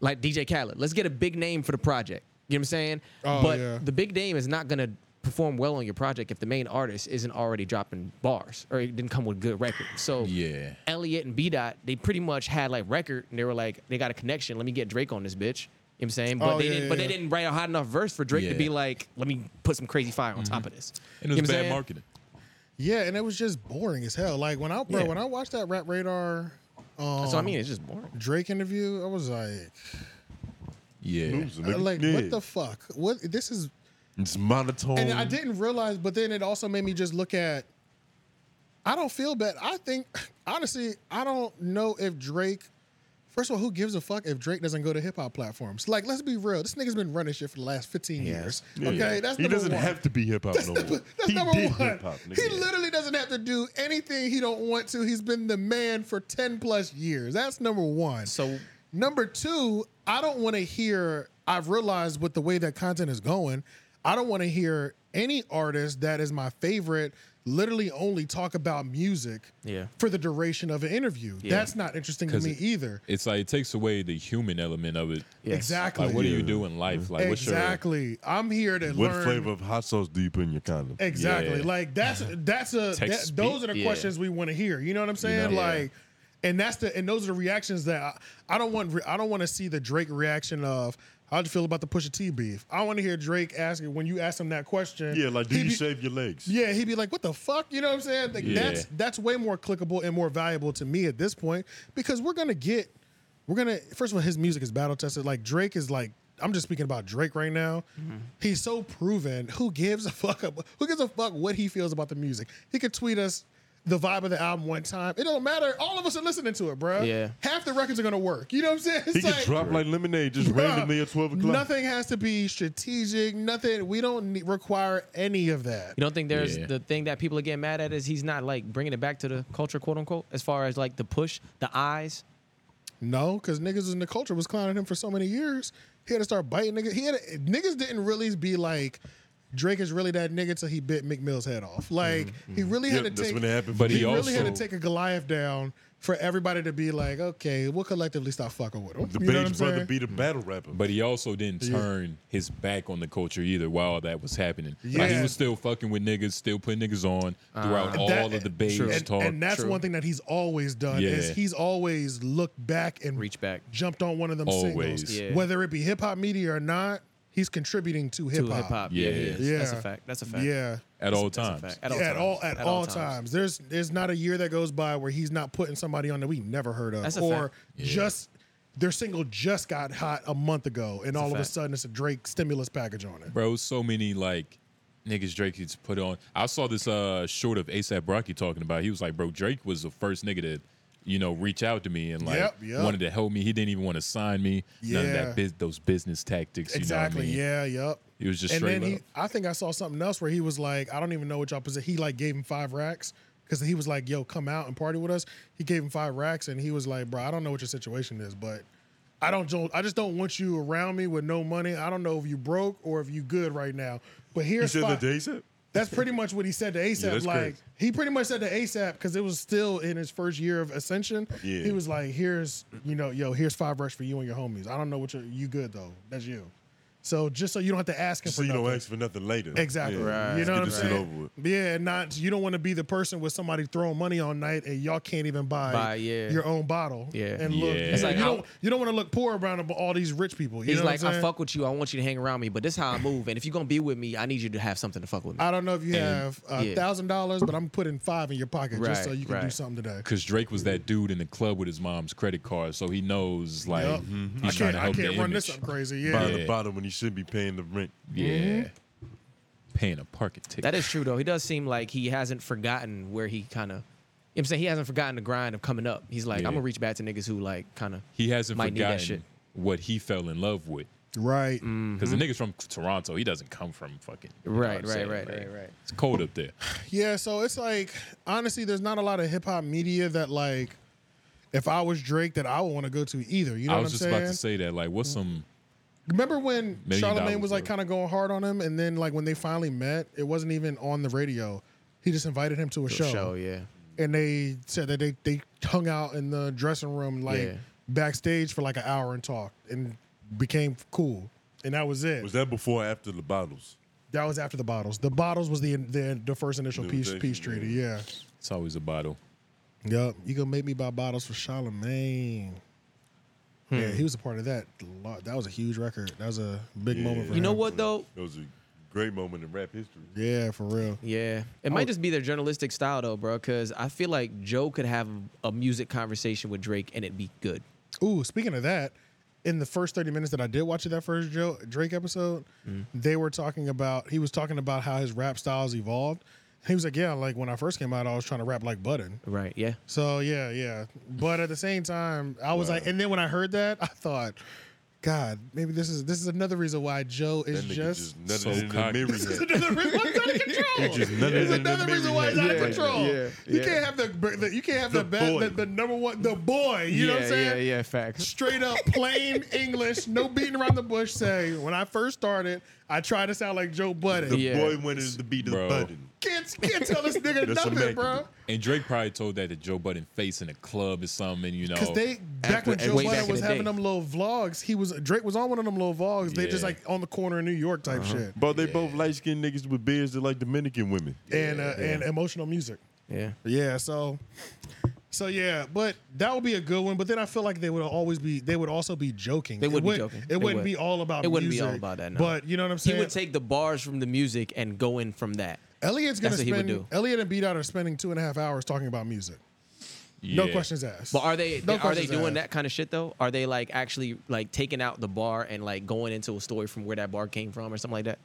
Speaker 4: Like DJ Khaled. Let's get a big name for the project. You know what I'm saying?
Speaker 3: Oh,
Speaker 4: but
Speaker 3: yeah.
Speaker 4: the big name is not gonna perform well on your project if the main artist isn't already dropping bars or it didn't come with good record. So
Speaker 2: Yeah.
Speaker 4: Elliot and B Dot, they pretty much had like record and they were like, they got a connection. Let me get Drake on this bitch. You know what I'm saying? But
Speaker 3: Oh,
Speaker 4: they
Speaker 3: yeah,
Speaker 4: didn't
Speaker 3: yeah,
Speaker 4: but
Speaker 3: yeah.
Speaker 4: they didn't write a hot enough verse for Drake
Speaker 2: Yeah. Mm-hmm.
Speaker 4: to be like, let me put some crazy fire on top of this.
Speaker 2: And it
Speaker 4: You know
Speaker 2: was
Speaker 4: what I'm
Speaker 2: bad
Speaker 4: saying?
Speaker 2: marketing.
Speaker 3: Yeah, and it was just boring as hell. Like when I bro,
Speaker 4: Yeah.
Speaker 3: when I watched that Rap Radar um,
Speaker 4: That's what I mean. It's just boring.
Speaker 3: Drake interview, I was like,
Speaker 2: Yeah.
Speaker 1: Losing,
Speaker 3: uh,
Speaker 1: nigga.
Speaker 3: like
Speaker 1: Yeah.
Speaker 3: what the fuck? What this is?
Speaker 1: It's monotone.
Speaker 3: And I didn't realize, but then it also made me just look at. I don't feel bad. I think honestly, I don't know if Drake First of all, who gives a fuck if Drake doesn't go to hip hop platforms? Like, let's be real. This nigga's been running shit for the last 15 years.
Speaker 1: Yeah.
Speaker 3: Okay, that's
Speaker 1: he
Speaker 3: number
Speaker 1: doesn't
Speaker 3: one.
Speaker 1: have to be hip hop
Speaker 3: That's
Speaker 1: no
Speaker 3: number,
Speaker 1: more.
Speaker 3: that's
Speaker 1: He
Speaker 3: number
Speaker 1: did
Speaker 3: one.
Speaker 1: hip-hop, nigga.
Speaker 3: He literally doesn't have to do anything he don't want to. He's been the man for ten plus years. That's number one. So number two, I don't want to hear. I've realized with the way that content is going, I don't want to hear any artist that is my favorite literally only talk about music
Speaker 4: Yeah.
Speaker 3: for the duration of an interview.
Speaker 2: Yeah.
Speaker 3: That's not interesting to
Speaker 2: 'Cause
Speaker 3: me
Speaker 2: it-
Speaker 3: either.
Speaker 2: It's like it takes away the human element of it.
Speaker 3: Yes. Exactly.
Speaker 2: Like, what do you
Speaker 3: Yeah.
Speaker 2: do in life? Like, what's your
Speaker 3: exactly. I'm here to
Speaker 1: What
Speaker 3: learn.
Speaker 1: flavor of hot sauce do you put in your condom?
Speaker 3: Exactly. Like that's that's a that,
Speaker 1: Texas
Speaker 3: those
Speaker 1: beat?
Speaker 3: are the
Speaker 1: Yeah.
Speaker 3: questions we want to hear. You know what I'm saying?
Speaker 1: know? Yeah.
Speaker 3: Like, and that's the and those are the reactions that I, I don't want. Re- I don't want to see the Drake reaction of how'd you feel about the Pusha T beef. I want to hear Drake asking when you ask him that question.
Speaker 1: Yeah, like do
Speaker 3: he'd
Speaker 1: you
Speaker 3: be-
Speaker 1: shave your legs?
Speaker 3: Yeah, he'd be like, "What the fuck?" You know what I'm saying? Like,
Speaker 1: Yeah.
Speaker 3: That's that's way more clickable and more valuable to me at this point because we're gonna get, we're gonna first of all, his music is battle tested. Like Drake is like, I'm just speaking about Drake right now.
Speaker 1: Mm-hmm.
Speaker 3: He's so proven. Who gives a fuck? ab- Who gives a fuck what he feels about the music? He could tweet us the vibe of the album one time. It don't matter. All of us are listening to it, bro.
Speaker 1: Yeah.
Speaker 3: half the records are gonna work. You know what I'm saying?
Speaker 1: He
Speaker 3: It's
Speaker 1: can drop like lemonade just
Speaker 3: Bruh,
Speaker 1: randomly at twelve o'clock.
Speaker 3: Nothing has to be strategic. Nothing. We don't need, require any of that.
Speaker 4: You don't think there's
Speaker 3: Yeah.
Speaker 4: the thing that people are getting mad at is he's not like bringing it back to the culture, quote unquote, as far as like the push, the eyes.
Speaker 3: No, because niggas in the culture was clowning him for so many years. He had to start biting niggas. He had niggas didn't really be like Drake is really that nigga till he bit Mick Mill's head off. Like he really
Speaker 1: Mm-hmm.
Speaker 3: had
Speaker 1: Yeah,
Speaker 3: to
Speaker 1: that's
Speaker 3: take.
Speaker 1: when it happened for
Speaker 2: But
Speaker 3: he,
Speaker 2: he
Speaker 3: really had to
Speaker 2: also-
Speaker 3: take a Goliath down for everybody to be like, okay, we'll collectively stop fucking with him.
Speaker 1: The
Speaker 3: you know what I'm
Speaker 1: Bane's brother
Speaker 3: saying?
Speaker 1: beat a battle rapper.
Speaker 2: But he also didn't
Speaker 3: Yeah.
Speaker 2: turn his back on the culture either while that was happening. Like he
Speaker 3: Yeah. Uh,
Speaker 2: was still fucking with niggas, still putting niggas on throughout
Speaker 3: And
Speaker 2: all
Speaker 3: that-
Speaker 2: of the beige
Speaker 3: and,
Speaker 2: talk.
Speaker 3: and that's one thing that he's always done is
Speaker 2: Yeah.
Speaker 3: he's always looked back and reached
Speaker 4: back,
Speaker 3: jumped on one of them
Speaker 2: Always.
Speaker 3: singles,
Speaker 2: Yeah.
Speaker 3: whether it be hip hop media or not. He's contributing to hip hop.
Speaker 4: hip-hop, yeah, he is.
Speaker 3: yeah,
Speaker 4: That's a fact. That's a fact.
Speaker 3: Yeah,
Speaker 2: At all
Speaker 4: That's a
Speaker 2: times.
Speaker 4: fact.
Speaker 3: at all, at all, times. There's there's not a year that goes by where he's not putting somebody on that we never heard of,
Speaker 4: That's a
Speaker 3: or
Speaker 4: fact.
Speaker 3: just their single just got hot a month ago, and
Speaker 2: a
Speaker 3: all of a
Speaker 2: fact.
Speaker 3: sudden it's a Drake stimulus package on it.
Speaker 2: Bro, so many like niggas Drake has put on. I saw this uh short of ASAP Rocky talking about. He was like, bro, Drake was the first nigga to, you know, reach out to me and like
Speaker 3: Yep, yep.
Speaker 2: wanted to help me. He didn't even want to sign me. None of
Speaker 3: Yeah.
Speaker 2: that biz- those business tactics.
Speaker 3: Exactly.
Speaker 2: You know what I mean?
Speaker 3: Yeah. Yep.
Speaker 2: He was just
Speaker 3: and
Speaker 2: straight
Speaker 3: then he,
Speaker 2: up.
Speaker 3: I think I saw something else where he was like, I don't even know what y'all possess. He like gave him five racks because he was like, yo, come out and party with us. He gave him five racks and he was like, bro, I don't know what your situation is, but I don't, jo- I just don't want you around me with no money. I don't know if you broke or if you good right now. But
Speaker 1: He
Speaker 3: here's
Speaker 1: said
Speaker 3: five-
Speaker 1: that they said.
Speaker 3: That's pretty much what he said to ASAP.
Speaker 1: that's
Speaker 3: like
Speaker 1: crazy.
Speaker 3: he pretty much said to ASAP because it was still in his first year of ascension.
Speaker 1: Yeah.
Speaker 3: He was like, "Here's you know, yo, here's five rush for you and your homies. I don't know what you're, you good though. That's you. So just so you don't have to ask him
Speaker 1: So
Speaker 3: for
Speaker 1: you
Speaker 3: nothing.
Speaker 1: don't ask for nothing later.
Speaker 3: Exactly.
Speaker 1: Yeah. Let's
Speaker 3: You know
Speaker 1: get
Speaker 3: what I'm
Speaker 1: this shit
Speaker 3: saying?
Speaker 1: over with.
Speaker 3: Yeah, and not you don't want to be the person with somebody throwing money all night and y'all can't even buy,
Speaker 4: Buy, yeah.
Speaker 3: your own bottle.
Speaker 4: Yeah.
Speaker 3: And look,
Speaker 4: Yeah. It's like
Speaker 3: you
Speaker 4: I-
Speaker 3: don't you don't want to look poor around all these rich people. You
Speaker 4: He's
Speaker 3: know what
Speaker 4: like,
Speaker 3: I'm
Speaker 4: I
Speaker 3: saying?
Speaker 4: fuck with you. I want you to hang around me, but this is how I move. And if you're gonna be with me, I need you to have something to fuck with me.
Speaker 3: I don't know if you
Speaker 4: And-
Speaker 3: have a
Speaker 4: yeah.
Speaker 3: thousand dollars, but I'm putting five in your pocket
Speaker 2: Right,
Speaker 3: just so you can do
Speaker 2: right.
Speaker 3: something today.
Speaker 2: Because Drake was that dude in the club with his mom's credit card, so he knows like
Speaker 3: Yup. I
Speaker 2: he's trying
Speaker 3: can't,
Speaker 2: to
Speaker 3: I
Speaker 2: help the
Speaker 3: can't run
Speaker 2: image.
Speaker 3: this up crazy.
Speaker 1: Yeah.
Speaker 3: Yeah.
Speaker 1: Buying the bottom when you should be paying the rent.
Speaker 2: Yeah. Paying a parking ticket.
Speaker 4: Mm-hmm. That is true though. He does seem like he hasn't forgotten where he kind of. I'm saying he hasn't forgotten the grind of coming up. He's like,
Speaker 2: Yeah.
Speaker 4: I'm gonna reach back to niggas who like kind of.
Speaker 2: He hasn't
Speaker 4: might need that shit. Mm-hmm.
Speaker 2: forgotten what he fell in love with.
Speaker 3: Right.
Speaker 2: Because the niggas from Toronto, he doesn't come from fucking. you know
Speaker 4: Right,
Speaker 2: what I'm
Speaker 4: right,
Speaker 2: saying,
Speaker 4: right,
Speaker 2: like,
Speaker 4: right, right.
Speaker 2: It's cold up there.
Speaker 3: Yeah, so it's like honestly, there's not a lot of hip hop media that like if I was Drake that I would want to go to either. You know
Speaker 2: I
Speaker 3: what
Speaker 2: was
Speaker 3: I'm
Speaker 2: just
Speaker 3: saying?
Speaker 2: about to say that. Like, what's some?
Speaker 3: Remember when
Speaker 2: Million
Speaker 3: Charlemagne
Speaker 2: dollars
Speaker 3: was like
Speaker 2: worth.
Speaker 3: kind of going hard on him, and then like when they finally met, it wasn't even on the radio. He just invited him to a
Speaker 4: To a
Speaker 3: show.
Speaker 4: show, yeah.
Speaker 3: And they said that they they hung out in the dressing room, like
Speaker 4: Yeah.
Speaker 3: backstage for like an hour and talked, and became cool. And that was it.
Speaker 1: Was that before or after the bottles?
Speaker 3: That was after the bottles. The bottles was the the, the first initial
Speaker 1: The
Speaker 3: peace
Speaker 1: initial,
Speaker 3: peace treaty. Yeah.
Speaker 2: It's always a bottle.
Speaker 3: Yup. You gonna make me buy bottles for Charlemagne?
Speaker 4: Hmm.
Speaker 3: Yeah, he was a part of that. lot. That was a huge record. That was a big moment for
Speaker 4: You know
Speaker 3: him.
Speaker 4: what though?
Speaker 1: It was a great moment in rap history.
Speaker 3: Yeah, for real.
Speaker 4: Yeah, it
Speaker 3: Oh.
Speaker 4: might just be their journalistic style though, bro. Because I feel like Joe could have a music conversation with Drake and it'd be good.
Speaker 3: Ooh, speaking of that, in the first 30 minutes that I did watch of that first
Speaker 1: Mm-hmm.
Speaker 3: Joe Drake episode, they were talking about he was talking about how his rap styles evolved. He was like, yeah, like when I first came out, I was trying to rap like Button.
Speaker 4: Right. Yeah.
Speaker 3: So yeah, yeah. But at the same time, I was
Speaker 4: Wow.
Speaker 3: like, and then when I heard that, I thought, God, maybe this is this is another reason why Joe is
Speaker 1: That nigga
Speaker 3: just.
Speaker 1: just nutted in the
Speaker 2: cocky.
Speaker 1: mirror.
Speaker 3: This is another reason why it's out
Speaker 1: He
Speaker 3: of control.
Speaker 1: just nutted in
Speaker 3: It's
Speaker 1: the
Speaker 3: another reason
Speaker 1: mirror.
Speaker 3: why it's out of
Speaker 1: Yeah.
Speaker 3: control.
Speaker 1: Yeah,
Speaker 3: You
Speaker 1: yeah.
Speaker 3: can't have the, the you can't have the,
Speaker 1: The
Speaker 3: bad,
Speaker 1: boy.
Speaker 3: the the number one the boy. You know what I'm
Speaker 4: Yeah,
Speaker 3: saying?
Speaker 4: yeah, yeah, facts.
Speaker 3: Straight up plain English, no beating around the bush. Say when I first started, I tried to sound like Joe Budden.
Speaker 1: The boy went into the beat of the
Speaker 2: Bro.
Speaker 1: button.
Speaker 3: Can't can't tell this nigga
Speaker 2: That's
Speaker 3: nothing,
Speaker 2: amazing.
Speaker 3: bro.
Speaker 2: And Drake probably told that to Joe Budden face in a club or something, you know.
Speaker 4: Oh,
Speaker 3: Because they back when Joe Budden was having them little vlogs, he was Drake was on one of them little vlogs. They just
Speaker 2: Yeah.
Speaker 3: like on the corner in New York type
Speaker 4: Uh-huh.
Speaker 3: shit,
Speaker 1: Bro, they both light skinned niggas with beards that like Dominican women.
Speaker 3: and uh, and emotional music.
Speaker 4: Yeah.
Speaker 3: Yeah, so so yeah, but that would be a good one. But then I feel like they would always be they would also be joking.
Speaker 4: They
Speaker 3: It
Speaker 4: would be
Speaker 3: would-
Speaker 4: joking.
Speaker 3: It
Speaker 4: They
Speaker 3: wouldn't
Speaker 4: would.
Speaker 3: be all about.
Speaker 4: It wouldn't be
Speaker 3: music,
Speaker 4: all about that. No.
Speaker 3: But you know what I'm saying.
Speaker 4: He would take the bars from the music and go in from that.
Speaker 3: Elliot's gonna
Speaker 4: That's what
Speaker 3: spend.
Speaker 4: he would do.
Speaker 3: Elliot and Beat Out are spending two and a half hours talking about music. No questions asked.
Speaker 4: But are they
Speaker 3: No
Speaker 4: are they
Speaker 3: questions
Speaker 4: doing
Speaker 3: asked.
Speaker 4: that kind of shit though? Are they like actually like taking out the bar and like going into a story from where that bar came from or something like that?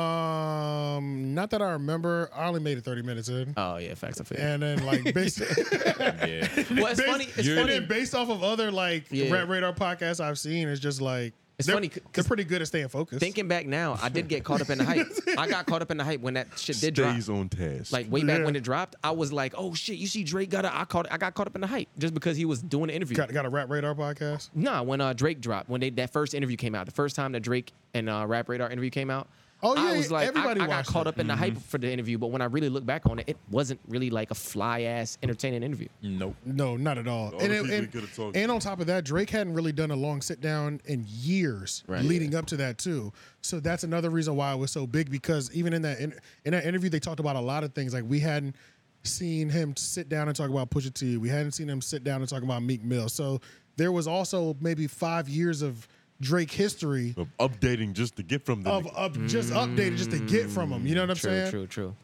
Speaker 3: Um, not that I remember. I only made it 30 minutes in.
Speaker 4: Oh yeah, facts. I feel.
Speaker 3: And then like basically,
Speaker 2: yeah.
Speaker 4: Well, it's funny. It's
Speaker 3: and
Speaker 4: funny.
Speaker 3: then based off of other like
Speaker 4: Yeah.
Speaker 3: Rat Radar podcasts I've seen, it's just like
Speaker 4: It's
Speaker 3: they're,
Speaker 4: funny
Speaker 3: They're pretty good at staying focused.
Speaker 4: Thinking back now, I did get caught up in the hype. I got caught up in the hype when that shit did drop.
Speaker 1: Stays on task.
Speaker 4: Like way back
Speaker 3: Yeah.
Speaker 4: when it dropped, I was like, "Oh shit, you see Drake got a I caught I got caught up in the hype just because he was doing an interview."
Speaker 3: got, got a Rat Radar podcast.
Speaker 4: Nah, when uh, Drake dropped, when they that first interview came out, the first time that Drake and uh, Rap Radar interview came out,
Speaker 3: Oh, yeah,
Speaker 4: I was like, I,
Speaker 3: everybody
Speaker 4: I got
Speaker 3: watched
Speaker 4: caught
Speaker 3: it. Mm-hmm.
Speaker 4: up in the hype for the interview, but when I really look back on it, it wasn't really like a fly ass entertaining interview.
Speaker 2: Nope.
Speaker 3: No, not at all.
Speaker 1: All
Speaker 3: and,
Speaker 1: the
Speaker 3: it-
Speaker 1: people
Speaker 3: and-
Speaker 1: he could've talked
Speaker 3: and
Speaker 1: to.
Speaker 3: on top of that, Drake hadn't really done a long sit down in years
Speaker 2: Right.
Speaker 3: leading up to that too. So that's another reason why it was so big because even in that in, in that interview, they talked about a lot of things like we hadn't seen him sit down and talk about Pusha T. We hadn't seen him sit down and talk about Meek Mill. So there was also maybe five years of Drake history
Speaker 1: Of updating just to get from the
Speaker 3: of,
Speaker 1: nigga.
Speaker 3: of just updated just to get from him. You know what I'm
Speaker 4: true,
Speaker 3: saying?
Speaker 4: True, true.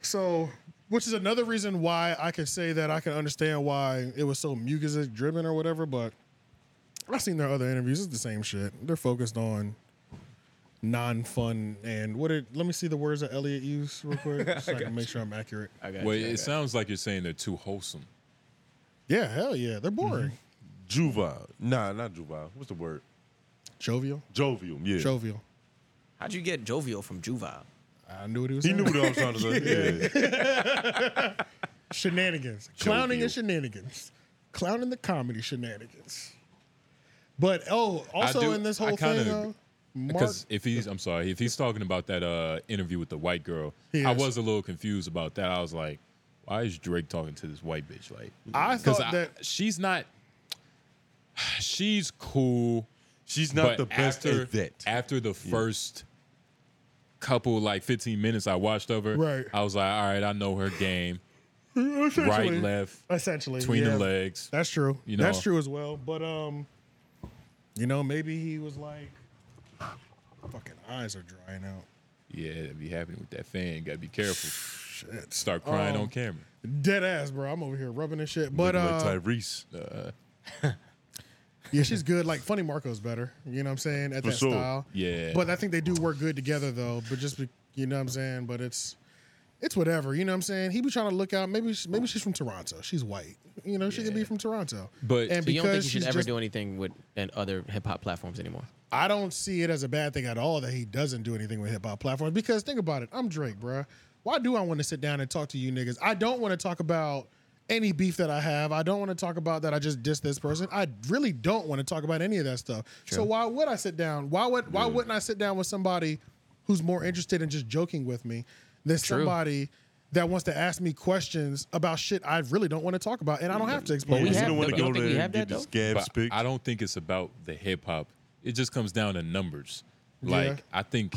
Speaker 3: So, which is another reason why I could say that I can understand why it was so music driven or whatever. But I've seen their other interviews; it's the same shit. They're focused on non fun and what did? Let me see the words that Elliot used real quick, just so I can make sure I'm accurate.
Speaker 2: Well, it sounds like you're saying they're too wholesome.
Speaker 3: Yeah, hell yeah, they're boring.
Speaker 1: Juvenile. Nah, not juvenile. What's the word?
Speaker 3: Jovial,
Speaker 1: Jovial, yeah.
Speaker 3: jovial.
Speaker 4: How'd you get jovial from Juvenile?
Speaker 3: I knew what he was.
Speaker 1: He
Speaker 3: saying.
Speaker 1: knew what I was trying to say. Yeah.
Speaker 3: shenanigans, clowning and shenanigans, clowning the comedy shenanigans. But oh, also
Speaker 2: do-
Speaker 3: in this
Speaker 2: I
Speaker 3: whole
Speaker 2: kinda-
Speaker 3: thing, though, Mark
Speaker 2: Because if he's, I'm sorry, if he's talking about that uh, interview with the white girl,
Speaker 3: He
Speaker 2: I
Speaker 3: is.
Speaker 2: was a little confused about that. I was like, why is Drake talking to this white bitch? Like,
Speaker 3: I
Speaker 2: 'cause
Speaker 3: thought that-
Speaker 2: she's not. She's cool.
Speaker 1: She's not
Speaker 2: but
Speaker 1: the best
Speaker 2: after,
Speaker 1: at that.
Speaker 2: After the first couple like 15 minutes I watched of her,
Speaker 3: Right.
Speaker 2: I was like, all right, I know her game.
Speaker 3: Essentially.
Speaker 2: right, left,
Speaker 3: essentially
Speaker 2: between
Speaker 3: yeah.
Speaker 2: the legs.
Speaker 3: That's true.
Speaker 2: You
Speaker 3: That's
Speaker 2: know.
Speaker 3: true as well. But um, you know, maybe he was like, fucking eyes are drying out.
Speaker 2: Yeah, that'd be happening with that fan. Gotta be careful.
Speaker 3: Shit.
Speaker 2: Start crying
Speaker 3: Um,
Speaker 2: on camera.
Speaker 3: Dead ass, bro. I'm over here rubbing this shit. But
Speaker 1: Looking
Speaker 3: uh,
Speaker 1: like Tyrese.
Speaker 3: yeah, she's good. Like Funny Marco's better. You know what I'm saying? At
Speaker 1: For
Speaker 3: that
Speaker 1: sure.
Speaker 3: style.
Speaker 2: Yeah.
Speaker 3: But I think they do work good together though. But just be, you know what I'm saying. But it's. It's whatever, you know what I'm saying. He be trying to look out. Maybe she, maybe she's from Toronto. She's white, you know. She could be from Toronto.
Speaker 2: But-
Speaker 4: So you don't think you
Speaker 3: she's
Speaker 4: should ever
Speaker 3: just-
Speaker 4: do anything with and other hip hop platforms anymore?
Speaker 3: I don't see it as a bad thing at all that he doesn't do anything with hip hop platforms because think about it. I'm Drake, bruh. Why do I want to sit down and talk to you niggas? I don't want to talk about any beef that I have. I don't want to talk about that I just dissed this person. I really don't want to talk about any of that stuff. So why would I sit down? Why would
Speaker 4: Mm.
Speaker 3: why wouldn't I sit down with somebody who's more interested in just joking with me than somebody that wants to ask me questions about shit I really don't want to talk about and I don't have to explain.
Speaker 4: we
Speaker 1: you
Speaker 4: have-
Speaker 1: don't want to
Speaker 4: you
Speaker 1: go
Speaker 4: don't think we
Speaker 1: there and
Speaker 4: have
Speaker 1: get
Speaker 4: that,
Speaker 1: the scabs
Speaker 2: But
Speaker 1: picked.
Speaker 2: I don't think it's about the hip hop. It just comes down to numbers.
Speaker 3: Yeah.
Speaker 2: Like I think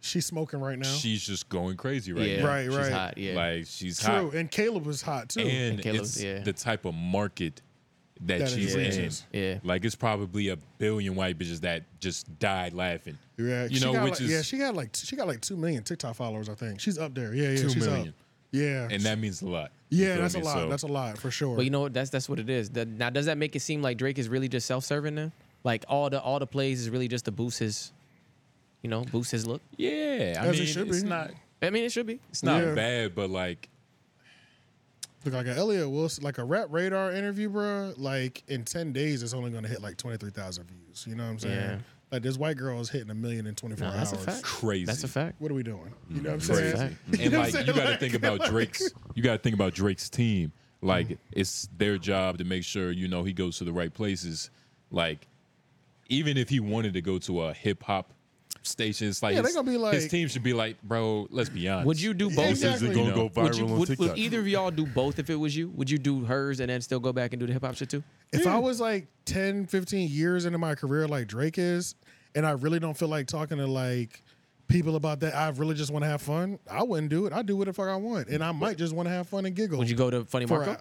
Speaker 3: She's smoking right now.
Speaker 2: she's just going crazy right
Speaker 4: yeah,
Speaker 2: now.
Speaker 3: Right,
Speaker 4: she's
Speaker 3: right.
Speaker 4: hot, yeah.
Speaker 2: Like she's
Speaker 3: True.
Speaker 2: hot,
Speaker 3: And Caleb was hot too.
Speaker 2: and,
Speaker 4: And Caleb's-
Speaker 2: it's
Speaker 4: yeah.
Speaker 2: the type of market that,
Speaker 3: That it
Speaker 2: she's in.
Speaker 3: reaches.
Speaker 4: Yeah.
Speaker 2: Like it's probably a billion white bitches that just died laughing.
Speaker 3: Yeah,
Speaker 2: you
Speaker 3: she
Speaker 2: know,
Speaker 3: got
Speaker 2: which
Speaker 3: like,
Speaker 2: is
Speaker 3: yeah, she got like t- she got like two million TikTok followers. I think she's up there. Yeah, yeah,
Speaker 2: Two
Speaker 3: she's up.
Speaker 2: million.
Speaker 3: Yeah,
Speaker 2: and that means a lot. You
Speaker 3: yeah,
Speaker 2: feel
Speaker 3: that's a
Speaker 2: me?
Speaker 3: lot.
Speaker 2: So-
Speaker 3: that's a lot for sure.
Speaker 4: But you know what? That's that's what it is. That- now, does that make it seem like Drake is really just self serving now? Like all the all the plays is really just to boost his, you know, boost his look.
Speaker 2: Yeah, I
Speaker 3: As it
Speaker 2: mean,
Speaker 3: should
Speaker 2: it's
Speaker 3: be.
Speaker 2: not.
Speaker 4: I mean, it should be.
Speaker 2: It's not
Speaker 3: Yeah.
Speaker 2: bad, but like
Speaker 3: Look like a Elliot Wilson, like a Rap Radar interview, bro. Like in ten days, it's only going to hit like twenty three thousand views. You know what I'm saying?
Speaker 2: Yeah.
Speaker 3: Like this white girl is hitting a million in twenty four
Speaker 2: No,
Speaker 3: hours.
Speaker 2: that's a fact. Crazy. That's a
Speaker 4: fact.
Speaker 3: What are we doing? You know what I'm
Speaker 2: crazy.
Speaker 3: saying?
Speaker 2: And
Speaker 3: know what
Speaker 2: like you
Speaker 3: I'm saying?
Speaker 2: got to
Speaker 3: Like-
Speaker 2: think about
Speaker 3: like-
Speaker 2: Drake's. You got to think about Drake's team. Like it's their job to make sure you know he goes to the right places. Like even if he wanted to go to a hip hop station, it's like
Speaker 3: Yeah, they
Speaker 2: his,
Speaker 3: gonna be
Speaker 2: his
Speaker 3: like-
Speaker 2: team should be like, bro, let's be honest.
Speaker 4: Would you do both?
Speaker 2: This is gonna go viral
Speaker 4: would, you,
Speaker 2: on
Speaker 4: would, would
Speaker 2: TikTok.
Speaker 4: either of y'all do both if it was you? Would you do hers and then still go back and do the hip hop shit too?
Speaker 3: If I was like 10, 15 years into my career like Drake is, and I really don't feel like talking to like people about that, I really just want to have fun, I wouldn't do it. I do what the fuck I want. And I might just want to have fun and giggle.
Speaker 4: Would you go to Funny
Speaker 3: For
Speaker 4: Marco?
Speaker 3: a-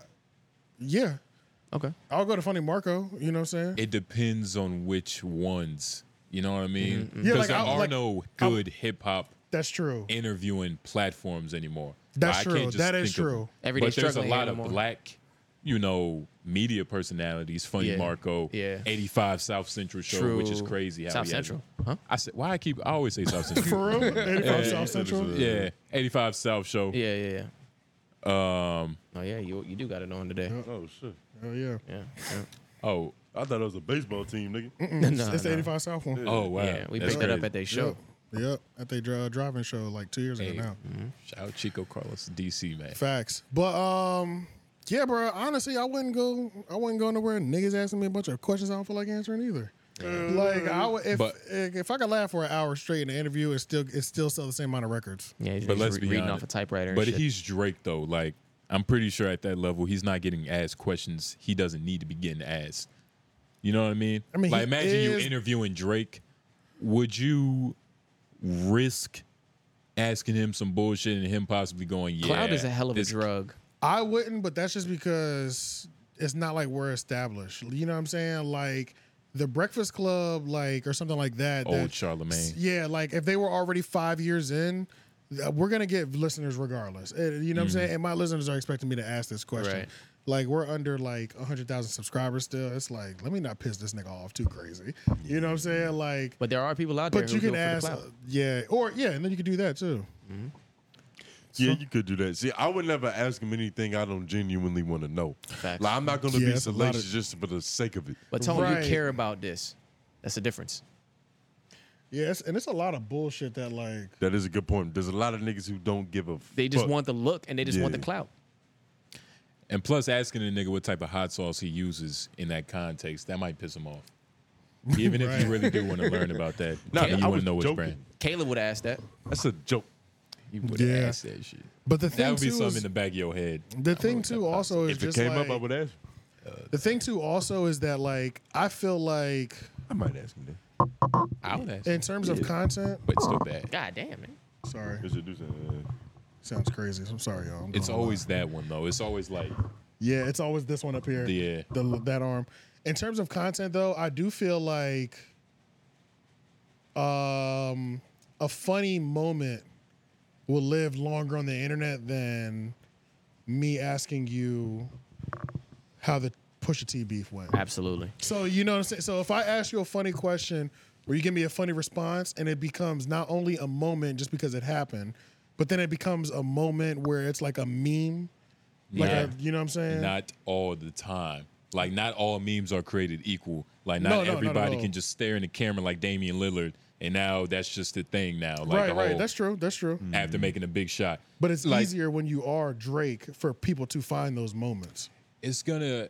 Speaker 3: yeah.
Speaker 4: Okay.
Speaker 3: I'll go to Funny Marco. You know what I'm saying?
Speaker 2: It depends on which ones. You know what I mean?
Speaker 4: Mm-hmm.
Speaker 3: mhm.
Speaker 2: Because
Speaker 3: Yeah, like,
Speaker 2: there
Speaker 3: I-
Speaker 2: are
Speaker 3: like,
Speaker 2: no good hip hop
Speaker 3: That's true.
Speaker 2: interviewing platforms anymore.
Speaker 3: That's
Speaker 2: I
Speaker 3: true.
Speaker 2: can't just
Speaker 3: That is
Speaker 2: think of-
Speaker 3: true. Every
Speaker 2: but
Speaker 3: day's
Speaker 2: there's a
Speaker 3: struggling
Speaker 2: lot
Speaker 3: here
Speaker 2: of
Speaker 3: no more.
Speaker 2: black, you know, media personalities. Funny
Speaker 4: Yeah.
Speaker 2: Marco,
Speaker 4: Yeah.
Speaker 2: 85 South Central show, which is
Speaker 4: True.
Speaker 2: crazy. How
Speaker 4: South
Speaker 2: he has-
Speaker 4: Central? Huh?
Speaker 2: I said, why I keep? I always say South Central.
Speaker 3: For real? 85
Speaker 2: Yeah,
Speaker 3: South Central?
Speaker 2: Yeah, 85 South show.
Speaker 4: Yeah, yeah, yeah.
Speaker 2: Um.
Speaker 4: Oh yeah, you you do got it on today.
Speaker 1: Oh shit.
Speaker 3: Oh yeah.
Speaker 4: Yeah.
Speaker 2: Oh,
Speaker 1: I thought it was a baseball team, nigga.
Speaker 3: Mm-mm. It's- it's the 85 South one.
Speaker 2: Oh, wow.
Speaker 4: Yeah, we
Speaker 2: That's
Speaker 4: picked that up
Speaker 2: crazy.
Speaker 4: at their show.
Speaker 3: Yep. Yep. At they dri- driving show like two years
Speaker 2: Hey,
Speaker 3: ago now.
Speaker 2: Shout out Chico Carlos DC man.
Speaker 3: Facts. But um, yeah, bro. Honestly, I wouldn't go. I wouldn't go nowhere. Niggas asking me a bunch of questions I don't feel like answering either. Like I would, if
Speaker 2: But-
Speaker 3: if I could laugh for an hour straight in an interview, it still it still sell the same amount of records.
Speaker 4: Yeah,
Speaker 2: but let's be
Speaker 4: reading
Speaker 2: honest.
Speaker 4: off a typewriter. and
Speaker 2: But
Speaker 4: shit.
Speaker 2: he's Drake though. Like I'm pretty sure at that level, he's not getting asked questions he doesn't need to be getting asked. You know what I mean?
Speaker 3: I mean,
Speaker 2: like
Speaker 3: he
Speaker 2: imagine
Speaker 3: is-
Speaker 2: you interviewing Drake. Would you risk asking him some bullshit and him possibly going, "Yeah"?
Speaker 4: Cloud is a hell of a
Speaker 2: this-
Speaker 4: drug.
Speaker 3: I wouldn't, but that's just because it's not like we're established. You know what I'm saying? Like the Breakfast Club, like or something like that.
Speaker 2: Old
Speaker 3: that-
Speaker 2: Charlemagne.
Speaker 3: Yeah, like if they were already five years in, th- we're gonna get listeners regardless. Uh, you know what I'm saying? And my listeners are expecting me to ask this question.
Speaker 4: Right.
Speaker 3: Like we're under like hundred thousand subscribers still. It's like let me not piss this nigga off too crazy. You know what I'm saying? Like,
Speaker 4: But there are people out there.
Speaker 3: but
Speaker 4: who
Speaker 3: you
Speaker 4: do
Speaker 3: can
Speaker 4: it
Speaker 3: ask,
Speaker 4: for the
Speaker 3: uh, yeah, or yeah, and then you can do that too.
Speaker 1: Yeah, you could do that. See, I would never ask him anything I don't genuinely want to know.
Speaker 4: Facts.
Speaker 1: Like, I'm not going to
Speaker 3: Yeah,
Speaker 1: be
Speaker 3: that's a lot of-
Speaker 1: salacious just for the sake of it.
Speaker 4: But tell them
Speaker 3: Right.
Speaker 4: you care about this. That's the difference.
Speaker 3: Yes, and it's a lot of bullshit that like
Speaker 1: that is a good point. There's a lot of niggas who don't give a.
Speaker 4: They just
Speaker 1: fuck.
Speaker 4: want the look and they just want the
Speaker 1: Yeah.
Speaker 4: clout.
Speaker 2: And plus, asking a nigga what type of hot sauce he uses in that context, that might piss him off. Even if you
Speaker 3: Right.
Speaker 2: really do want to learn about that,
Speaker 1: Nah,
Speaker 2: you
Speaker 1: I
Speaker 2: want
Speaker 1: was
Speaker 2: to know which
Speaker 1: joking.
Speaker 2: brand.
Speaker 4: Caleb would ask that.
Speaker 1: That's a joke.
Speaker 2: You would
Speaker 3: Yeah.
Speaker 2: ask that shit.
Speaker 3: But the
Speaker 2: that
Speaker 3: thing
Speaker 2: would be
Speaker 3: too
Speaker 2: something
Speaker 3: is-
Speaker 2: in the back of your head.
Speaker 3: the thing too. Also, is
Speaker 1: If it
Speaker 3: just
Speaker 1: came
Speaker 3: like,
Speaker 1: up, I would ask.
Speaker 3: The thing too also is that like I feel like
Speaker 1: I might ask him that.
Speaker 2: I would ask.
Speaker 3: in terms of
Speaker 2: Yeah.
Speaker 3: content,
Speaker 2: but it's still bad.
Speaker 4: God damn man.
Speaker 3: sorry,
Speaker 1: Is it do something?
Speaker 3: sounds crazy. I'm sorry, y'all. I'm
Speaker 2: It's
Speaker 3: going
Speaker 2: always that one though. It's always like
Speaker 3: Yeah, it's always this one up here.
Speaker 2: Yeah.
Speaker 3: The, that arm. In terms of content, though, I do feel like um, a funny moment will live longer on the internet than me asking you how the Pusha T beef went.
Speaker 4: Absolutely.
Speaker 3: So you know what I'm saying. So if I ask you a funny question, where you give me a funny response, and it becomes not only a moment just because it happened, but then it becomes a moment where it's like a meme. Like
Speaker 2: Yeah.
Speaker 3: a, you know what I'm saying?
Speaker 2: not all the time. Like not all memes are created equal. Like not
Speaker 3: No, no, not at
Speaker 2: everybody
Speaker 3: all.
Speaker 2: can just stare in the camera like Damian Lillard. And now that's just the thing now. Like
Speaker 3: right,
Speaker 2: the
Speaker 3: right.
Speaker 2: whole
Speaker 3: That's true. That's true.
Speaker 2: after making a big shot.
Speaker 3: But it's
Speaker 2: like,
Speaker 3: easier when you are Drake for people to find those moments.
Speaker 2: It's gonna,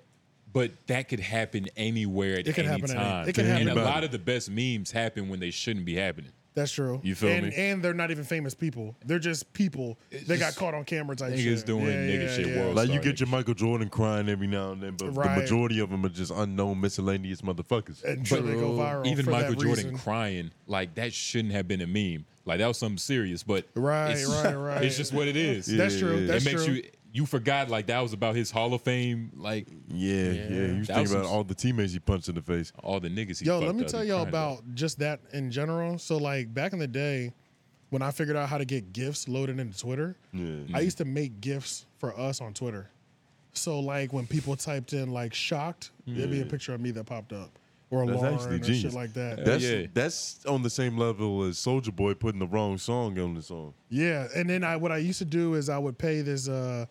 Speaker 2: but that could happen anywhere at
Speaker 3: It could
Speaker 2: any
Speaker 3: happen at any-
Speaker 2: time.
Speaker 3: it could
Speaker 2: and
Speaker 3: happen
Speaker 2: a
Speaker 3: at-
Speaker 2: lot of the best memes happen when they shouldn't be happening.
Speaker 3: That's true.
Speaker 2: You feel
Speaker 3: and,
Speaker 2: me?
Speaker 3: And they're not even famous people. They're just people. they
Speaker 2: just
Speaker 3: got caught on camera type
Speaker 2: niggas
Speaker 3: shit.
Speaker 2: doing nigga shit world.
Speaker 1: Like you
Speaker 2: Sorry,
Speaker 1: get your Michael Jordan crying every now and then, but
Speaker 3: Right.
Speaker 1: the majority of them are just unknown, miscellaneous motherfuckers.
Speaker 3: And sure they go viral.
Speaker 2: Even
Speaker 3: for
Speaker 2: Michael
Speaker 3: that
Speaker 2: Jordan
Speaker 3: reason.
Speaker 2: crying, like that shouldn't have been a meme. Like that was something serious, but
Speaker 3: Right,
Speaker 2: it's,
Speaker 3: right, right.
Speaker 2: It's just what it is.
Speaker 3: That's true.
Speaker 1: Yeah.
Speaker 3: That's
Speaker 2: it makes
Speaker 3: true.
Speaker 2: you you forgot like that was about his Hall of Fame, like
Speaker 1: Yeah, yeah. You was
Speaker 2: That
Speaker 1: thinking
Speaker 2: was
Speaker 1: about
Speaker 2: some-
Speaker 1: all the teammates he punched in the face.
Speaker 2: all the niggas. He
Speaker 3: Yo,
Speaker 2: fucked
Speaker 3: let me
Speaker 2: up.
Speaker 3: tell
Speaker 2: He
Speaker 3: y'all
Speaker 2: cried
Speaker 3: about just that in general. So, like back in the day, when I figured out how to get gifts loaded into Twitter, I used to make gifs for us on Twitter. So, like when people typed in like shocked, there'd be a picture of me that popped up. or
Speaker 1: That's
Speaker 3: Lauren
Speaker 1: actually
Speaker 3: or
Speaker 1: genius.
Speaker 3: shit like that.
Speaker 1: That's that's on the same level as Soldier Boy putting the wrong song on the song.
Speaker 3: Yeah, and then I what I used to do is I would pay this. uh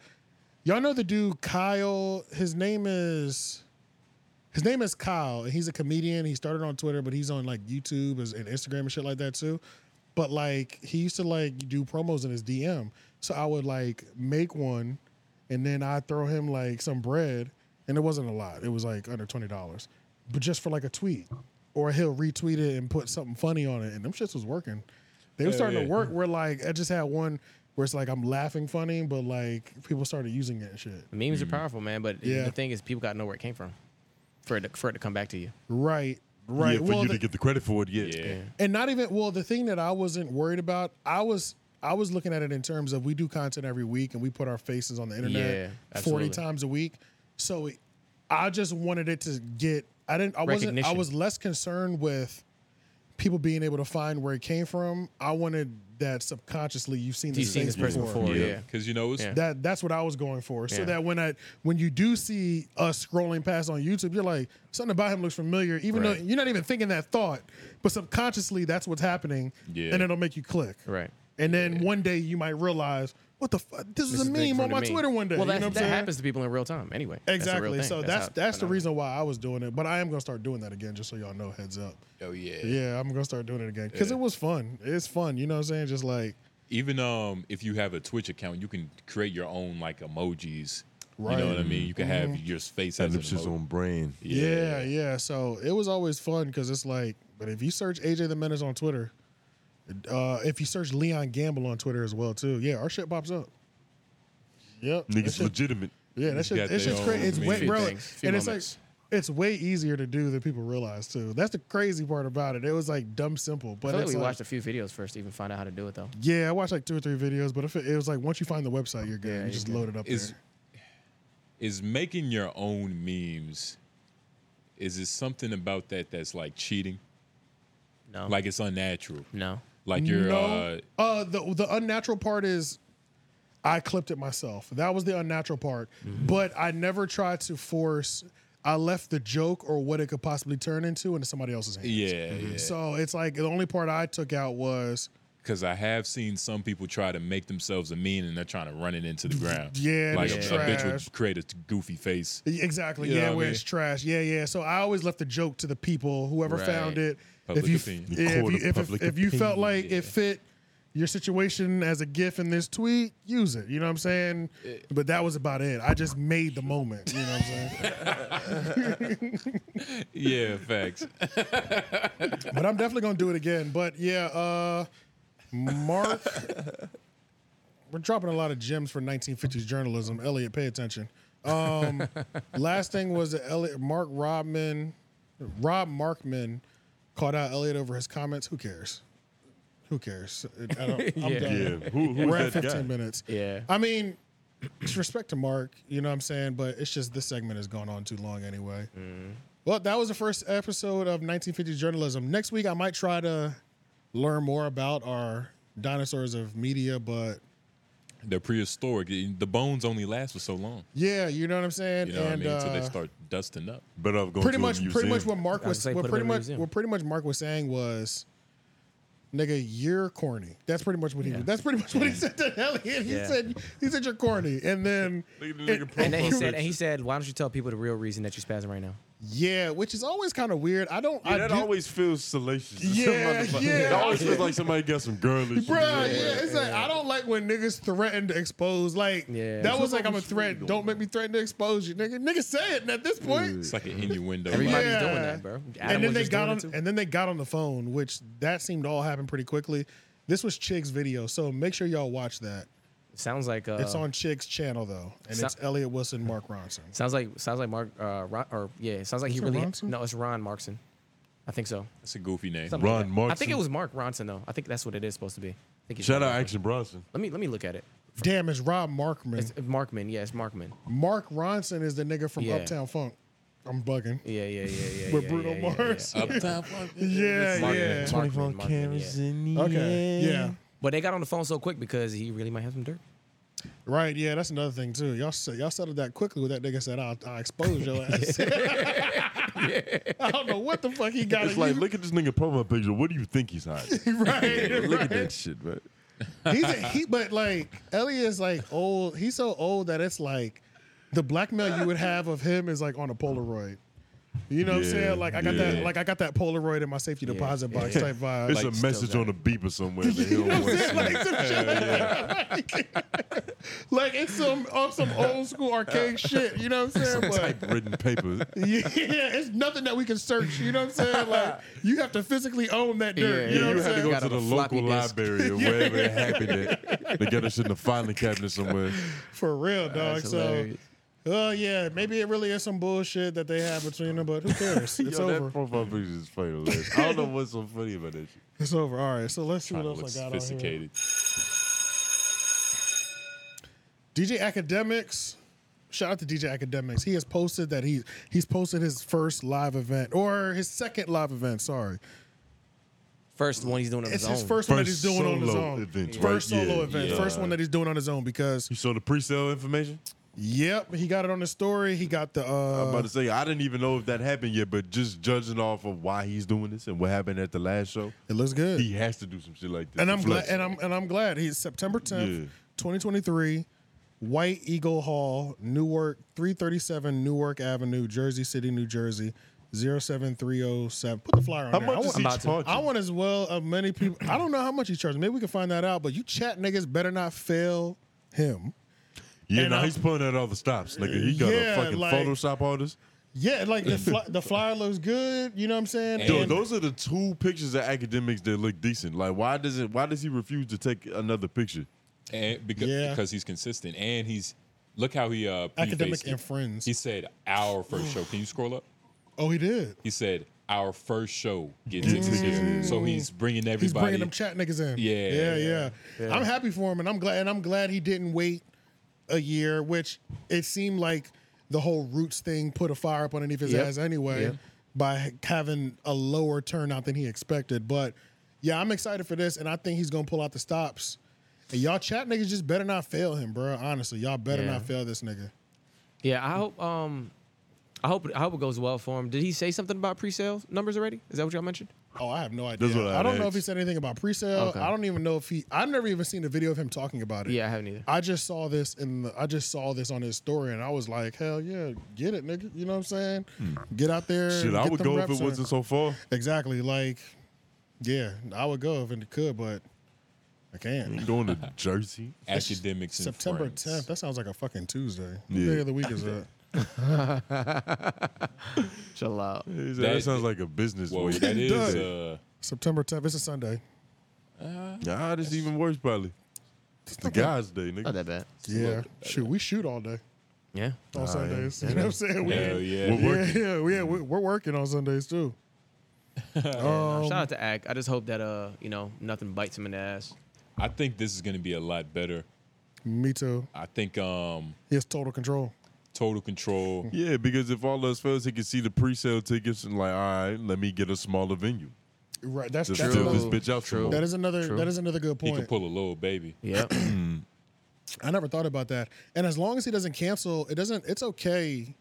Speaker 3: Y'all know the dude Kyle. His name is his name is Kyle, and he's a comedian. He started on Twitter, but he's on like YouTube as- and Instagram and shit like that too. But like he used to like do promos in his DM, so I would like make one, and then I throw him like some bread, and it wasn't a lot. It was like under twenty dollars, but just for like a tweet, or he'll retweet it and put something funny on it, and them shits was working. They were
Speaker 1: Yeah,
Speaker 3: starting
Speaker 1: yeah.
Speaker 3: to work where like I just had one where it's like I'm laughing funny, but like people started using that shit.
Speaker 4: Memes are powerful, man. But
Speaker 3: Yeah.
Speaker 4: the thing is, people got to know where it came from for it to, for it to come back to you.
Speaker 3: Right, right.
Speaker 1: Yeah, for
Speaker 3: Well,
Speaker 1: you
Speaker 3: the-
Speaker 1: to get the credit for it, yeah. yeah.
Speaker 3: and not even well the thing that i wasn't worried about i was i was looking at it in terms of we do content every week and we put our faces on the
Speaker 4: Yeah,
Speaker 3: internet 40
Speaker 4: absolutely.
Speaker 3: times a week so it- i just wanted it to get i didn't i wasn't i
Speaker 4: Recognition.
Speaker 3: was less concerned with people being able to find where it came from i wanted that subconsciously you've seen this, face
Speaker 2: Because you know it's
Speaker 3: That that's what I was going for, so
Speaker 2: Yeah.
Speaker 3: that when I when you do see us scrolling past on YouTube, you're like something about him looks familiar, even though
Speaker 4: Right.
Speaker 3: you're not even thinking that thought, but subconsciously that's what's happening,
Speaker 4: Yeah.
Speaker 3: and it'll make you click.
Speaker 4: Right.
Speaker 3: And then one day you might realize what the fuck this, is a meme on my Twitter one day.
Speaker 4: Well,
Speaker 3: you
Speaker 4: that,
Speaker 3: know what
Speaker 4: that
Speaker 3: I'm saying?
Speaker 4: happens to people in real time anyway. That's a real
Speaker 3: Exactly.
Speaker 4: thing.
Speaker 3: so
Speaker 4: how
Speaker 3: that's
Speaker 4: it-
Speaker 3: that's the reason why I was doing it, but I am gonna start doing that again, just so y'all know. Heads up.
Speaker 2: Oh yeah.
Speaker 3: Yeah, I'm gonna start doing it again because
Speaker 2: Yeah.
Speaker 3: it was fun. It's fun. You know what I'm saying? Just like
Speaker 2: even um if you have a Twitch account, you can create your own like emojis. You
Speaker 3: Right.
Speaker 2: know what I mean? You can have
Speaker 3: Mhm.
Speaker 2: your face
Speaker 1: That
Speaker 2: as an
Speaker 1: lips is
Speaker 2: emoji.
Speaker 1: on brand.
Speaker 3: Yeah. yeah, So it was always fun because it's like, but if you search AJ the Menace on Twitter, uh, if you search Leon Gamble on Twitter as well too, yeah, our shit pops up. Yep. That
Speaker 1: Niggas
Speaker 3: shit-
Speaker 1: legitimate.
Speaker 3: Yeah, that shit, it's just crazy. It's way, bro, and it's like, it's way easier to do than people realize too. That's the crazy part about it. It was like dumb simple,
Speaker 4: I
Speaker 3: but
Speaker 4: feel like
Speaker 3: it's
Speaker 4: we
Speaker 3: like-
Speaker 4: watched a few videos first to even find out how to do it though.
Speaker 3: yeah, I watched like two or three videos, but if it, it was like once you find the website, you're good. you just load it up.
Speaker 2: Is
Speaker 3: there.
Speaker 2: is making your own memes? Is it something about that that's like cheating?
Speaker 4: No.
Speaker 2: Like it's unnatural.
Speaker 4: No.
Speaker 2: Like you're uh
Speaker 3: no, uh, the the unnatural part is I clipped it myself. That was the unnatural part.
Speaker 2: Mm-hmm.
Speaker 3: But I never tried to force. I left the joke or what it could possibly turn into into somebody else's hands.
Speaker 2: yeah, yeah.
Speaker 3: So it's like the only part I took out was
Speaker 2: Because I have seen some people try to make themselves a meme and they're trying to run it into the ground.
Speaker 3: Yeah,
Speaker 2: like a,
Speaker 3: that's
Speaker 2: a bitch
Speaker 3: trash.
Speaker 2: would create a goofy face.
Speaker 3: exactly
Speaker 2: You know
Speaker 3: yeah
Speaker 2: what I
Speaker 3: where
Speaker 2: mean?
Speaker 3: it's trash. Yeah, yeah. So I always left the joke to the people whoever
Speaker 2: Right.
Speaker 3: found it.
Speaker 2: Public
Speaker 3: if you
Speaker 2: opinion.
Speaker 3: yeah, if
Speaker 1: Court
Speaker 3: you,
Speaker 1: of
Speaker 3: if,
Speaker 1: public
Speaker 3: if, if you felt
Speaker 1: opinion.
Speaker 3: like it fit your situation as a gif in this tweet, use it. You know what I'm saying? But that was about it. I just made the moment. You know what I'm saying?
Speaker 2: yeah, facts.
Speaker 3: but I'm definitely gonna do it again. But yeah, uh Mark, we're dropping a lot of gems for 1950s journalism. Elliot, pay attention. Um, last thing was that Elliot, Mark Rodman, Rob Markman called out Elliot over his comments. Who cares? Who cares? I don't, I'm
Speaker 1: Yeah.
Speaker 3: done.
Speaker 1: Yeah. Who- who
Speaker 3: we're
Speaker 1: is
Speaker 3: at
Speaker 1: that guy?
Speaker 3: 15 minutes.
Speaker 1: Yeah.
Speaker 3: I mean, it's respect to Mark, you know what I'm saying? But it's just this segment has gone on too long anyway.
Speaker 1: Mm-hmm.
Speaker 3: Well, that was the first episode of 1950s journalism. Next week, I might try to learn more about our dinosaurs of media, but
Speaker 2: They're prehistoric. The bones only last for so long.
Speaker 3: yeah, you know what I'm saying.
Speaker 2: You know
Speaker 3: and
Speaker 2: what I mean? Until
Speaker 3: uh,
Speaker 2: they start dusting up.
Speaker 1: Better off going
Speaker 3: pretty
Speaker 1: to a
Speaker 3: much, pretty
Speaker 1: museum.
Speaker 3: much what Mark
Speaker 1: I
Speaker 3: was,
Speaker 1: was gonna say,
Speaker 3: what
Speaker 1: put 'em
Speaker 3: pretty
Speaker 1: in a
Speaker 3: much,
Speaker 1: museum.
Speaker 3: what pretty much Mark was saying was, "Nigga, you're corny." That's pretty much what he. That's pretty much what he said to Elliot. He
Speaker 4: Yeah.
Speaker 3: said, "He said you're corny," and then and-
Speaker 4: And then he said, and he said, why don't you tell people the real reason that you're spazzing right now?
Speaker 3: Yeah, which is always kind of weird. I don't.
Speaker 1: Yeah,
Speaker 3: I
Speaker 1: that
Speaker 3: do,
Speaker 1: always feels salacious.
Speaker 3: Yeah,
Speaker 1: Motherfucker.
Speaker 3: yeah.
Speaker 1: That always feels like somebody got some girly shit.
Speaker 3: Bruh, yeah, it's like I don't like when niggas threaten to expose. Like that was like I'm a threat. Don't make me threaten to expose you, nigga. Niggas say it, and at this point,
Speaker 2: It's like an innuendo.
Speaker 4: Everybody's doing that, bro. Adam
Speaker 3: and
Speaker 4: was
Speaker 3: then they
Speaker 4: just
Speaker 3: got
Speaker 4: doing
Speaker 3: on,
Speaker 4: it, too.
Speaker 3: and then they got on the phone, which that seemed to all happen pretty quickly. This was Chig's video, so make sure y'all watch that.
Speaker 4: Sounds like uh,
Speaker 3: it's on Chig's channel though, and
Speaker 4: so-
Speaker 3: it's Elliot Wilson, Mark Ronson.
Speaker 4: Sounds like sounds like Mark uh, Ron, or yeah, it sounds like
Speaker 3: Is
Speaker 4: he
Speaker 3: it
Speaker 4: really
Speaker 3: Ronson?
Speaker 4: no, it's Ron Markson. I think so.
Speaker 2: That's a goofy name.
Speaker 4: Something like
Speaker 1: Ron
Speaker 4: that. I think
Speaker 1: Markson.
Speaker 4: it was Mark Ronson though. I think that's what it is supposed to be. I think it's
Speaker 1: Shout
Speaker 4: Ron
Speaker 1: out
Speaker 4: Markson.
Speaker 1: Action Bronson.
Speaker 4: Let me let me look at it.
Speaker 3: Damn, it's Rob Markman.
Speaker 4: It's Markman, yeah, it's Markman.
Speaker 3: Mark Ronson is the nigga from
Speaker 4: Yeah.
Speaker 3: Uptown Funk. I'm bugging.
Speaker 4: Yeah, yeah, yeah, yeah.
Speaker 3: With
Speaker 4: yeah,
Speaker 3: Bruno
Speaker 4: yeah, yeah,
Speaker 3: Mars.
Speaker 4: yeah.
Speaker 3: Uptown Funk. Yeah,
Speaker 4: Markman,
Speaker 3: yeah.
Speaker 4: Markman,
Speaker 3: 24
Speaker 4: Markman,
Speaker 3: cameras
Speaker 4: yeah.
Speaker 3: in the Okay, air. yeah.
Speaker 4: But they got on the phone so quick because he really might have some dirt.
Speaker 3: Right, yeah, that's another thing too. Y'all said y'all settled that quickly with that nigga said I'll, I'll expose your ass. I don't know what the fuck he got.
Speaker 1: It's like, look at this nigga profile picture. What do you think he's hiding?
Speaker 3: Right,
Speaker 1: look at
Speaker 3: right.
Speaker 1: that shit, man.
Speaker 3: He's a, he, but like Elliot is like old. He's so old that it's like the blackmail you would have of him is like on a Polaroid. You know what I'm
Speaker 1: Yeah,
Speaker 3: saying? Like I got
Speaker 1: yeah.
Speaker 3: that, like I got that Polaroid in my safety deposit box type vibe.
Speaker 1: It's a message on a beeper somewhere. that he don't want to see.
Speaker 3: Like it's some on some old school archaic shit. You know what I'm saying? But
Speaker 1: Typewritten paper.
Speaker 3: yeah, it's nothing that we can search. You know what I'm saying? Like you have to physically own that dirt.
Speaker 1: Yeah,
Speaker 3: you know
Speaker 1: you
Speaker 3: what I'm
Speaker 1: had to
Speaker 3: saying?
Speaker 1: go to the local library or wherever it happened at. They got us in the filing cabinet somewhere.
Speaker 3: For real, dog.
Speaker 1: That's
Speaker 3: so,
Speaker 1: hilarious.
Speaker 3: oh yeah, maybe it really is some bullshit that they have between them, but who cares? It's
Speaker 1: Yo,
Speaker 3: over.
Speaker 1: That profile picture is funny. hilarious. I don't know what's so funny about that. shit.
Speaker 3: It's over. All right, so let's see what
Speaker 1: Tryna
Speaker 3: else
Speaker 1: look
Speaker 3: I got on here.
Speaker 1: sophisticated.
Speaker 3: DJ Academics. Shout out to DJ Academics. He has posted that he he's posted his first live event or his second live event. Sorry,
Speaker 4: First one he's doing on
Speaker 3: it's
Speaker 4: his
Speaker 3: his
Speaker 4: own.
Speaker 3: first, one that he's doing on his
Speaker 1: solo
Speaker 3: own.
Speaker 1: event, right?
Speaker 3: first solo
Speaker 1: Yeah,
Speaker 3: event.
Speaker 1: yeah.
Speaker 3: First one that he's doing on his own because
Speaker 1: You saw the pre-sale information?
Speaker 3: Yep, he got it on the story. He got the. Uh,
Speaker 1: I'm about to say I didn't even know if that happened yet, but just judging off of why he's doing this and what happened at the last show,
Speaker 3: it looks good.
Speaker 1: He has to do some shit like this.
Speaker 3: and
Speaker 1: to
Speaker 3: I'm glad.
Speaker 1: flex.
Speaker 3: And I'm and I'm glad. He's September 10th,
Speaker 1: Yeah.
Speaker 3: 2023, White Eagle Hall, Newark, 337 Newark Avenue, Jersey City, New Jersey. 07307. Put the flyer on
Speaker 1: How
Speaker 3: there.
Speaker 1: much
Speaker 3: I
Speaker 1: does
Speaker 3: want,
Speaker 1: he I'm about to. charge
Speaker 3: I
Speaker 1: you?
Speaker 3: want as well of many people. I don't know how much he charges. Maybe we can find that out. But you chat niggas better not fail him.
Speaker 1: yeah,
Speaker 3: and
Speaker 1: now
Speaker 3: I'm-
Speaker 1: he's pulling out all the stops, nigga. He got
Speaker 3: Yeah,
Speaker 1: a fucking
Speaker 3: like-
Speaker 1: Photoshop artist.
Speaker 3: Yeah, like the fly, the flyer looks good. You know what I'm saying?
Speaker 1: Dude,
Speaker 3: And-
Speaker 1: those are the two pictures of academics that look decent. Like, why doesn't? Why does he refuse to take another picture?
Speaker 2: and because,
Speaker 1: Yeah.
Speaker 2: because he's consistent and he's look how he uh prefaced
Speaker 3: Academic
Speaker 2: it.
Speaker 3: and friends.
Speaker 2: He said our first show. Can you scroll up?
Speaker 3: oh, he did.
Speaker 2: He said our first show gets tickets here. So he's bringing everybody.
Speaker 3: He's bringing them chat niggas in.
Speaker 2: Yeah,
Speaker 3: yeah, yeah,
Speaker 2: yeah.
Speaker 3: I'm happy for him, and I'm glad. And I'm glad he didn't wait a year, which it seemed like the whole roots thing put a fire up underneath his
Speaker 4: Yep,
Speaker 3: ass anyway
Speaker 4: yep.
Speaker 3: by having a lower turnout than he expected. But yeah, I'm excited for this, and I think he's gonna pull out the stops. And y'all chat niggas just better not fail him, bro. Honestly, y'all better
Speaker 4: Yeah.
Speaker 3: not fail this nigga.
Speaker 4: Yeah, I hope. Um, I hope. I hope it goes well for him. Did he say something about pre-sale numbers already? Is that what y'all mentioned?
Speaker 3: Oh, I have no idea.
Speaker 4: That's what
Speaker 3: I,
Speaker 4: I'd
Speaker 3: don't know if
Speaker 4: ask.
Speaker 3: he said anything about pre-sale.
Speaker 4: Okay.
Speaker 3: I don't even know if he. I've never even seen a video of him talking about it.
Speaker 4: Yeah, I haven't either.
Speaker 3: I just saw this in the, I just saw this on his story, and I was like, hell yeah, get it, nigga. You know what I'm saying? Get out there.
Speaker 1: Hmm. Shit,
Speaker 3: and
Speaker 1: I
Speaker 3: get
Speaker 1: would
Speaker 3: them
Speaker 1: go if
Speaker 3: reps
Speaker 1: it
Speaker 3: in.
Speaker 1: wasn't so far.
Speaker 3: Exactly. Like, yeah, I would go if it could, but I can't.
Speaker 1: I'm going to Jersey.
Speaker 2: Academics and
Speaker 3: September
Speaker 2: friends.
Speaker 3: 10th. That sounds like a fucking Tuesday.
Speaker 1: Yeah.
Speaker 3: What day of the week is that?
Speaker 4: Chill out.
Speaker 1: He said, That, sounds like a business
Speaker 2: Whoa,
Speaker 1: way.
Speaker 2: that is
Speaker 3: does.
Speaker 2: uh,
Speaker 3: September 10th. It's a Sunday.
Speaker 1: Nah, this is even worse probably. It's the guys' day, nigga.
Speaker 4: Not that bad.
Speaker 3: Yeah. Shoot, we shoot all day.
Speaker 4: Yeah.
Speaker 1: All
Speaker 3: on
Speaker 1: right.
Speaker 3: Sundays. You know what I'm saying? We-
Speaker 2: Hell yeah.
Speaker 1: We're working. Mm-hmm.
Speaker 3: Yeah, yeah, yeah, we- we're working on Sundays too.
Speaker 4: Yeah,
Speaker 3: Um,
Speaker 4: shout out to Ack. I just hope that uh, you know, nothing bites him in the ass.
Speaker 2: I think this is going to be a lot better.
Speaker 3: Me too.
Speaker 2: I think um
Speaker 3: He has total control.
Speaker 2: total control.
Speaker 1: Yeah, because if all else fails, he can see the pre-sale tickets and like, all right, let me get a smaller venue.
Speaker 3: Right. That's
Speaker 1: Just
Speaker 3: that's
Speaker 1: fill
Speaker 3: another,
Speaker 1: this bitch out some more.
Speaker 3: That is another. That is another good
Speaker 2: He
Speaker 3: point.
Speaker 2: can pull a little baby.
Speaker 4: Yeah.
Speaker 3: I never thought about that. And as long as he doesn't cancel, it doesn't. It's okay.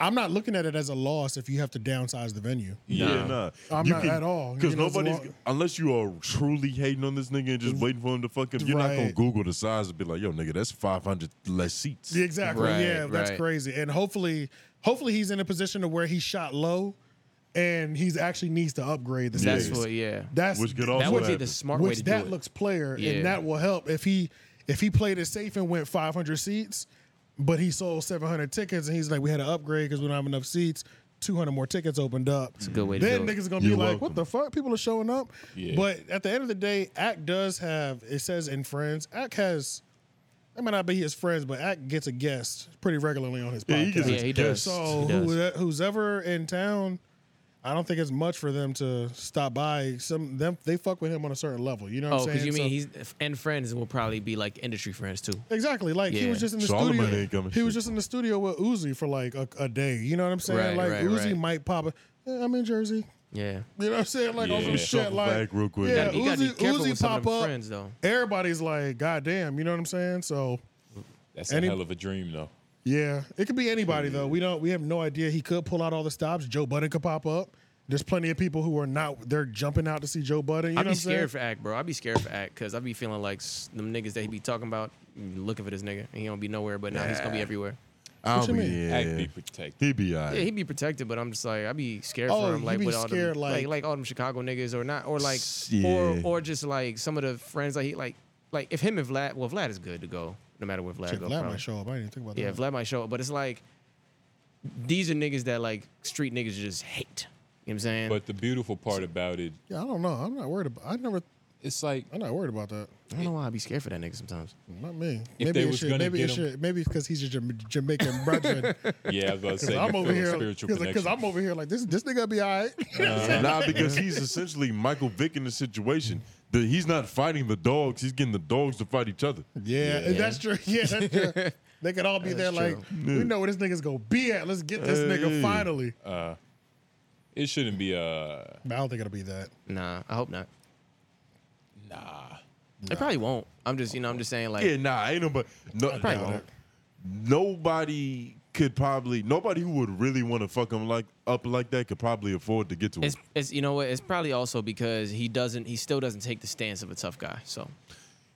Speaker 3: I'm not looking at it as a loss if you have to downsize the venue.
Speaker 1: Yeah, nah.
Speaker 3: I'm not at all.
Speaker 1: Because
Speaker 3: You know, it's a
Speaker 1: nobody's
Speaker 3: lot- Mm.
Speaker 1: unless you are truly hating on this nigga and just waiting for him to fuck him. You're not gonna
Speaker 3: Right.
Speaker 1: Google the size and be like, "Yo, nigga, that's 500 less seats."
Speaker 3: Yeah, Exactly.
Speaker 4: Right,
Speaker 3: yeah, that's
Speaker 4: right.
Speaker 3: crazy. And hopefully, hopefully he's in a position to where he shot low, and he's actually needs to upgrade the
Speaker 4: That's
Speaker 3: space.
Speaker 4: what. Yeah.
Speaker 3: That's
Speaker 1: Which could also
Speaker 4: That would be
Speaker 1: happen.
Speaker 4: the smart way
Speaker 3: which
Speaker 4: to
Speaker 3: that
Speaker 4: do it.
Speaker 3: looks player,
Speaker 4: Yeah.
Speaker 3: and that will help if he if he played it safe and went 500 seats, but he sold 700 tickets, and he's like, we had to upgrade because we don't have enough seats. 200 more tickets opened up. It's a
Speaker 4: good way to
Speaker 3: Then
Speaker 4: do it.
Speaker 3: niggas are gonna be
Speaker 1: You're
Speaker 3: like,
Speaker 1: welcome.
Speaker 3: what the fuck? People are showing up.
Speaker 1: Yeah.
Speaker 3: But at the end of the day, Act does have it says in friends. Act has. It might not be his friends, but Act gets a guest pretty regularly on his
Speaker 1: Yeah,
Speaker 3: podcast.
Speaker 1: he gets a Yeah, he does.
Speaker 3: So
Speaker 4: He
Speaker 3: who- who's ever in town, I don't think it's much for them to stop by. Some them they fuck with him on a certain level. You know what
Speaker 4: oh,
Speaker 3: I'm saying?
Speaker 4: because you mean
Speaker 3: So-
Speaker 4: he's and friends will probably be like industry friends too.
Speaker 3: exactly like he
Speaker 4: Yeah.
Speaker 3: was just in the
Speaker 1: Charlamagne ain't
Speaker 3: studio.
Speaker 1: coming
Speaker 3: He was
Speaker 1: shit.
Speaker 3: just in the studio with Uzi for like a, a day. You know what I'm saying?
Speaker 4: Right,
Speaker 3: like
Speaker 4: right,
Speaker 3: Uzi
Speaker 4: right.
Speaker 3: might pop. A, "Eh, I'm in Jersey.
Speaker 4: Yeah.
Speaker 3: You know what I'm saying? Like on
Speaker 2: Yeah.
Speaker 3: some shit.
Speaker 1: Shuffle
Speaker 3: Like
Speaker 1: back real quick.
Speaker 3: yeah,
Speaker 4: You gotta be
Speaker 3: Uzi,
Speaker 4: careful
Speaker 3: Uzi
Speaker 4: with some
Speaker 3: pop
Speaker 4: of them
Speaker 3: up.
Speaker 4: friends, though.
Speaker 3: Everybody's like, God damn. You know what I'm saying? So
Speaker 2: That's
Speaker 3: Any-
Speaker 2: a hell of a dream though.
Speaker 3: Yeah, it could be anybody though. We don't. We have no idea. He could pull out all the stops. Joe Budden could pop up. There's plenty of people who are not. They're jumping out to see Joe Budden. You
Speaker 4: I'd
Speaker 3: know what
Speaker 4: be
Speaker 3: I'm saying?
Speaker 4: scared for Act, bro. I'd be scared for Act because I'd be feeling like s- them niggas that he be talking about looking for this nigga and he don't be nowhere, but now he's gonna be
Speaker 2: Nah.
Speaker 4: everywhere.
Speaker 1: I'll
Speaker 4: you
Speaker 1: be,
Speaker 4: mean?
Speaker 1: yeah.
Speaker 2: Act be protected.
Speaker 1: He be all right.
Speaker 4: Yeah, he'd be protected, but I'm just like I'd be scared
Speaker 3: Oh,
Speaker 4: for him,
Speaker 3: you
Speaker 4: like
Speaker 3: be
Speaker 4: with all
Speaker 3: scared,
Speaker 4: them, like,
Speaker 3: like-
Speaker 4: like all them Chicago niggas or not, or like
Speaker 1: yeah.
Speaker 4: or or just like some of the friends like he like like if him and Vlad, well Vlad is good to go no matter where Vlad
Speaker 3: Shit,
Speaker 4: go.
Speaker 3: Vlad
Speaker 4: probably.
Speaker 3: might show up. I didn't even think about
Speaker 4: Yeah,
Speaker 3: that.
Speaker 4: Vlad might show up, but it's like these are niggas that like street niggas just hate. You know what I'm saying?
Speaker 2: But the beautiful part about it,
Speaker 3: Yeah, I don't know. I'm not worried about. I never.
Speaker 2: It's like
Speaker 3: I'm not worried about that.
Speaker 4: I don't know why I'd be scared for that nigga sometimes.
Speaker 3: Not me.
Speaker 2: If
Speaker 3: maybe
Speaker 2: they
Speaker 3: it
Speaker 2: was
Speaker 3: should,
Speaker 2: gonna
Speaker 3: maybe
Speaker 2: get
Speaker 3: it
Speaker 2: him-
Speaker 3: should, maybe it's because he's a Jama- Jamaican brother.
Speaker 2: yeah, I was about to say,
Speaker 3: I'm
Speaker 2: you
Speaker 3: over
Speaker 2: feel a
Speaker 3: here
Speaker 2: spiritual
Speaker 3: because
Speaker 2: connection.
Speaker 3: I'm over here like this. This nigga be all right.
Speaker 1: nah, because he's essentially Michael Vick in the situation. The, he's not fighting the dogs. He's getting the dogs to fight each other.
Speaker 3: Yeah, that's true. Yeah, that's true. They could all be there like we know where this nigga's gonna be at. Let's get this
Speaker 2: Hey.
Speaker 3: nigga finally.
Speaker 2: Uh, it shouldn't be uh
Speaker 3: But I don't think it'll be that.
Speaker 4: Nah, I hope not.
Speaker 2: nah.
Speaker 4: It probably won't. I'm just you know I'm just saying like
Speaker 1: yeah, nah, ain't nobody. No,
Speaker 4: probably won't.
Speaker 1: Nobody could probably. Nobody who would really want to fuck him like up like that could probably afford to get to him.
Speaker 4: It's, it's you know what? It's probably also because he doesn't he still doesn't take the stance of a tough guy. So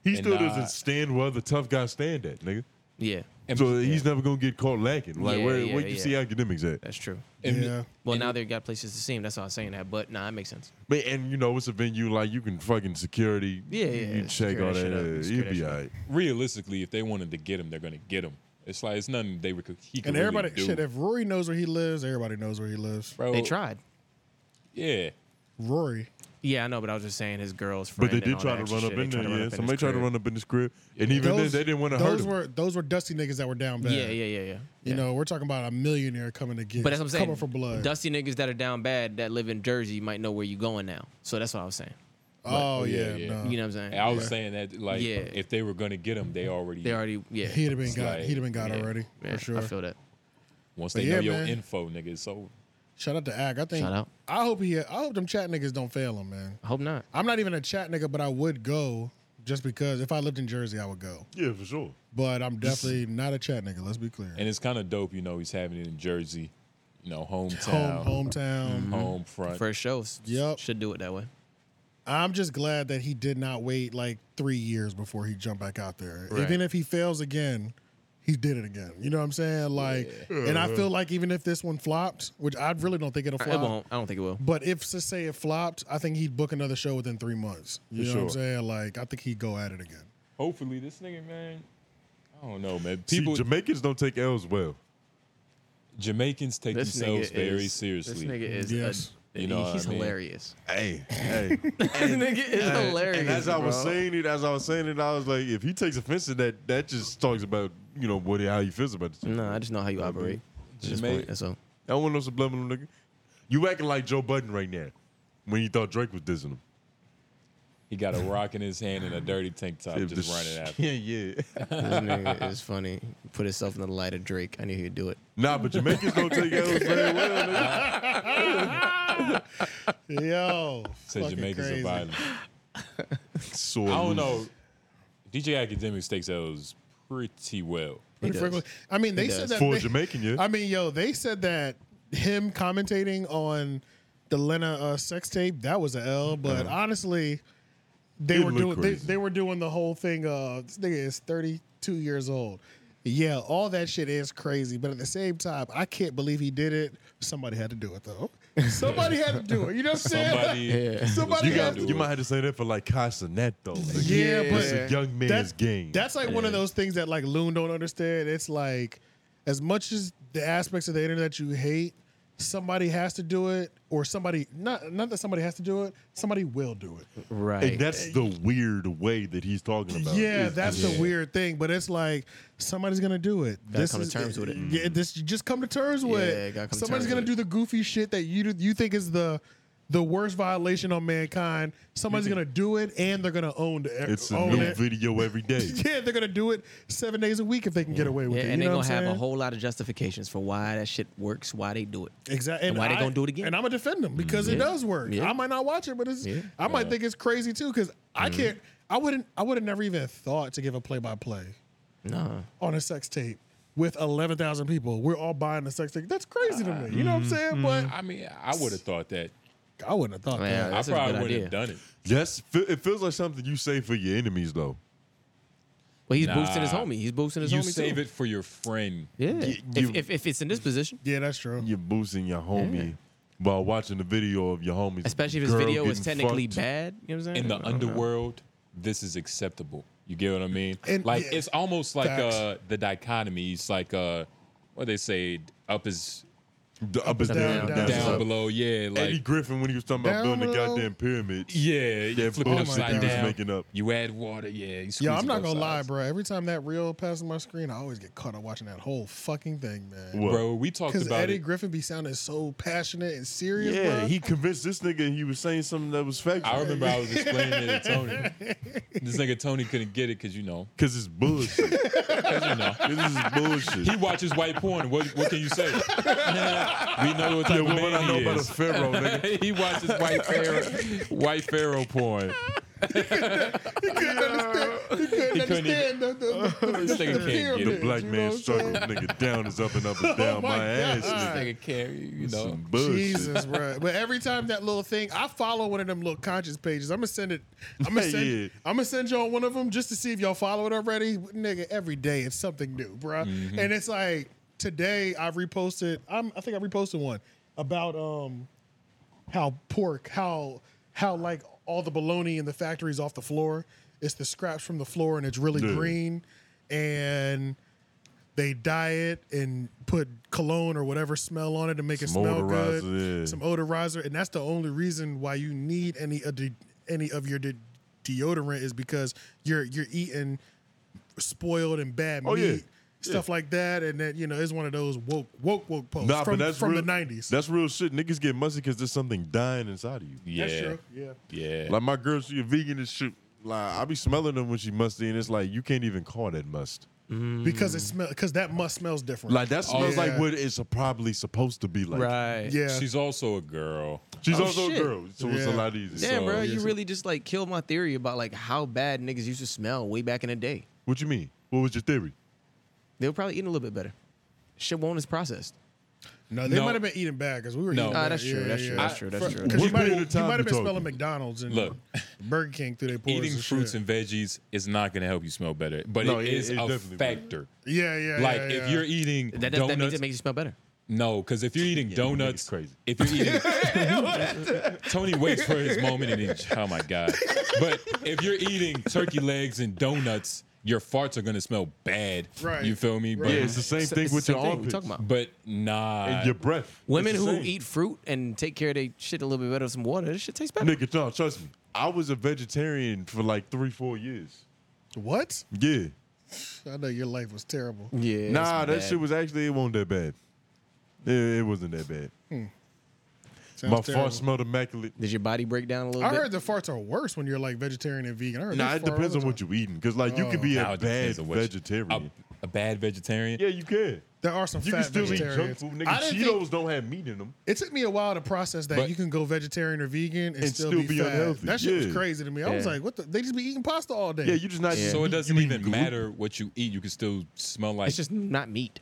Speaker 1: He
Speaker 4: And
Speaker 1: still
Speaker 4: not-
Speaker 1: doesn't stand where the tough guys stand at, nigga.
Speaker 4: Yeah.
Speaker 1: So he's never gonna get caught lacking. Like
Speaker 4: Yeah,
Speaker 1: where,
Speaker 4: yeah,
Speaker 1: where you
Speaker 4: yeah.
Speaker 1: see academics at.
Speaker 4: That's true.
Speaker 2: And-
Speaker 3: yeah.
Speaker 4: Well, now they've got places to see him. That's why I'm saying that. But nah, it makes sense.
Speaker 1: But and you know it's a venue like you can fucking security.
Speaker 4: Yeah, yeah,
Speaker 1: You
Speaker 4: yeah,
Speaker 1: check
Speaker 4: secure
Speaker 1: all
Speaker 4: that shit up,
Speaker 1: that.
Speaker 4: secure
Speaker 1: You'd
Speaker 4: that
Speaker 1: be
Speaker 4: shit up.
Speaker 1: alright.
Speaker 2: realistically, if they wanted to get him, they're gonna get him. It's like it's nothing they could. He could
Speaker 3: And everybody,
Speaker 2: really do.
Speaker 3: shit, if Rory knows where he lives, everybody knows where he lives.
Speaker 2: Bro,
Speaker 4: They tried.
Speaker 2: Yeah,
Speaker 3: Rory.
Speaker 4: Yeah, I know, but I was just saying his girl's friend.
Speaker 1: But they
Speaker 4: and
Speaker 1: did
Speaker 4: all
Speaker 1: try
Speaker 4: that
Speaker 1: to
Speaker 4: extra
Speaker 1: run up
Speaker 4: shit. They
Speaker 1: in there.
Speaker 4: to run
Speaker 1: Yeah,
Speaker 4: up in his
Speaker 1: somebody tried to
Speaker 4: crib.
Speaker 1: run up in his crib, and even then they didn't want to hurt
Speaker 3: those
Speaker 1: him.
Speaker 3: were those were dusty niggas that were down bad.
Speaker 4: Yeah, yeah, yeah, yeah.
Speaker 3: You know, we're talking about a millionaire coming to get,
Speaker 4: But that's what I'm saying.
Speaker 3: coming for blood.
Speaker 4: Dusty niggas that are down bad that live in Jersey might know where you going now. So that's what I was saying.
Speaker 3: oh yeah, no.
Speaker 4: You know what I'm saying?
Speaker 2: I was
Speaker 4: Yeah.
Speaker 2: saying that like
Speaker 4: Yeah.
Speaker 2: if they were gonna get him, they already
Speaker 4: They already yeah.
Speaker 3: he'd have been
Speaker 2: It's
Speaker 3: got,
Speaker 2: like-
Speaker 3: he'd have been got
Speaker 2: yeah,
Speaker 3: already
Speaker 4: yeah,
Speaker 3: for sure.
Speaker 4: I feel that.
Speaker 2: once
Speaker 3: But
Speaker 2: they
Speaker 3: yeah,
Speaker 2: know your
Speaker 3: man.
Speaker 2: info, nigga, it's over.
Speaker 3: Shout out to Ag. I think.
Speaker 4: Shout out.
Speaker 3: I hope he. I hope them chat niggas don't fail him, man.
Speaker 4: I hope not.
Speaker 3: I'm not even a chat nigga, but I would go just because if I lived in Jersey, I would go.
Speaker 1: yeah, for sure.
Speaker 3: But I'm definitely not a chat nigga. Let's be clear.
Speaker 2: And it's kind of dope, you know. He's having it in Jersey, you know, hometown,
Speaker 3: Home, hometown.
Speaker 4: Mm-hmm.
Speaker 2: home front.
Speaker 4: First shows.
Speaker 3: Yep.
Speaker 4: Should do it that way.
Speaker 3: I'm just glad that he did not wait like three years before he jumped back out there.
Speaker 4: Right.
Speaker 3: Even if he fails again, he did it again. You know what I'm saying? Like, and
Speaker 1: Uh-huh.
Speaker 3: I feel like even if this one flopped, which I really don't think it'll flop.
Speaker 4: It won't. I don't think it will.
Speaker 3: But if to say it flopped, I think he'd book another show within three months. You
Speaker 1: For
Speaker 3: know what I'm
Speaker 1: sure.
Speaker 3: saying? Like, I think he'd go at it again.
Speaker 2: Hopefully, this nigga, man. I don't know, man.
Speaker 1: See,
Speaker 2: People,
Speaker 1: Jamaicans don't take L's well.
Speaker 2: Jamaicans take
Speaker 4: This
Speaker 2: themselves
Speaker 4: nigga
Speaker 2: very
Speaker 4: is,
Speaker 2: seriously.
Speaker 4: This nigga is.
Speaker 3: Yes.
Speaker 4: A,
Speaker 2: You know
Speaker 4: he's
Speaker 2: what I mean?
Speaker 4: hilarious.
Speaker 1: Hey, hey.
Speaker 4: this nigga is
Speaker 1: And-
Speaker 4: hilarious.
Speaker 1: And as I was
Speaker 4: bro.
Speaker 1: saying it, as I was saying it, I was like, if he takes offense to that, that just talks about you know what how he feels about it.
Speaker 4: No, I just know how you operate. At this
Speaker 2: Jamaica-
Speaker 4: point, that's all.
Speaker 1: I don't want no subliminal nigga. You acting like Joe Budden right now when you thought Drake was dissing him.
Speaker 2: He got a rock in his hand and a dirty tank top,
Speaker 1: If
Speaker 2: just
Speaker 1: the-
Speaker 2: running after.
Speaker 1: Yeah, yeah.
Speaker 4: This nigga is funny. Put himself in the light of Drake. I knew he'd do it.
Speaker 1: Nah, but Jamaicans don't take L's very well. Nigga.
Speaker 3: Yo.
Speaker 2: Said
Speaker 3: fucking
Speaker 2: Jamaicans
Speaker 3: crazy.
Speaker 2: are violent.
Speaker 1: Sore
Speaker 2: I don't
Speaker 1: loser.
Speaker 2: know. DJ Academics takes those pretty well.
Speaker 3: Pretty
Speaker 4: does.
Speaker 3: frequently. I mean, they said
Speaker 4: does.
Speaker 3: that.
Speaker 1: For a
Speaker 3: they-
Speaker 1: Jamaican, yeah.
Speaker 3: I mean, yo, they said that him commentating on the Lena uh, sex tape that was a L. But honestly, they
Speaker 1: Uh-huh. It
Speaker 3: were
Speaker 1: looked
Speaker 3: doing they,
Speaker 1: crazy.
Speaker 3: they were doing the whole thing. Uh, this nigga is thirty two years old. Yeah, all that shit is crazy. But at the same time, I can't believe he did it. Somebody had to do it though. Somebody had to do it. You know what I'm saying?
Speaker 2: Somebody,
Speaker 3: Somebody
Speaker 1: You,
Speaker 3: had
Speaker 1: got,
Speaker 3: to.
Speaker 1: you might have to say that for like Casanet though. nigga.
Speaker 3: Yeah, but
Speaker 1: It's a young man's
Speaker 3: that's
Speaker 1: game.
Speaker 3: That's like one of those things that like Loon don't understand. It's like as much as the aspects of the internet you hate, somebody has to do it, or somebody not not that somebody has to do it, somebody will do it.
Speaker 1: and
Speaker 4: Right.
Speaker 1: that's the weird way that he's talking about.
Speaker 3: Yeah,
Speaker 1: it.
Speaker 3: that's the weird thing. But it's like somebody's gonna do it.
Speaker 4: Gotta come to terms with it. Mm.
Speaker 3: Yeah, this you just come to terms
Speaker 4: Yeah,
Speaker 3: with.
Speaker 4: gotta come to
Speaker 3: somebody's
Speaker 4: terms
Speaker 3: gonna
Speaker 4: with
Speaker 3: do the goofy shit that you do, you think is the the worst violation on mankind. Somebody's gonna do it, and they're gonna own the
Speaker 1: It's a
Speaker 3: own
Speaker 1: new
Speaker 3: it.
Speaker 1: video every day.
Speaker 3: Yeah, they're gonna do it seven days a week if they can get away with
Speaker 4: Yeah,
Speaker 3: it.
Speaker 4: and
Speaker 3: you
Speaker 4: they're
Speaker 3: know what
Speaker 4: gonna
Speaker 3: I'm
Speaker 4: have a
Speaker 3: saying?
Speaker 4: whole lot of justifications for why that shit works, why they do it.
Speaker 3: exactly.
Speaker 4: why they gonna do it again? Mm-hmm.
Speaker 3: And I'm gonna defend them because it
Speaker 4: Yeah.
Speaker 3: does work.
Speaker 4: Yeah.
Speaker 3: I might not watch it, but it's
Speaker 4: Yeah. Mm-hmm.
Speaker 3: I might think it's crazy too because I can't. I wouldn't. I would have never even thought to give a play by play
Speaker 4: Nah.
Speaker 3: on a sex tape. with 11,000 people. We're all buying the sex tape. That's crazy
Speaker 4: Uh,
Speaker 3: to me. You know what I'm saying? But
Speaker 2: I mean, I would have thought that.
Speaker 4: mm-hmm.
Speaker 3: I wouldn't have thought
Speaker 2: Man,
Speaker 3: that.
Speaker 2: I probably wouldn't have done it.
Speaker 1: Yes, fe- it feels like something you say for your enemies, though.
Speaker 4: Well, he's boosting his homie. He's boosting his
Speaker 2: you
Speaker 4: homie. too.
Speaker 2: save it for your friend.
Speaker 4: Yeah.
Speaker 1: you-
Speaker 4: if, if, if it's in this position,
Speaker 3: Yeah, that's true.
Speaker 1: You're boosting your homie while watching the video of your homie.
Speaker 4: especially if his
Speaker 1: girl
Speaker 4: video is
Speaker 1: getting
Speaker 4: technically
Speaker 1: fucked.
Speaker 4: bad, you know what I'm saying?
Speaker 2: in the
Speaker 4: I don't know.
Speaker 2: underworld, this is acceptable. You get what I mean?
Speaker 3: And-
Speaker 2: like
Speaker 3: yeah.
Speaker 2: it's almost like
Speaker 3: Facts.
Speaker 2: uh, the dichotomy. It's like uh, what they say, up is
Speaker 1: The up is
Speaker 3: Down,
Speaker 1: down,
Speaker 3: down,
Speaker 1: down,
Speaker 2: down,
Speaker 1: is up.
Speaker 2: below. Yeah, like
Speaker 1: Eddie Griffin when he was talking about
Speaker 3: Down
Speaker 1: building the
Speaker 3: below.
Speaker 1: goddamn pyramid.
Speaker 2: yeah, you
Speaker 1: That
Speaker 2: flip it
Speaker 1: bullshit
Speaker 2: upside
Speaker 1: he was
Speaker 2: down.
Speaker 1: making up.
Speaker 2: You add water. Yeah, you
Speaker 3: Yo,
Speaker 2: squeeze
Speaker 3: I'm not
Speaker 2: both
Speaker 3: gonna lie,
Speaker 2: sides.
Speaker 3: bro. Every time that reel passes my screen, I always get caught up watching that whole fucking thing, man.
Speaker 1: What?
Speaker 2: Bro, we talked
Speaker 3: Because
Speaker 2: about
Speaker 3: Eddie
Speaker 2: it.
Speaker 3: Griffin be sounding so passionate and serious.
Speaker 1: Yeah,
Speaker 3: bro.
Speaker 1: he convinced this nigga he was saying something that was
Speaker 2: I
Speaker 1: factual
Speaker 2: remember I was explaining it to Tony. This nigga Tony couldn't get it because you know,
Speaker 1: because it's bullshit.
Speaker 2: 'cause you know.
Speaker 1: this is bullshit.
Speaker 2: He watches white porn. What what can you say? we know what
Speaker 1: Yeah,
Speaker 2: type of
Speaker 1: what
Speaker 2: man
Speaker 1: would I know
Speaker 2: he
Speaker 1: about a
Speaker 2: is.
Speaker 1: pharaoh, nigga?
Speaker 2: he watches white pharaoh, white pharaoh porn.
Speaker 3: couldn't
Speaker 2: he couldn't
Speaker 3: understand the, the, the,
Speaker 2: This nigga can't get
Speaker 1: The
Speaker 2: it.
Speaker 1: black
Speaker 3: Mm, You know
Speaker 1: man
Speaker 3: what I'm Oh
Speaker 1: struggle, nigga. Down is up and up is down.
Speaker 3: my
Speaker 1: my ass,
Speaker 3: God. Oh,
Speaker 2: This
Speaker 1: nigga.
Speaker 2: nigga can't. You know.
Speaker 1: Some bullshit.
Speaker 3: Jesus, bro. But every time that little thing, I follow one of them little conscious pages. I'm gonna send it. I'm gonna
Speaker 1: Yeah.
Speaker 3: send. I'm gonna send y'all one of them just to see if y'all follow it already. Nigga, every day it's something new, bro.
Speaker 1: Mm-hmm.
Speaker 3: And it's like today I reposted. I'm, I think I reposted one about um how pork, how how like all the bologna in the factories off the floor. It's the scraps from the floor, and it's really
Speaker 1: Yeah.
Speaker 3: green. And they dye it and put cologne or whatever smell on it to make it
Speaker 1: Some
Speaker 3: smell good.
Speaker 1: odorizer, yeah.
Speaker 3: Some odorizer, and that's the only reason why you need any of the any of your de- deodorant is because you're you're eating spoiled and bad
Speaker 1: Oh,
Speaker 3: meat.
Speaker 1: yeah.
Speaker 3: Stuff like that, and then you know it's one of those woke, woke, woke posts
Speaker 1: Nah,
Speaker 3: from,
Speaker 1: but that's
Speaker 3: from
Speaker 1: real,
Speaker 3: the nineties.
Speaker 1: That's real shit. Niggas get musty because there's something dying inside of you.
Speaker 2: Yeah.
Speaker 3: true. Yeah,
Speaker 2: Yeah.
Speaker 1: Like my girl, she a vegan and shit. Like I be smelling them when she musty, and it's like you can't even call that must.
Speaker 3: Mm. because it smells because that must smells different.
Speaker 1: Like that smells
Speaker 3: yeah.
Speaker 1: like what it's probably supposed to be like.
Speaker 4: Oh, Right.
Speaker 3: yeah,
Speaker 2: She's also a girl.
Speaker 1: She's
Speaker 4: Oh,
Speaker 1: also
Speaker 4: shit.
Speaker 1: a girl, so it's a
Speaker 3: Yeah.
Speaker 1: lot easier.
Speaker 4: Damn,
Speaker 2: So-
Speaker 4: bro,
Speaker 2: Yeah,
Speaker 4: you really just like killed my theory about like how bad niggas used to smell way back in the day.
Speaker 1: What you mean? What was your theory?
Speaker 4: They were probably eating a little bit better. Shit won't is processed.
Speaker 3: no, they
Speaker 2: No.
Speaker 3: might have been eating bad because we were.
Speaker 2: No.
Speaker 3: eating
Speaker 2: Nah,
Speaker 3: bad.
Speaker 4: that's true,
Speaker 3: Yeah,
Speaker 4: that's
Speaker 3: yeah,
Speaker 4: true,
Speaker 3: yeah.
Speaker 4: that's true, that's true.
Speaker 3: Because you
Speaker 1: What
Speaker 3: might
Speaker 1: period
Speaker 3: have
Speaker 1: of time
Speaker 3: been
Speaker 1: you talking?
Speaker 3: smelling McDonald's and
Speaker 2: Look.
Speaker 3: Burger King through their pores.
Speaker 2: Eating
Speaker 3: and
Speaker 2: fruits
Speaker 3: shit.
Speaker 2: and veggies is not going to help you smell better, but
Speaker 1: No,
Speaker 2: it
Speaker 1: it-
Speaker 2: is
Speaker 1: it
Speaker 2: a
Speaker 1: definitely will.
Speaker 2: factor.
Speaker 3: yeah, yeah.
Speaker 2: Like
Speaker 3: yeah,
Speaker 2: if
Speaker 3: yeah.
Speaker 2: you're e- eating
Speaker 4: That, that,
Speaker 2: donuts,
Speaker 4: that makes it makes you smell better.
Speaker 2: no, because if you're eating donuts,
Speaker 1: nigga's crazy.
Speaker 2: If you're eating, Tony waits for his moment and he, oh my god! But if you're eating turkey legs and donuts, your farts are going to smell bad.
Speaker 3: Right.
Speaker 2: You feel me?
Speaker 1: Yeah,
Speaker 2: But
Speaker 1: it's the same
Speaker 4: It's the
Speaker 1: thing with
Speaker 4: same
Speaker 1: your
Speaker 4: thing we
Speaker 1: armpits
Speaker 4: talking about.
Speaker 2: But nah,
Speaker 1: and your breath.
Speaker 4: Women
Speaker 1: It's the
Speaker 4: who
Speaker 1: same.
Speaker 4: eat fruit and take care of their shit a little bit better with some water, this shit tastes better.
Speaker 1: Nigga, no, trust me. I was a vegetarian for like three, four years.
Speaker 3: what?
Speaker 1: Yeah.
Speaker 3: I know your life was terrible.
Speaker 4: Yeah.
Speaker 1: nah,
Speaker 4: it's
Speaker 1: that
Speaker 4: bad.
Speaker 1: shit was actually it wasn't that bad. It, it wasn't that bad.
Speaker 3: Sounds
Speaker 1: My
Speaker 3: terrible.
Speaker 1: fart smelled immaculate.
Speaker 4: Did your body break down a little
Speaker 3: I
Speaker 4: bit?
Speaker 3: heard the farts are worse when you're like vegetarian and vegan. I heard
Speaker 1: Nah,
Speaker 3: they
Speaker 1: it
Speaker 3: fart all
Speaker 1: depends
Speaker 3: the
Speaker 1: on what
Speaker 3: time.
Speaker 1: you eating. Cause like you could be
Speaker 2: Now
Speaker 1: a
Speaker 2: it Oh, depends
Speaker 1: bad
Speaker 2: on what you- Oh.
Speaker 1: vegetarian.
Speaker 2: a, a bad vegetarian.
Speaker 1: yeah, you can.
Speaker 3: There are some
Speaker 1: You
Speaker 3: fat
Speaker 1: can still eat junk
Speaker 3: vegetarians.
Speaker 1: food,
Speaker 3: I
Speaker 1: nigga.
Speaker 3: didn't
Speaker 1: Cheetos
Speaker 3: think-
Speaker 1: don't have meat in them.
Speaker 3: it took me a while to process that
Speaker 2: But-
Speaker 3: you can go vegetarian or vegan and,
Speaker 1: And
Speaker 3: still,
Speaker 1: still
Speaker 3: be,
Speaker 1: be
Speaker 3: fat.
Speaker 1: unhealthy.
Speaker 3: That shit was
Speaker 1: Yeah.
Speaker 3: crazy to me. I was
Speaker 4: Yeah.
Speaker 3: like, what? the They just be eating pasta all day.
Speaker 1: Yeah, you just not. eating
Speaker 2: So it
Speaker 1: meat, you
Speaker 2: doesn't
Speaker 1: eating
Speaker 2: even
Speaker 1: gluten.
Speaker 2: matter what you eat. You can still smell like.
Speaker 4: it's just not meat.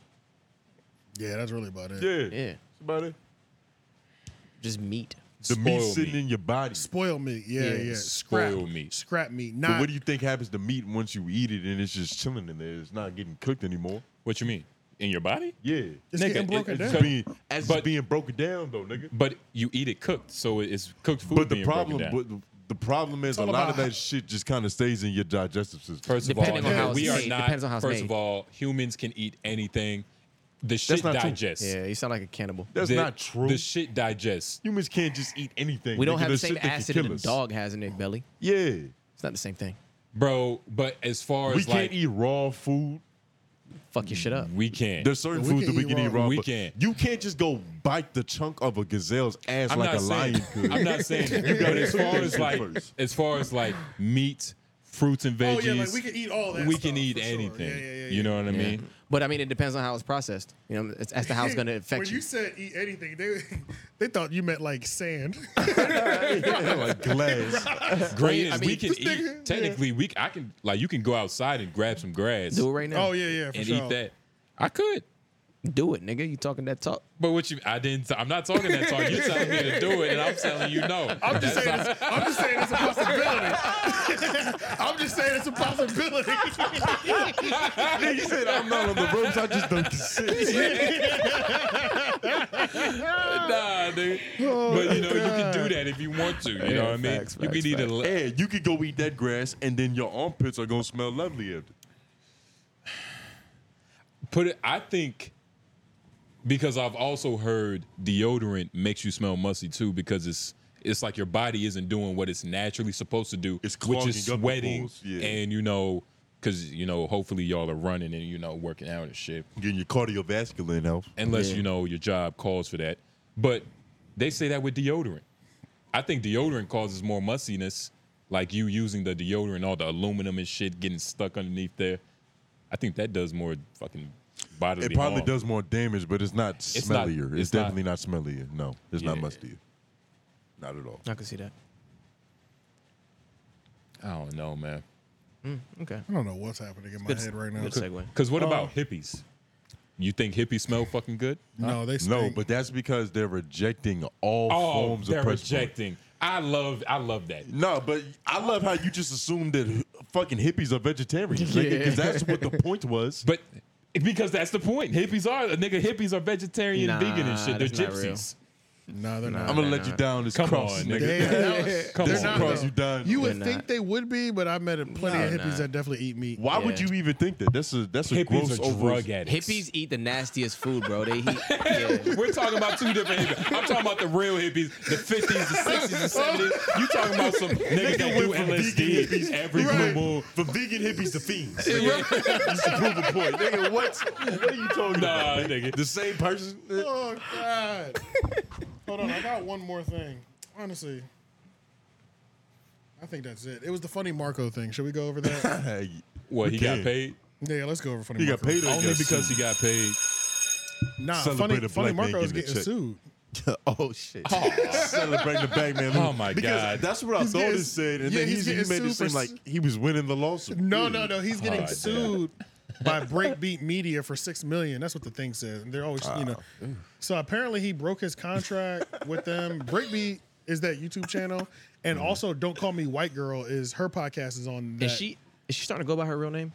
Speaker 3: yeah, that's really about it.
Speaker 1: Yeah,
Speaker 4: Yeah.
Speaker 1: That's about it.
Speaker 4: Just meat.
Speaker 1: The meat
Speaker 2: Spoiled
Speaker 1: sitting
Speaker 2: meat.
Speaker 1: in your body.
Speaker 3: Spoil meat. Yeah,
Speaker 4: Yeah,
Speaker 3: yeah. Scrap
Speaker 2: spoiled meat.
Speaker 3: Scrap meat.
Speaker 1: But
Speaker 3: Not
Speaker 1: what do you think happens to meat once you eat it and it's just chilling in there? It's not getting cooked anymore.
Speaker 2: What you mean? In your body?
Speaker 1: Yeah,
Speaker 3: it's
Speaker 2: Nigga,
Speaker 3: getting
Speaker 2: it-
Speaker 3: broken
Speaker 2: it's
Speaker 3: down.
Speaker 1: It's being as
Speaker 2: But-
Speaker 1: being broken down though, nigga.
Speaker 2: But you eat it cooked, so it's cooked food.
Speaker 1: But the
Speaker 2: being broken
Speaker 1: problem,
Speaker 2: down.
Speaker 1: but the- the problem is a
Speaker 3: all
Speaker 1: lot
Speaker 3: about
Speaker 1: of that
Speaker 3: how-
Speaker 1: shit just kind of stays in your digestive system.
Speaker 2: First of
Speaker 4: Depending
Speaker 2: all,
Speaker 4: on how it's
Speaker 2: we are
Speaker 4: made.
Speaker 2: not.
Speaker 4: Depends on how it's
Speaker 2: first
Speaker 4: made.
Speaker 2: of all, humans can eat anything. The shit
Speaker 1: not true.
Speaker 2: digests.
Speaker 4: Yeah, you sound like a cannibal.
Speaker 1: That's
Speaker 2: The-
Speaker 1: not true.
Speaker 2: The shit digests.
Speaker 1: Humans can't just eat anything.
Speaker 4: We don't
Speaker 1: nigga.
Speaker 4: have the
Speaker 1: There's
Speaker 4: same
Speaker 1: shit that can
Speaker 4: acid
Speaker 1: kill
Speaker 4: that a
Speaker 1: us.
Speaker 4: dog has in their belly.
Speaker 1: Yeah,
Speaker 4: It's not the same thing.
Speaker 2: Bro, but as far
Speaker 1: we
Speaker 2: as like
Speaker 1: can't eat raw food.
Speaker 4: Fuck your shit up.
Speaker 2: we can't.
Speaker 1: There's certain
Speaker 3: We
Speaker 1: foods
Speaker 3: can
Speaker 1: that we
Speaker 3: eat
Speaker 1: can eat
Speaker 3: raw.
Speaker 1: raw.
Speaker 2: We
Speaker 1: but
Speaker 2: can't.
Speaker 1: You can't just go bite the chunk of a gazelle's ass
Speaker 2: I'm
Speaker 1: like
Speaker 2: not
Speaker 1: a lion
Speaker 2: saying.
Speaker 1: could.
Speaker 2: I'm not saying. that. but
Speaker 1: gotta
Speaker 2: as
Speaker 1: cook
Speaker 2: far
Speaker 1: that
Speaker 2: as
Speaker 1: shit
Speaker 2: like,
Speaker 1: first.
Speaker 2: as far as like meat, fruits and
Speaker 3: Oh
Speaker 2: veggies,
Speaker 3: yeah, like we can eat all that.
Speaker 2: we
Speaker 3: stuff,
Speaker 2: can eat
Speaker 3: for sure.
Speaker 2: anything.
Speaker 3: Yeah, yeah, yeah,
Speaker 2: You
Speaker 3: yeah.
Speaker 2: know what I
Speaker 4: Yeah.
Speaker 2: mean?
Speaker 4: But I mean, it depends on how it's processed. You know, it's as to how it's going to affect
Speaker 3: when you
Speaker 4: you.
Speaker 3: said eat anything, they they thought you meant like sand.
Speaker 1: like glass.
Speaker 2: Grass.
Speaker 4: I mean,
Speaker 2: we can
Speaker 3: this
Speaker 2: eat.
Speaker 3: nigga-
Speaker 2: technically, we. c- I can like you can go outside and grab some grass
Speaker 4: Do it right now.
Speaker 3: oh yeah, yeah, for
Speaker 2: and
Speaker 3: sure.
Speaker 2: eat that. I could.
Speaker 4: Do it, nigga. You talking that talk?
Speaker 2: But what you? I didn't. I'm not talking that talk. You're telling me to do it, and I'm telling you no.
Speaker 3: I'm just
Speaker 2: That's
Speaker 3: saying.
Speaker 2: not-
Speaker 3: It's, I'm just saying it's a possibility. I'm just saying it's a possibility.
Speaker 1: Nigga said I'm not on the ropes. I just don't consent.
Speaker 2: nah, dude.
Speaker 1: Oh,
Speaker 2: but you know, you
Speaker 1: God.
Speaker 2: can do that if you want to. You know what I mean?
Speaker 1: Facts,
Speaker 2: you
Speaker 1: facts,
Speaker 2: can either.
Speaker 1: facts.
Speaker 2: le-
Speaker 1: Hey, you could go eat that grass, and then your armpits are gonna smell lovely after.
Speaker 2: put it i think because i've also heard deodorant makes you smell musty too because it's it's like your body isn't doing what it's naturally supposed to do it's which is
Speaker 1: clogging up the
Speaker 2: sweating
Speaker 1: pores, yeah.
Speaker 2: and you know because you know hopefully y'all are running and you know working out and shit
Speaker 1: Getting your cardiovascular in health.
Speaker 2: unless you know your job calls for that but they say that with deodorant i think deodorant causes more mustiness like you using the deodorant all the aluminum and shit getting stuck underneath there i think that does more fucking bodily
Speaker 1: It probably
Speaker 2: harm.
Speaker 1: does more damage, but it's not
Speaker 2: It's not-
Speaker 1: smellier. It's,
Speaker 2: it's not-
Speaker 1: definitely not, smellier. No, it's not
Speaker 2: Yeah.
Speaker 1: mustier. Not at all.
Speaker 4: I can see that.
Speaker 2: I don't know, man.
Speaker 4: Okay.
Speaker 3: I don't know what's happening in my
Speaker 4: Good-
Speaker 3: head right now.
Speaker 4: good segue.
Speaker 2: Because what
Speaker 3: Uh,
Speaker 2: about hippies? You think hippies smell fucking good?
Speaker 3: No, they
Speaker 1: No,
Speaker 3: stink.
Speaker 1: but that's because they're rejecting all
Speaker 2: oh,
Speaker 1: forms
Speaker 2: they're
Speaker 1: of pressure.
Speaker 2: rejecting. I love, I love that.
Speaker 1: No, but I love how you just assumed that fucking hippies are vegetarians, because
Speaker 2: Yeah.
Speaker 1: that's what the point was.
Speaker 2: But because that's the point. Hippies are nigga. Hippies are vegetarian,
Speaker 1: Nah,
Speaker 2: vegan, and shit. They're
Speaker 1: that's not real.
Speaker 2: gypsies.
Speaker 3: No, they're not.
Speaker 1: I'm gonna let you down this
Speaker 2: Come
Speaker 1: cross,
Speaker 2: on,
Speaker 1: nigga.
Speaker 2: nigga.
Speaker 3: They-
Speaker 1: Come
Speaker 3: they're
Speaker 1: on,
Speaker 3: not,
Speaker 1: cross
Speaker 3: though.
Speaker 1: you down.
Speaker 3: You would think they would be, but I met plenty of
Speaker 4: They're
Speaker 3: hippies
Speaker 4: not.
Speaker 3: that definitely eat meat.
Speaker 1: Why would you even think that? That's a that's a gross over-
Speaker 4: Hippies eat the nastiest food, bro. They eat.
Speaker 2: We're talking about two different hippies. I'm talking about the real hippies, the 50s, the 60s, and 70s. You talking about some niggas that do LSD every
Speaker 1: Right.
Speaker 2: blue moon.
Speaker 1: From vegan hippies to fiends.
Speaker 2: Yeah.
Speaker 1: Just to prove a point, nigga. What? What are you talking
Speaker 2: Nah,
Speaker 1: about?
Speaker 2: nigga.
Speaker 1: The same person.
Speaker 3: Oh God! Hold on, I got one more thing. Honestly, I think that's it. It was the funny Marco thing. Should we go over that?
Speaker 2: What, he got
Speaker 1: Yeah.
Speaker 2: paid?
Speaker 3: yeah, let's go over funny.
Speaker 1: He got
Speaker 3: Marco.
Speaker 1: paid or he
Speaker 2: Only
Speaker 1: got
Speaker 2: because
Speaker 1: sued?
Speaker 2: he got paid.
Speaker 3: Nah,
Speaker 1: Celebrate
Speaker 3: funny,
Speaker 1: a
Speaker 3: funny
Speaker 1: black man
Speaker 3: Marco is
Speaker 1: getting a
Speaker 3: getting
Speaker 1: check.
Speaker 3: sued.
Speaker 1: oh shit! Celebrating the bag man.
Speaker 2: Oh, my
Speaker 1: because
Speaker 2: God.
Speaker 1: That's what I
Speaker 3: He's
Speaker 1: thought
Speaker 3: getting-
Speaker 1: it said, and
Speaker 3: yeah,
Speaker 1: then
Speaker 3: he's
Speaker 1: he's, he
Speaker 3: getting
Speaker 1: made it
Speaker 3: sued for
Speaker 1: seem like he was winning the lawsuit.
Speaker 3: No, no, no. He's getting
Speaker 1: Oh,
Speaker 2: Alright, then.
Speaker 3: sued by Breakbeat Media for six million. That's what the thing says. And they're always, you know.
Speaker 1: Ah,
Speaker 3: So apparently he broke his contract with them. Breakbeat is that YouTube channel,
Speaker 1: Mm.
Speaker 3: and also Don't Call Me White Girl is her podcast is on. That.
Speaker 4: Is she is she starting to go by her real name?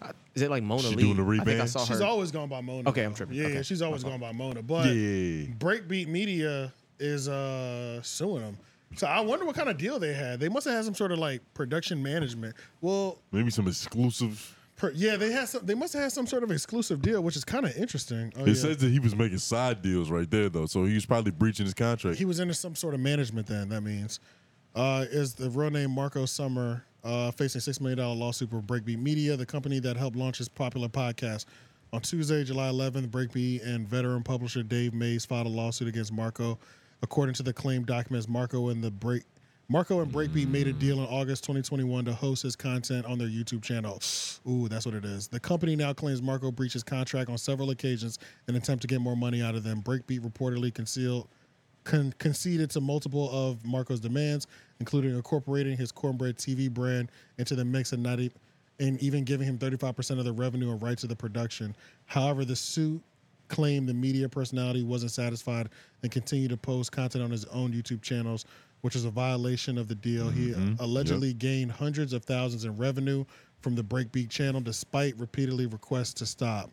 Speaker 4: I- Is it like Mona
Speaker 1: She
Speaker 4: Lee?
Speaker 1: doing a
Speaker 4: I think I
Speaker 1: revamp?
Speaker 4: saw
Speaker 3: She's
Speaker 4: her.
Speaker 3: always gone by Mona.
Speaker 4: Okay, I'm
Speaker 3: though.
Speaker 4: tripping.
Speaker 3: Yeah, yeah,
Speaker 4: Okay.
Speaker 3: she's always gone by Mona. But
Speaker 1: Yeah.
Speaker 3: Breakbeat Media is uh suing them. So I wonder what kind of deal they had. They must have had some sort of like production management. Well,
Speaker 1: Maybe some exclusive.
Speaker 3: per, yeah, they had some. They must have had some sort of exclusive deal, which is kind of interesting. Oh,
Speaker 1: it
Speaker 3: yeah.
Speaker 1: says that he was making side deals right there though, so he was probably breaching his contract.
Speaker 3: he was into some sort of management. Then that means uh, is the real name Marco Summer uh, facing six million dollar lawsuit for Breakbeat Media, the company that helped launch his popular podcast. On Tuesday, July 11th, Breakbeat and veteran publisher Dave Mays filed a lawsuit against Marco. According to the claim documents, Marco and the Break Marco and Breakbeat made a deal in August 2021 to host his content on their YouTube channel. Ooh, that's what it is. The company now claims Marco breached his contract on several occasions in an attempt to get more money out of them. Breakbeat reportedly concealed con- conceded to multiple of Marco's demands, including incorporating his cornbread TV brand into the mix and not e- and even giving him 35% of the revenue and rights of the production. However, the suit claimed the media personality wasn't satisfied and continued to post content on his own YouTube channels, which is a violation of the deal. He allegedly gained hundreds of thousands in revenue from the Breakbeat channel despite repeatedly requests to stop.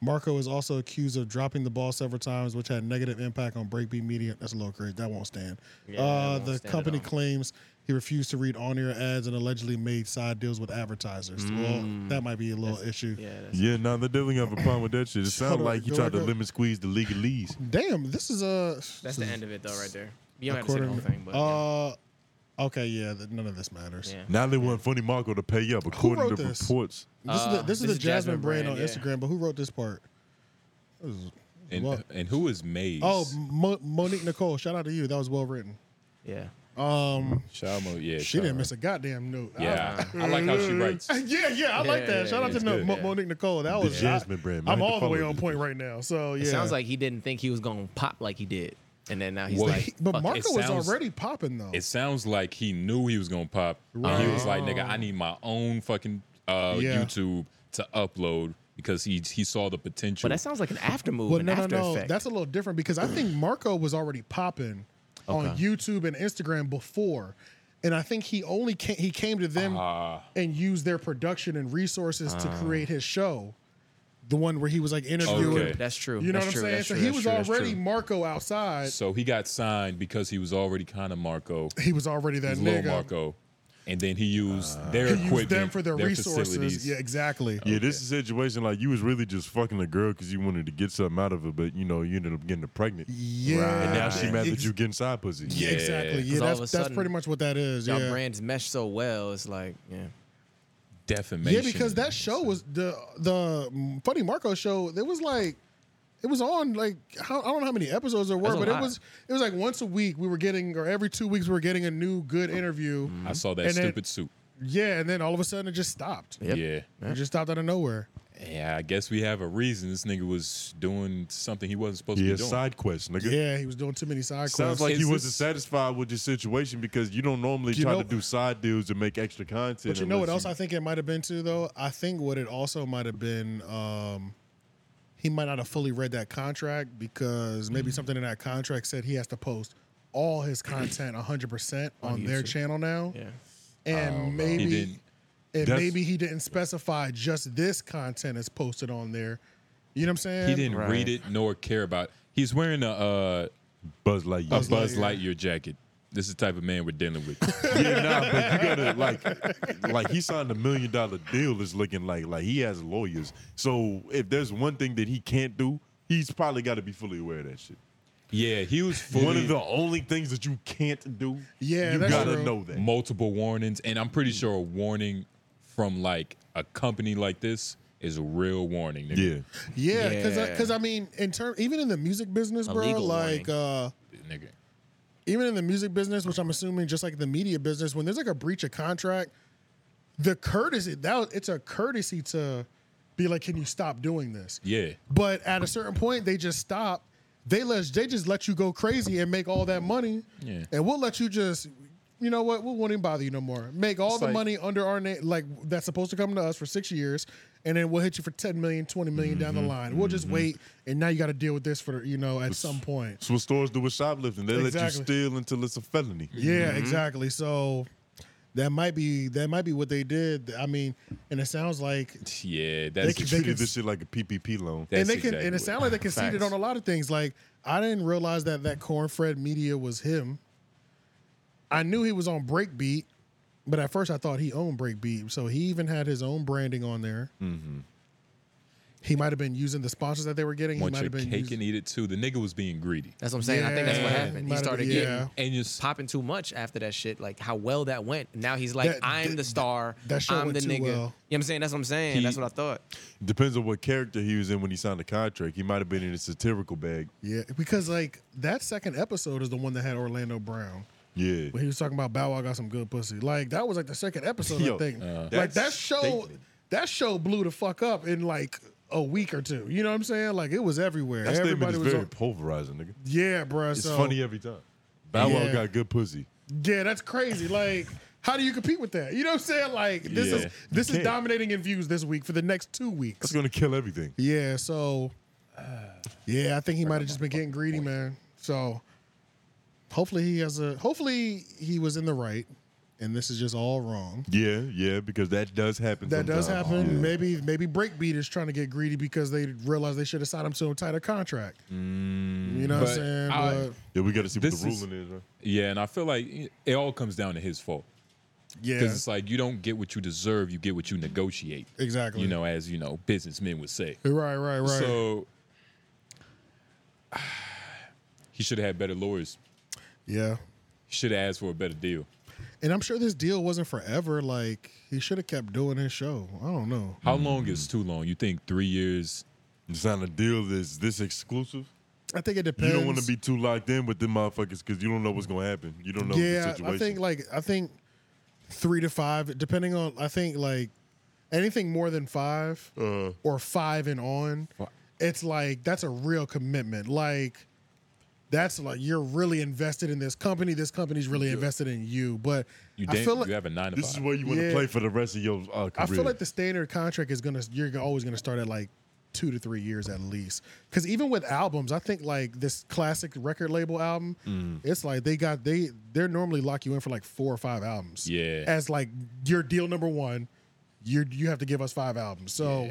Speaker 3: Marco is also accused of dropping the ball several times, which had negative impact on Breakbeat Media. That's a little crazy. That won't stand.
Speaker 4: Yeah,
Speaker 3: uh,
Speaker 4: that won't
Speaker 3: the
Speaker 4: stand at
Speaker 3: company
Speaker 4: all.
Speaker 3: claims he refused to read on-air ads and allegedly made side deals with advertisers. Well, that might be a little issue.
Speaker 4: Yeah, Mm. that's-
Speaker 1: yeah, no, they're definitely have a problem with that shit. It
Speaker 3: Hold
Speaker 1: sounds
Speaker 3: on,
Speaker 1: like he
Speaker 3: go
Speaker 1: tried to
Speaker 3: back up.
Speaker 1: lemon squeeze the legalese.
Speaker 3: Damn, this is a.
Speaker 4: That's the end of it though, right there. You don't have to say the
Speaker 3: According,
Speaker 4: whole thing, but yeah.
Speaker 3: uh, okay, yeah, th- none of this matters.
Speaker 4: Yeah.
Speaker 1: Now they want Funny Marco to pay up,
Speaker 3: wrote
Speaker 1: according to
Speaker 3: this?
Speaker 1: reports.
Speaker 3: This is
Speaker 4: Uh,
Speaker 3: the, this is the Jasmine, brand, on Instagram, but who wrote this part? This is-
Speaker 2: And,
Speaker 3: Well-
Speaker 2: and who is Maze?
Speaker 3: oh, Mo- Monique Nicole, shout out to you. That was well written.
Speaker 4: Yeah.
Speaker 3: Um,
Speaker 2: Shamo, yeah.
Speaker 3: she didn't
Speaker 2: Shamo.
Speaker 3: miss a goddamn note.
Speaker 4: Uh,
Speaker 2: Yeah, I like how she writes.
Speaker 3: Yeah, yeah, I like that. Shout out to
Speaker 2: yeah, it's
Speaker 3: Mo-
Speaker 2: good.
Speaker 3: Mo- Monique Nicole. That was
Speaker 1: Jasmine brand. Might
Speaker 3: I'm
Speaker 1: have to
Speaker 3: all the way
Speaker 1: follow
Speaker 3: on
Speaker 1: this.
Speaker 3: point right now. So yeah,
Speaker 4: It sounds like he didn't think he was gonna pop like he did, and then now he's
Speaker 2: Well,
Speaker 4: like,
Speaker 3: But
Speaker 4: fuck
Speaker 3: Marco
Speaker 4: it.
Speaker 3: was
Speaker 2: sounds-
Speaker 3: already popping though.
Speaker 2: It sounds like he knew he was gonna pop. And he was like, nigga, I need my own fucking uh,
Speaker 3: Yeah.
Speaker 2: YouTube to upload because he he saw the potential.
Speaker 4: But that sounds like an after move,
Speaker 3: Well,
Speaker 4: an
Speaker 3: no, no,
Speaker 4: after
Speaker 3: no.
Speaker 4: effect.
Speaker 3: That's a little different because I think Marco was already popping on
Speaker 4: Okay.
Speaker 3: YouTube and Instagram before, and I think he only came, he came to them and used their production and resources to
Speaker 4: Ah.
Speaker 3: create his show, the one where he was like interviewing.
Speaker 2: Okay. That's true.
Speaker 3: You know
Speaker 2: That's
Speaker 3: what I'm
Speaker 2: true.
Speaker 3: saying?
Speaker 2: That's
Speaker 3: so
Speaker 2: true.
Speaker 3: he
Speaker 2: That's
Speaker 3: was
Speaker 2: true. That's
Speaker 3: already
Speaker 2: true.
Speaker 3: Marco outside.
Speaker 2: So he got signed because he was already kind of Marco.
Speaker 3: He was already that
Speaker 2: He's little
Speaker 3: nigga.
Speaker 2: Marco, and then he used their
Speaker 3: he
Speaker 2: equipment,
Speaker 3: used them for their, Oh. resources.
Speaker 2: facilities.
Speaker 3: Yeah, exactly.
Speaker 1: Yeah, this is a situation like you was really just fucking a girl because you wanted to get something out of her, but you know you ended up getting her pregnant.
Speaker 3: Yeah.
Speaker 1: and now she mad
Speaker 3: Ex-
Speaker 1: that you getting side pussy.
Speaker 3: Yeah, exactly. Yeah,
Speaker 4: 'Cause all
Speaker 3: that's,
Speaker 4: of a
Speaker 3: that's
Speaker 4: sudden,
Speaker 3: pretty much what that is.
Speaker 4: Y'all
Speaker 3: yeah.
Speaker 4: brands mesh so well. It's like, yeah.
Speaker 2: Defamation.
Speaker 3: Yeah, because that show was the the Funny Marco show. It was like it was on like how, I don't know how many episodes there were,
Speaker 2: That's a
Speaker 3: but it
Speaker 2: lot.
Speaker 3: was it was like once a week we were getting or every two weeks we were getting a new good interview.
Speaker 2: I saw that
Speaker 3: And then-
Speaker 2: stupid suit.
Speaker 3: yeah, and then all of a sudden it just stopped.
Speaker 2: Yeah.
Speaker 3: It just stopped out of nowhere.
Speaker 2: Yeah, I guess we have a reason. This nigga was doing something he wasn't supposed
Speaker 1: Yeah,
Speaker 2: to be doing.
Speaker 1: side quest, nigga.
Speaker 3: Yeah, he was doing too many side quests.
Speaker 1: Sounds like he
Speaker 2: Is
Speaker 1: wasn't
Speaker 2: this-
Speaker 1: satisfied with your situation because you don't normally
Speaker 3: You
Speaker 1: try
Speaker 3: know-
Speaker 1: to do side deals and make extra content.
Speaker 3: But you know what
Speaker 1: unless
Speaker 3: else I think it might have been too though? I think what it also might have been um he might not have fully read that contract because
Speaker 2: Mm-hmm.
Speaker 3: maybe something in that contract said he has to post all his content 100% on,
Speaker 2: On
Speaker 3: their
Speaker 2: YouTube.
Speaker 3: channel now.
Speaker 2: Yeah. Oh, I
Speaker 3: And
Speaker 2: don't know. He
Speaker 3: maybe
Speaker 2: didn't.
Speaker 3: and
Speaker 2: That's-
Speaker 3: maybe he didn't specify just this content is posted on there. You know what I'm saying?
Speaker 2: He didn't read it nor care about. He's wearing a uh,
Speaker 1: Buzz Lightyear.
Speaker 2: a Buzz
Speaker 3: Lightyear.
Speaker 2: Lightyear jacket. This is the type of man we're dealing with.
Speaker 1: yeah, nah, but you gotta like, like he signed a million dollar deal. It's looking like like he has lawyers. So if there's one thing that he can't do, he's probably got to be fully aware of that shit.
Speaker 2: Yeah, he was
Speaker 1: One
Speaker 2: fully-
Speaker 1: of the only things that you can't do. you gotta know that.
Speaker 2: Multiple warnings, and I'm pretty sure a warning from like a company like this is a real warning. Nigga.
Speaker 1: Yeah,
Speaker 3: Yeah, because because I, mean, in term even in the music business,
Speaker 2: A
Speaker 3: bro,
Speaker 2: legal
Speaker 3: like uh,
Speaker 2: nigga.
Speaker 3: even in the music business, which I'm assuming just like the media business, when there's like a breach of contract, the courtesy that was- it's a courtesy to be like, can you stop doing this?
Speaker 2: yeah.
Speaker 3: But at a certain point, they just stop. They let they just let you go crazy and make all that money,
Speaker 2: Yeah.
Speaker 3: and we'll let you just. You know what? We won't even bother you no more. Make all
Speaker 2: It's
Speaker 3: the
Speaker 2: like-
Speaker 3: money under our name, like that's supposed to come to us for six years, and then we'll hit you for 10 million, 20 million down
Speaker 2: Mm-hmm.
Speaker 3: the line. We'll just wait, and now you got to deal with this for you know at some point.
Speaker 1: That's what stores do with shoplifting. They let you
Speaker 3: Exactly.
Speaker 1: steal until it's a felony.
Speaker 3: Yeah,
Speaker 2: Mm-hmm.
Speaker 3: exactly. So that might be that might be what they did. I mean, and it sounds like
Speaker 2: Yeah,
Speaker 1: They
Speaker 2: that's
Speaker 1: can treat this shit like a PPP loan.
Speaker 3: and they can and it sounded like they conceded
Speaker 1: Facts.
Speaker 3: on a lot of things. Like I didn't realize that that cornfred media was him. I knew he was on Breakbeat, but at first I thought he owned Breakbeat. So he even had his own branding on there.
Speaker 2: Mm-hmm.
Speaker 3: He might have been using the sponsors that they were getting. He
Speaker 2: Want
Speaker 3: might
Speaker 2: your
Speaker 3: have been
Speaker 2: cake
Speaker 3: using,
Speaker 2: and eat it too. The nigga was being greedy.
Speaker 4: That's what I'm saying. I think that's what
Speaker 2: Yeah.
Speaker 4: happened.
Speaker 3: might
Speaker 4: He
Speaker 3: have
Speaker 4: started
Speaker 3: been-
Speaker 4: getting
Speaker 3: yeah.
Speaker 2: and just
Speaker 4: popping too much after that shit. Like how well that went. Now he's like,
Speaker 3: That-
Speaker 4: I'm
Speaker 3: that-
Speaker 4: the star.
Speaker 3: that shit
Speaker 4: I'm
Speaker 3: went
Speaker 4: the
Speaker 3: too
Speaker 4: nigga. You know
Speaker 3: well.
Speaker 4: what I'm saying? That's what I'm saying.
Speaker 1: He-
Speaker 4: that's what I thought.
Speaker 1: Depends on what character he was in when he signed the contract. He might have been in a satirical bag.
Speaker 3: yeah, because like that second episode is the one that had Orlando Brown.
Speaker 1: Yeah.
Speaker 3: When he was talking about Bow Wow got some good pussy. Like that was like the second episode,
Speaker 1: Yo,
Speaker 3: I think.
Speaker 1: uh,
Speaker 3: like
Speaker 1: that's
Speaker 3: that show,
Speaker 1: statement.
Speaker 3: that show blew the fuck up in like a week or two. You know what I'm saying? Like it was everywhere.
Speaker 1: That statement
Speaker 3: Everybody
Speaker 1: is
Speaker 3: was.
Speaker 1: very
Speaker 3: on-
Speaker 1: pulverizing, nigga.
Speaker 3: yeah, bruh.
Speaker 1: It's
Speaker 3: so,
Speaker 1: funny every time. Bow Wow
Speaker 3: Yeah.
Speaker 1: got good pussy.
Speaker 3: Yeah, that's crazy. Like. How do you compete with that? You know what I'm saying? Like this
Speaker 1: Yeah.
Speaker 3: is this
Speaker 1: You
Speaker 3: is
Speaker 1: can't.
Speaker 3: dominating in views this week for the next two
Speaker 1: That's
Speaker 3: weeks.
Speaker 1: gonna kill everything.
Speaker 3: Yeah, so yeah, I think he might have just been getting greedy, man. So hopefully he has a hopefully he was in the right, and this is just all wrong.
Speaker 1: Yeah, yeah, because that does happen.
Speaker 3: That does
Speaker 1: sometimes.
Speaker 3: happen.
Speaker 1: Yeah.
Speaker 3: Maybe maybe Breakbeat is trying to get greedy because they realize they should have signed him to a tighter contract.
Speaker 1: Mm.
Speaker 3: you know what
Speaker 2: But
Speaker 3: I'm saying?
Speaker 2: I-
Speaker 3: But
Speaker 1: Yeah, we got to see what
Speaker 2: This
Speaker 1: the
Speaker 2: is-
Speaker 1: ruling is. right?
Speaker 2: Yeah, and I feel like it- it all comes down to his fault.
Speaker 3: Yeah.
Speaker 2: because it's like you don't get what you deserve; you get what you negotiate.
Speaker 3: Exactly.
Speaker 2: You know, as you know, businessmen would say.
Speaker 3: Right, right, right.
Speaker 2: So he should have had better lawyers.
Speaker 3: yeah.
Speaker 2: He should have asked for a better deal.
Speaker 3: And I'm sure this deal wasn't forever. Like he should have kept doing his show. I don't know.
Speaker 2: How long is too long? You think three years?
Speaker 1: You sign a deal that's this exclusive.
Speaker 3: I think it
Speaker 1: You
Speaker 3: depends.
Speaker 1: don't want to be too locked in with them motherfuckers because you don't know what's gonna happen. You don't know
Speaker 3: yeah,
Speaker 1: the situation.
Speaker 3: I think like I think three to five, depending on I think like anything more than five
Speaker 1: Uh-huh.
Speaker 3: or five and on, it's like that's a real commitment. Like that's like you're really invested in this company. This company's really invested in you. But
Speaker 2: You
Speaker 3: I
Speaker 2: damn-
Speaker 3: feel like
Speaker 2: you have a nine to
Speaker 1: This
Speaker 2: five.
Speaker 1: is where you want to
Speaker 3: Yeah.
Speaker 1: play for the rest of your uh, career.
Speaker 3: I feel like the standard contract is gonna you're always gonna start at like two to three years at least. Because even with albums, I think like this classic record label album,
Speaker 2: Mm.
Speaker 3: it's like they got they they're normally lock you in for like four or five albums.
Speaker 2: Yeah.
Speaker 3: as like your deal number one, you you have to give us five albums. So,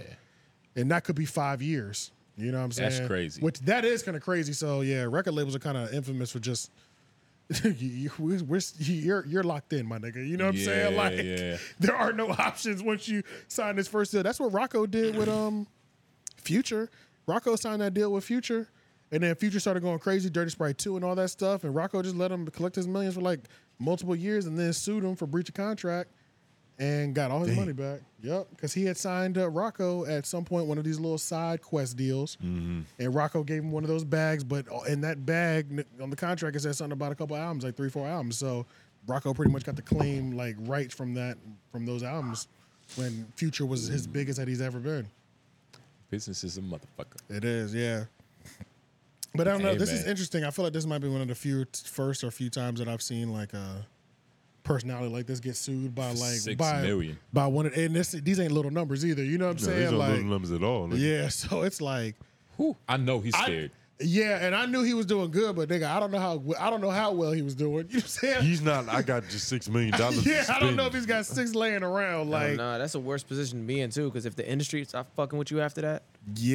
Speaker 3: and that could be five years. You know what I'm saying?
Speaker 2: That's crazy.
Speaker 3: Which that is kind of crazy. So yeah, record labels are kind of infamous for just. you, you, we're, we're, you're you're locked in, my nigga. You know what I'm saying?
Speaker 2: Yeah,
Speaker 3: Like,
Speaker 2: yeah.
Speaker 3: there are no options once you sign this first deal. That's what Rocco did with um Future. Rocco signed that deal with Future, and then Future started going crazy, Dirty Sprite Two, and all that stuff. And Rocco just let him collect his millions for like multiple years, and then sued him for breach of contract, and got all his money back. Yep, because he had signed uh, Rocco at some point one of these little side quest deals, and Rocco gave him one of those bags. But in that bag n- on the contract, it said something about a couple albums, like three, four albums. So Rocco pretty much got the claim like rights from that from those albums when Future was his biggest that he's ever been.
Speaker 2: Business is a motherfucker.
Speaker 3: It is, yeah. But I don't know.
Speaker 2: Hey,
Speaker 3: This is
Speaker 2: man.
Speaker 3: interesting. I feel like this might be one of the few t- first or few times that I've seen like a personality like this get sued by like
Speaker 2: Six
Speaker 3: by
Speaker 2: million.
Speaker 3: by one. Of, and this, these ain't little numbers either. You know what I'm
Speaker 1: No, these
Speaker 3: saying?
Speaker 1: aren't
Speaker 3: Like,
Speaker 1: little numbers at all. nigga.
Speaker 3: yeah. So it's like,
Speaker 2: I know he's scared.
Speaker 3: yeah. And I knew he was doing good, but nigga, I don't know how I don't know how well he was doing. You know what I'm saying?
Speaker 1: He's not. I got just six million dollars.
Speaker 3: yeah, I don't know if he's got six laying around. Like,
Speaker 4: Oh, nah, that's a worse position to be in too. Because if the industry stops fucking with you after that,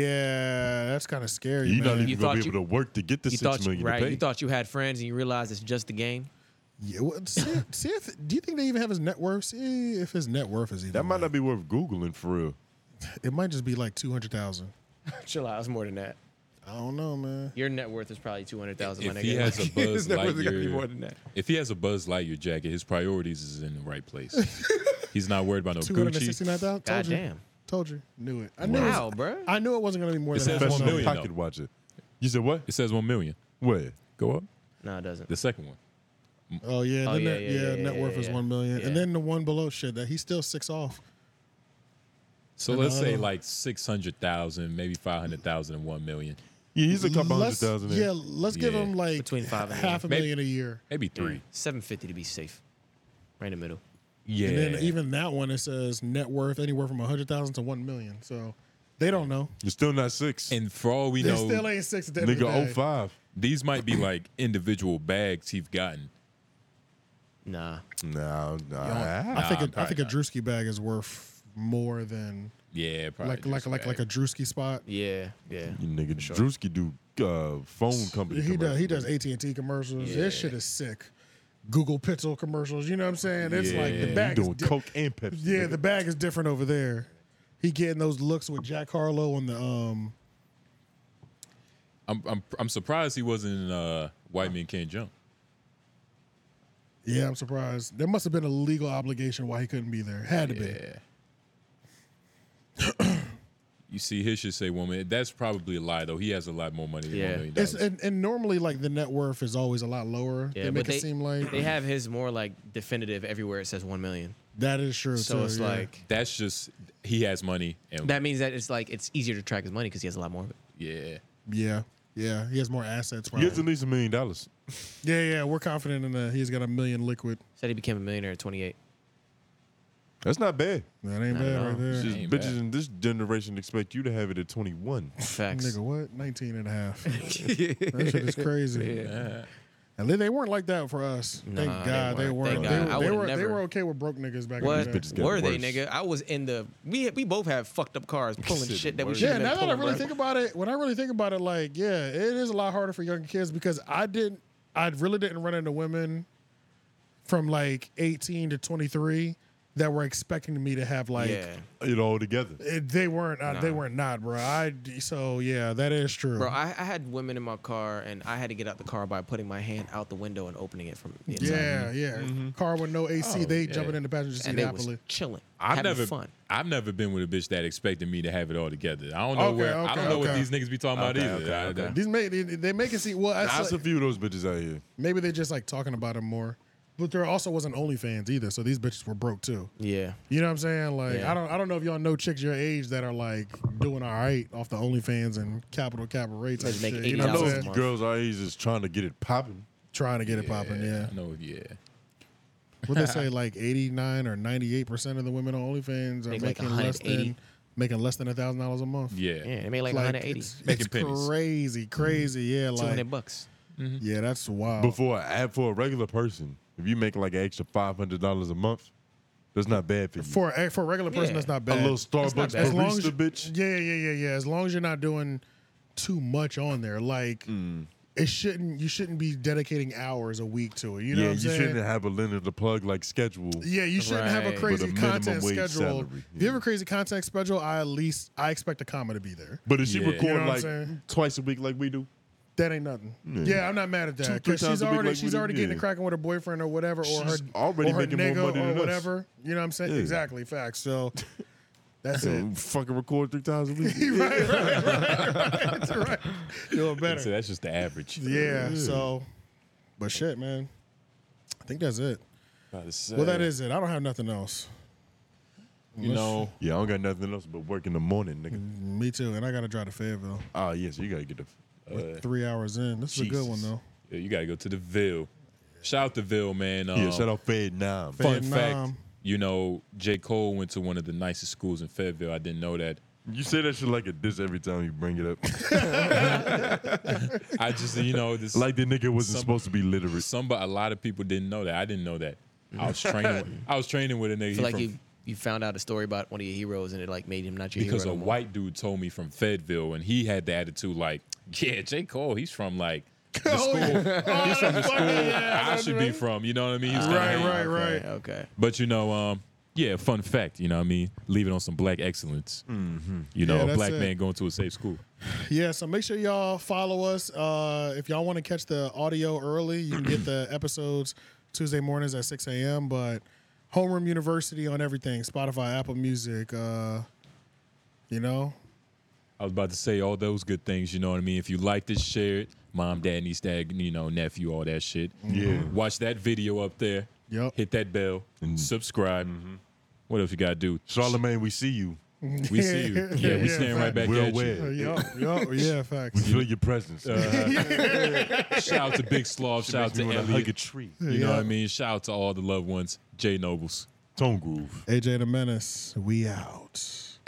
Speaker 3: yeah, that's kind of scary.
Speaker 1: You're
Speaker 3: man.
Speaker 1: not even gonna be able
Speaker 4: thought
Speaker 1: to work to get the
Speaker 4: you
Speaker 1: six million
Speaker 4: thought you,
Speaker 1: to
Speaker 4: right,
Speaker 1: pay.
Speaker 4: you thought you had friends and you realize it's just the game.
Speaker 3: Yeah, well, see, see if do you think they even have his net worth? See if his net worth is even.
Speaker 1: that might not be worth googling for real.
Speaker 3: It might just be like two hundred thousand.
Speaker 4: Chill out, it's more than that.
Speaker 3: I don't know, man.
Speaker 4: Your net worth is probably two hundred thousand.
Speaker 2: If he has a Buzz
Speaker 4: more than that.
Speaker 2: Lightyear, if he has a Buzz Lightyear jacket, his priorities is in the right place. he's not worried about no
Speaker 3: Two hundred sixty
Speaker 2: Gucci.
Speaker 3: nine thousand.
Speaker 2: God
Speaker 3: you.
Speaker 2: damn.
Speaker 3: Told you. Knew it. I knew.
Speaker 4: Wow,
Speaker 3: it was,
Speaker 4: bruh.
Speaker 3: I knew it wasn't gonna be more
Speaker 2: It
Speaker 3: than
Speaker 2: says
Speaker 3: half
Speaker 2: one
Speaker 3: of it.
Speaker 2: million.
Speaker 1: Pocket
Speaker 2: though.
Speaker 1: watch it. You said what?
Speaker 2: It says one million.
Speaker 1: Where?
Speaker 2: Go up.
Speaker 4: No, it doesn't.
Speaker 2: The second one.
Speaker 3: Oh yeah,
Speaker 4: Oh,
Speaker 3: the
Speaker 4: yeah,
Speaker 3: net,
Speaker 4: yeah,
Speaker 3: yeah,
Speaker 4: yeah, yeah,
Speaker 3: net worth
Speaker 4: yeah,
Speaker 3: is
Speaker 4: yeah.
Speaker 3: one million,
Speaker 4: Yeah.
Speaker 3: and then the one below shit that he's still six off.
Speaker 2: So
Speaker 3: And
Speaker 2: let's
Speaker 3: the
Speaker 2: say
Speaker 3: other-
Speaker 2: like six hundred thousand, maybe five hundred thousand, and one million.
Speaker 1: Yeah, he's a couple
Speaker 3: Let's-
Speaker 1: hundred thousand.
Speaker 3: Yeah, let's give
Speaker 2: Yeah.
Speaker 3: him like
Speaker 4: Between five and
Speaker 3: half a
Speaker 2: Maybe-
Speaker 3: million a year.
Speaker 2: Maybe three.
Speaker 4: Mm, Seven fifty to be safe, right in the middle.
Speaker 2: Yeah.
Speaker 3: And then even that one, it says net worth anywhere from a hundred thousand to one million. So they don't know.
Speaker 1: You're still not six.
Speaker 2: And for all we
Speaker 3: They
Speaker 2: know,
Speaker 3: still ain't six at the end of the
Speaker 1: Nigga, oh,
Speaker 3: day.
Speaker 1: 05.
Speaker 2: these might be like individual bags he's gotten.
Speaker 4: Nah,
Speaker 1: No, no.
Speaker 3: I think a, I
Speaker 2: probably
Speaker 3: think a Drewski bag is worth more than
Speaker 2: Yeah, probably.
Speaker 3: like like
Speaker 2: just
Speaker 3: like like a
Speaker 2: bags.
Speaker 3: Drewski spot.
Speaker 4: yeah, yeah.
Speaker 1: You nigga, Drewski do uh, phone company.
Speaker 3: he does he
Speaker 1: commercials.
Speaker 3: does AT and T commercials. This shit is sick. Google Pixel commercials. You know what I'm saying? It's like
Speaker 1: Yeah,
Speaker 3: the bag
Speaker 1: he
Speaker 3: is
Speaker 1: doing
Speaker 3: di-
Speaker 1: coke and Pepsi.
Speaker 3: yeah
Speaker 1: nigga.
Speaker 3: the bag is different over there. He getting those looks with Jack Harlow on the um.
Speaker 2: I'm, I'm I'm surprised he wasn't in uh, White Men Can't Jump.
Speaker 3: Yeah, I'm surprised. There must have been a legal obligation why he couldn't be there. Had to be.
Speaker 2: You see, his should say woman. That's probably a lie though. He has a lot more money than
Speaker 4: Yeah.
Speaker 2: one million
Speaker 3: It's,
Speaker 2: dollars.
Speaker 3: and, and normally, like the net worth is always a lot lower.
Speaker 4: Yeah,
Speaker 3: they
Speaker 4: but
Speaker 3: make
Speaker 4: they
Speaker 3: it seem like
Speaker 4: they have his more like definitive everywhere. It says one million,
Speaker 3: that is true.
Speaker 4: so
Speaker 3: too,
Speaker 4: it's
Speaker 3: yeah.
Speaker 4: like
Speaker 2: That's just he has money and
Speaker 4: that means that it's like it's easier to track his money because he has a lot more of it.
Speaker 2: yeah.
Speaker 3: yeah, yeah, he has more assets.
Speaker 1: He gets
Speaker 3: probably.
Speaker 1: at least a million dollars.
Speaker 3: Yeah, yeah, we're confident in that. He's got a million liquid.
Speaker 4: Said he became a millionaire at 28.
Speaker 1: That's not bad.
Speaker 3: That ain't
Speaker 4: Not at
Speaker 3: bad
Speaker 4: all.
Speaker 3: right there.
Speaker 1: Just
Speaker 2: Ain't
Speaker 1: bitches
Speaker 2: bad.
Speaker 1: in this generation expect you to have it at 21.
Speaker 4: Facts.
Speaker 3: Nigga, what? 19 and a half. that shit is crazy. And they- they weren't like that for us.
Speaker 4: Nah,
Speaker 3: thank
Speaker 4: they
Speaker 3: God they
Speaker 4: weren't.
Speaker 3: weren't.
Speaker 4: Thank
Speaker 3: They were,
Speaker 4: God. I
Speaker 3: they,
Speaker 4: would've
Speaker 3: were, they
Speaker 4: never-
Speaker 3: were okay with broke niggas back
Speaker 4: What
Speaker 3: in the day.
Speaker 1: bitches got
Speaker 4: were they,
Speaker 1: worse.
Speaker 4: nigga? I was in the we we both have fucked up cars pulling
Speaker 1: Shit,
Speaker 4: shit that we
Speaker 1: worse.
Speaker 4: should
Speaker 3: Yeah,
Speaker 4: have
Speaker 3: now
Speaker 4: been
Speaker 3: that I
Speaker 4: pulling.
Speaker 3: really
Speaker 4: bruh.
Speaker 3: think about it, when I really think about it, like, yeah, it is a lot harder for younger kids because I didn't, I really didn't run into women from like 18 to 23 that were expecting me to have like,
Speaker 4: yeah,
Speaker 1: It all together.
Speaker 3: it, they weren't, uh, they
Speaker 4: Nah.
Speaker 3: weren't not, bro. I, so yeah, that is true.
Speaker 4: bro, I, I had women in my car and I had to get out the car by putting my hand out the window and opening it from the inside.
Speaker 3: yeah, yeah. Car with no AC,
Speaker 2: Oh,
Speaker 3: they
Speaker 2: yeah.
Speaker 3: jumping in the passenger seat
Speaker 4: Mm-hmm. and they was
Speaker 3: happily.
Speaker 4: chilling,
Speaker 2: I've
Speaker 4: having
Speaker 2: never
Speaker 4: fun.
Speaker 2: I've never been with a bitch that expected me to have it all together. I don't know
Speaker 3: Okay,
Speaker 2: where I don't
Speaker 3: okay,
Speaker 2: know what
Speaker 3: okay.
Speaker 2: these niggas be talking about
Speaker 11: Okay,
Speaker 2: either.
Speaker 11: okay,
Speaker 2: I-
Speaker 11: okay.
Speaker 2: I-
Speaker 3: These make they, they make it seem well.
Speaker 1: That's
Speaker 3: That's like-
Speaker 1: a few of those bitches out here.
Speaker 3: maybe they're just like talking about it more. but there also wasn't OnlyFans either, so these bitches were broke too.
Speaker 4: Yeah.
Speaker 3: You know what I'm saying? Like
Speaker 4: Yeah.
Speaker 3: I don't I don't know if y'all know chicks your age that are like doing all right off the OnlyFans and capital capital rates. and
Speaker 4: Let's make
Speaker 3: shit,
Speaker 1: You
Speaker 3: you know what
Speaker 1: know,
Speaker 3: I'm
Speaker 1: those
Speaker 3: saying?
Speaker 1: girls our age is trying to get it popping.
Speaker 3: Trying to get it popping, yeah.
Speaker 2: I know, yeah.
Speaker 3: What they say, like 89 or 98 percent of the women on OnlyFans are
Speaker 4: Make like
Speaker 3: making less
Speaker 4: 180.
Speaker 3: than making less than thousand dollars a month.
Speaker 2: Yeah. Yeah,
Speaker 4: they make like 180.
Speaker 3: It's,
Speaker 2: Making
Speaker 3: it's
Speaker 2: pennies.
Speaker 3: crazy, crazy. Yeah,
Speaker 4: Two
Speaker 3: like
Speaker 4: hundred bucks.
Speaker 3: yeah, that's wild.
Speaker 1: Before I add for a regular person, if you make like an extra five hundred dollars a month, that's not bad for you.
Speaker 3: for a, for a regular person,
Speaker 1: Yeah.
Speaker 3: that's not
Speaker 1: A
Speaker 3: bad.
Speaker 1: little
Speaker 3: That's not
Speaker 1: Starbucks
Speaker 3: bad.
Speaker 1: barista, bitch.
Speaker 3: Yeah, yeah, yeah, yeah. As long as you're not doing too much on there, like
Speaker 1: Mm.
Speaker 3: it shouldn't. You shouldn't be dedicating hours a week to it. You know
Speaker 1: yeah,
Speaker 3: what I'm
Speaker 1: you
Speaker 3: saying?
Speaker 1: shouldn't have a linen the plug like schedule.
Speaker 3: Yeah, you shouldn't have a
Speaker 1: With
Speaker 3: crazy
Speaker 1: minimum
Speaker 3: content
Speaker 1: wage
Speaker 3: schedule.
Speaker 1: salary.
Speaker 3: If you have a crazy content schedule, I at least I expect a comma to be there.
Speaker 1: But if she
Speaker 3: You know
Speaker 1: record
Speaker 3: what I'm
Speaker 1: like
Speaker 3: saying?
Speaker 1: twice a week like we do,
Speaker 3: that ain't nothing.
Speaker 1: Yeah.
Speaker 3: Yeah, I'm not mad at
Speaker 1: Two,
Speaker 3: that
Speaker 1: three
Speaker 3: because
Speaker 1: times
Speaker 3: she's
Speaker 1: a week
Speaker 3: already
Speaker 1: like we
Speaker 3: she's
Speaker 1: do,
Speaker 3: already getting
Speaker 1: yeah.
Speaker 3: a cracking with her boyfriend or whatever, or
Speaker 1: She's
Speaker 3: her
Speaker 1: already
Speaker 3: or her
Speaker 1: making more
Speaker 3: nigga
Speaker 1: money
Speaker 3: or
Speaker 1: than us.
Speaker 3: whatever. You know what I'm saying?
Speaker 1: Yeah.
Speaker 3: Exactly, facts. So that's it.
Speaker 1: Yeah, fucking record three times a week.
Speaker 3: right, right, right, right, right. Doing
Speaker 2: So
Speaker 3: better.
Speaker 2: that's just the average.
Speaker 3: Yeah, So, but shit, man. I think that's it.
Speaker 2: About to say,
Speaker 3: Well, that is it. I don't have nothing else.
Speaker 2: You know,
Speaker 1: Yeah, I don't got nothing else but work in the morning,
Speaker 2: Mm.
Speaker 1: nigga.
Speaker 3: Me too. And I gotta drive to Fayetteville.
Speaker 1: Ah, yes, you gotta get the.
Speaker 2: uh,
Speaker 3: Three hours in. This is a good one
Speaker 2: Jesus.
Speaker 3: though.
Speaker 2: yeah, you got to go to the Ville. Shout out to Ville, man. Um,
Speaker 1: yeah, shout out Fed Nam.
Speaker 2: Fun
Speaker 3: Vietnam.
Speaker 2: fact, you know, J. Cole went to one of the nicest schools in Fayetteville. I didn't know that.
Speaker 1: You say that shit like a diss every time you bring it up.
Speaker 2: I just, you know, this
Speaker 1: like the nigga wasn't
Speaker 2: Some-
Speaker 1: supposed to be literate.
Speaker 2: some, but a lot of people didn't know that. I didn't know that. I was training. I was training with a nigga.
Speaker 4: I
Speaker 2: he
Speaker 4: feel like
Speaker 2: from-
Speaker 4: you you found out a story about one of your heroes and it like made him not your
Speaker 2: because a
Speaker 4: hero. no more.
Speaker 2: white dude told me from Fayetteville, and he had the attitude like, "Yeah, J. Cole, he's from like
Speaker 3: Oh,
Speaker 2: the school. he's from the school I should be from. You know what I mean? He was down
Speaker 3: Right,
Speaker 2: here.
Speaker 3: right, right.
Speaker 4: Okay.
Speaker 2: But you know, um, yeah, fun fact. You know what I mean? Leave it on some black excellence. You know,
Speaker 3: Mm-hmm. Yeah,
Speaker 2: a
Speaker 3: that's
Speaker 2: black
Speaker 3: it.
Speaker 2: man going to a safe school.
Speaker 3: Yeah, so make sure y'all follow us. Uh, if y'all want to catch the audio early, you can get the episodes Tuesday mornings at 6 a.m. But Homeroom University on everything Spotify, Apple Music, uh, you know?
Speaker 2: I was about to say all those good things. You know what I mean? If you liked it, share it. Mom, dad, niece, dad, you know, nephew, all that shit. Mm-hmm.
Speaker 1: Yeah.
Speaker 2: Watch that video up there.
Speaker 3: Yep.
Speaker 2: Hit that bell. Subscribe.
Speaker 1: Mm-hmm.
Speaker 2: What else you gotta do?
Speaker 1: Charlemagne, we see you.
Speaker 2: We see you. Yeah, we staring right back
Speaker 1: We're
Speaker 2: at you.
Speaker 1: aware.
Speaker 3: Uh, Yup, yup, yeah,
Speaker 1: We
Speaker 3: facts.
Speaker 1: feel your presence.
Speaker 2: Shout out to Big Sloth. Uh, Shout out
Speaker 1: makes
Speaker 2: to
Speaker 1: me wanna hug a
Speaker 2: Elliot.
Speaker 1: tree.
Speaker 2: You know
Speaker 3: Yeah.
Speaker 2: what I mean? Shout out to all the loved ones. Jay Nobles.
Speaker 1: Tone groove.
Speaker 3: AJ the Menace, we out.